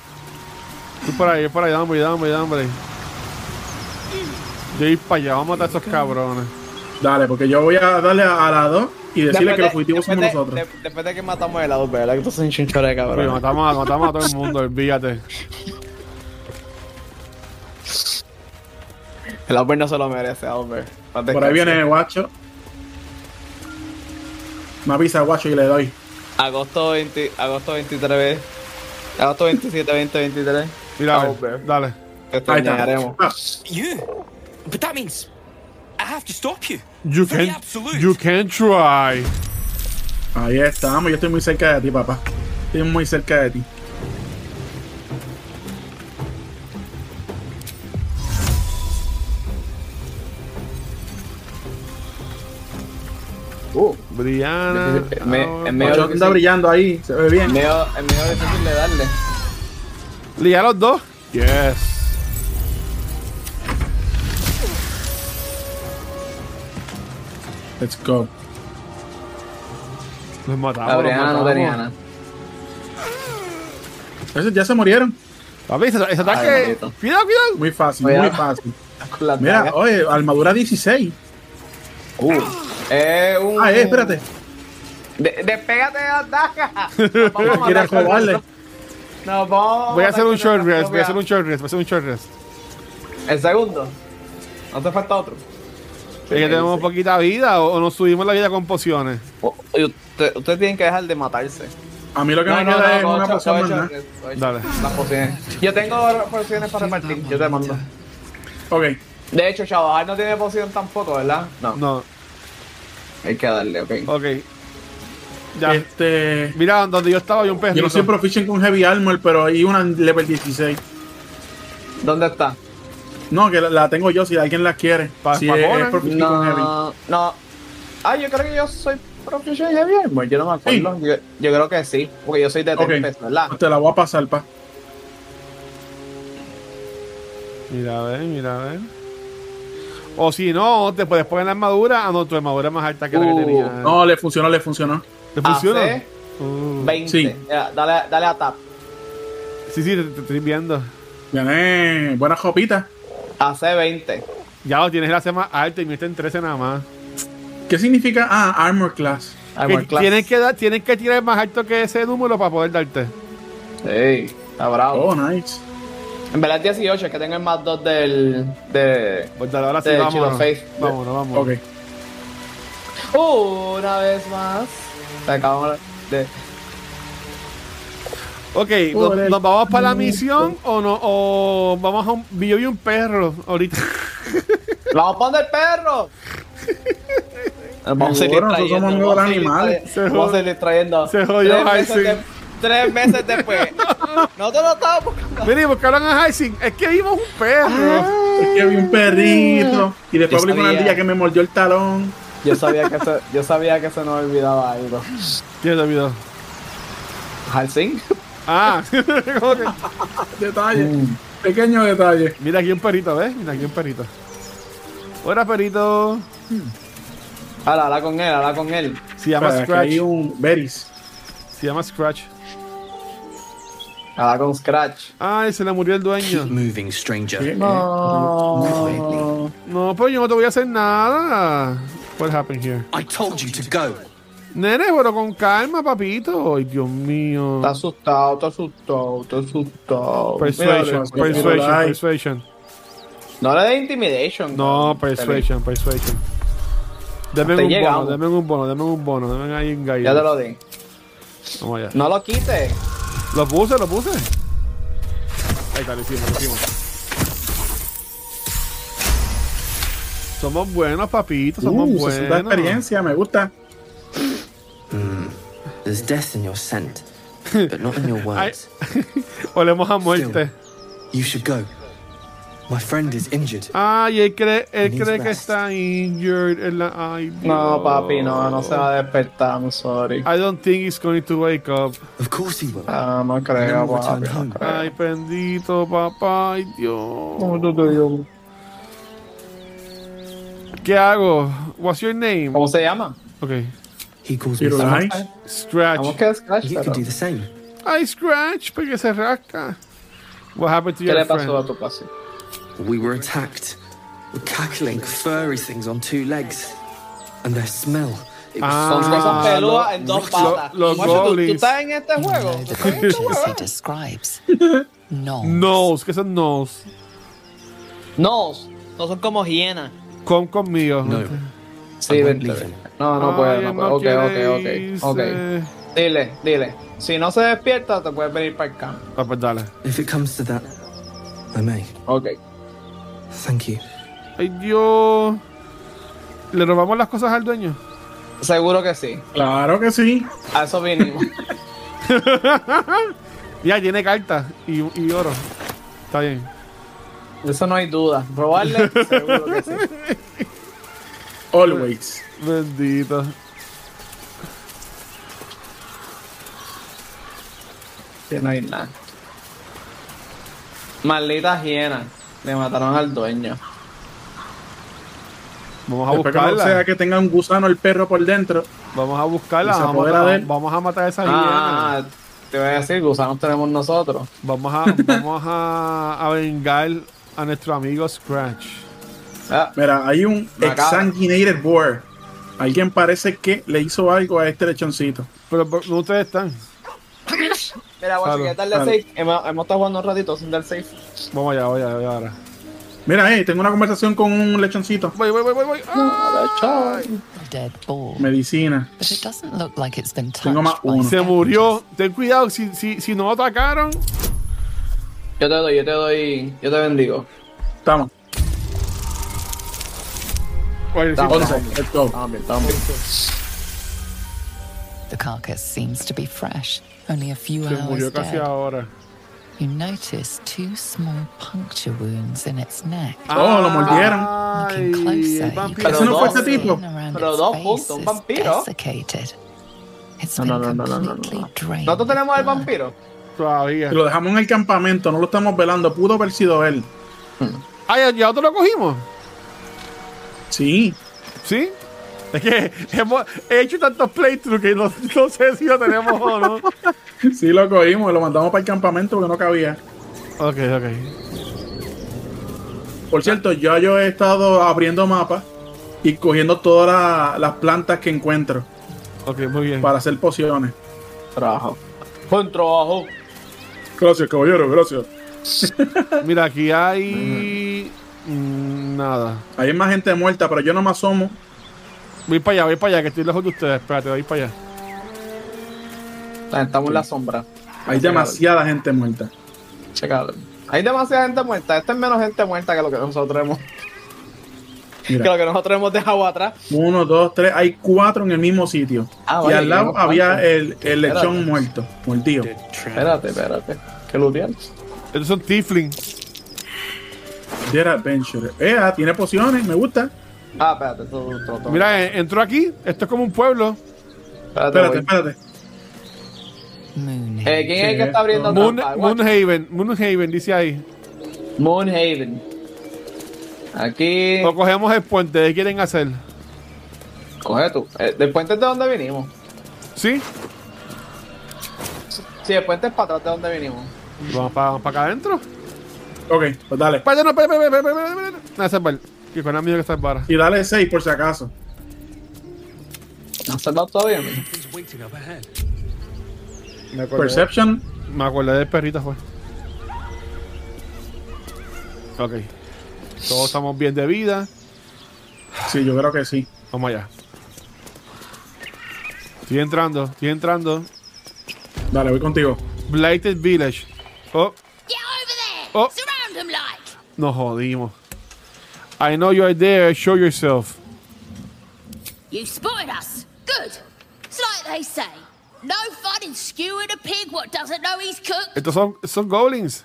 [SPEAKER 1] Voy por ahí, voy por ahí, dame, hombre, dame, hombre, dame. hombre. Yo voy para allá, vamos a matar a esos cabrones.
[SPEAKER 3] Dale, porque yo voy a darle a, a la 2 y decirle que los fugitivos somos
[SPEAKER 2] después de-
[SPEAKER 3] nosotros.
[SPEAKER 2] de- después de que matamos el lado, ¿verdad? Que tú eres un chinchorro de cabrón.
[SPEAKER 1] Pero matamos, a- matamos a todo el mundo, olvídate.
[SPEAKER 2] El Albert no se lo merece, Albert.
[SPEAKER 3] Por ahí viene el guacho. Me avisa el guacho y le doy.
[SPEAKER 2] Agosto, 20, agosto 23. Agosto 27, 20, 23.
[SPEAKER 1] Mira,
[SPEAKER 2] Albert,
[SPEAKER 1] dale.
[SPEAKER 2] te
[SPEAKER 3] Ah,
[SPEAKER 2] extrañaremos.
[SPEAKER 16] You? But that means I have to stop you.
[SPEAKER 1] You
[SPEAKER 16] For the
[SPEAKER 1] can,
[SPEAKER 16] absolute.
[SPEAKER 1] you can try.
[SPEAKER 3] Ah, Ahí estamos, yo estoy muy cerca de ti, papá. Estoy muy cerca de ti.
[SPEAKER 2] Uh,
[SPEAKER 1] Brianna.
[SPEAKER 2] [laughs] me-
[SPEAKER 1] ahora-
[SPEAKER 2] en medio de lo que Anda sí. brillando
[SPEAKER 3] ahí, se ve bien.
[SPEAKER 2] Es medio, es medio difícil de darle.
[SPEAKER 1] ¿Liga los dos? Yes.
[SPEAKER 3] Let's go.
[SPEAKER 1] Los matamos.
[SPEAKER 2] La Brianna
[SPEAKER 1] los
[SPEAKER 2] no
[SPEAKER 1] matamos.
[SPEAKER 2] tenía nada.
[SPEAKER 3] Esos ya se murieron.
[SPEAKER 1] Papi, ese, ese ataque- Ay, maldito. cuidado, cuidado.
[SPEAKER 3] Muy fácil,
[SPEAKER 2] Cuidado.
[SPEAKER 3] muy fácil.
[SPEAKER 2] las
[SPEAKER 3] Mira,
[SPEAKER 2] dagas.
[SPEAKER 3] oye, armadura 16.
[SPEAKER 2] Uh. Eh, un...
[SPEAKER 3] Ah, eh, espérate.
[SPEAKER 2] De- despégate de las
[SPEAKER 3] [laughs]
[SPEAKER 2] dagas. Vamos a
[SPEAKER 3] Quiere
[SPEAKER 2] matar con
[SPEAKER 3] robarle.
[SPEAKER 2] No, vamos.
[SPEAKER 1] Voy a hacer un short rest, voy a hacer un short rest, voy a hacer un short rest.
[SPEAKER 2] El segundo. No te falta otro.
[SPEAKER 1] Es que tenemos poquita vida o, o nos subimos la vida con pociones.
[SPEAKER 2] Oye, usted- ustedes tienen que dejar de matarse.
[SPEAKER 3] A mí lo que
[SPEAKER 2] No,
[SPEAKER 3] me
[SPEAKER 2] no,
[SPEAKER 3] queda
[SPEAKER 2] no,
[SPEAKER 3] es
[SPEAKER 2] con
[SPEAKER 3] una
[SPEAKER 2] ocho-
[SPEAKER 3] poción
[SPEAKER 2] con
[SPEAKER 3] más
[SPEAKER 2] ocho-
[SPEAKER 3] nada.
[SPEAKER 1] Dale.
[SPEAKER 2] Las pociones. Yo tengo pociones para repartir, yo te mando.
[SPEAKER 3] Ok.
[SPEAKER 2] De hecho, chaval, no tiene poción tampoco, ¿verdad? No.
[SPEAKER 1] No.
[SPEAKER 2] Hay que darle, ok.
[SPEAKER 1] Ok. Ya.
[SPEAKER 3] Este.
[SPEAKER 1] Mira, donde yo estaba, había un perrito.
[SPEAKER 3] Yo no soy proficient con Heavy Armor, pero hay una level 16.
[SPEAKER 2] ¿Dónde está?
[SPEAKER 3] No, que la, la tengo yo si alguien la quiere. si es,
[SPEAKER 2] Pacones.
[SPEAKER 3] es proficient con Heavy.
[SPEAKER 2] no, no. Ah, yo creo que yo soy proficient en Heavy Armor, yo no me acuerdo. Yo, yo creo que sí, porque yo soy de
[SPEAKER 3] Ok.
[SPEAKER 2] Tempest, ¿verdad?
[SPEAKER 3] Pues te la voy a pasar, pa.
[SPEAKER 1] Mira, a ver, mira, a ver. O si no, te puedes poner la armadura. Ah, no, tu armadura es más alta que la que
[SPEAKER 3] Uh,
[SPEAKER 1] tenía.
[SPEAKER 3] no, le funcionó, le funcionó.
[SPEAKER 1] ¿Te funciona?
[SPEAKER 2] AC
[SPEAKER 1] Uh.
[SPEAKER 2] 20.
[SPEAKER 1] Sí,
[SPEAKER 2] Mira, dale, dale a tap.
[SPEAKER 1] sí, sí, te, te estoy viendo.
[SPEAKER 3] Gané. Buena jopita.
[SPEAKER 2] AC 20.
[SPEAKER 1] Ya lo tienes la C más alta y me está en 13 nada más.
[SPEAKER 3] ¿Qué significa? Ah, Armor Class.
[SPEAKER 1] Que Tienes que, dar, tienes que tirar más alto que ese número para poder darte.
[SPEAKER 2] Sí, está bravo.
[SPEAKER 3] Oh, nice. Oh.
[SPEAKER 2] En verdad es 18, es que tengo el más 2 del. de.
[SPEAKER 1] Pues dale, ahora sí,
[SPEAKER 2] de
[SPEAKER 1] vámonos.
[SPEAKER 2] Shield of Faith.
[SPEAKER 1] Vámonos, vámonos.
[SPEAKER 3] Ok.
[SPEAKER 2] Una vez más. Se acabó de.
[SPEAKER 1] Ok, ¿no-
[SPEAKER 2] Por
[SPEAKER 1] ¿nos,
[SPEAKER 2] el
[SPEAKER 1] vamos para la misión o no? O vamos a un. Yo vi un perro ahorita. [laughs]
[SPEAKER 2] ¡Vamos a poner perro! Vamos a seguir
[SPEAKER 3] Seguro, nosotros somos
[SPEAKER 2] trayendo,
[SPEAKER 3] amigos de los
[SPEAKER 2] vamos a seguir
[SPEAKER 3] animales.
[SPEAKER 2] trayendo, Vamos a seguir trayendo.
[SPEAKER 1] Se jodió
[SPEAKER 2] Tres meses
[SPEAKER 1] Isaac.
[SPEAKER 2] de- Tres meses después. Nosotros lo estábamos buscando.
[SPEAKER 1] Miren, buscaron a Hyacinth. Es que vimos un perro.
[SPEAKER 3] Es que había un perrito.
[SPEAKER 2] Yo
[SPEAKER 3] Y después hablé con
[SPEAKER 2] sabía.
[SPEAKER 3] una ardilla que me mordió el talón.
[SPEAKER 2] Yo sabía que se, yo sabía que se nos olvidaba algo.
[SPEAKER 1] ¿Quién te olvidó?
[SPEAKER 2] ¿Halsing?
[SPEAKER 1] Ah, [laughs] ¿cómo que?
[SPEAKER 3] Detalle. Pequeño detalle.
[SPEAKER 1] Mira aquí un perrito, ¿ves? Mira aquí un perrito. Hola, perrito.
[SPEAKER 2] Habla, habla con él, habla con él.
[SPEAKER 1] Se llama
[SPEAKER 3] Espera, que
[SPEAKER 1] Scratch.
[SPEAKER 3] Hay un Beris.
[SPEAKER 1] Se llama Scratch.
[SPEAKER 2] Habla con Scratch.
[SPEAKER 1] Ay, se le murió el dueño.
[SPEAKER 14] Moving, stranger.
[SPEAKER 1] No. No, pero yo no te voy a hacer nada. What happened here?
[SPEAKER 14] I told you to go.
[SPEAKER 1] Nene, pero con calma, papito. Ay, Dios mío.
[SPEAKER 2] Está asustado, está asustado, está asustado.
[SPEAKER 1] Persuasion,
[SPEAKER 2] Míralo,
[SPEAKER 1] persuasion,
[SPEAKER 2] míralo ahí.
[SPEAKER 1] persuasion.
[SPEAKER 2] No le dé intimidation.
[SPEAKER 1] No,
[SPEAKER 2] cabrón.
[SPEAKER 1] persuasion, persuasion. Deme
[SPEAKER 2] Hasta
[SPEAKER 1] un bono,
[SPEAKER 2] llegamos.
[SPEAKER 1] deme un bono, deme un bono, deme ahí un gallo.
[SPEAKER 2] Ya te lo di.
[SPEAKER 1] Vamos allá.
[SPEAKER 2] No lo quites.
[SPEAKER 1] Lo puse, lo puse. Ahí está, lo hicimos, lo hicimos. Somos buenos, papito, somos
[SPEAKER 3] Uh, se da
[SPEAKER 1] buenos.
[SPEAKER 3] experiencia, me gusta.
[SPEAKER 20] There's death in your
[SPEAKER 2] [laughs]
[SPEAKER 20] scent, but not in your
[SPEAKER 1] Ay,
[SPEAKER 20] words.
[SPEAKER 1] olemos a muerte.
[SPEAKER 20] You should go. My friend is injured.
[SPEAKER 1] Ay, él cree, él
[SPEAKER 20] Needs
[SPEAKER 1] cree que
[SPEAKER 20] rest.
[SPEAKER 1] está injured. en la- ay,
[SPEAKER 2] No,
[SPEAKER 1] Dios.
[SPEAKER 2] papi, no, no se va a despertar. I'm sorry.
[SPEAKER 1] I don't think he's going to wake up.
[SPEAKER 20] Of course he will.
[SPEAKER 2] Ah, no creo,
[SPEAKER 20] And we'll return
[SPEAKER 2] papi.
[SPEAKER 20] home.
[SPEAKER 1] Ay, bendito, papá. Ay, Dios.
[SPEAKER 2] No, no, no, no.
[SPEAKER 1] ¿Qué hago? What's your name?
[SPEAKER 2] ¿Cómo se llama?
[SPEAKER 1] Okay.
[SPEAKER 20] He calls me
[SPEAKER 3] Pero
[SPEAKER 20] Scratch.
[SPEAKER 3] nice.
[SPEAKER 1] Scratch.
[SPEAKER 2] ¿Qué es Scratch?
[SPEAKER 20] You
[SPEAKER 2] pero-
[SPEAKER 20] could do the same.
[SPEAKER 1] Ay, Scratch, porque se rasca. What happened to
[SPEAKER 2] ¿Qué
[SPEAKER 1] your
[SPEAKER 2] le
[SPEAKER 1] friend?
[SPEAKER 2] pasó a tu pase?
[SPEAKER 20] We were attacked. We're cackling furry things on two legs. And their smell
[SPEAKER 2] Son
[SPEAKER 3] Ah.
[SPEAKER 2] cosas peludas Ah, en dos patas.
[SPEAKER 1] los
[SPEAKER 2] Macho, ¿tú- ¿tú,
[SPEAKER 1] goblins.
[SPEAKER 2] estás en este juego? ¿Tú estás en este
[SPEAKER 8] Creatures
[SPEAKER 2] juego?
[SPEAKER 8] he describes. No.
[SPEAKER 1] Nos, ¿qué son nos?
[SPEAKER 2] Nos. No son como hienas.
[SPEAKER 1] Con conmigo. No.
[SPEAKER 2] Sí, vente. No, no puedo, no puedo. Ok, ok, ok, ok.
[SPEAKER 1] irse.
[SPEAKER 2] Dile, dile. Si no se despierta, te puedes venir para el campo.
[SPEAKER 1] Ah, pues dale.
[SPEAKER 20] If it comes to that, I may.
[SPEAKER 2] Okay.
[SPEAKER 20] Thank you.
[SPEAKER 1] Ay, Dios. ¿Le robamos las cosas al dueño?
[SPEAKER 2] Seguro que sí.
[SPEAKER 3] Claro que sí.
[SPEAKER 2] A eso vinimos.
[SPEAKER 1] ya, tiene cartas y, y oro. Está bien.
[SPEAKER 2] De eso no hay duda. Robarle, seguro que sí.
[SPEAKER 3] Always.
[SPEAKER 1] Bendito.
[SPEAKER 2] Que no hay nada. Maldita hiena. Le mataron al dueño.
[SPEAKER 1] Vamos a
[SPEAKER 3] Después que no
[SPEAKER 1] buscarla.
[SPEAKER 3] sea que tenga un gusano el perro por dentro.
[SPEAKER 1] Vamos a buscarla.
[SPEAKER 3] Se
[SPEAKER 1] Vamos a,
[SPEAKER 3] apodera de
[SPEAKER 1] matar,
[SPEAKER 3] él.
[SPEAKER 1] vamos a matar a esa hiena.
[SPEAKER 2] Ah, te voy a decir, gusanos tenemos nosotros.
[SPEAKER 1] Vamos a, vamos a, a vengar a nuestro amigo Scratch.
[SPEAKER 3] Mira, hay un
[SPEAKER 1] Macabro.
[SPEAKER 3] exsanguinated boar. Alguien parece que le hizo algo a este lechoncito.
[SPEAKER 1] Pero, pero ¿dónde ustedes están?
[SPEAKER 2] Mira, guacho,
[SPEAKER 3] Salud,
[SPEAKER 2] que darle
[SPEAKER 3] salud.
[SPEAKER 2] safe. Hemos, hemos estado jugando un ratito sin dar safe.
[SPEAKER 1] Vamos allá, voy allá, voy ahora.
[SPEAKER 3] Mira, eh, tengo una conversación con un lechoncito.
[SPEAKER 1] Voy, voy, voy, voy, Ah. voy.
[SPEAKER 8] A dead boar.
[SPEAKER 3] Medicina.
[SPEAKER 8] But it doesn't look like it's been touched
[SPEAKER 3] Tengo más
[SPEAKER 8] by
[SPEAKER 3] uno.
[SPEAKER 1] Se murió. Ten cuidado, si, si, si no atacaron.
[SPEAKER 2] Yo te doy, yo te doy, yo te bendigo.
[SPEAKER 3] Estamos.
[SPEAKER 1] Oye, sí,
[SPEAKER 2] Estamos,
[SPEAKER 1] estamos.
[SPEAKER 2] estamos bien, estamos bien, estamos bien.
[SPEAKER 8] The carcass seems to be fresh, only a few
[SPEAKER 1] Se
[SPEAKER 8] hours
[SPEAKER 1] murió casi
[SPEAKER 8] dead.
[SPEAKER 1] ahora.
[SPEAKER 8] You notice two small puncture wounds in its neck.
[SPEAKER 3] Oh, lo mordieron.
[SPEAKER 1] Ay,
[SPEAKER 8] Closer,
[SPEAKER 1] el
[SPEAKER 8] you
[SPEAKER 1] vampiro.
[SPEAKER 8] can
[SPEAKER 3] Pero no fue
[SPEAKER 8] see
[SPEAKER 3] ese
[SPEAKER 8] the
[SPEAKER 3] tipo.
[SPEAKER 8] skin around
[SPEAKER 2] Pero
[SPEAKER 8] its
[SPEAKER 2] dos
[SPEAKER 8] face
[SPEAKER 2] puntos, un
[SPEAKER 8] is
[SPEAKER 2] vampiro.
[SPEAKER 8] desiccated. It's
[SPEAKER 2] No, no,
[SPEAKER 8] been
[SPEAKER 2] no, no, no, no,
[SPEAKER 8] completely
[SPEAKER 2] no.
[SPEAKER 8] drained.
[SPEAKER 2] ¿Nosotros tenemos al vampiro?
[SPEAKER 1] Todavía.
[SPEAKER 3] Lo dejamos en el campamento, no lo estamos velando. Pudo haber sido él.
[SPEAKER 1] Ay, ya otro lo cogimos.
[SPEAKER 3] Sí. [laughs]
[SPEAKER 1] ¿Sí? Es que hemos hecho tantos playthroughs que no, no sé si lo tenemos o no. Ok,
[SPEAKER 3] Sí, lo cogimos, lo mandamos para el campamento porque no cabía.
[SPEAKER 1] [laughs] ok.
[SPEAKER 3] Por cierto, yo, yo he estado abriendo mapas y cogiendo todas la- las plantas que encuentro
[SPEAKER 1] Ok, muy bien.
[SPEAKER 3] para hacer pociones.
[SPEAKER 2] Trabajo. Buen trabajo.
[SPEAKER 3] Gracias, caballero, gracias.
[SPEAKER 1] Mira, aquí hay. mm, Nada.
[SPEAKER 3] Hay más gente muerta, pero yo no me asomo.
[SPEAKER 1] Voy para allá, voy para allá, que estoy lejos de ustedes. Espérate, voy para allá.
[SPEAKER 2] Ah, Estamos en la sombra.
[SPEAKER 3] Hay demasiada gente muerta.
[SPEAKER 2] Checado. Hay demasiada gente muerta. Esta es menos gente muerta que lo que nosotros hemos, que
[SPEAKER 3] Mira.
[SPEAKER 2] lo que nosotros hemos dejado atrás.
[SPEAKER 3] Uno, dos, tres, hay cuatro en el mismo sitio.
[SPEAKER 2] Ah,
[SPEAKER 3] y
[SPEAKER 2] vaya,
[SPEAKER 3] al lado
[SPEAKER 2] tenemos cuatro.
[SPEAKER 3] había el, el
[SPEAKER 2] Espérate.
[SPEAKER 3] lechón muerto, mordido.
[SPEAKER 2] Espérate, espérate. Que lo tienes.
[SPEAKER 1] Estos son Tiflin.
[SPEAKER 3] Dead Adventure. Eh, ah, tiene pociones, me gusta.
[SPEAKER 2] Ah, espérate, esto es otro- otro.
[SPEAKER 1] Mira, eh, entró aquí. Esto es como un pueblo.
[SPEAKER 2] espérate.
[SPEAKER 3] Espérate,
[SPEAKER 2] voy.
[SPEAKER 3] espérate.
[SPEAKER 8] Moonhaven.
[SPEAKER 2] Eh, ¿Quién es el que está abriendo
[SPEAKER 1] Moon-
[SPEAKER 2] trampa? Guacho.
[SPEAKER 1] Moonhaven, Moonhaven, dice ahí.
[SPEAKER 2] Moonhaven. Aquí.
[SPEAKER 1] O cogemos el puente, ¿qué quieren hacer?
[SPEAKER 2] Coge tú. Eh, ¿Del puente es de donde vinimos?
[SPEAKER 1] ¿Sí?
[SPEAKER 2] Sí, el puente es para atrás de donde vinimos.
[SPEAKER 1] Vamos para acá adentro.
[SPEAKER 3] Ok, pues dale.
[SPEAKER 1] Espérate, no, espérate, espérate, espérate, espérate, espérate. No, esa es bar. Que con la mía que está es vara.
[SPEAKER 3] Y dale seis por si acaso.
[SPEAKER 2] No has salvado todavía, mijo.
[SPEAKER 14] Something's waiting up ahead.
[SPEAKER 1] Me acordé,
[SPEAKER 3] Perception.
[SPEAKER 1] me acordé del perrito, fue. Ok. Todos estamos bien de vida.
[SPEAKER 3] Sí, yo creo que sí.
[SPEAKER 1] Vamos allá. Estoy entrando, estoy entrando.
[SPEAKER 3] Dale, voy contigo.
[SPEAKER 1] Blighted Village. Oh,
[SPEAKER 18] Get over there!
[SPEAKER 1] Oh.
[SPEAKER 18] Surround him like!
[SPEAKER 1] nos jodimos. I know you are there, show yourself.
[SPEAKER 18] You spotted us. Good. It's like they say. No fun in skewering a pig what doesn't know he's cooked.
[SPEAKER 1] Estos son, son goblins.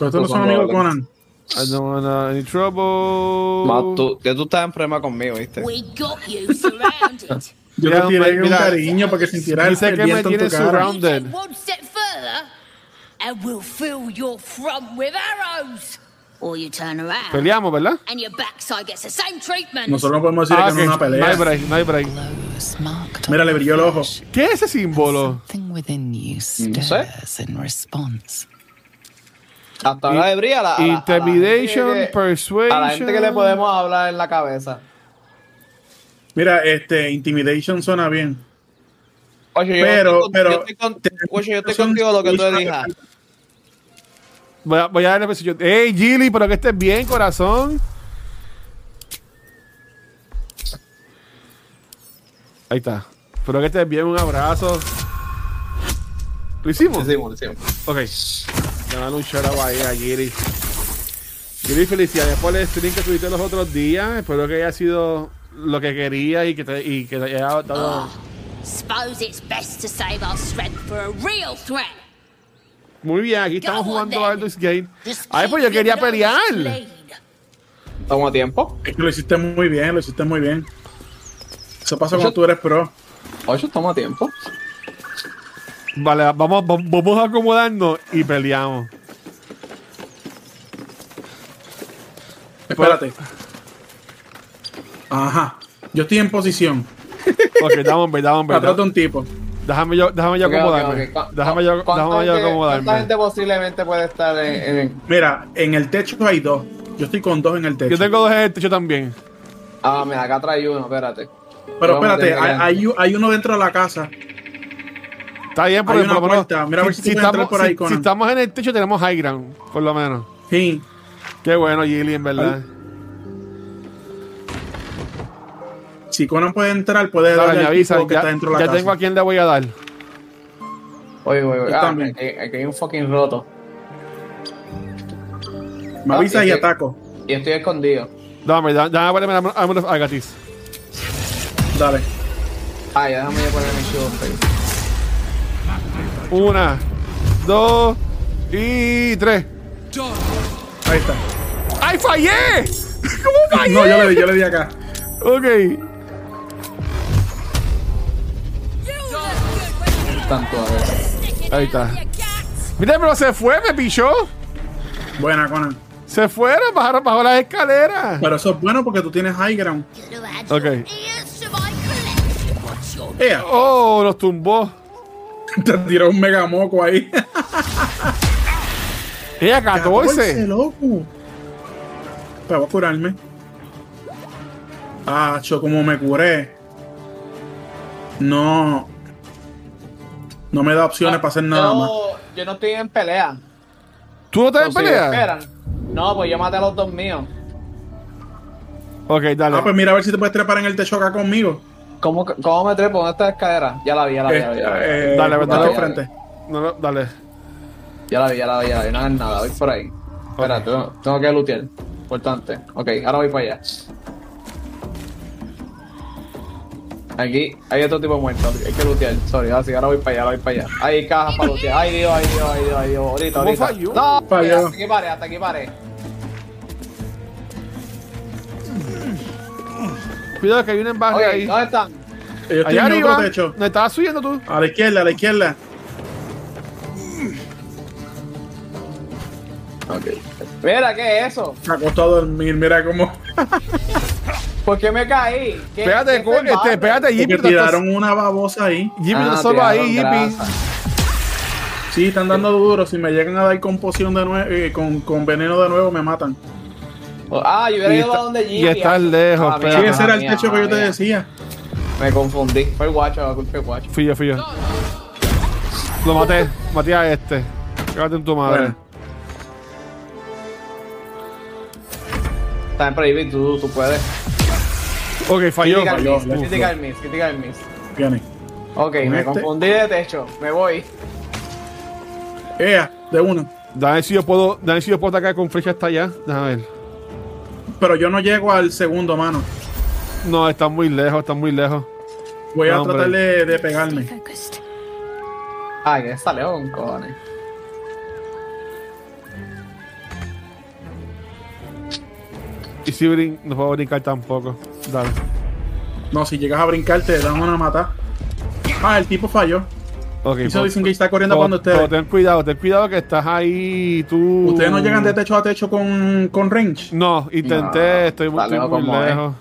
[SPEAKER 1] Ah,
[SPEAKER 3] Pero Pues estos no
[SPEAKER 2] Estos son
[SPEAKER 3] son amigos de
[SPEAKER 2] goblins.
[SPEAKER 3] Conan.
[SPEAKER 1] I don't want any trouble.
[SPEAKER 2] Ma, tú, que tú estás en problema conmigo, ¿viste?
[SPEAKER 18] We got you surrounded.
[SPEAKER 3] [laughs]
[SPEAKER 18] [laughs]
[SPEAKER 3] Yo
[SPEAKER 1] Mira,
[SPEAKER 3] te tiré
[SPEAKER 1] mira,
[SPEAKER 3] un cariño para que sintieras
[SPEAKER 1] dice
[SPEAKER 3] el
[SPEAKER 1] que me
[SPEAKER 3] viento en
[SPEAKER 1] tiene
[SPEAKER 3] tu cara.
[SPEAKER 18] You take
[SPEAKER 1] surrounded.
[SPEAKER 18] one step further, and we'll fill your front with arrows. Or you turn around,
[SPEAKER 1] Peleamos, ¿verdad?
[SPEAKER 18] and your backside gets the same treatment.
[SPEAKER 3] Nosotros no podemos decir Ah, que no es
[SPEAKER 1] Ah, ok.
[SPEAKER 3] una
[SPEAKER 1] No hay
[SPEAKER 3] pelea.
[SPEAKER 1] break, no hay break.
[SPEAKER 8] Glows marked
[SPEAKER 3] Mira,
[SPEAKER 8] on
[SPEAKER 3] le brilló el ojo.
[SPEAKER 1] ¿Qué es ese símbolo?
[SPEAKER 8] Something within you
[SPEAKER 2] Mm, No
[SPEAKER 8] stirs
[SPEAKER 2] sé.
[SPEAKER 8] in response.
[SPEAKER 2] Hasta ahora debería la. a la- a la gente
[SPEAKER 1] Intimidation,
[SPEAKER 2] que-
[SPEAKER 1] persuasion.
[SPEAKER 2] A la gente que le podemos hablar en la cabeza.
[SPEAKER 3] Mira, este, Intimidation suena bien.
[SPEAKER 2] Oye, yo
[SPEAKER 3] Pero-
[SPEAKER 2] estoy con-
[SPEAKER 3] pero-
[SPEAKER 2] yo estoy con- oye, yo estoy contigo lo que tú elijas.
[SPEAKER 1] Voy a, voy a darle presión. ¡Ey, Gilly! Pero que estés bien, corazón. Ahí está. Pero que estés bien, un abrazo. ¿Lo hicimos? Lo hicimos,
[SPEAKER 2] lo hicimos.
[SPEAKER 1] Ok. Le dan un shout out ahí a Gilly. Gilly, felicidades por el stream que tuviste los otros días. Espero que haya sido lo que quería y que te, y que te haya dado.
[SPEAKER 18] Suppose it's best to save our strength for a real threat.
[SPEAKER 1] Muy bien, aquí estamos jugando Baldur's Gate. Ay, pues yo quería pelear.
[SPEAKER 2] Toma tiempo.
[SPEAKER 3] Es que lo hiciste muy bien, lo hiciste muy bien. Eso pasa cuando tú eres pro.
[SPEAKER 2] Ocho, toma tiempo.
[SPEAKER 1] Vale, vamos, va- vamos a acomodarnos y peleamos.
[SPEAKER 3] Espérate. Ajá. Yo estoy en posición.
[SPEAKER 1] Ok, dame un break, dame un break.
[SPEAKER 3] Atrás de un tipo.
[SPEAKER 1] Déjame yo, déjame yo
[SPEAKER 3] Ok, ok,
[SPEAKER 1] acomodarme.
[SPEAKER 3] ok. ¿Cu-
[SPEAKER 1] Déjame yo,
[SPEAKER 3] cuánta
[SPEAKER 1] déjame yo
[SPEAKER 3] gente-
[SPEAKER 2] ¿Cuánta
[SPEAKER 1] acomodarme.
[SPEAKER 2] gente posiblemente puede estar en, en-
[SPEAKER 3] Mira, en el techo hay dos. Yo estoy con dos en el techo.
[SPEAKER 1] Yo tengo dos en el techo también.
[SPEAKER 2] Ah, mira, acá trae uno, espérate.
[SPEAKER 3] Pero
[SPEAKER 2] Vamos a
[SPEAKER 3] espérate,
[SPEAKER 2] tener que
[SPEAKER 3] hay, hay u- hay uno dentro de la casa.
[SPEAKER 1] Está bien,
[SPEAKER 3] Hay
[SPEAKER 1] pero
[SPEAKER 3] una
[SPEAKER 1] por lo menos.
[SPEAKER 3] puerta. Mira a ver si puedes entrar
[SPEAKER 1] estamos,
[SPEAKER 3] por ahí,
[SPEAKER 1] si-
[SPEAKER 3] Conan.
[SPEAKER 1] si estamos en el techo, tenemos high ground, por lo menos.
[SPEAKER 3] Sí.
[SPEAKER 1] Qué bueno, Gilly, en verdad.
[SPEAKER 3] Si Conan puede entrar, puede
[SPEAKER 1] Dale,
[SPEAKER 3] darle
[SPEAKER 1] me
[SPEAKER 3] al
[SPEAKER 1] avisan,
[SPEAKER 3] tipo que
[SPEAKER 1] ya-
[SPEAKER 3] está dentro de la
[SPEAKER 1] ya
[SPEAKER 3] casa.
[SPEAKER 1] tengo a quién le voy a dar.
[SPEAKER 2] Oye, oye, oye.
[SPEAKER 3] Yo
[SPEAKER 2] Ah,
[SPEAKER 3] también.
[SPEAKER 2] Aquí, aquí hay un fucking roto.
[SPEAKER 3] Me
[SPEAKER 2] Ah,
[SPEAKER 3] avisa y
[SPEAKER 2] estoy-
[SPEAKER 3] ataco.
[SPEAKER 2] Y estoy escondido.
[SPEAKER 1] Dame, dame, dame, dame, dame los agatis.
[SPEAKER 3] Dale.
[SPEAKER 2] Ah, ya déjame yo poner mi shield face.
[SPEAKER 1] Una, dos y tres.
[SPEAKER 3] Ahí está.
[SPEAKER 1] ¡Ay, fallé! ¿Cómo fallé?
[SPEAKER 3] No, yo le di, yo le di acá.
[SPEAKER 1] Ok.
[SPEAKER 2] Tanto a ver.
[SPEAKER 1] Ahí está. Mira, pero se fue, me pichó.
[SPEAKER 3] Buena, Conan.
[SPEAKER 1] Se fueron, bajaron bajo las escaleras.
[SPEAKER 3] Pero eso es bueno porque tú tienes high ground.
[SPEAKER 1] Ok.
[SPEAKER 3] Ea.
[SPEAKER 1] Oh, los tumbó.
[SPEAKER 3] Te tiró un mega
[SPEAKER 1] [laughs]
[SPEAKER 3] moco ahí.
[SPEAKER 1] Ella 14.
[SPEAKER 3] loco. Pero voy a curarme. Ah, cho, como me curé. No. No me da opciones para hacer nada más.
[SPEAKER 2] Yo, yo no estoy en pelea.
[SPEAKER 1] ¿Tú no estás en
[SPEAKER 2] Entonces,
[SPEAKER 1] pelea?
[SPEAKER 2] esperan. No, pues yo maté a los dos míos.
[SPEAKER 1] Ok, dale.
[SPEAKER 3] Ah, pues mira a ver si te puedes trepar en el techo acá conmigo.
[SPEAKER 2] ¿Cómo, cómo me trepo en esta escalera? Ya la vi, ya la vi. Ya la vi, ya la vi.
[SPEAKER 3] Eh,
[SPEAKER 1] dale,
[SPEAKER 3] eh,
[SPEAKER 2] ya,
[SPEAKER 1] dale,
[SPEAKER 2] la vi, ya la vi.
[SPEAKER 3] frente.
[SPEAKER 1] No, no, dale.
[SPEAKER 2] Ya la vi, ya la vi, ya la vi. No es nada, voy por ahí. Espera, tengo, tengo que lootear. Importante. Ok, ahora voy para allá. Aquí hay otro tipo muerto, hay que lootear. Sorry, ahora sí, ahora voy para allá, ahora voy para allá. Hay cajas para lootear. Ay Dios, ay Dios, ay Dios, ay Dios. Ahorita,
[SPEAKER 1] ¿Cómo
[SPEAKER 2] ahorita.
[SPEAKER 1] falló?
[SPEAKER 2] No,
[SPEAKER 3] Falló.
[SPEAKER 2] hasta aquí pare, hasta aquí pare.
[SPEAKER 1] Cuidado que hay un embarre
[SPEAKER 2] Ok,
[SPEAKER 1] ahí.
[SPEAKER 2] ¿dónde están?
[SPEAKER 3] Yo estoy
[SPEAKER 1] Allá
[SPEAKER 3] en otro
[SPEAKER 1] arriba.
[SPEAKER 3] techo.
[SPEAKER 1] ¿No estabas subiendo tú?
[SPEAKER 3] A la izquierda, a la izquierda.
[SPEAKER 2] Mira, ¿qué es eso?
[SPEAKER 3] Me acostó a dormir, mira cómo.
[SPEAKER 2] ¿Por qué me caí? ¿Qué-
[SPEAKER 1] Espérate,
[SPEAKER 2] qué es
[SPEAKER 1] co- este,
[SPEAKER 2] barro?
[SPEAKER 1] espérate, Jeepy,
[SPEAKER 3] Porque
[SPEAKER 1] no estás-
[SPEAKER 3] tiraron una babosa ahí.
[SPEAKER 1] Jeepy, no
[SPEAKER 2] Ah,
[SPEAKER 1] solo ahí,
[SPEAKER 2] tiraron
[SPEAKER 1] Jeepy.
[SPEAKER 2] grasa.
[SPEAKER 3] Sí, están dando duro. Si me llegan a dar con poción de nuevo, eh, con, con veneno de nuevo, me matan.
[SPEAKER 2] Ah, yo hubiera
[SPEAKER 1] Y
[SPEAKER 2] ido
[SPEAKER 1] está-
[SPEAKER 2] a donde
[SPEAKER 1] y
[SPEAKER 2] Jimmy.
[SPEAKER 1] estás lejos, espera.
[SPEAKER 3] Sí, ese era el
[SPEAKER 2] mía,
[SPEAKER 3] techo que yo te
[SPEAKER 2] mía.
[SPEAKER 3] decía.
[SPEAKER 2] Me confundí. Fue el guacho, fue el guacho.
[SPEAKER 1] Fui yo, fui yo. Lo maté. Maté a este. Cágate en tu madre.
[SPEAKER 2] Está en prohibir, tú, tú puedes.
[SPEAKER 1] Ok, falló.
[SPEAKER 2] Critical
[SPEAKER 1] falló.
[SPEAKER 2] miss, critical miss, critical miss.
[SPEAKER 3] Viene.
[SPEAKER 2] Ok,
[SPEAKER 3] Con
[SPEAKER 2] me
[SPEAKER 3] este.
[SPEAKER 2] confundí de techo. Me voy.
[SPEAKER 3] Ea, de uno.
[SPEAKER 1] Dame si yo puedo, dame si yo puedo atacar con flecha hasta allá. Déjame ver.
[SPEAKER 3] Pero yo no llego al segundo, mano.
[SPEAKER 1] No, está muy lejos, está muy lejos.
[SPEAKER 3] Voy a
[SPEAKER 1] No, hombre.
[SPEAKER 3] tratar de, de pegarme.
[SPEAKER 2] Ah, que está león, cojones.
[SPEAKER 1] Y si brin no puedo brincar tampoco. Dale.
[SPEAKER 3] No, si llegas a brincar, te dan una mata. Ah, el tipo falló.
[SPEAKER 1] Ok.
[SPEAKER 3] Y se
[SPEAKER 1] po-
[SPEAKER 3] dicen que está corriendo
[SPEAKER 1] po-
[SPEAKER 3] cuando ustedes.
[SPEAKER 1] po- ten cuidado, ten cuidado que estás ahí tú.
[SPEAKER 3] Ustedes no llegan de techo a techo con, con range.
[SPEAKER 1] No, intenté,
[SPEAKER 2] No,
[SPEAKER 1] estoy muy,
[SPEAKER 2] está
[SPEAKER 1] estoy
[SPEAKER 2] lejos
[SPEAKER 1] muy
[SPEAKER 2] como es.
[SPEAKER 1] lejos.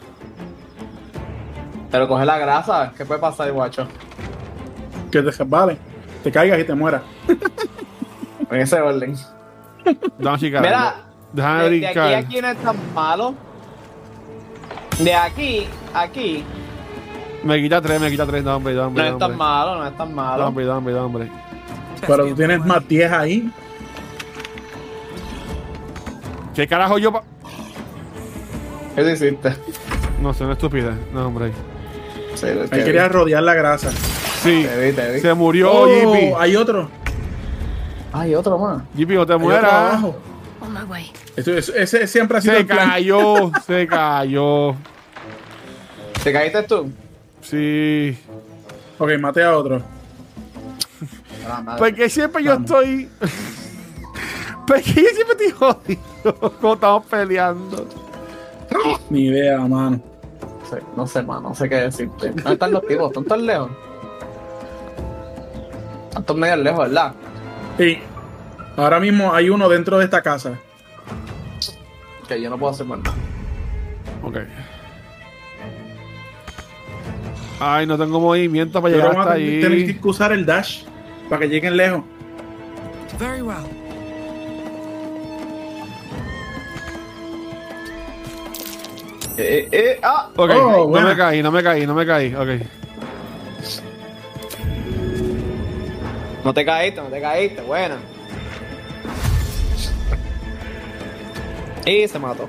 [SPEAKER 2] Pero coge la grasa. ¿Qué puede pasar, guacho?
[SPEAKER 3] Que te vale. Te caigas y te mueras.
[SPEAKER 2] En ese orden.
[SPEAKER 1] Dame chica.
[SPEAKER 2] Mira,
[SPEAKER 1] Déjame
[SPEAKER 2] de, de aquí
[SPEAKER 1] brincar.
[SPEAKER 2] a aquí no es tan malo. De aquí, a aquí,
[SPEAKER 1] Me quita tres, me quita tres. No, hombre, no,
[SPEAKER 2] No
[SPEAKER 1] hombre.
[SPEAKER 2] es
[SPEAKER 1] no,
[SPEAKER 2] tan
[SPEAKER 3] pues.
[SPEAKER 1] hombre.
[SPEAKER 2] malo, no es tan malo.
[SPEAKER 1] No, hombre, no, hombre, no, hombre.
[SPEAKER 3] Pero tú tienes más 10 ahí.
[SPEAKER 1] ¿Qué carajo yo pa-
[SPEAKER 2] ¿Qué te hiciste?
[SPEAKER 1] No, soy una estúpida. No, hombre.
[SPEAKER 2] Él
[SPEAKER 3] Ahí quería rodear la grasa.
[SPEAKER 1] Sí. Se murió
[SPEAKER 3] Oh,
[SPEAKER 1] Jippy.
[SPEAKER 3] Hay otro.
[SPEAKER 2] Hay otro más.
[SPEAKER 1] Jippy, no te
[SPEAKER 3] Hay otro
[SPEAKER 1] mueras.
[SPEAKER 3] abajo.
[SPEAKER 7] On my way.
[SPEAKER 3] Eso- eso- ese siempre ha sido
[SPEAKER 1] Se
[SPEAKER 3] el plan.
[SPEAKER 1] cayó, se cayó.
[SPEAKER 2] ¿Te caíste tú?
[SPEAKER 3] [laughs]
[SPEAKER 1] Sí.
[SPEAKER 3] Ok, maté a otro.
[SPEAKER 2] Ah,
[SPEAKER 3] Pues
[SPEAKER 1] Porque siempre yo estoy. [laughs] Porque yo siempre estoy jodido. [laughs] Como estamos peleando.
[SPEAKER 3] Ni idea, mano.
[SPEAKER 2] No sé, mano, no sé qué decirte. ¿Dónde están los tipos? ¿Están tan lejos? Están todos medio lejos, ¿verdad?
[SPEAKER 3] Sí. Ahora mismo hay uno dentro de esta casa.
[SPEAKER 2] Que yo no puedo hacer más nada.
[SPEAKER 1] Ok. Ay, no tengo movimiento para llegar
[SPEAKER 3] Pero vamos
[SPEAKER 1] hasta
[SPEAKER 3] a tener tener
[SPEAKER 1] ahí.
[SPEAKER 3] que usar el dash para que lleguen lejos.
[SPEAKER 19] Very well.
[SPEAKER 2] Eh, eh, ah.
[SPEAKER 1] Ok,
[SPEAKER 2] Oh,
[SPEAKER 1] no
[SPEAKER 2] buena.
[SPEAKER 1] me caí, no me caí, no me caí. Ok.
[SPEAKER 2] No te caíste, no te caíste, buena. Y se mató.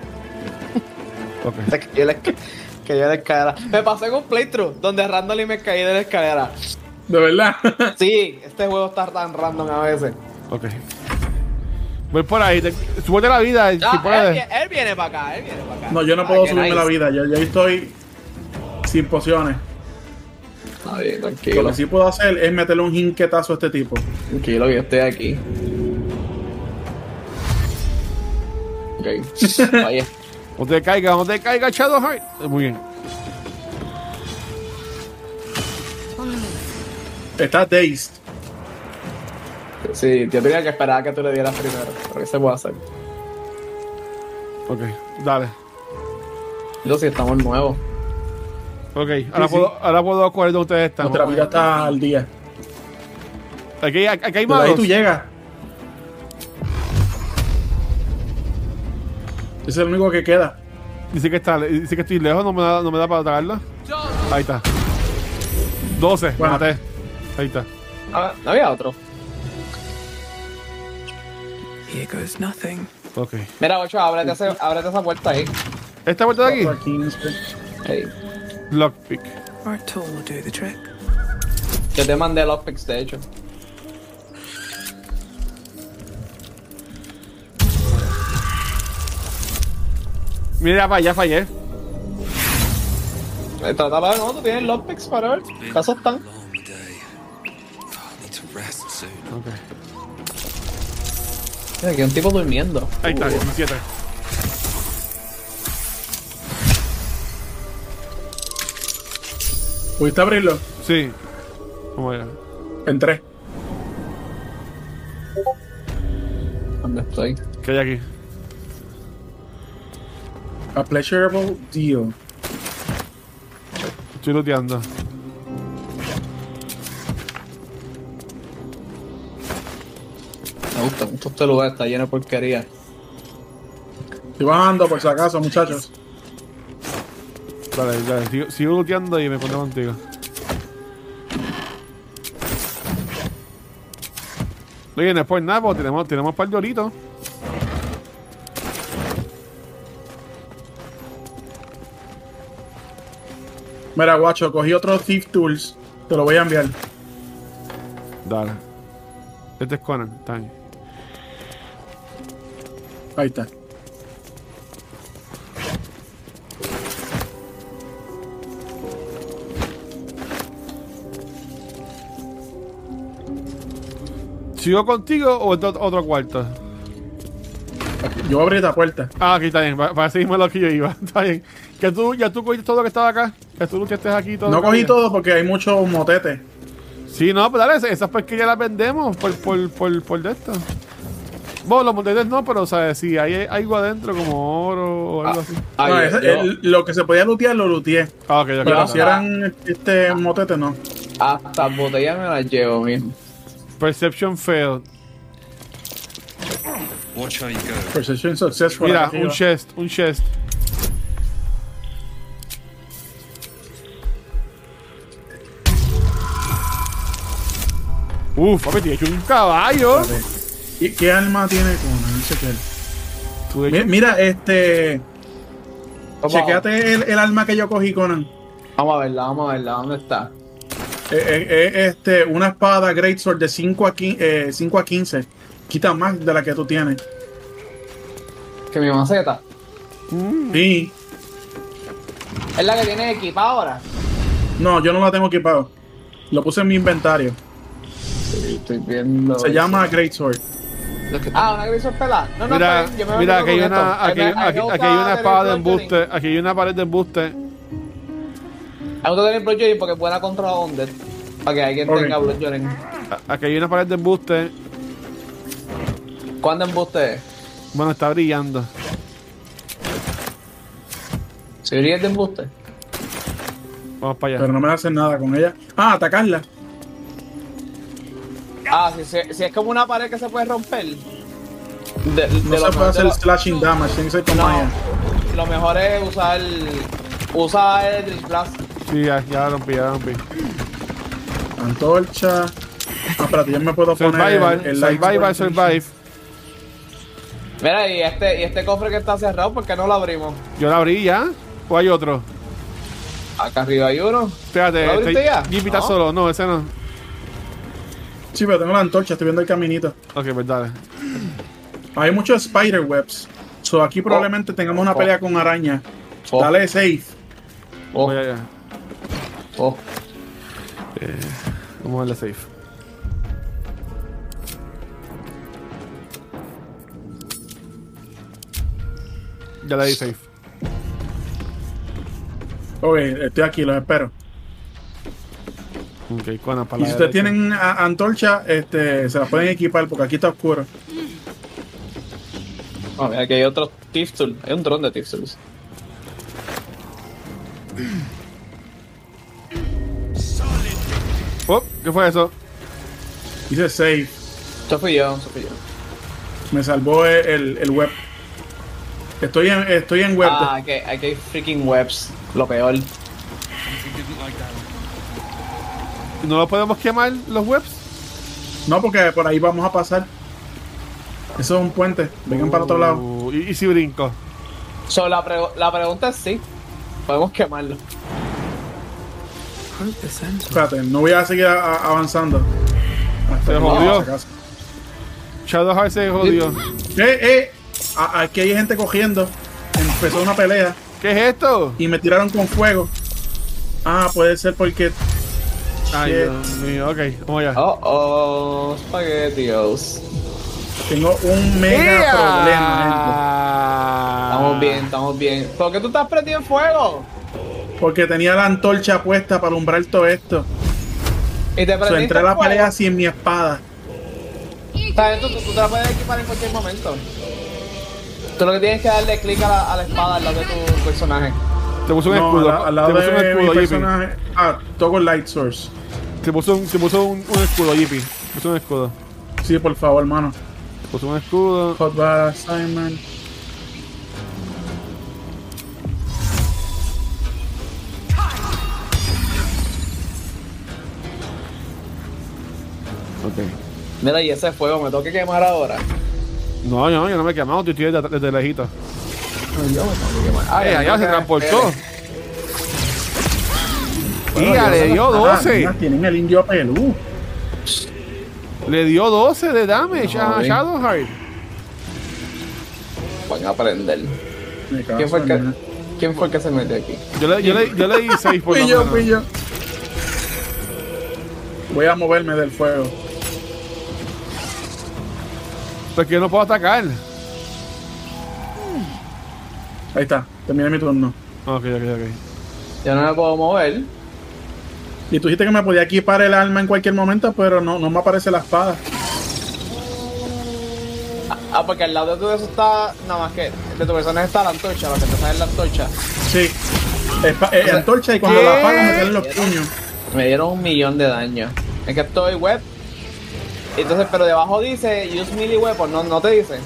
[SPEAKER 2] Se cayó la esca- cayó de la escalera. Me pasé con un playthrough donde randomly me caí de la escalera.
[SPEAKER 3] ¿De verdad? [laughs]
[SPEAKER 2] Sí, este juego está tan random a veces.
[SPEAKER 1] Ok. Voy por ahí. Te, súbete la vida eh, si
[SPEAKER 2] Ah, él,
[SPEAKER 1] puedes.
[SPEAKER 2] vie- él viene para acá, él viene para acá.
[SPEAKER 3] No, yo no
[SPEAKER 2] Ah,
[SPEAKER 3] puedo
[SPEAKER 2] qué
[SPEAKER 3] subirme
[SPEAKER 2] nice.
[SPEAKER 3] la vida. Yo, yo estoy sin pociones.
[SPEAKER 2] Está bien,
[SPEAKER 3] Lo
[SPEAKER 2] tranquilo.
[SPEAKER 3] que sí puedo hacer es meterle un jinquetazo a este tipo.
[SPEAKER 2] Tranquilo, que yo estoy aquí. Ok.
[SPEAKER 3] [laughs]
[SPEAKER 2] Vaya.
[SPEAKER 1] No te caiga, no te caiga, Shadowheart. Eh, Muy bien.
[SPEAKER 3] Está dazed.
[SPEAKER 2] Sí, yo tenía que esperar a que tú le dieras primero. Pero ¿qué se puede hacer?
[SPEAKER 1] Ok, dale.
[SPEAKER 2] Yo sí, estamos nuevos.
[SPEAKER 1] Ok, ahora,
[SPEAKER 3] sí.
[SPEAKER 1] puedo, ahora puedo coger donde ustedes están.
[SPEAKER 3] Nuestra vida está al día.
[SPEAKER 1] Aquí, aquí hay
[SPEAKER 3] Pero ahí
[SPEAKER 1] malos.
[SPEAKER 3] tú llegas. Es el único que queda.
[SPEAKER 1] Dice que, está, dice que estoy lejos, no me da, no me da para atacarla. Ahí está. 12,
[SPEAKER 3] Bueno.
[SPEAKER 1] maté. Ahí está.
[SPEAKER 2] Ah, no había otro.
[SPEAKER 19] Here goes nothing.
[SPEAKER 1] Ok.
[SPEAKER 2] Mira, Ocho, ábrete, ese- ábrete esa puerta ahí.
[SPEAKER 1] ¿Esta puerta de aquí?
[SPEAKER 2] Hey,
[SPEAKER 1] Lockpick.
[SPEAKER 19] Or a tool will do the trick.
[SPEAKER 2] yo te mandé los pics, de hecho.
[SPEAKER 1] Mira, pa, ya fallé.
[SPEAKER 2] Eh, Trátalo de nuevo, tú tienes los pics para ver. ¿Caso están?
[SPEAKER 14] Need to rest soon.
[SPEAKER 2] Mira, aquí hay un tipo durmiendo.
[SPEAKER 1] Ahí está,
[SPEAKER 2] Uh.
[SPEAKER 1] 17.
[SPEAKER 3] ¿Pudiste abrirlo?
[SPEAKER 1] Sí. Vamos allá.
[SPEAKER 3] Entré.
[SPEAKER 2] ¿Dónde estoy?
[SPEAKER 1] ¿Qué hay aquí?
[SPEAKER 3] A pleasurable deal.
[SPEAKER 1] Estoy looteando.
[SPEAKER 2] Me gusta mucho este lugar, está lleno de porquería.
[SPEAKER 3] Estoy bajando por si acaso, muchachos.
[SPEAKER 1] Dale, dale. Sigo, sigo looteando y me pongo contigo. Oye, no es por nada, porque tenemos, tenemos un par de oritos.
[SPEAKER 3] Mira, guacho, cogí otro Thief Tools. Te lo voy a enviar.
[SPEAKER 1] Dale. Este es Conan, está bien.
[SPEAKER 3] Ahí está.
[SPEAKER 1] ¿Sigo contigo o entro a otro cuarto?
[SPEAKER 3] Yo abrí esta puerta.
[SPEAKER 1] Ah, aquí está bien. pa- Para seguirme lo que yo iba. [laughs] Está bien. Que tú, ya tú cogiste todo lo que estaba acá. Que tú que estés aquí y todo.
[SPEAKER 3] No
[SPEAKER 1] lo que
[SPEAKER 3] cogí
[SPEAKER 1] había.
[SPEAKER 3] todo porque hay muchos motetes.
[SPEAKER 1] Sí, no, pues dale, esas- esas pesquillas las vendemos por, por, por, por de esto. Bueno, los montetes no, pero o sea, si hay algo adentro como oro o
[SPEAKER 3] Ah.
[SPEAKER 1] algo así.
[SPEAKER 3] No, ese- el- lo que se podía lootear, lo looteé.
[SPEAKER 1] Ah, ok, Ah, ya
[SPEAKER 3] Pero
[SPEAKER 1] claro.
[SPEAKER 3] si eran este motete, no.
[SPEAKER 2] Hasta botellas me las llevo, mismo.
[SPEAKER 1] Perception failed.
[SPEAKER 14] Watch how you go.
[SPEAKER 3] Perception successful.
[SPEAKER 1] Mira,
[SPEAKER 3] acá
[SPEAKER 1] un
[SPEAKER 3] arriba.
[SPEAKER 1] chest, un chest. Uf, papi, te he hecho un caballo.
[SPEAKER 3] ¿Y qué alma tiene Conan? No sé qué. Mi- mira, este.
[SPEAKER 2] Vamos a-
[SPEAKER 3] Chequéate el, el alma que yo cogí, Conan.
[SPEAKER 2] Vamos a verla, vamos a verla, ¿dónde está?
[SPEAKER 3] Eh, eh, eh, este, una espada Great Sword de 5 a, 15, a 15. Quita más de la que tú tienes.
[SPEAKER 2] Que mi maceta.
[SPEAKER 3] Sí.
[SPEAKER 2] Es la que tiene equipa ahora.
[SPEAKER 3] No, yo no la tengo equipado. Lo puse en mi inventario.
[SPEAKER 2] estoy viendo.
[SPEAKER 3] Se llama Great Sword.
[SPEAKER 2] Ah, una gris pelada. No, no,
[SPEAKER 1] Mira,
[SPEAKER 2] está bien, yo me voy
[SPEAKER 1] mira,
[SPEAKER 2] a
[SPEAKER 1] aquí hay
[SPEAKER 2] meter con
[SPEAKER 1] una,
[SPEAKER 2] esto.
[SPEAKER 1] aquí,
[SPEAKER 2] Ahí me- ahí
[SPEAKER 1] aquí,
[SPEAKER 2] me gusta
[SPEAKER 1] aquí hay una
[SPEAKER 2] tener
[SPEAKER 1] espada de
[SPEAKER 2] el bludgeoning.
[SPEAKER 1] embuste. Aquí hay una pared de embuste.
[SPEAKER 2] Me gusta tener bludgeoning porque es buena contra Onder. Para que alguien
[SPEAKER 1] Ok.
[SPEAKER 2] tenga bludgeoning.
[SPEAKER 1] A- Aquí hay una pared de embuste.
[SPEAKER 2] ¿Cuándo embuste es?
[SPEAKER 1] Bueno, está brillando.
[SPEAKER 2] ¿Se brilla el de embuste?
[SPEAKER 1] Vamos para allá.
[SPEAKER 3] Pero no me hacen nada con ella. Ah, atacarla.
[SPEAKER 2] Ah, si, si, si es como una pared que se puede romper. De-
[SPEAKER 3] No
[SPEAKER 2] de
[SPEAKER 3] se
[SPEAKER 2] lo
[SPEAKER 3] puede
[SPEAKER 2] mejor- de
[SPEAKER 3] hacer
[SPEAKER 2] lo-
[SPEAKER 3] slashing damage, tiene que ser con
[SPEAKER 2] No.
[SPEAKER 3] Maya.
[SPEAKER 2] Lo mejor es usar. Usa el Drill Blast.
[SPEAKER 1] Sí, ya, ya la rompí, ya la rompí.
[SPEAKER 3] Antorcha. Ah, espérate, yo me puedo
[SPEAKER 1] Survival,
[SPEAKER 3] poner. light
[SPEAKER 1] survival,
[SPEAKER 3] sword.
[SPEAKER 1] survive.
[SPEAKER 2] Mira, y este, y este cofre que está cerrado, ¿por qué no lo abrimos?
[SPEAKER 1] Yo la abrí ya. ¿O hay otro?
[SPEAKER 2] Acá arriba hay uno.
[SPEAKER 1] Espérate,
[SPEAKER 2] ¿Lo abriste
[SPEAKER 1] este-
[SPEAKER 2] ya?
[SPEAKER 1] Jeep está
[SPEAKER 2] No.
[SPEAKER 1] solo. No, ese no.
[SPEAKER 3] Sí, pero tengo la antorcha, estoy viendo el caminito.
[SPEAKER 1] Ok, pues dale.
[SPEAKER 3] Hay muchos spider webs. So aquí probablemente tengamos una
[SPEAKER 1] Oh.
[SPEAKER 3] pelea con araña.
[SPEAKER 1] Oh.
[SPEAKER 3] Dale safe.
[SPEAKER 2] Oh.
[SPEAKER 1] Voy allá. Eh, vamos a darle safe. Ya le di safe.
[SPEAKER 3] Ok, estoy aquí, los espero.
[SPEAKER 1] Ok, con la
[SPEAKER 3] Y
[SPEAKER 1] palabra.
[SPEAKER 3] si ustedes tienen a- antorcha, este, se la pueden equipar porque aquí está oscuro.
[SPEAKER 2] Ah, mira, aquí hay otro Thief Tool. Hay un dron de Thief Tools.
[SPEAKER 1] Oh, ¿qué fue eso?
[SPEAKER 3] Hice safe.
[SPEAKER 2] Eso fui yo, eso fui yo.
[SPEAKER 3] Me salvó el, el- el web. Estoy en, estoy en web.
[SPEAKER 2] Ah, aquí, aquí hay freaking webs. Lo peor.
[SPEAKER 1] ¿No los podemos quemar los webs?
[SPEAKER 3] No, porque por ahí vamos a pasar. Eso es un puente. Vengan para el otro lado.
[SPEAKER 1] Uh, ¿Y, y si brinco?
[SPEAKER 2] So, la, pregu- la pregunta es sí. Podemos quemarlo.
[SPEAKER 3] Espérate, no voy a seguir a- a- avanzando. Hasta
[SPEAKER 1] Se
[SPEAKER 3] que
[SPEAKER 1] jodió.
[SPEAKER 3] vamos a casa.
[SPEAKER 1] Shadowheart se jodió.
[SPEAKER 3] Eh, eh. a- Aquí hay gente cogiendo. Empezó una pelea.
[SPEAKER 1] ¿Qué es esto?
[SPEAKER 3] Y me tiraron con fuego. Ah, puede ser porque.
[SPEAKER 1] Ay,
[SPEAKER 3] Shit.
[SPEAKER 1] Dios mío, ok, vamos allá.
[SPEAKER 2] Oh, oh, spaghettios.
[SPEAKER 3] Tengo un mega
[SPEAKER 2] ¡Ea!
[SPEAKER 1] Ah,
[SPEAKER 3] problema,
[SPEAKER 2] Ah. Estamos bien, estamos bien. ¿Por qué tú estás prendido en fuego?
[SPEAKER 3] gente. Porque tenía la antorcha puesta para alumbrar todo esto.
[SPEAKER 2] Y te
[SPEAKER 3] O sea,
[SPEAKER 2] prendiste
[SPEAKER 3] entré a
[SPEAKER 2] en
[SPEAKER 3] la
[SPEAKER 2] fuego.
[SPEAKER 3] pelea sin mi espada.
[SPEAKER 2] Está bien, tú, tú- tú te la puedes equipar en cualquier momento. Tú lo que tienes que darle clic a la, a la espada al lado de tu personaje.
[SPEAKER 1] Te puso un
[SPEAKER 3] No,
[SPEAKER 1] escudo.
[SPEAKER 3] al- al lado
[SPEAKER 1] te puso
[SPEAKER 3] de mi
[SPEAKER 1] un escudo, Yippee.
[SPEAKER 3] personaje- Ah, toco el light source.
[SPEAKER 1] Te puso un, te puso un, un escudo, Yippee. Te puso un escudo.
[SPEAKER 3] Sí, por favor, hermano.
[SPEAKER 1] Te puso un escudo.
[SPEAKER 3] Hot bar assignment.
[SPEAKER 2] Mira, y ese fuego me tengo que quemar ahora.
[SPEAKER 1] No, no, yo no me he quemado, yo estoy desde, desde lejito.
[SPEAKER 2] Ay,
[SPEAKER 1] Eh, allá
[SPEAKER 2] no,
[SPEAKER 1] se
[SPEAKER 2] que-
[SPEAKER 1] transportó.
[SPEAKER 3] Bueno,
[SPEAKER 1] Tía, le
[SPEAKER 3] yo-
[SPEAKER 1] dio
[SPEAKER 3] Ah,
[SPEAKER 1] 12.
[SPEAKER 3] mira, tienen el indio pelú.
[SPEAKER 1] Le dio 12 de damage
[SPEAKER 2] No,
[SPEAKER 1] a
[SPEAKER 2] bien.
[SPEAKER 1] Shadowheart.
[SPEAKER 2] Van a aprender.
[SPEAKER 3] Me cago
[SPEAKER 2] ¿Quién fue, el
[SPEAKER 3] en
[SPEAKER 2] que, ¿Quién fue el que se metió aquí?
[SPEAKER 1] Yo le, yo le, yo le di 6 por
[SPEAKER 3] Fui
[SPEAKER 1] lo
[SPEAKER 3] yo,
[SPEAKER 1] menos.
[SPEAKER 3] fui yo. Voy a moverme del fuego.
[SPEAKER 1] Porque yo no puedo atacar.
[SPEAKER 3] Ahí está, terminé mi turno.
[SPEAKER 1] Ok, ok, ok.
[SPEAKER 2] Yo no me puedo mover.
[SPEAKER 3] Y tú dijiste que me podía equipar el arma en cualquier momento, pero no, no me aparece la espada.
[SPEAKER 2] Ah, porque al lado de tu eso está nada más que de tu personaje está la antorcha, lo que te sale es la antorcha.
[SPEAKER 3] Sí. Espa- eh, antorcha y cuando
[SPEAKER 2] ¿Qué?
[SPEAKER 3] la apagas me salen los puños.
[SPEAKER 2] Me dieron un millón de daño. Es que estoy web. Entonces, pero debajo dice use melee weapon, no, no te dice.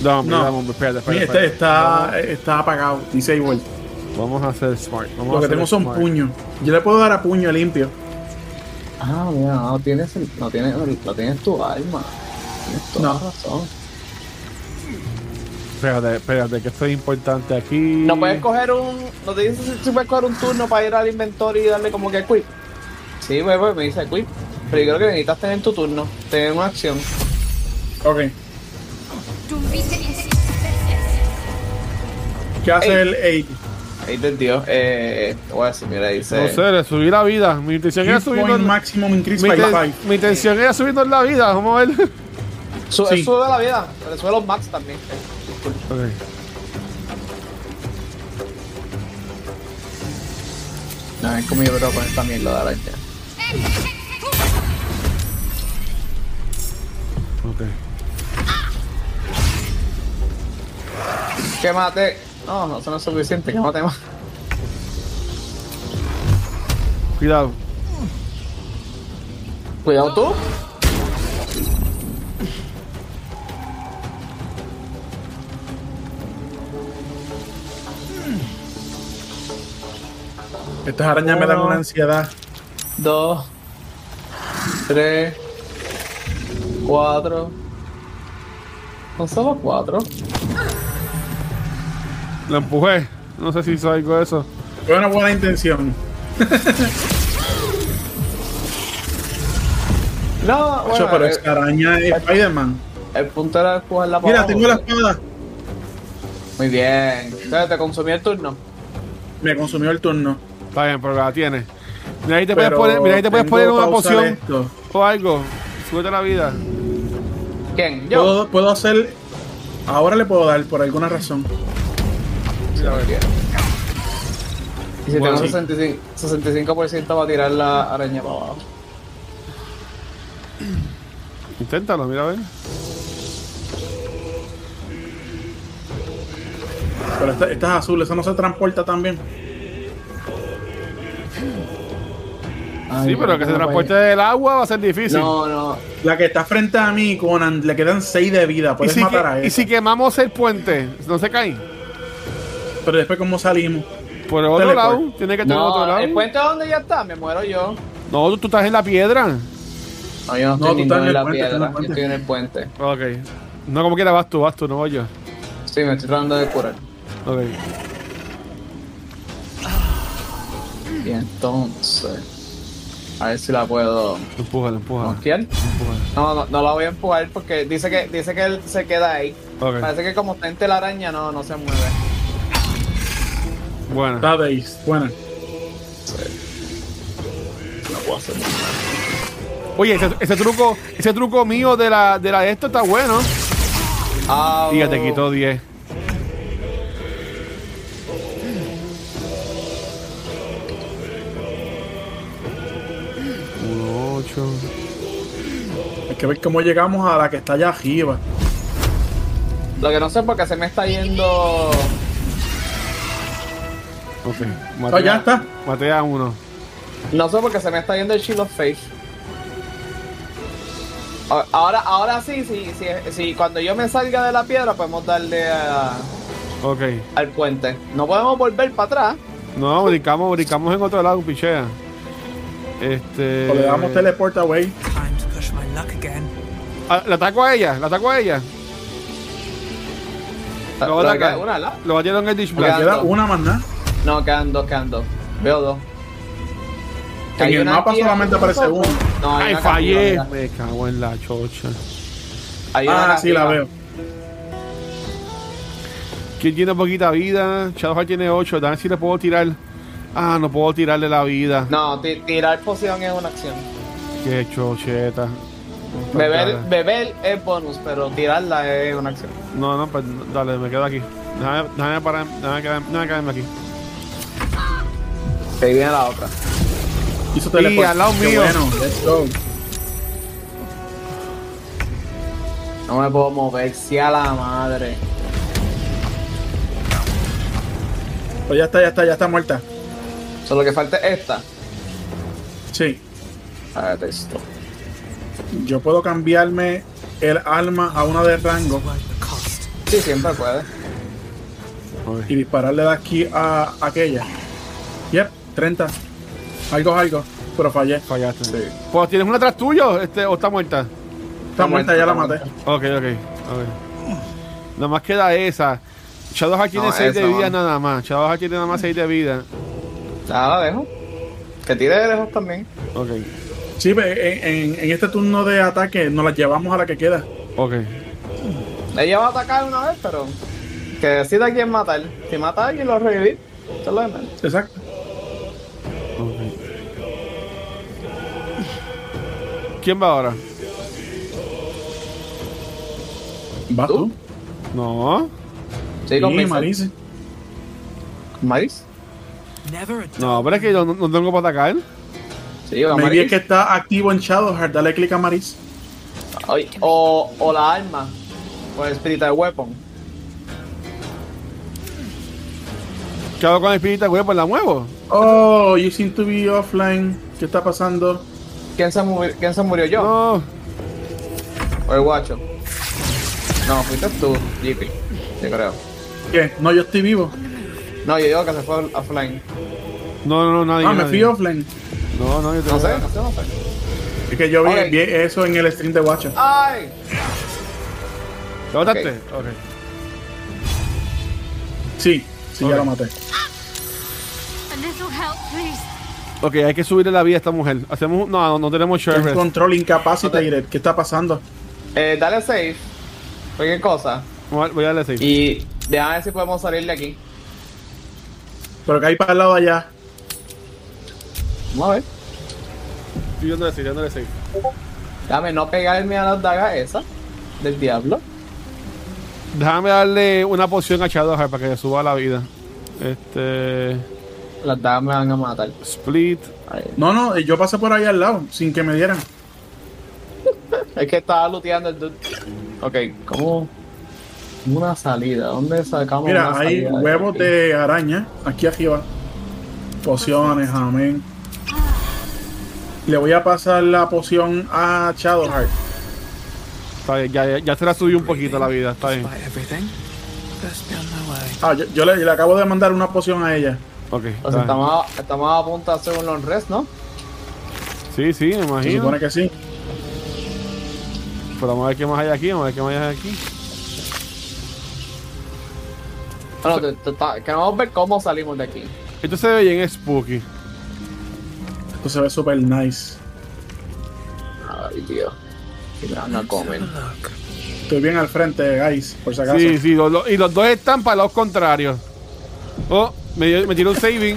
[SPEAKER 1] Dame,
[SPEAKER 3] No.
[SPEAKER 1] dame, espérate, espérate.
[SPEAKER 3] Mira,
[SPEAKER 1] espérate.
[SPEAKER 3] este está, está apagado. Disable.
[SPEAKER 1] Vamos a hacer smart. Vamos
[SPEAKER 3] Lo
[SPEAKER 1] a
[SPEAKER 3] que
[SPEAKER 1] hacer
[SPEAKER 3] tengo son
[SPEAKER 1] smart.
[SPEAKER 3] puños. Yo le puedo dar a puño limpio.
[SPEAKER 2] Ah, mira, no tienes, el- no tienes, el- no tienes tu alma. Tienes toda la razón.
[SPEAKER 1] Espérate, espérate, que esto es importante aquí.
[SPEAKER 2] No puedes coger un. No te dice si- si puedes coger un turno para ir al inventario y darle como que quit. Sí, pues, pues, me dice quit. Pero yo creo que necesitas tener tu turno, tener una acción.
[SPEAKER 3] Ok. ¿Qué hace el 8?
[SPEAKER 2] Ahí te dio. Eh, te voy a decir, mira, dice.
[SPEAKER 1] No sé, le subí la vida. Mi intención era
[SPEAKER 2] Hit point
[SPEAKER 1] subirnos.
[SPEAKER 3] maximum increase
[SPEAKER 1] mi,
[SPEAKER 2] by
[SPEAKER 1] inten-
[SPEAKER 2] five.
[SPEAKER 1] mi intención era subirnos la vida. Vamos a ver. [laughs]
[SPEAKER 2] Su- él sube la vida, pero le sube los max también.
[SPEAKER 1] Ok.
[SPEAKER 2] No, es como yo creo con esta mierda de araña.
[SPEAKER 1] Ok.
[SPEAKER 2] Que mate. No, no, eso no es suficiente, que mate más.
[SPEAKER 1] Cuidado.
[SPEAKER 2] Cuidado tú.
[SPEAKER 3] Estas arañas me dan
[SPEAKER 2] Uno.
[SPEAKER 3] una ansiedad.
[SPEAKER 2] Dos. Tres. Cuatro. Son solo cuatro.
[SPEAKER 1] Lo empujé. No sé si hizo algo de eso.
[SPEAKER 3] Fue una buena intención.
[SPEAKER 2] No,
[SPEAKER 3] Ocho,
[SPEAKER 2] bueno,
[SPEAKER 3] pero
[SPEAKER 2] eh,
[SPEAKER 3] esa araña es Spider-Man.
[SPEAKER 2] El punto era cogerla para
[SPEAKER 3] Mira,
[SPEAKER 2] abajo.
[SPEAKER 3] tengo la espada.
[SPEAKER 2] Muy bien. Entonces, ¿Te consumí el turno?
[SPEAKER 3] Me consumió el turno.
[SPEAKER 1] Está bien, pero la tiene. Mira, ahí te
[SPEAKER 3] Pero
[SPEAKER 1] puedes poner, mira, ahí te puedes
[SPEAKER 3] tengo
[SPEAKER 1] poner una
[SPEAKER 3] pa' usar
[SPEAKER 1] poción
[SPEAKER 3] esto.
[SPEAKER 1] o algo. Súbete la vida.
[SPEAKER 2] ¿Quién?
[SPEAKER 3] ¿Puedo, puedo hacer. Ahora le puedo dar por alguna razón.
[SPEAKER 2] Y si
[SPEAKER 3] Bueno,
[SPEAKER 2] tengo
[SPEAKER 3] sí.
[SPEAKER 2] 65, 65% va a tirar la araña para abajo.
[SPEAKER 1] Inténtalo, mira a ver.
[SPEAKER 3] Pero esta, esta es azul, esa no se transporta también.
[SPEAKER 1] sí, pero que se transporte del agua va a ser difícil. ¿Este
[SPEAKER 3] No,
[SPEAKER 2] no.
[SPEAKER 3] La que está frente a mí, Conan, le quedan 6 de vida.
[SPEAKER 1] ¿Y
[SPEAKER 3] Puedes
[SPEAKER 1] si,
[SPEAKER 3] matar
[SPEAKER 1] que-
[SPEAKER 3] a
[SPEAKER 1] y
[SPEAKER 3] él.
[SPEAKER 1] si quemamos el puente, no se cae.
[SPEAKER 3] Pero después, ¿cómo salimos?
[SPEAKER 1] Por el otro
[SPEAKER 3] Teleport.
[SPEAKER 1] lado, tiene que estar
[SPEAKER 2] No,
[SPEAKER 1] por otro
[SPEAKER 2] ¿El
[SPEAKER 1] lado.
[SPEAKER 2] puente dónde ya está? Me muero yo.
[SPEAKER 1] No, tú, tú estás en la piedra.
[SPEAKER 2] No, yo no
[SPEAKER 1] No, tú
[SPEAKER 2] estoy ni
[SPEAKER 1] estás en
[SPEAKER 2] en
[SPEAKER 1] el
[SPEAKER 2] la
[SPEAKER 1] puente, tú en el
[SPEAKER 2] piedra, yo
[SPEAKER 1] puente.
[SPEAKER 2] estoy en el puente.
[SPEAKER 1] Ok. No, como quiera, vas tú, vas tú, no voy yo.
[SPEAKER 2] Sí, me estoy tratando de curar.
[SPEAKER 1] Ok.
[SPEAKER 2] Y entonces. A ver si la puedo.
[SPEAKER 1] Empújala, empújala.
[SPEAKER 2] ¿Quién? No, no, no la voy a empujar porque dice que dice que él se queda ahí.
[SPEAKER 1] Ok.
[SPEAKER 2] Parece que como está entre la araña, no, no se mueve.
[SPEAKER 1] Buena.
[SPEAKER 3] Está buena.
[SPEAKER 2] No puedo hacer
[SPEAKER 1] Oye, ese, ese truco, ese truco mío de la de la de esto está bueno.
[SPEAKER 2] Ah,
[SPEAKER 1] Tía, te quitó 10. Uno, ocho.
[SPEAKER 3] Hay que ver cómo llegamos a la que está allá arriba.
[SPEAKER 2] Lo que no sé es porque se me está yendo.
[SPEAKER 1] Ok.
[SPEAKER 3] Oh, ya está.
[SPEAKER 1] Maté a uno.
[SPEAKER 2] No sé por qué se me está yendo el Shield of Faith. A- Ahora, ahora sí, sí, sí, sí, cuando yo me salga de la piedra podemos darle a-
[SPEAKER 1] Ok.
[SPEAKER 2] al puente. No podemos volver para atrás.
[SPEAKER 1] No, brincamos, brincamos en otro lado, pichea. Este.
[SPEAKER 3] O le damos teleport away.
[SPEAKER 19] Push my luck again.
[SPEAKER 1] Ah, La ataco a ella, la ataco a ella.
[SPEAKER 2] Ah,
[SPEAKER 1] Lo va a
[SPEAKER 2] pero
[SPEAKER 1] atacar.
[SPEAKER 2] queda una, ¿la?
[SPEAKER 1] Lo batieron en el dish
[SPEAKER 2] Quedan
[SPEAKER 1] blast.
[SPEAKER 2] dos.
[SPEAKER 3] más nada.
[SPEAKER 2] No, quedan dos, quedan dos. Veo dos.
[SPEAKER 3] En
[SPEAKER 2] Hay
[SPEAKER 3] el
[SPEAKER 2] una
[SPEAKER 3] mapa
[SPEAKER 2] aquí,
[SPEAKER 3] solamente
[SPEAKER 2] hay
[SPEAKER 3] aparece
[SPEAKER 2] otra.
[SPEAKER 3] uno.
[SPEAKER 2] No, hay
[SPEAKER 1] Ay,
[SPEAKER 2] una
[SPEAKER 1] fallé.
[SPEAKER 2] capilla, mira.
[SPEAKER 1] Me cago en la chocha.
[SPEAKER 2] Hay una
[SPEAKER 3] Ah, sí, la
[SPEAKER 2] capilla.
[SPEAKER 3] veo.
[SPEAKER 1] Quien tiene poquita vida. Shadowheart tiene 8. Dame si le puedo tirar. Ah, no puedo tirarle la vida.
[SPEAKER 2] No, ti- tirar poción es una acción.
[SPEAKER 1] Qué chocheta.
[SPEAKER 3] Pues
[SPEAKER 2] Beber,
[SPEAKER 1] Dale.
[SPEAKER 2] beber es bonus, pero tirarla es una acción.
[SPEAKER 1] No, no, pues dale, me quedo aquí. Déjame, déjame parar, déjame quedarme, déjame quedarme aquí.
[SPEAKER 2] Ahí viene la otra.
[SPEAKER 3] Hizo
[SPEAKER 1] Y
[SPEAKER 3] teleport.
[SPEAKER 1] al lado
[SPEAKER 3] Qué
[SPEAKER 1] mío.
[SPEAKER 3] bueno, let's go.
[SPEAKER 2] No me puedo mover, si a la madre.
[SPEAKER 3] Pues ya está, ya está, ya está muerta.
[SPEAKER 2] Solo que falta es esta.
[SPEAKER 3] Sí.
[SPEAKER 2] A ver, esto.
[SPEAKER 3] Yo puedo cambiarme el alma a una de rango
[SPEAKER 2] Sí, siempre puede.
[SPEAKER 3] y dispararle de aquí a aquella. Yep, 30. Algo, algo. pero fallé.
[SPEAKER 1] Fallaste. Pues tienes una atrás tuyo, este, o está muerta.
[SPEAKER 3] Está muerta, ya la maté.
[SPEAKER 1] Ok, ok. ok. Nada más queda esa. Shadowhack tiene
[SPEAKER 2] No,
[SPEAKER 1] 6 de
[SPEAKER 2] esa,
[SPEAKER 1] vida
[SPEAKER 2] mano.
[SPEAKER 1] nada más. Shadowhack tiene nada más 6 de vida.
[SPEAKER 2] Nada, dejo. Que tire de lejos también.
[SPEAKER 1] Ok.
[SPEAKER 3] Sí, ve, en, en- en este turno de ataque nos las llevamos a la que queda.
[SPEAKER 1] Ok.
[SPEAKER 2] Ella va a atacar una vez, pero que decida quién matar. Si mata a alguien, lo revivir. Eso es lo de menos.
[SPEAKER 3] Exacto.
[SPEAKER 1] ¿Quién va ahora?
[SPEAKER 3] ¿Vas tú?
[SPEAKER 1] No.
[SPEAKER 2] Sí, con Mace.
[SPEAKER 3] Maris.
[SPEAKER 2] ¿Maris?
[SPEAKER 19] Never a
[SPEAKER 1] No, pero es que yo no, no tengo para atacar.
[SPEAKER 2] Sí, va
[SPEAKER 3] Maybe es que está activo en Shadowheart. Dale clic a Maris.
[SPEAKER 2] Ay, o, o la arma. O el Spiritual Weapon.
[SPEAKER 1] ¿Qué hago con la espinita, güey? Pues la muevo.
[SPEAKER 3] Oh, you seem to be offline. ¿Qué está pasando?
[SPEAKER 2] ¿Quién se murió, ¿quién se murió yo?
[SPEAKER 1] No.
[SPEAKER 2] O el guacho. No, fuiste tú, JP. Yo creo.
[SPEAKER 3] ¿Qué? No, yo estoy vivo.
[SPEAKER 2] No, yo digo que se fue offline.
[SPEAKER 1] No, no, no, nadie.
[SPEAKER 3] Ah, me
[SPEAKER 1] nadie.
[SPEAKER 3] fui offline.
[SPEAKER 1] No, no, yo te
[SPEAKER 2] No sé, no sé, no sé.
[SPEAKER 3] Es que yo vi, vi eso en el stream de Watcher.
[SPEAKER 2] ¡Ay!
[SPEAKER 1] ¿Lo mataste? Ok.
[SPEAKER 3] Sí, sí, ya la maté.
[SPEAKER 7] A little help, please.
[SPEAKER 1] Ok, hay que subirle la vida a esta mujer. Hacemos un- No, no tenemos share
[SPEAKER 3] El
[SPEAKER 1] rest.
[SPEAKER 3] control incapacitated. ¿Qué está pasando?
[SPEAKER 2] Eh, dale save. Cualquier cosa.
[SPEAKER 1] Voy a- voy a darle así.
[SPEAKER 2] Y déjame ver si podemos salir de aquí.
[SPEAKER 3] Pero que hay para el lado de allá.
[SPEAKER 2] Vamos a ver.
[SPEAKER 1] Estoy dándole así, dándole así.
[SPEAKER 2] Dame no pegarme a las dagas esas del diablo.
[SPEAKER 1] Déjame darle una poción a Shadowheart para que le suba la vida. Este.
[SPEAKER 2] Las dagas me van a matar.
[SPEAKER 1] Split.
[SPEAKER 3] No, no, eh, yo pasé por ahí al lado sin que me dieran.
[SPEAKER 2] Es que estaba looteando el dude. Ok, ¿cómo? Una salida. ¿Dónde sacamos
[SPEAKER 3] Mira,
[SPEAKER 2] una
[SPEAKER 3] hay
[SPEAKER 2] salida?
[SPEAKER 3] huevos de araña aquí arriba. Pociones, amén. Le voy a pasar la poción a Shadowheart.
[SPEAKER 1] Está bien, ya, ya- ya se la subió un poquito la vida, está bien.
[SPEAKER 19] everything. Just be on my way.
[SPEAKER 3] Ah, yo, yo le, le acabo de mandar una poción a ella.
[SPEAKER 1] Ok. está
[SPEAKER 2] O sea,
[SPEAKER 1] bien.
[SPEAKER 2] estamos, a- estamos a punto de hacer un long rest, ¿no?
[SPEAKER 1] Sí, sí, me imagino.
[SPEAKER 3] Se supone que sí.
[SPEAKER 1] Pero vamos a ver qué más hay aquí, vamos a ver qué más hay aquí.
[SPEAKER 2] Bueno, te- te- ta- queremos ver cómo salimos de aquí.
[SPEAKER 1] Esto se ve bien spooky.
[SPEAKER 3] Esto se ve súper nice.
[SPEAKER 2] Ay, Dios. Que me van a comer.
[SPEAKER 3] Estoy bien al frente, guys, por si acaso.
[SPEAKER 1] Sí, sí, los- los- y los dos están para los contrarios. Oh, me, dio- me tiró un saving.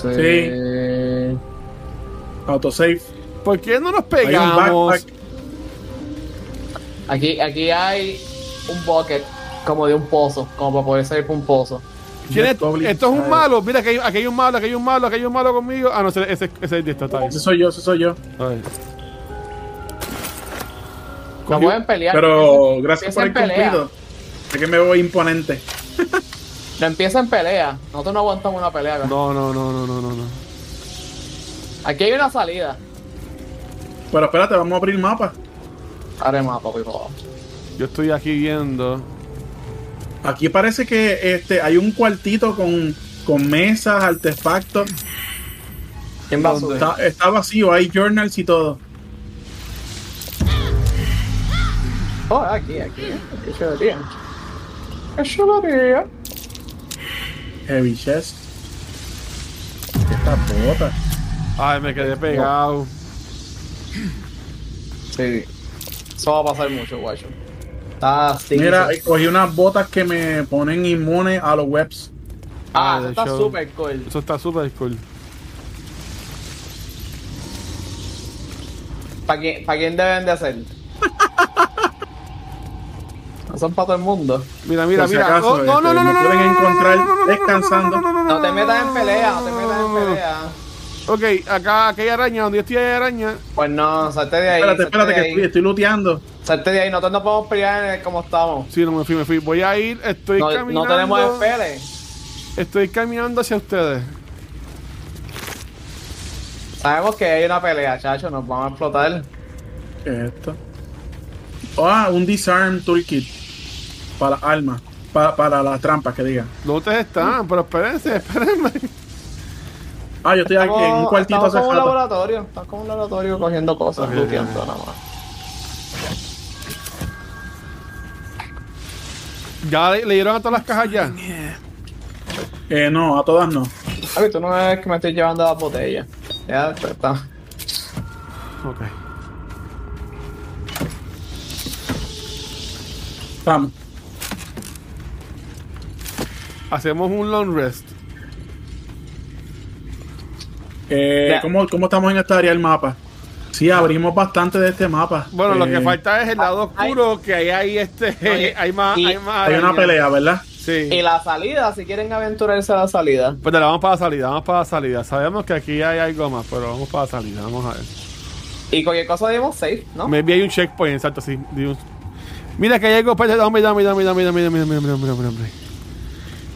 [SPEAKER 3] Sí. Autosave.
[SPEAKER 1] ¿Por qué no nos
[SPEAKER 3] Hay un
[SPEAKER 1] pegamos?
[SPEAKER 3] backpack.
[SPEAKER 2] Aquí, aquí hay un bucket como de un pozo, como para poder salir por un pozo.
[SPEAKER 1] ¿Quién es- Esto es un malo. Mira, aquí hay, aquí hay un malo, aquí hay un malo, aquí hay un malo conmigo. Ah, no, ese, ese, ese es de esta, está bien.
[SPEAKER 3] Ese soy yo, ese soy yo.
[SPEAKER 1] A ver.
[SPEAKER 2] No pueden pelear.
[SPEAKER 3] Pero gracias por el
[SPEAKER 2] Empiecen pelea.
[SPEAKER 3] cumplido. Es que me voy imponente.
[SPEAKER 2] No empiezan pelea. Nosotros no aguantamos una pelea. ¿verdad?
[SPEAKER 1] No, no, no, no, no, no, no.
[SPEAKER 2] Aquí hay una salida.
[SPEAKER 3] Pero espérate, vamos a abrir mapa.
[SPEAKER 2] Abre mapa, por favor.
[SPEAKER 1] Yo estoy aquí viendo.
[SPEAKER 3] Aquí parece que este hay un cuartito con, con mesas, artefactos.
[SPEAKER 2] ¿Quién va a subir?
[SPEAKER 3] Está, está vacío, hay journals y todo.
[SPEAKER 2] Oh, aquí, aquí. Qué chévería. Qué chévería.
[SPEAKER 3] Heavy chest. Esta bota.
[SPEAKER 1] Ay, me quedé pegado.
[SPEAKER 2] Sí. Eso va a pasar mucho, guacho. Está stingy.
[SPEAKER 3] Mira, cogí unas botas que me ponen inmune a los webs.
[SPEAKER 2] Ah,
[SPEAKER 1] de
[SPEAKER 2] eso está
[SPEAKER 1] show.
[SPEAKER 2] súper cool.
[SPEAKER 1] Eso está súper cool.
[SPEAKER 2] ¿Para quién, pa' quién deben de
[SPEAKER 3] [laughs]
[SPEAKER 2] hacer? No son para todo el mundo.
[SPEAKER 1] Mira, mira,
[SPEAKER 3] Por si
[SPEAKER 1] mira.
[SPEAKER 3] acaso,
[SPEAKER 1] Oh, no, no,
[SPEAKER 3] este,
[SPEAKER 1] no, no,
[SPEAKER 3] me
[SPEAKER 1] no, no,
[SPEAKER 3] pueden
[SPEAKER 1] no, no, no,
[SPEAKER 3] encontrar
[SPEAKER 1] no, no, no, no,
[SPEAKER 3] descansando.
[SPEAKER 2] No te metas en pelea, no te metas en pelea.
[SPEAKER 1] Ok, acá, aquí hay araña, donde yo estoy hay araña.
[SPEAKER 2] Pues no, salte de ahí.
[SPEAKER 3] Espérate,
[SPEAKER 2] salte
[SPEAKER 3] espérate,
[SPEAKER 2] de
[SPEAKER 3] que
[SPEAKER 2] ahí.
[SPEAKER 3] estoy, estoy looteando.
[SPEAKER 2] Salte de ahí, nosotros no podemos pelear en el- como estamos.
[SPEAKER 1] Sí, no me fui, me fui. Voy a ir, estoy
[SPEAKER 2] No,
[SPEAKER 1] caminando.
[SPEAKER 2] no tenemos espere.
[SPEAKER 1] Estoy caminando hacia ustedes.
[SPEAKER 2] Sabemos que hay una pelea, chacho, nos vamos a explotar.
[SPEAKER 3] ¿Qué es esto? Ah, un disarm toolkit. Para alma. Para, para las trampas que diga.
[SPEAKER 1] ¿Dónde ustedes están? Pero espérense, espérenme.
[SPEAKER 3] Ah, yo estoy aquí en un cuartito
[SPEAKER 2] Estamos
[SPEAKER 3] hace
[SPEAKER 2] como un
[SPEAKER 3] rato.
[SPEAKER 2] laboratorio. Estamos como un laboratorio cogiendo cosas,
[SPEAKER 3] Ok.
[SPEAKER 2] looteando nada más.
[SPEAKER 1] ¿Ya le, le dieron a todas las cajas ya?
[SPEAKER 3] Eh, no, a todas no.
[SPEAKER 2] A ver, Ah, tú no ves que me estoy llevando la botella. Ya, esto está.
[SPEAKER 1] Ok.
[SPEAKER 3] Vamos.
[SPEAKER 1] Hacemos un long rest.
[SPEAKER 3] Eh,
[SPEAKER 1] Ya.
[SPEAKER 3] ¿cómo, ¿Cómo estamos en esta área del mapa? Sí, abrimos bastante de este mapa.
[SPEAKER 1] Bueno, lo
[SPEAKER 3] Eh,
[SPEAKER 1] que falta es el lado oscuro, que ahí hay este. [laughs] hay más.
[SPEAKER 2] y-
[SPEAKER 1] hay más
[SPEAKER 3] Hay una
[SPEAKER 1] arañas.
[SPEAKER 3] pelea, ¿verdad?
[SPEAKER 1] Sí.
[SPEAKER 2] Y la salida, si quieren aventurarse a la salida.
[SPEAKER 1] Pues dale, vamos para la salida, vamos para la salida. Sabemos que aquí hay algo más, pero vamos para la salida, vamos a ver.
[SPEAKER 2] Y cualquier cosa debemos safe, ¿no?
[SPEAKER 1] Maybe hay un checkpoint, exacto, sí. Di un- Mira que hay algo, espérate, dame, dame, dame, dame, dame, dame, dame, dame, dame, dame.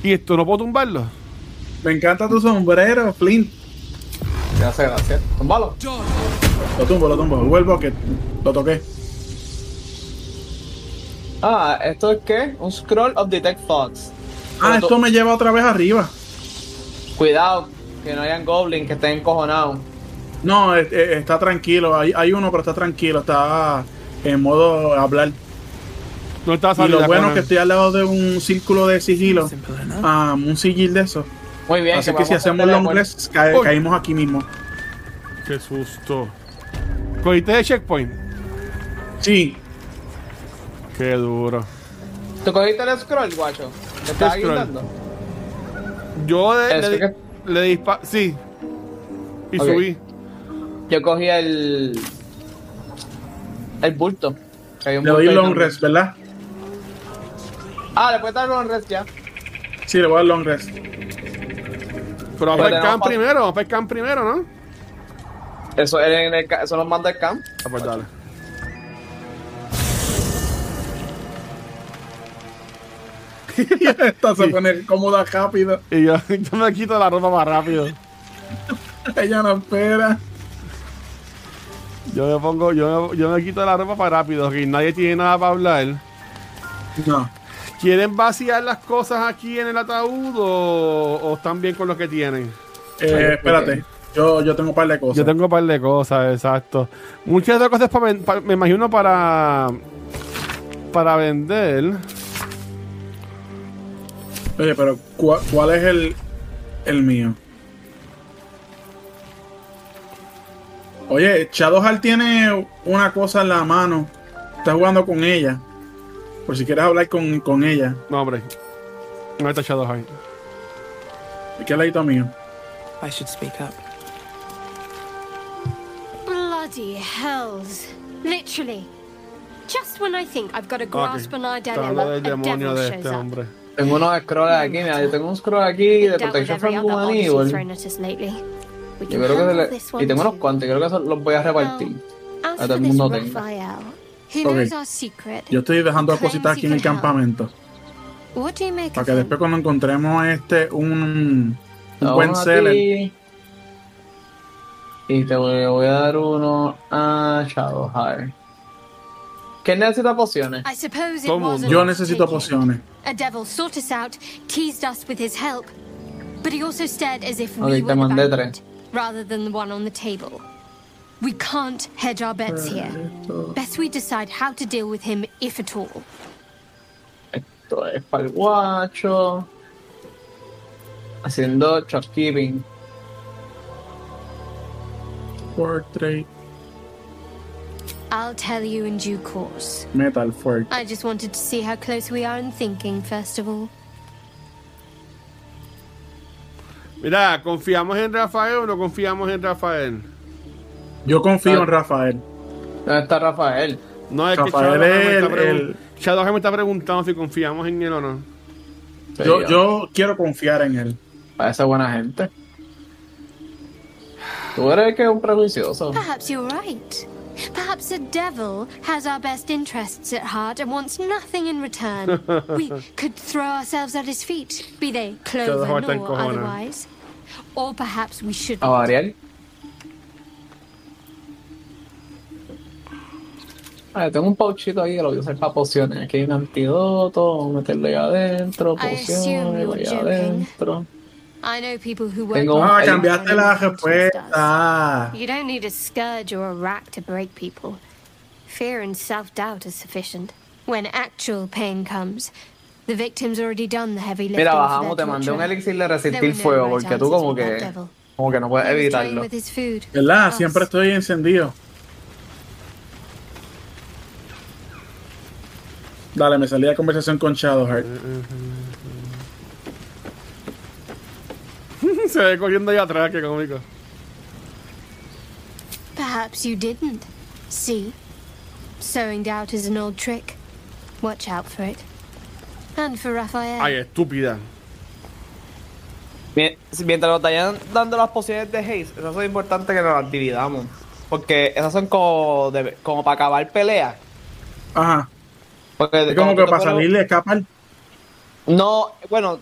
[SPEAKER 1] ¿Y esto no puedo tumbarlo?
[SPEAKER 3] Me encanta tu sombrero, Flint.
[SPEAKER 2] Gracias, gracias. Tumbalo.
[SPEAKER 3] Lo tumbo, lo tumbo. Vuelvo que lo toqué.
[SPEAKER 2] Ah, ¿esto es qué? Un scroll of detect thoughts.
[SPEAKER 3] Ah,
[SPEAKER 2] Pero tú-
[SPEAKER 3] esto me lleva otra vez arriba.
[SPEAKER 2] Cuidado, que no hayan goblins que estén encojonados.
[SPEAKER 3] No, eh, eh, está tranquilo. Hay, hay uno, pero está tranquilo. Está en modo hablar.
[SPEAKER 1] No está
[SPEAKER 3] Y
[SPEAKER 1] salida,
[SPEAKER 3] lo bueno
[SPEAKER 1] Conan.
[SPEAKER 3] es que estoy al lado de un círculo de sigilo. Ah, un sigil de eso.
[SPEAKER 2] Muy bien,
[SPEAKER 3] Así
[SPEAKER 2] que
[SPEAKER 3] que, si
[SPEAKER 2] vamos a
[SPEAKER 3] hacemos
[SPEAKER 2] hacerle
[SPEAKER 3] long
[SPEAKER 2] la
[SPEAKER 3] rest, ca-
[SPEAKER 1] Uy.
[SPEAKER 3] caímos aquí mismo.
[SPEAKER 1] Qué susto. ¿Cogiste el checkpoint?
[SPEAKER 3] Sí.
[SPEAKER 1] Qué duro.
[SPEAKER 2] ¿Tú cogiste el scroll, guacho? ¿Te estás
[SPEAKER 1] scroll?
[SPEAKER 2] guindando?
[SPEAKER 1] Yo le,
[SPEAKER 2] ¿Eso
[SPEAKER 1] le,
[SPEAKER 2] qué?
[SPEAKER 1] le dispa- Sí. Y
[SPEAKER 2] Ok.
[SPEAKER 1] subí.
[SPEAKER 2] Yo cogí el. El bulto. Que hay un
[SPEAKER 3] Le
[SPEAKER 2] bulto
[SPEAKER 3] doy
[SPEAKER 2] ahí
[SPEAKER 3] long
[SPEAKER 2] también.
[SPEAKER 3] rest, ¿verdad?
[SPEAKER 2] Ah, le puedes dar long rest ya.
[SPEAKER 3] Sí, le voy a dar long [laughs] rest.
[SPEAKER 1] Pero vamos
[SPEAKER 2] Pero
[SPEAKER 1] para el
[SPEAKER 2] tenemos
[SPEAKER 1] camp
[SPEAKER 2] pa-
[SPEAKER 1] primero, vamos para el camp primero, ¿no?
[SPEAKER 2] Eso, es en el ca- eso nos manda el camp.
[SPEAKER 1] Ah, pues dale.
[SPEAKER 3] Esta se pone cómoda rápido.
[SPEAKER 1] Y yo, [laughs] yo me quito la ropa más rápido.
[SPEAKER 3] Ella no espera.
[SPEAKER 1] Yo me pongo, yo me, yo me quito la ropa para rápido, que nadie tiene nada para hablar.
[SPEAKER 3] No.
[SPEAKER 1] ¿Quieren vaciar las cosas aquí en el ataúd o, o están bien con lo que tienen?
[SPEAKER 3] Eh, espérate. Yo, yo tengo un par de cosas.
[SPEAKER 1] Yo tengo un par de cosas, exacto. Muchas de las cosas, pa- pa- me imagino, para para vender.
[SPEAKER 3] Oye, pero ¿cuál, cuál es el, el mío? Oye, Shadowheart tiene una cosa en la mano. Está jugando con ella. Por si quieres hablar con, con ella.
[SPEAKER 1] No, hombre. No está Shadowheart.
[SPEAKER 3] ¿De ¿Qué ladito mío?
[SPEAKER 19] I should speak up.
[SPEAKER 7] Bloody hells. Literally. Just when I think I've got a grasp on our
[SPEAKER 1] Está
[SPEAKER 7] dilemma,
[SPEAKER 1] hablando del
[SPEAKER 7] a
[SPEAKER 1] demonio
[SPEAKER 7] devil
[SPEAKER 1] de
[SPEAKER 7] shows
[SPEAKER 1] este
[SPEAKER 7] up.
[SPEAKER 1] hombre.
[SPEAKER 2] Tengo unos scrolls aquí, mira, yo tengo un scroll aquí de
[SPEAKER 7] Dealt with
[SPEAKER 2] Protection
[SPEAKER 7] every
[SPEAKER 2] from
[SPEAKER 7] other
[SPEAKER 2] Human
[SPEAKER 7] oddity
[SPEAKER 2] Evil.
[SPEAKER 7] thrown at us lately. We
[SPEAKER 2] Yo
[SPEAKER 7] can
[SPEAKER 2] creo que
[SPEAKER 7] handle
[SPEAKER 2] le-
[SPEAKER 7] this
[SPEAKER 2] Y
[SPEAKER 7] one
[SPEAKER 2] tengo
[SPEAKER 7] too.
[SPEAKER 2] unos cuantos, yo creo que esos los voy a repartir. A
[SPEAKER 12] As
[SPEAKER 2] todo
[SPEAKER 12] for
[SPEAKER 2] el
[SPEAKER 12] this
[SPEAKER 2] mundo tenga.
[SPEAKER 12] Raphael, he
[SPEAKER 3] Ok.
[SPEAKER 12] knows our secret.
[SPEAKER 3] Yo estoy dejando
[SPEAKER 12] and claims
[SPEAKER 3] cositas aquí
[SPEAKER 12] he
[SPEAKER 3] en el
[SPEAKER 12] can help.
[SPEAKER 3] campamento.
[SPEAKER 12] What do you make
[SPEAKER 3] Para
[SPEAKER 12] of
[SPEAKER 3] que
[SPEAKER 12] him?
[SPEAKER 3] después cuando encontremos este un, un
[SPEAKER 2] Uno
[SPEAKER 3] buen
[SPEAKER 2] a
[SPEAKER 3] seller.
[SPEAKER 2] ti. Y te voy, voy a dar uno a Shadowheart. ¿Quién necesita pociones?
[SPEAKER 12] I suppose it
[SPEAKER 2] Todo
[SPEAKER 12] was
[SPEAKER 2] mundo.
[SPEAKER 12] a
[SPEAKER 3] Yo
[SPEAKER 12] lot to
[SPEAKER 3] necesito
[SPEAKER 12] take in.
[SPEAKER 3] pociones.
[SPEAKER 12] A devil sought us out, teased us with his help, but he also stared as if we
[SPEAKER 2] Ok,
[SPEAKER 12] were
[SPEAKER 2] te
[SPEAKER 12] the
[SPEAKER 2] mandé tres.
[SPEAKER 12] bankrupt, rather than the one on the table. We can't hedge our bets here. Best we decide how to deal with him, if at all.
[SPEAKER 2] Esto es para el guacho. Haciendo shopkeeping.
[SPEAKER 3] Portrait.
[SPEAKER 12] I'll tell you in due course.
[SPEAKER 3] Metal Fork.
[SPEAKER 12] I just wanted to see how close we are in thinking, first of all.
[SPEAKER 1] Mira, ¿confiamos en Rafael o no confiamos en Rafael?
[SPEAKER 3] Yo confío
[SPEAKER 2] Ah,
[SPEAKER 3] en Rafael.
[SPEAKER 2] ¿Dónde está Rafael?
[SPEAKER 1] No, es
[SPEAKER 3] Rafael
[SPEAKER 1] que Shadowheart me, está
[SPEAKER 3] el-
[SPEAKER 1] pregun-
[SPEAKER 3] el-
[SPEAKER 1] Shadowheart me está preguntando si confiamos en él o no. [laughs]
[SPEAKER 3] Yo, yo quiero confiar en él.
[SPEAKER 2] Parece buena gente. Tú eres el que es un prejuicioso.
[SPEAKER 12] Perhaps you're right. Perhaps the devil has our best interests at heart and wants nothing in return. we could throw ourselves at his feet, be they
[SPEAKER 2] Shadowheart está
[SPEAKER 12] cloven or
[SPEAKER 2] encojonado.
[SPEAKER 12] otherwise. Or perhaps we should.
[SPEAKER 2] A Ariel. Ah, yo tengo un pouchito ahí que lo voy a usar para pociones. Aquí hay un antídoto, vamos a meterlo ahí adentro,
[SPEAKER 12] I assume
[SPEAKER 2] pociones,
[SPEAKER 12] you were
[SPEAKER 2] ahí
[SPEAKER 12] joking.
[SPEAKER 2] adentro.
[SPEAKER 12] I know people who work.
[SPEAKER 3] Tengo
[SPEAKER 2] Oh,
[SPEAKER 3] ah, cambiaste la
[SPEAKER 2] uh,
[SPEAKER 3] respuesta.
[SPEAKER 12] You don't need a scourge or a rack to break people. Fear and self doubt are sufficient. When actual pain comes, the victim's already done the heavy lifting.
[SPEAKER 2] Mira,
[SPEAKER 12] for
[SPEAKER 2] bajamos, te
[SPEAKER 12] their
[SPEAKER 2] mandé
[SPEAKER 12] torture.
[SPEAKER 2] un elixir de
[SPEAKER 12] There were
[SPEAKER 2] resistir
[SPEAKER 12] no
[SPEAKER 2] fuego
[SPEAKER 12] right
[SPEAKER 2] porque tú
[SPEAKER 12] answers
[SPEAKER 2] como
[SPEAKER 12] with that
[SPEAKER 2] que
[SPEAKER 12] devil.
[SPEAKER 2] como que no puedes
[SPEAKER 12] He was toying
[SPEAKER 2] evitarlo.
[SPEAKER 12] with his food.
[SPEAKER 3] ¿Verdad?
[SPEAKER 12] Us.
[SPEAKER 3] Siempre estoy encendido. Dale, me salí de conversación con Shadowheart.
[SPEAKER 1] Se ve corriendo ahí atrás, qué cómico.
[SPEAKER 12] Perhaps you didn't. See? Sowing doubt is an old trick. Watch out for it. And for Raphael.
[SPEAKER 1] Ay, estúpida.
[SPEAKER 2] Mien- Mientras nos vayan dando las posibilidades de haste, eso es importante que nos las dividamos. Porque esas son como, de- como para acabar peleas.
[SPEAKER 3] Ajá.
[SPEAKER 2] Porque
[SPEAKER 3] Es como
[SPEAKER 2] cuando
[SPEAKER 3] que
[SPEAKER 2] tú
[SPEAKER 3] para
[SPEAKER 2] pones-
[SPEAKER 3] salirle escapar.
[SPEAKER 2] No, bueno,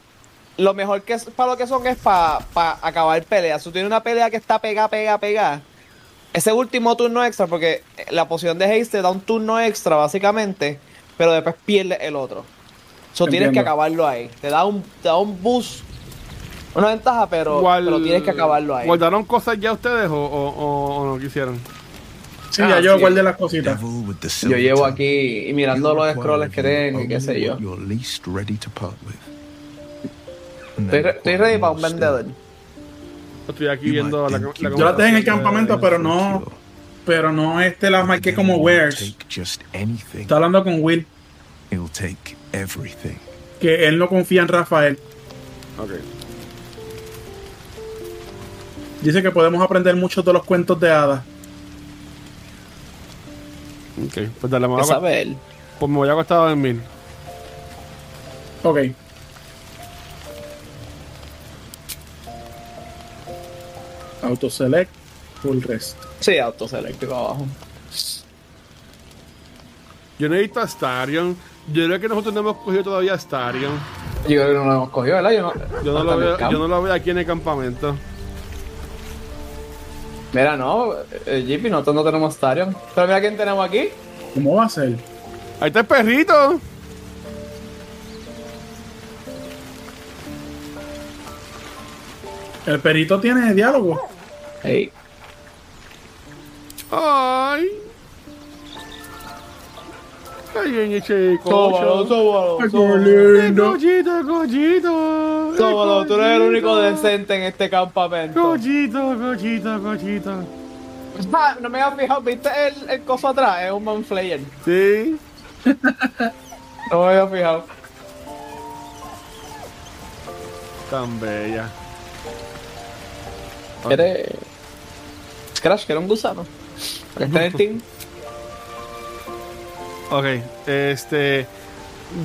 [SPEAKER 2] lo mejor que es para lo que son es para acabar peleas. Si tú tienes una pelea que está pega, pega, pega. Ese último turno extra, porque la posición de haste te da un turno extra, básicamente, pero después pierdes el otro. So tienes que
[SPEAKER 1] Entiendo.
[SPEAKER 2] acabarlo ahí. Te da un, te da un boost, una ventaja, pero,
[SPEAKER 1] Gual-
[SPEAKER 2] pero tienes que acabarlo ahí.
[SPEAKER 1] ¿Guardaron cosas ya ustedes o, o, o- o no quisieron?
[SPEAKER 3] Sí, ya yo guardé las cositas.
[SPEAKER 2] Yo llevo aquí y mirando los scrolls que tengo E y qué sé yo.
[SPEAKER 14] You're least ready to part with.
[SPEAKER 2] Estoy, re- estoy ready para un vendedor.
[SPEAKER 1] Estoy aquí viendo la, la
[SPEAKER 3] Yo las dejé en el campamento, pues. pero no. Pero no este las marqué como wares.
[SPEAKER 14] Just anything.
[SPEAKER 3] Está hablando con Will,
[SPEAKER 14] He'll take everything.
[SPEAKER 3] que él no confía en Rafael. Dice que podemos aprender muchos de los cuentos de hadas.
[SPEAKER 1] Ok, pues dale, me voy a
[SPEAKER 2] ¿Qué sabe él?
[SPEAKER 1] Pues me voy a acostar a dormir.
[SPEAKER 3] Ok. Autoselect, full rest.
[SPEAKER 2] Sí, autos eléctricos abajo.
[SPEAKER 1] Yo no he visto a Starion. Yo creo que nosotros no hemos cogido todavía a Starion.
[SPEAKER 2] Yo creo que no lo hemos cogido, ¿verdad? Yo no,
[SPEAKER 1] Yo no, lo
[SPEAKER 2] hasta en el
[SPEAKER 1] veo,
[SPEAKER 2] campo.
[SPEAKER 1] yo no lo veo aquí en el campamento.
[SPEAKER 2] Mira, no, eh, JP, nosotros no tenemos Starion. Pero mira quién tenemos aquí.
[SPEAKER 3] ¿Cómo va a ser?
[SPEAKER 1] Ahí está el perrito.
[SPEAKER 3] El perito tiene diálogo.
[SPEAKER 2] Hey.
[SPEAKER 1] Ay. Ay, bien, che,
[SPEAKER 2] Tómalo,
[SPEAKER 1] cocho.
[SPEAKER 2] tómalo,
[SPEAKER 1] Ay,
[SPEAKER 2] tómalo.
[SPEAKER 1] Cochito, cochito. Ay,
[SPEAKER 2] Tómalo, tú eres el único
[SPEAKER 1] cochito.
[SPEAKER 2] decente en este campamento.
[SPEAKER 1] Cochito, cochito, cochito.
[SPEAKER 2] Ah, no me había fijado, ¿viste el, el coso atrás? Es un manflayer.
[SPEAKER 1] Sí.
[SPEAKER 2] No me había fijado.
[SPEAKER 1] Tan bella.
[SPEAKER 2] Eres. Crash, que era un gusano. Porque está en el team.
[SPEAKER 1] Ok, este.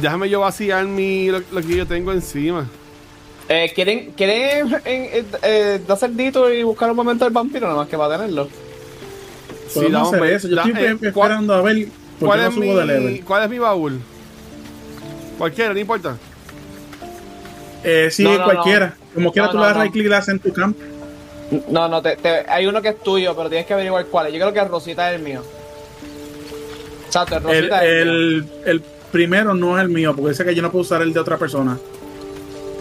[SPEAKER 1] Déjame yo vaciar mi, lo, lo que yo tengo encima.
[SPEAKER 2] Eh, ¿Quieren, quieren en- en- eh, hacer dito y buscar un momento del vampiro? Nada más que para tenerlo.
[SPEAKER 3] Podemos
[SPEAKER 1] dame un
[SPEAKER 3] hacer
[SPEAKER 1] break.
[SPEAKER 3] eso. Yo
[SPEAKER 1] Da-
[SPEAKER 3] estoy
[SPEAKER 1] eh,
[SPEAKER 3] esp- esperando a ver por
[SPEAKER 1] ¿Cuál
[SPEAKER 3] qué no
[SPEAKER 1] es,
[SPEAKER 3] subo de
[SPEAKER 1] mi,
[SPEAKER 3] level.
[SPEAKER 1] ¿Cuál es mi baúl? Cualquiera, no importa.
[SPEAKER 3] Eh, sí,
[SPEAKER 2] No, no,
[SPEAKER 3] cualquiera.
[SPEAKER 2] no.
[SPEAKER 3] Como quiera,
[SPEAKER 2] No,
[SPEAKER 3] tú
[SPEAKER 2] no,
[SPEAKER 3] le das
[SPEAKER 2] no.
[SPEAKER 3] right click y le das en tu campo.
[SPEAKER 2] No, no, te, te- hay uno que es tuyo, pero tienes que averiguar cuál es. Yo creo que Rosita es el mío. Exacto, el
[SPEAKER 3] El,
[SPEAKER 2] Rosita es el mío.
[SPEAKER 3] el- el primero no es el mío, porque dice que yo no puedo usar el de otra persona.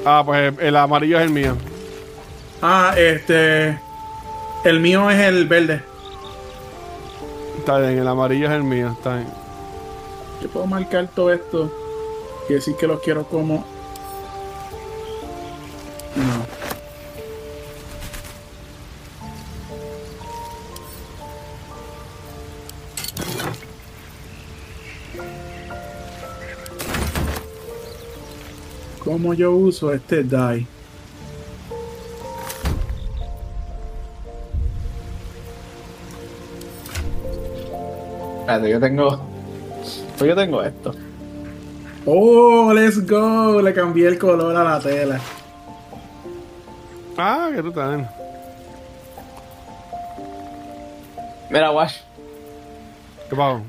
[SPEAKER 1] Ah, pues el amarillo es el mío.
[SPEAKER 3] Ah, este. El mío es el verde.
[SPEAKER 1] Está bien, el amarillo es el mío. Está bien.
[SPEAKER 3] Yo puedo marcar todo esto y decir que lo quiero como. No. ¿Cómo yo uso este die?
[SPEAKER 2] Espérate, yo tengo. Pues yo tengo esto.
[SPEAKER 3] Oh, let's go. Le cambié el color a la tela. [laughs]
[SPEAKER 1] Ah, que tú también.
[SPEAKER 2] Mira, Wash,
[SPEAKER 1] ¿Qué pago?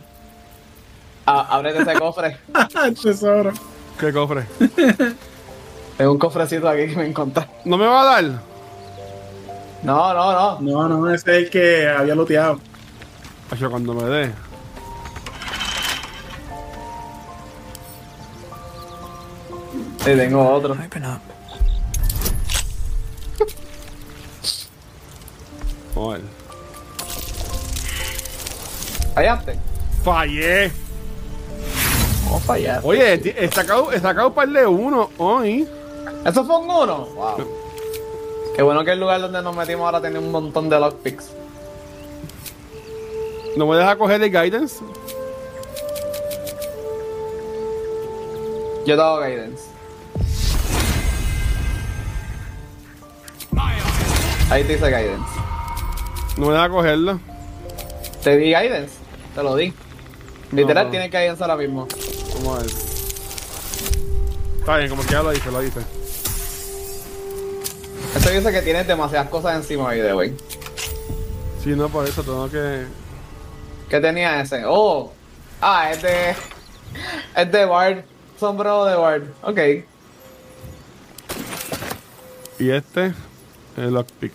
[SPEAKER 2] a- ábrete ese [laughs] cofre.
[SPEAKER 3] El tesoro.
[SPEAKER 1] ¿Qué cofre?
[SPEAKER 2] Tengo un cofrecito aquí que me encontré.
[SPEAKER 1] ¿No me va a dar?
[SPEAKER 2] No, no, no.
[SPEAKER 3] No, no, ese es el que había looteado.
[SPEAKER 1] Yo cuando me dé.
[SPEAKER 2] Sí, tengo otro.
[SPEAKER 19] Open up.
[SPEAKER 1] Joder.
[SPEAKER 2] Fallaste.
[SPEAKER 1] Fallé.
[SPEAKER 2] ¿Cómo fallaste?
[SPEAKER 1] Oye, ti- he sacado, he sacado un par de uno hoy.
[SPEAKER 2] ¿Eso fue un uno? Wow. Qué bueno que el lugar donde nos metimos ahora tiene un montón de lockpicks.
[SPEAKER 1] ¿No me dejas coger el guidance?
[SPEAKER 2] Yo te hago guidance. Ahí te hice guidance.
[SPEAKER 1] No me dejas cogerlo.
[SPEAKER 2] Te di guidance. Te lo di. Literal,
[SPEAKER 1] No.
[SPEAKER 2] tienes guidance ahora mismo.
[SPEAKER 1] Vamos a ver. Está bien, como que ya lo hice, lo hice.
[SPEAKER 2] Esto dice que tienes demasiadas cosas encima ahí de wey.
[SPEAKER 1] Sí, no, por eso tengo que.
[SPEAKER 2] ¿Qué tenía ese? Oh. Ah, es de. [laughs] Es de Ward. Sombrero de Ward. Ok.
[SPEAKER 1] Y este, el lockpick.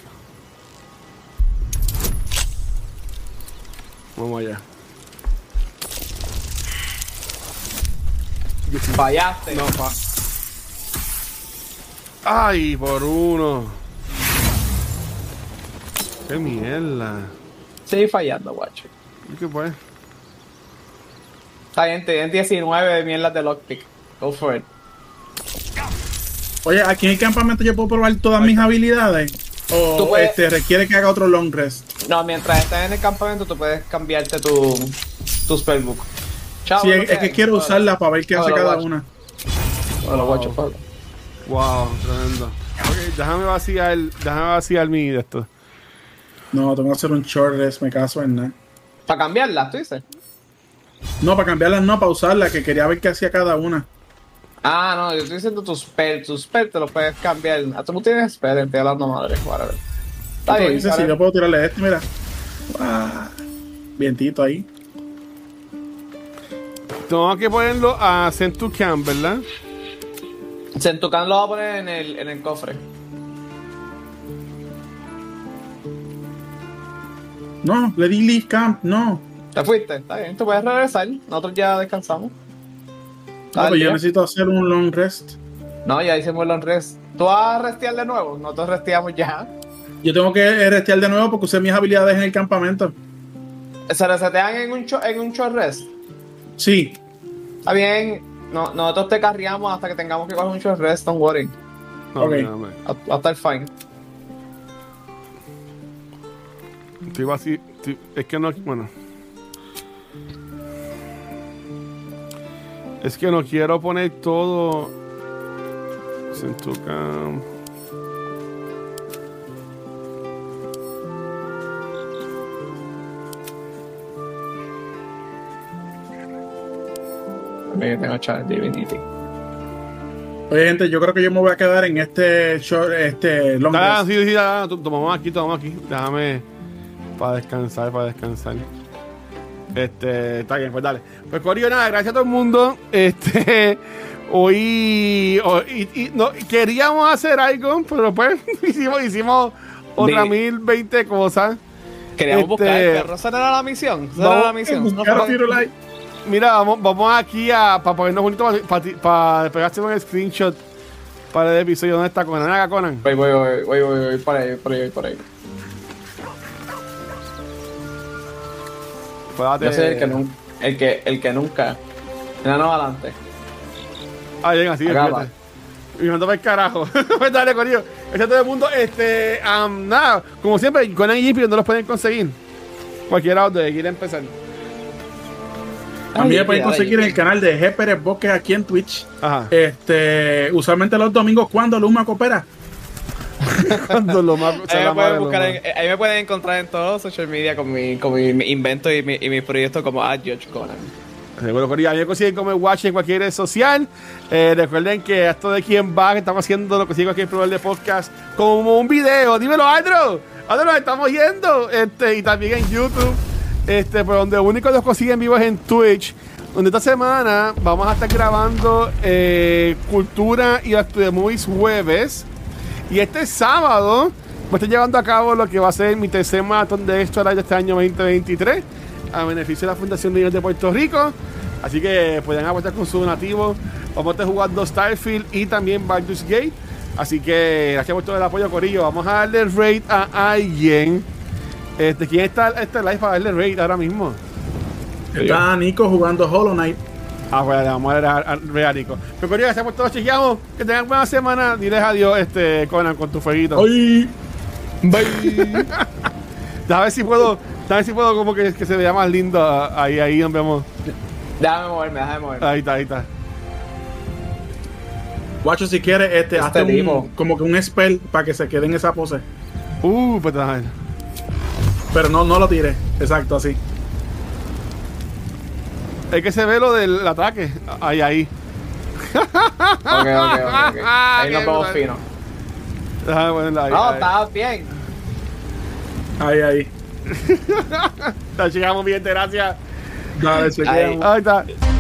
[SPEAKER 1] Vamos allá.
[SPEAKER 2] Fallaste.
[SPEAKER 1] No, fa- Ay, por uno. Qué mierda.
[SPEAKER 2] Seguí fallando, guacho.
[SPEAKER 1] ¿Qué fue?
[SPEAKER 2] Está bien, te 19 de mierdas de lockpick. Go for it.
[SPEAKER 3] Oye, aquí en el campamento yo puedo probar todas mis habilidades.
[SPEAKER 2] Tú
[SPEAKER 3] O
[SPEAKER 2] puedes-
[SPEAKER 3] este, requiere que haga otro long rest.
[SPEAKER 2] No, mientras estés en el campamento, tú puedes cambiarte tu, tu spellbook. Chao.
[SPEAKER 3] sí, es, es que quiero usarla para ver qué hace cada una.
[SPEAKER 2] Hola, guacho, Pablo.
[SPEAKER 1] Wow, tremendo. Ok, déjame vaciar, déjame vaciar mi de esto.
[SPEAKER 3] No, tengo que hacer un short rest, me caso en nada.
[SPEAKER 2] Para cambiarlas, tú dices.
[SPEAKER 3] No, para cambiarlas no, para usarla, que quería ver qué hacía cada una.
[SPEAKER 2] Ah, no, yo estoy diciendo tus spell. Tus spell te los puedes cambiar. Ah, tú no tienes spell, estoy hablando madre. Para ver. Está
[SPEAKER 3] Entonces
[SPEAKER 2] bien.
[SPEAKER 3] dice,
[SPEAKER 2] ahora-
[SPEAKER 3] si yo puedo tirarle este, mira. Ah, vientito ahí.
[SPEAKER 1] Tengo que ponerlo a Centur Camp, ¿verdad?
[SPEAKER 2] Sentukan lo va a poner en el, en el cofre.
[SPEAKER 3] No, le di leave camp, no.
[SPEAKER 2] Te fuiste, está bien. Tú puedes regresar. Nosotros ya descansamos.
[SPEAKER 3] No,
[SPEAKER 2] Ah,
[SPEAKER 3] pero pues yo
[SPEAKER 2] ya.
[SPEAKER 3] necesito hacer un long rest.
[SPEAKER 2] No, ya hicimos los rest. ¿Tú vas a restear de nuevo? Nosotros resteamos ya.
[SPEAKER 3] Yo tengo que restear de nuevo porque usé mis habilidades en el campamento.
[SPEAKER 2] ¿Se resetean en un, cho- en un short rest?
[SPEAKER 3] Sí,
[SPEAKER 2] Está bien. No, nosotros te carriamos hasta que tengamos que coger un short rest, don't worry.
[SPEAKER 1] No,
[SPEAKER 2] Ok.
[SPEAKER 1] espérame.
[SPEAKER 2] Va a estar fine.
[SPEAKER 1] Estoy vaci- estoy- es que no. Bueno. Es que no quiero poner todo. Centur Camp.
[SPEAKER 2] Yo tengo Challenge Divinity.
[SPEAKER 3] Oye, gente, yo creo que yo me voy a quedar en este short, este long
[SPEAKER 1] Ah,
[SPEAKER 3] rest.
[SPEAKER 1] sí, sí, ah, to- tomamos aquí, tomamos aquí. Déjame para descansar, para descansar. Este, está bien, pues dale. Pues Corio, nada, gracias a todo el mundo. Este, [laughs] hoy, hoy- y- y no, queríamos hacer algo, pero pues [laughs] hicimos, hicimos otra
[SPEAKER 2] Di-
[SPEAKER 1] mil veinte cosas.
[SPEAKER 2] Queríamos
[SPEAKER 1] Este,
[SPEAKER 2] buscar el perro. Esa no era la misión. Esa no era la
[SPEAKER 1] vamos-
[SPEAKER 2] misión.
[SPEAKER 1] buscar a Firulais. Mira, vamos, vamos aquí a, para ponernos bonito para, para, pegarse un screenshot para el episodio. ¿Dónde está Conan? Acá, Conan.
[SPEAKER 2] Voy, voy, voy, voy, voy, voy, por ahí, por ahí, voy por ahí.
[SPEAKER 1] Espérate.
[SPEAKER 2] Yo soy el que, nun- el que, el que nunca. Mira, no, adelante.
[SPEAKER 1] Ah, bien, así,
[SPEAKER 2] Acaba.
[SPEAKER 1] fíjate. Y mandó para el carajo. [laughs] pues dale, Corillo. Gracias a todo el mundo. Este, am, nada, como siempre, Conan y Jippy no los pueden conseguir. Cualquiera donde quiera empezar.
[SPEAKER 3] A mí me pueden conseguir en el canal de G. Pérez Bosques aquí en Twitch.
[SPEAKER 2] [laughs]
[SPEAKER 3] Este, usualmente los domingos cuando Luma coopera.
[SPEAKER 1] cuando Luma [laughs]
[SPEAKER 2] Ahí me, pueden buscar en- ahí me pueden encontrar en todos los social media con mi, con mi invento y mi, y mi proyecto como at George Conan.
[SPEAKER 1] Seguro, Corillo. A mí me consiguen como el Watch en cualquier red social. Eh, recuerden que esto de quién va, que estamos haciendo lo que sigo aquí en Probar de Podcast como un video. Dímelo, Andro. Andro, nos estamos yendo. Este, y también en YouTube. Este, por donde único los consiguen vivos en Twitch. Donde esta semana vamos a estar grabando eh, Cultura y Back to the Movies jueves. Y este sábado me estoy llevando a cabo lo que va a ser mi tercer maratón de Extra Life de este año 2023 a beneficio de la Fundación Niños de Puerto Rico. Así que pueden aportar con su donativo. Vamos a estar jugando Starfield y también Baldur's Gate. Así que gracias por todo el apoyo, Corillo. Vamos a darle raid a alguien Este, ¿Quién está este live para darle raid ahora mismo?
[SPEAKER 3] Está Nico jugando Hollow Knight.
[SPEAKER 1] Ah, pues le vamos a dar a, a, raid a Nico. Pero corillo, gracias por todo, chequeamos. Que tengan buena semana. Diles adiós, este, Conan, con tu fueguito.
[SPEAKER 3] Bye. Bye.
[SPEAKER 1] a ver si puedo, a ver si puedo como que, que se vea más lindo ah, ahí, ahí nos vemos.
[SPEAKER 2] Déjame moverme, déjame moverme.
[SPEAKER 1] Ahí está, ahí está.
[SPEAKER 3] Guacho, si quieres, este, hazte un-
[SPEAKER 2] tipo.
[SPEAKER 3] como que un spell para que se quede en esa pose.
[SPEAKER 1] Uh, pues déjame.
[SPEAKER 3] Pero no, no lo tires. Exacto, así.
[SPEAKER 1] Es que se ve lo del ataque. Ahí, ahí.
[SPEAKER 2] Ok, ok, ok. [laughs] ok. Ahí nos
[SPEAKER 1] Qué
[SPEAKER 2] vemos
[SPEAKER 1] brutal.
[SPEAKER 2] fino.
[SPEAKER 1] Déjame ponerla ahí.
[SPEAKER 2] No,
[SPEAKER 1] ahí.
[SPEAKER 2] estabas bien.
[SPEAKER 3] Ahí, ahí.
[SPEAKER 1] La llegamos bien, gracias.
[SPEAKER 3] Dale, chequeamos.
[SPEAKER 1] Ahí está.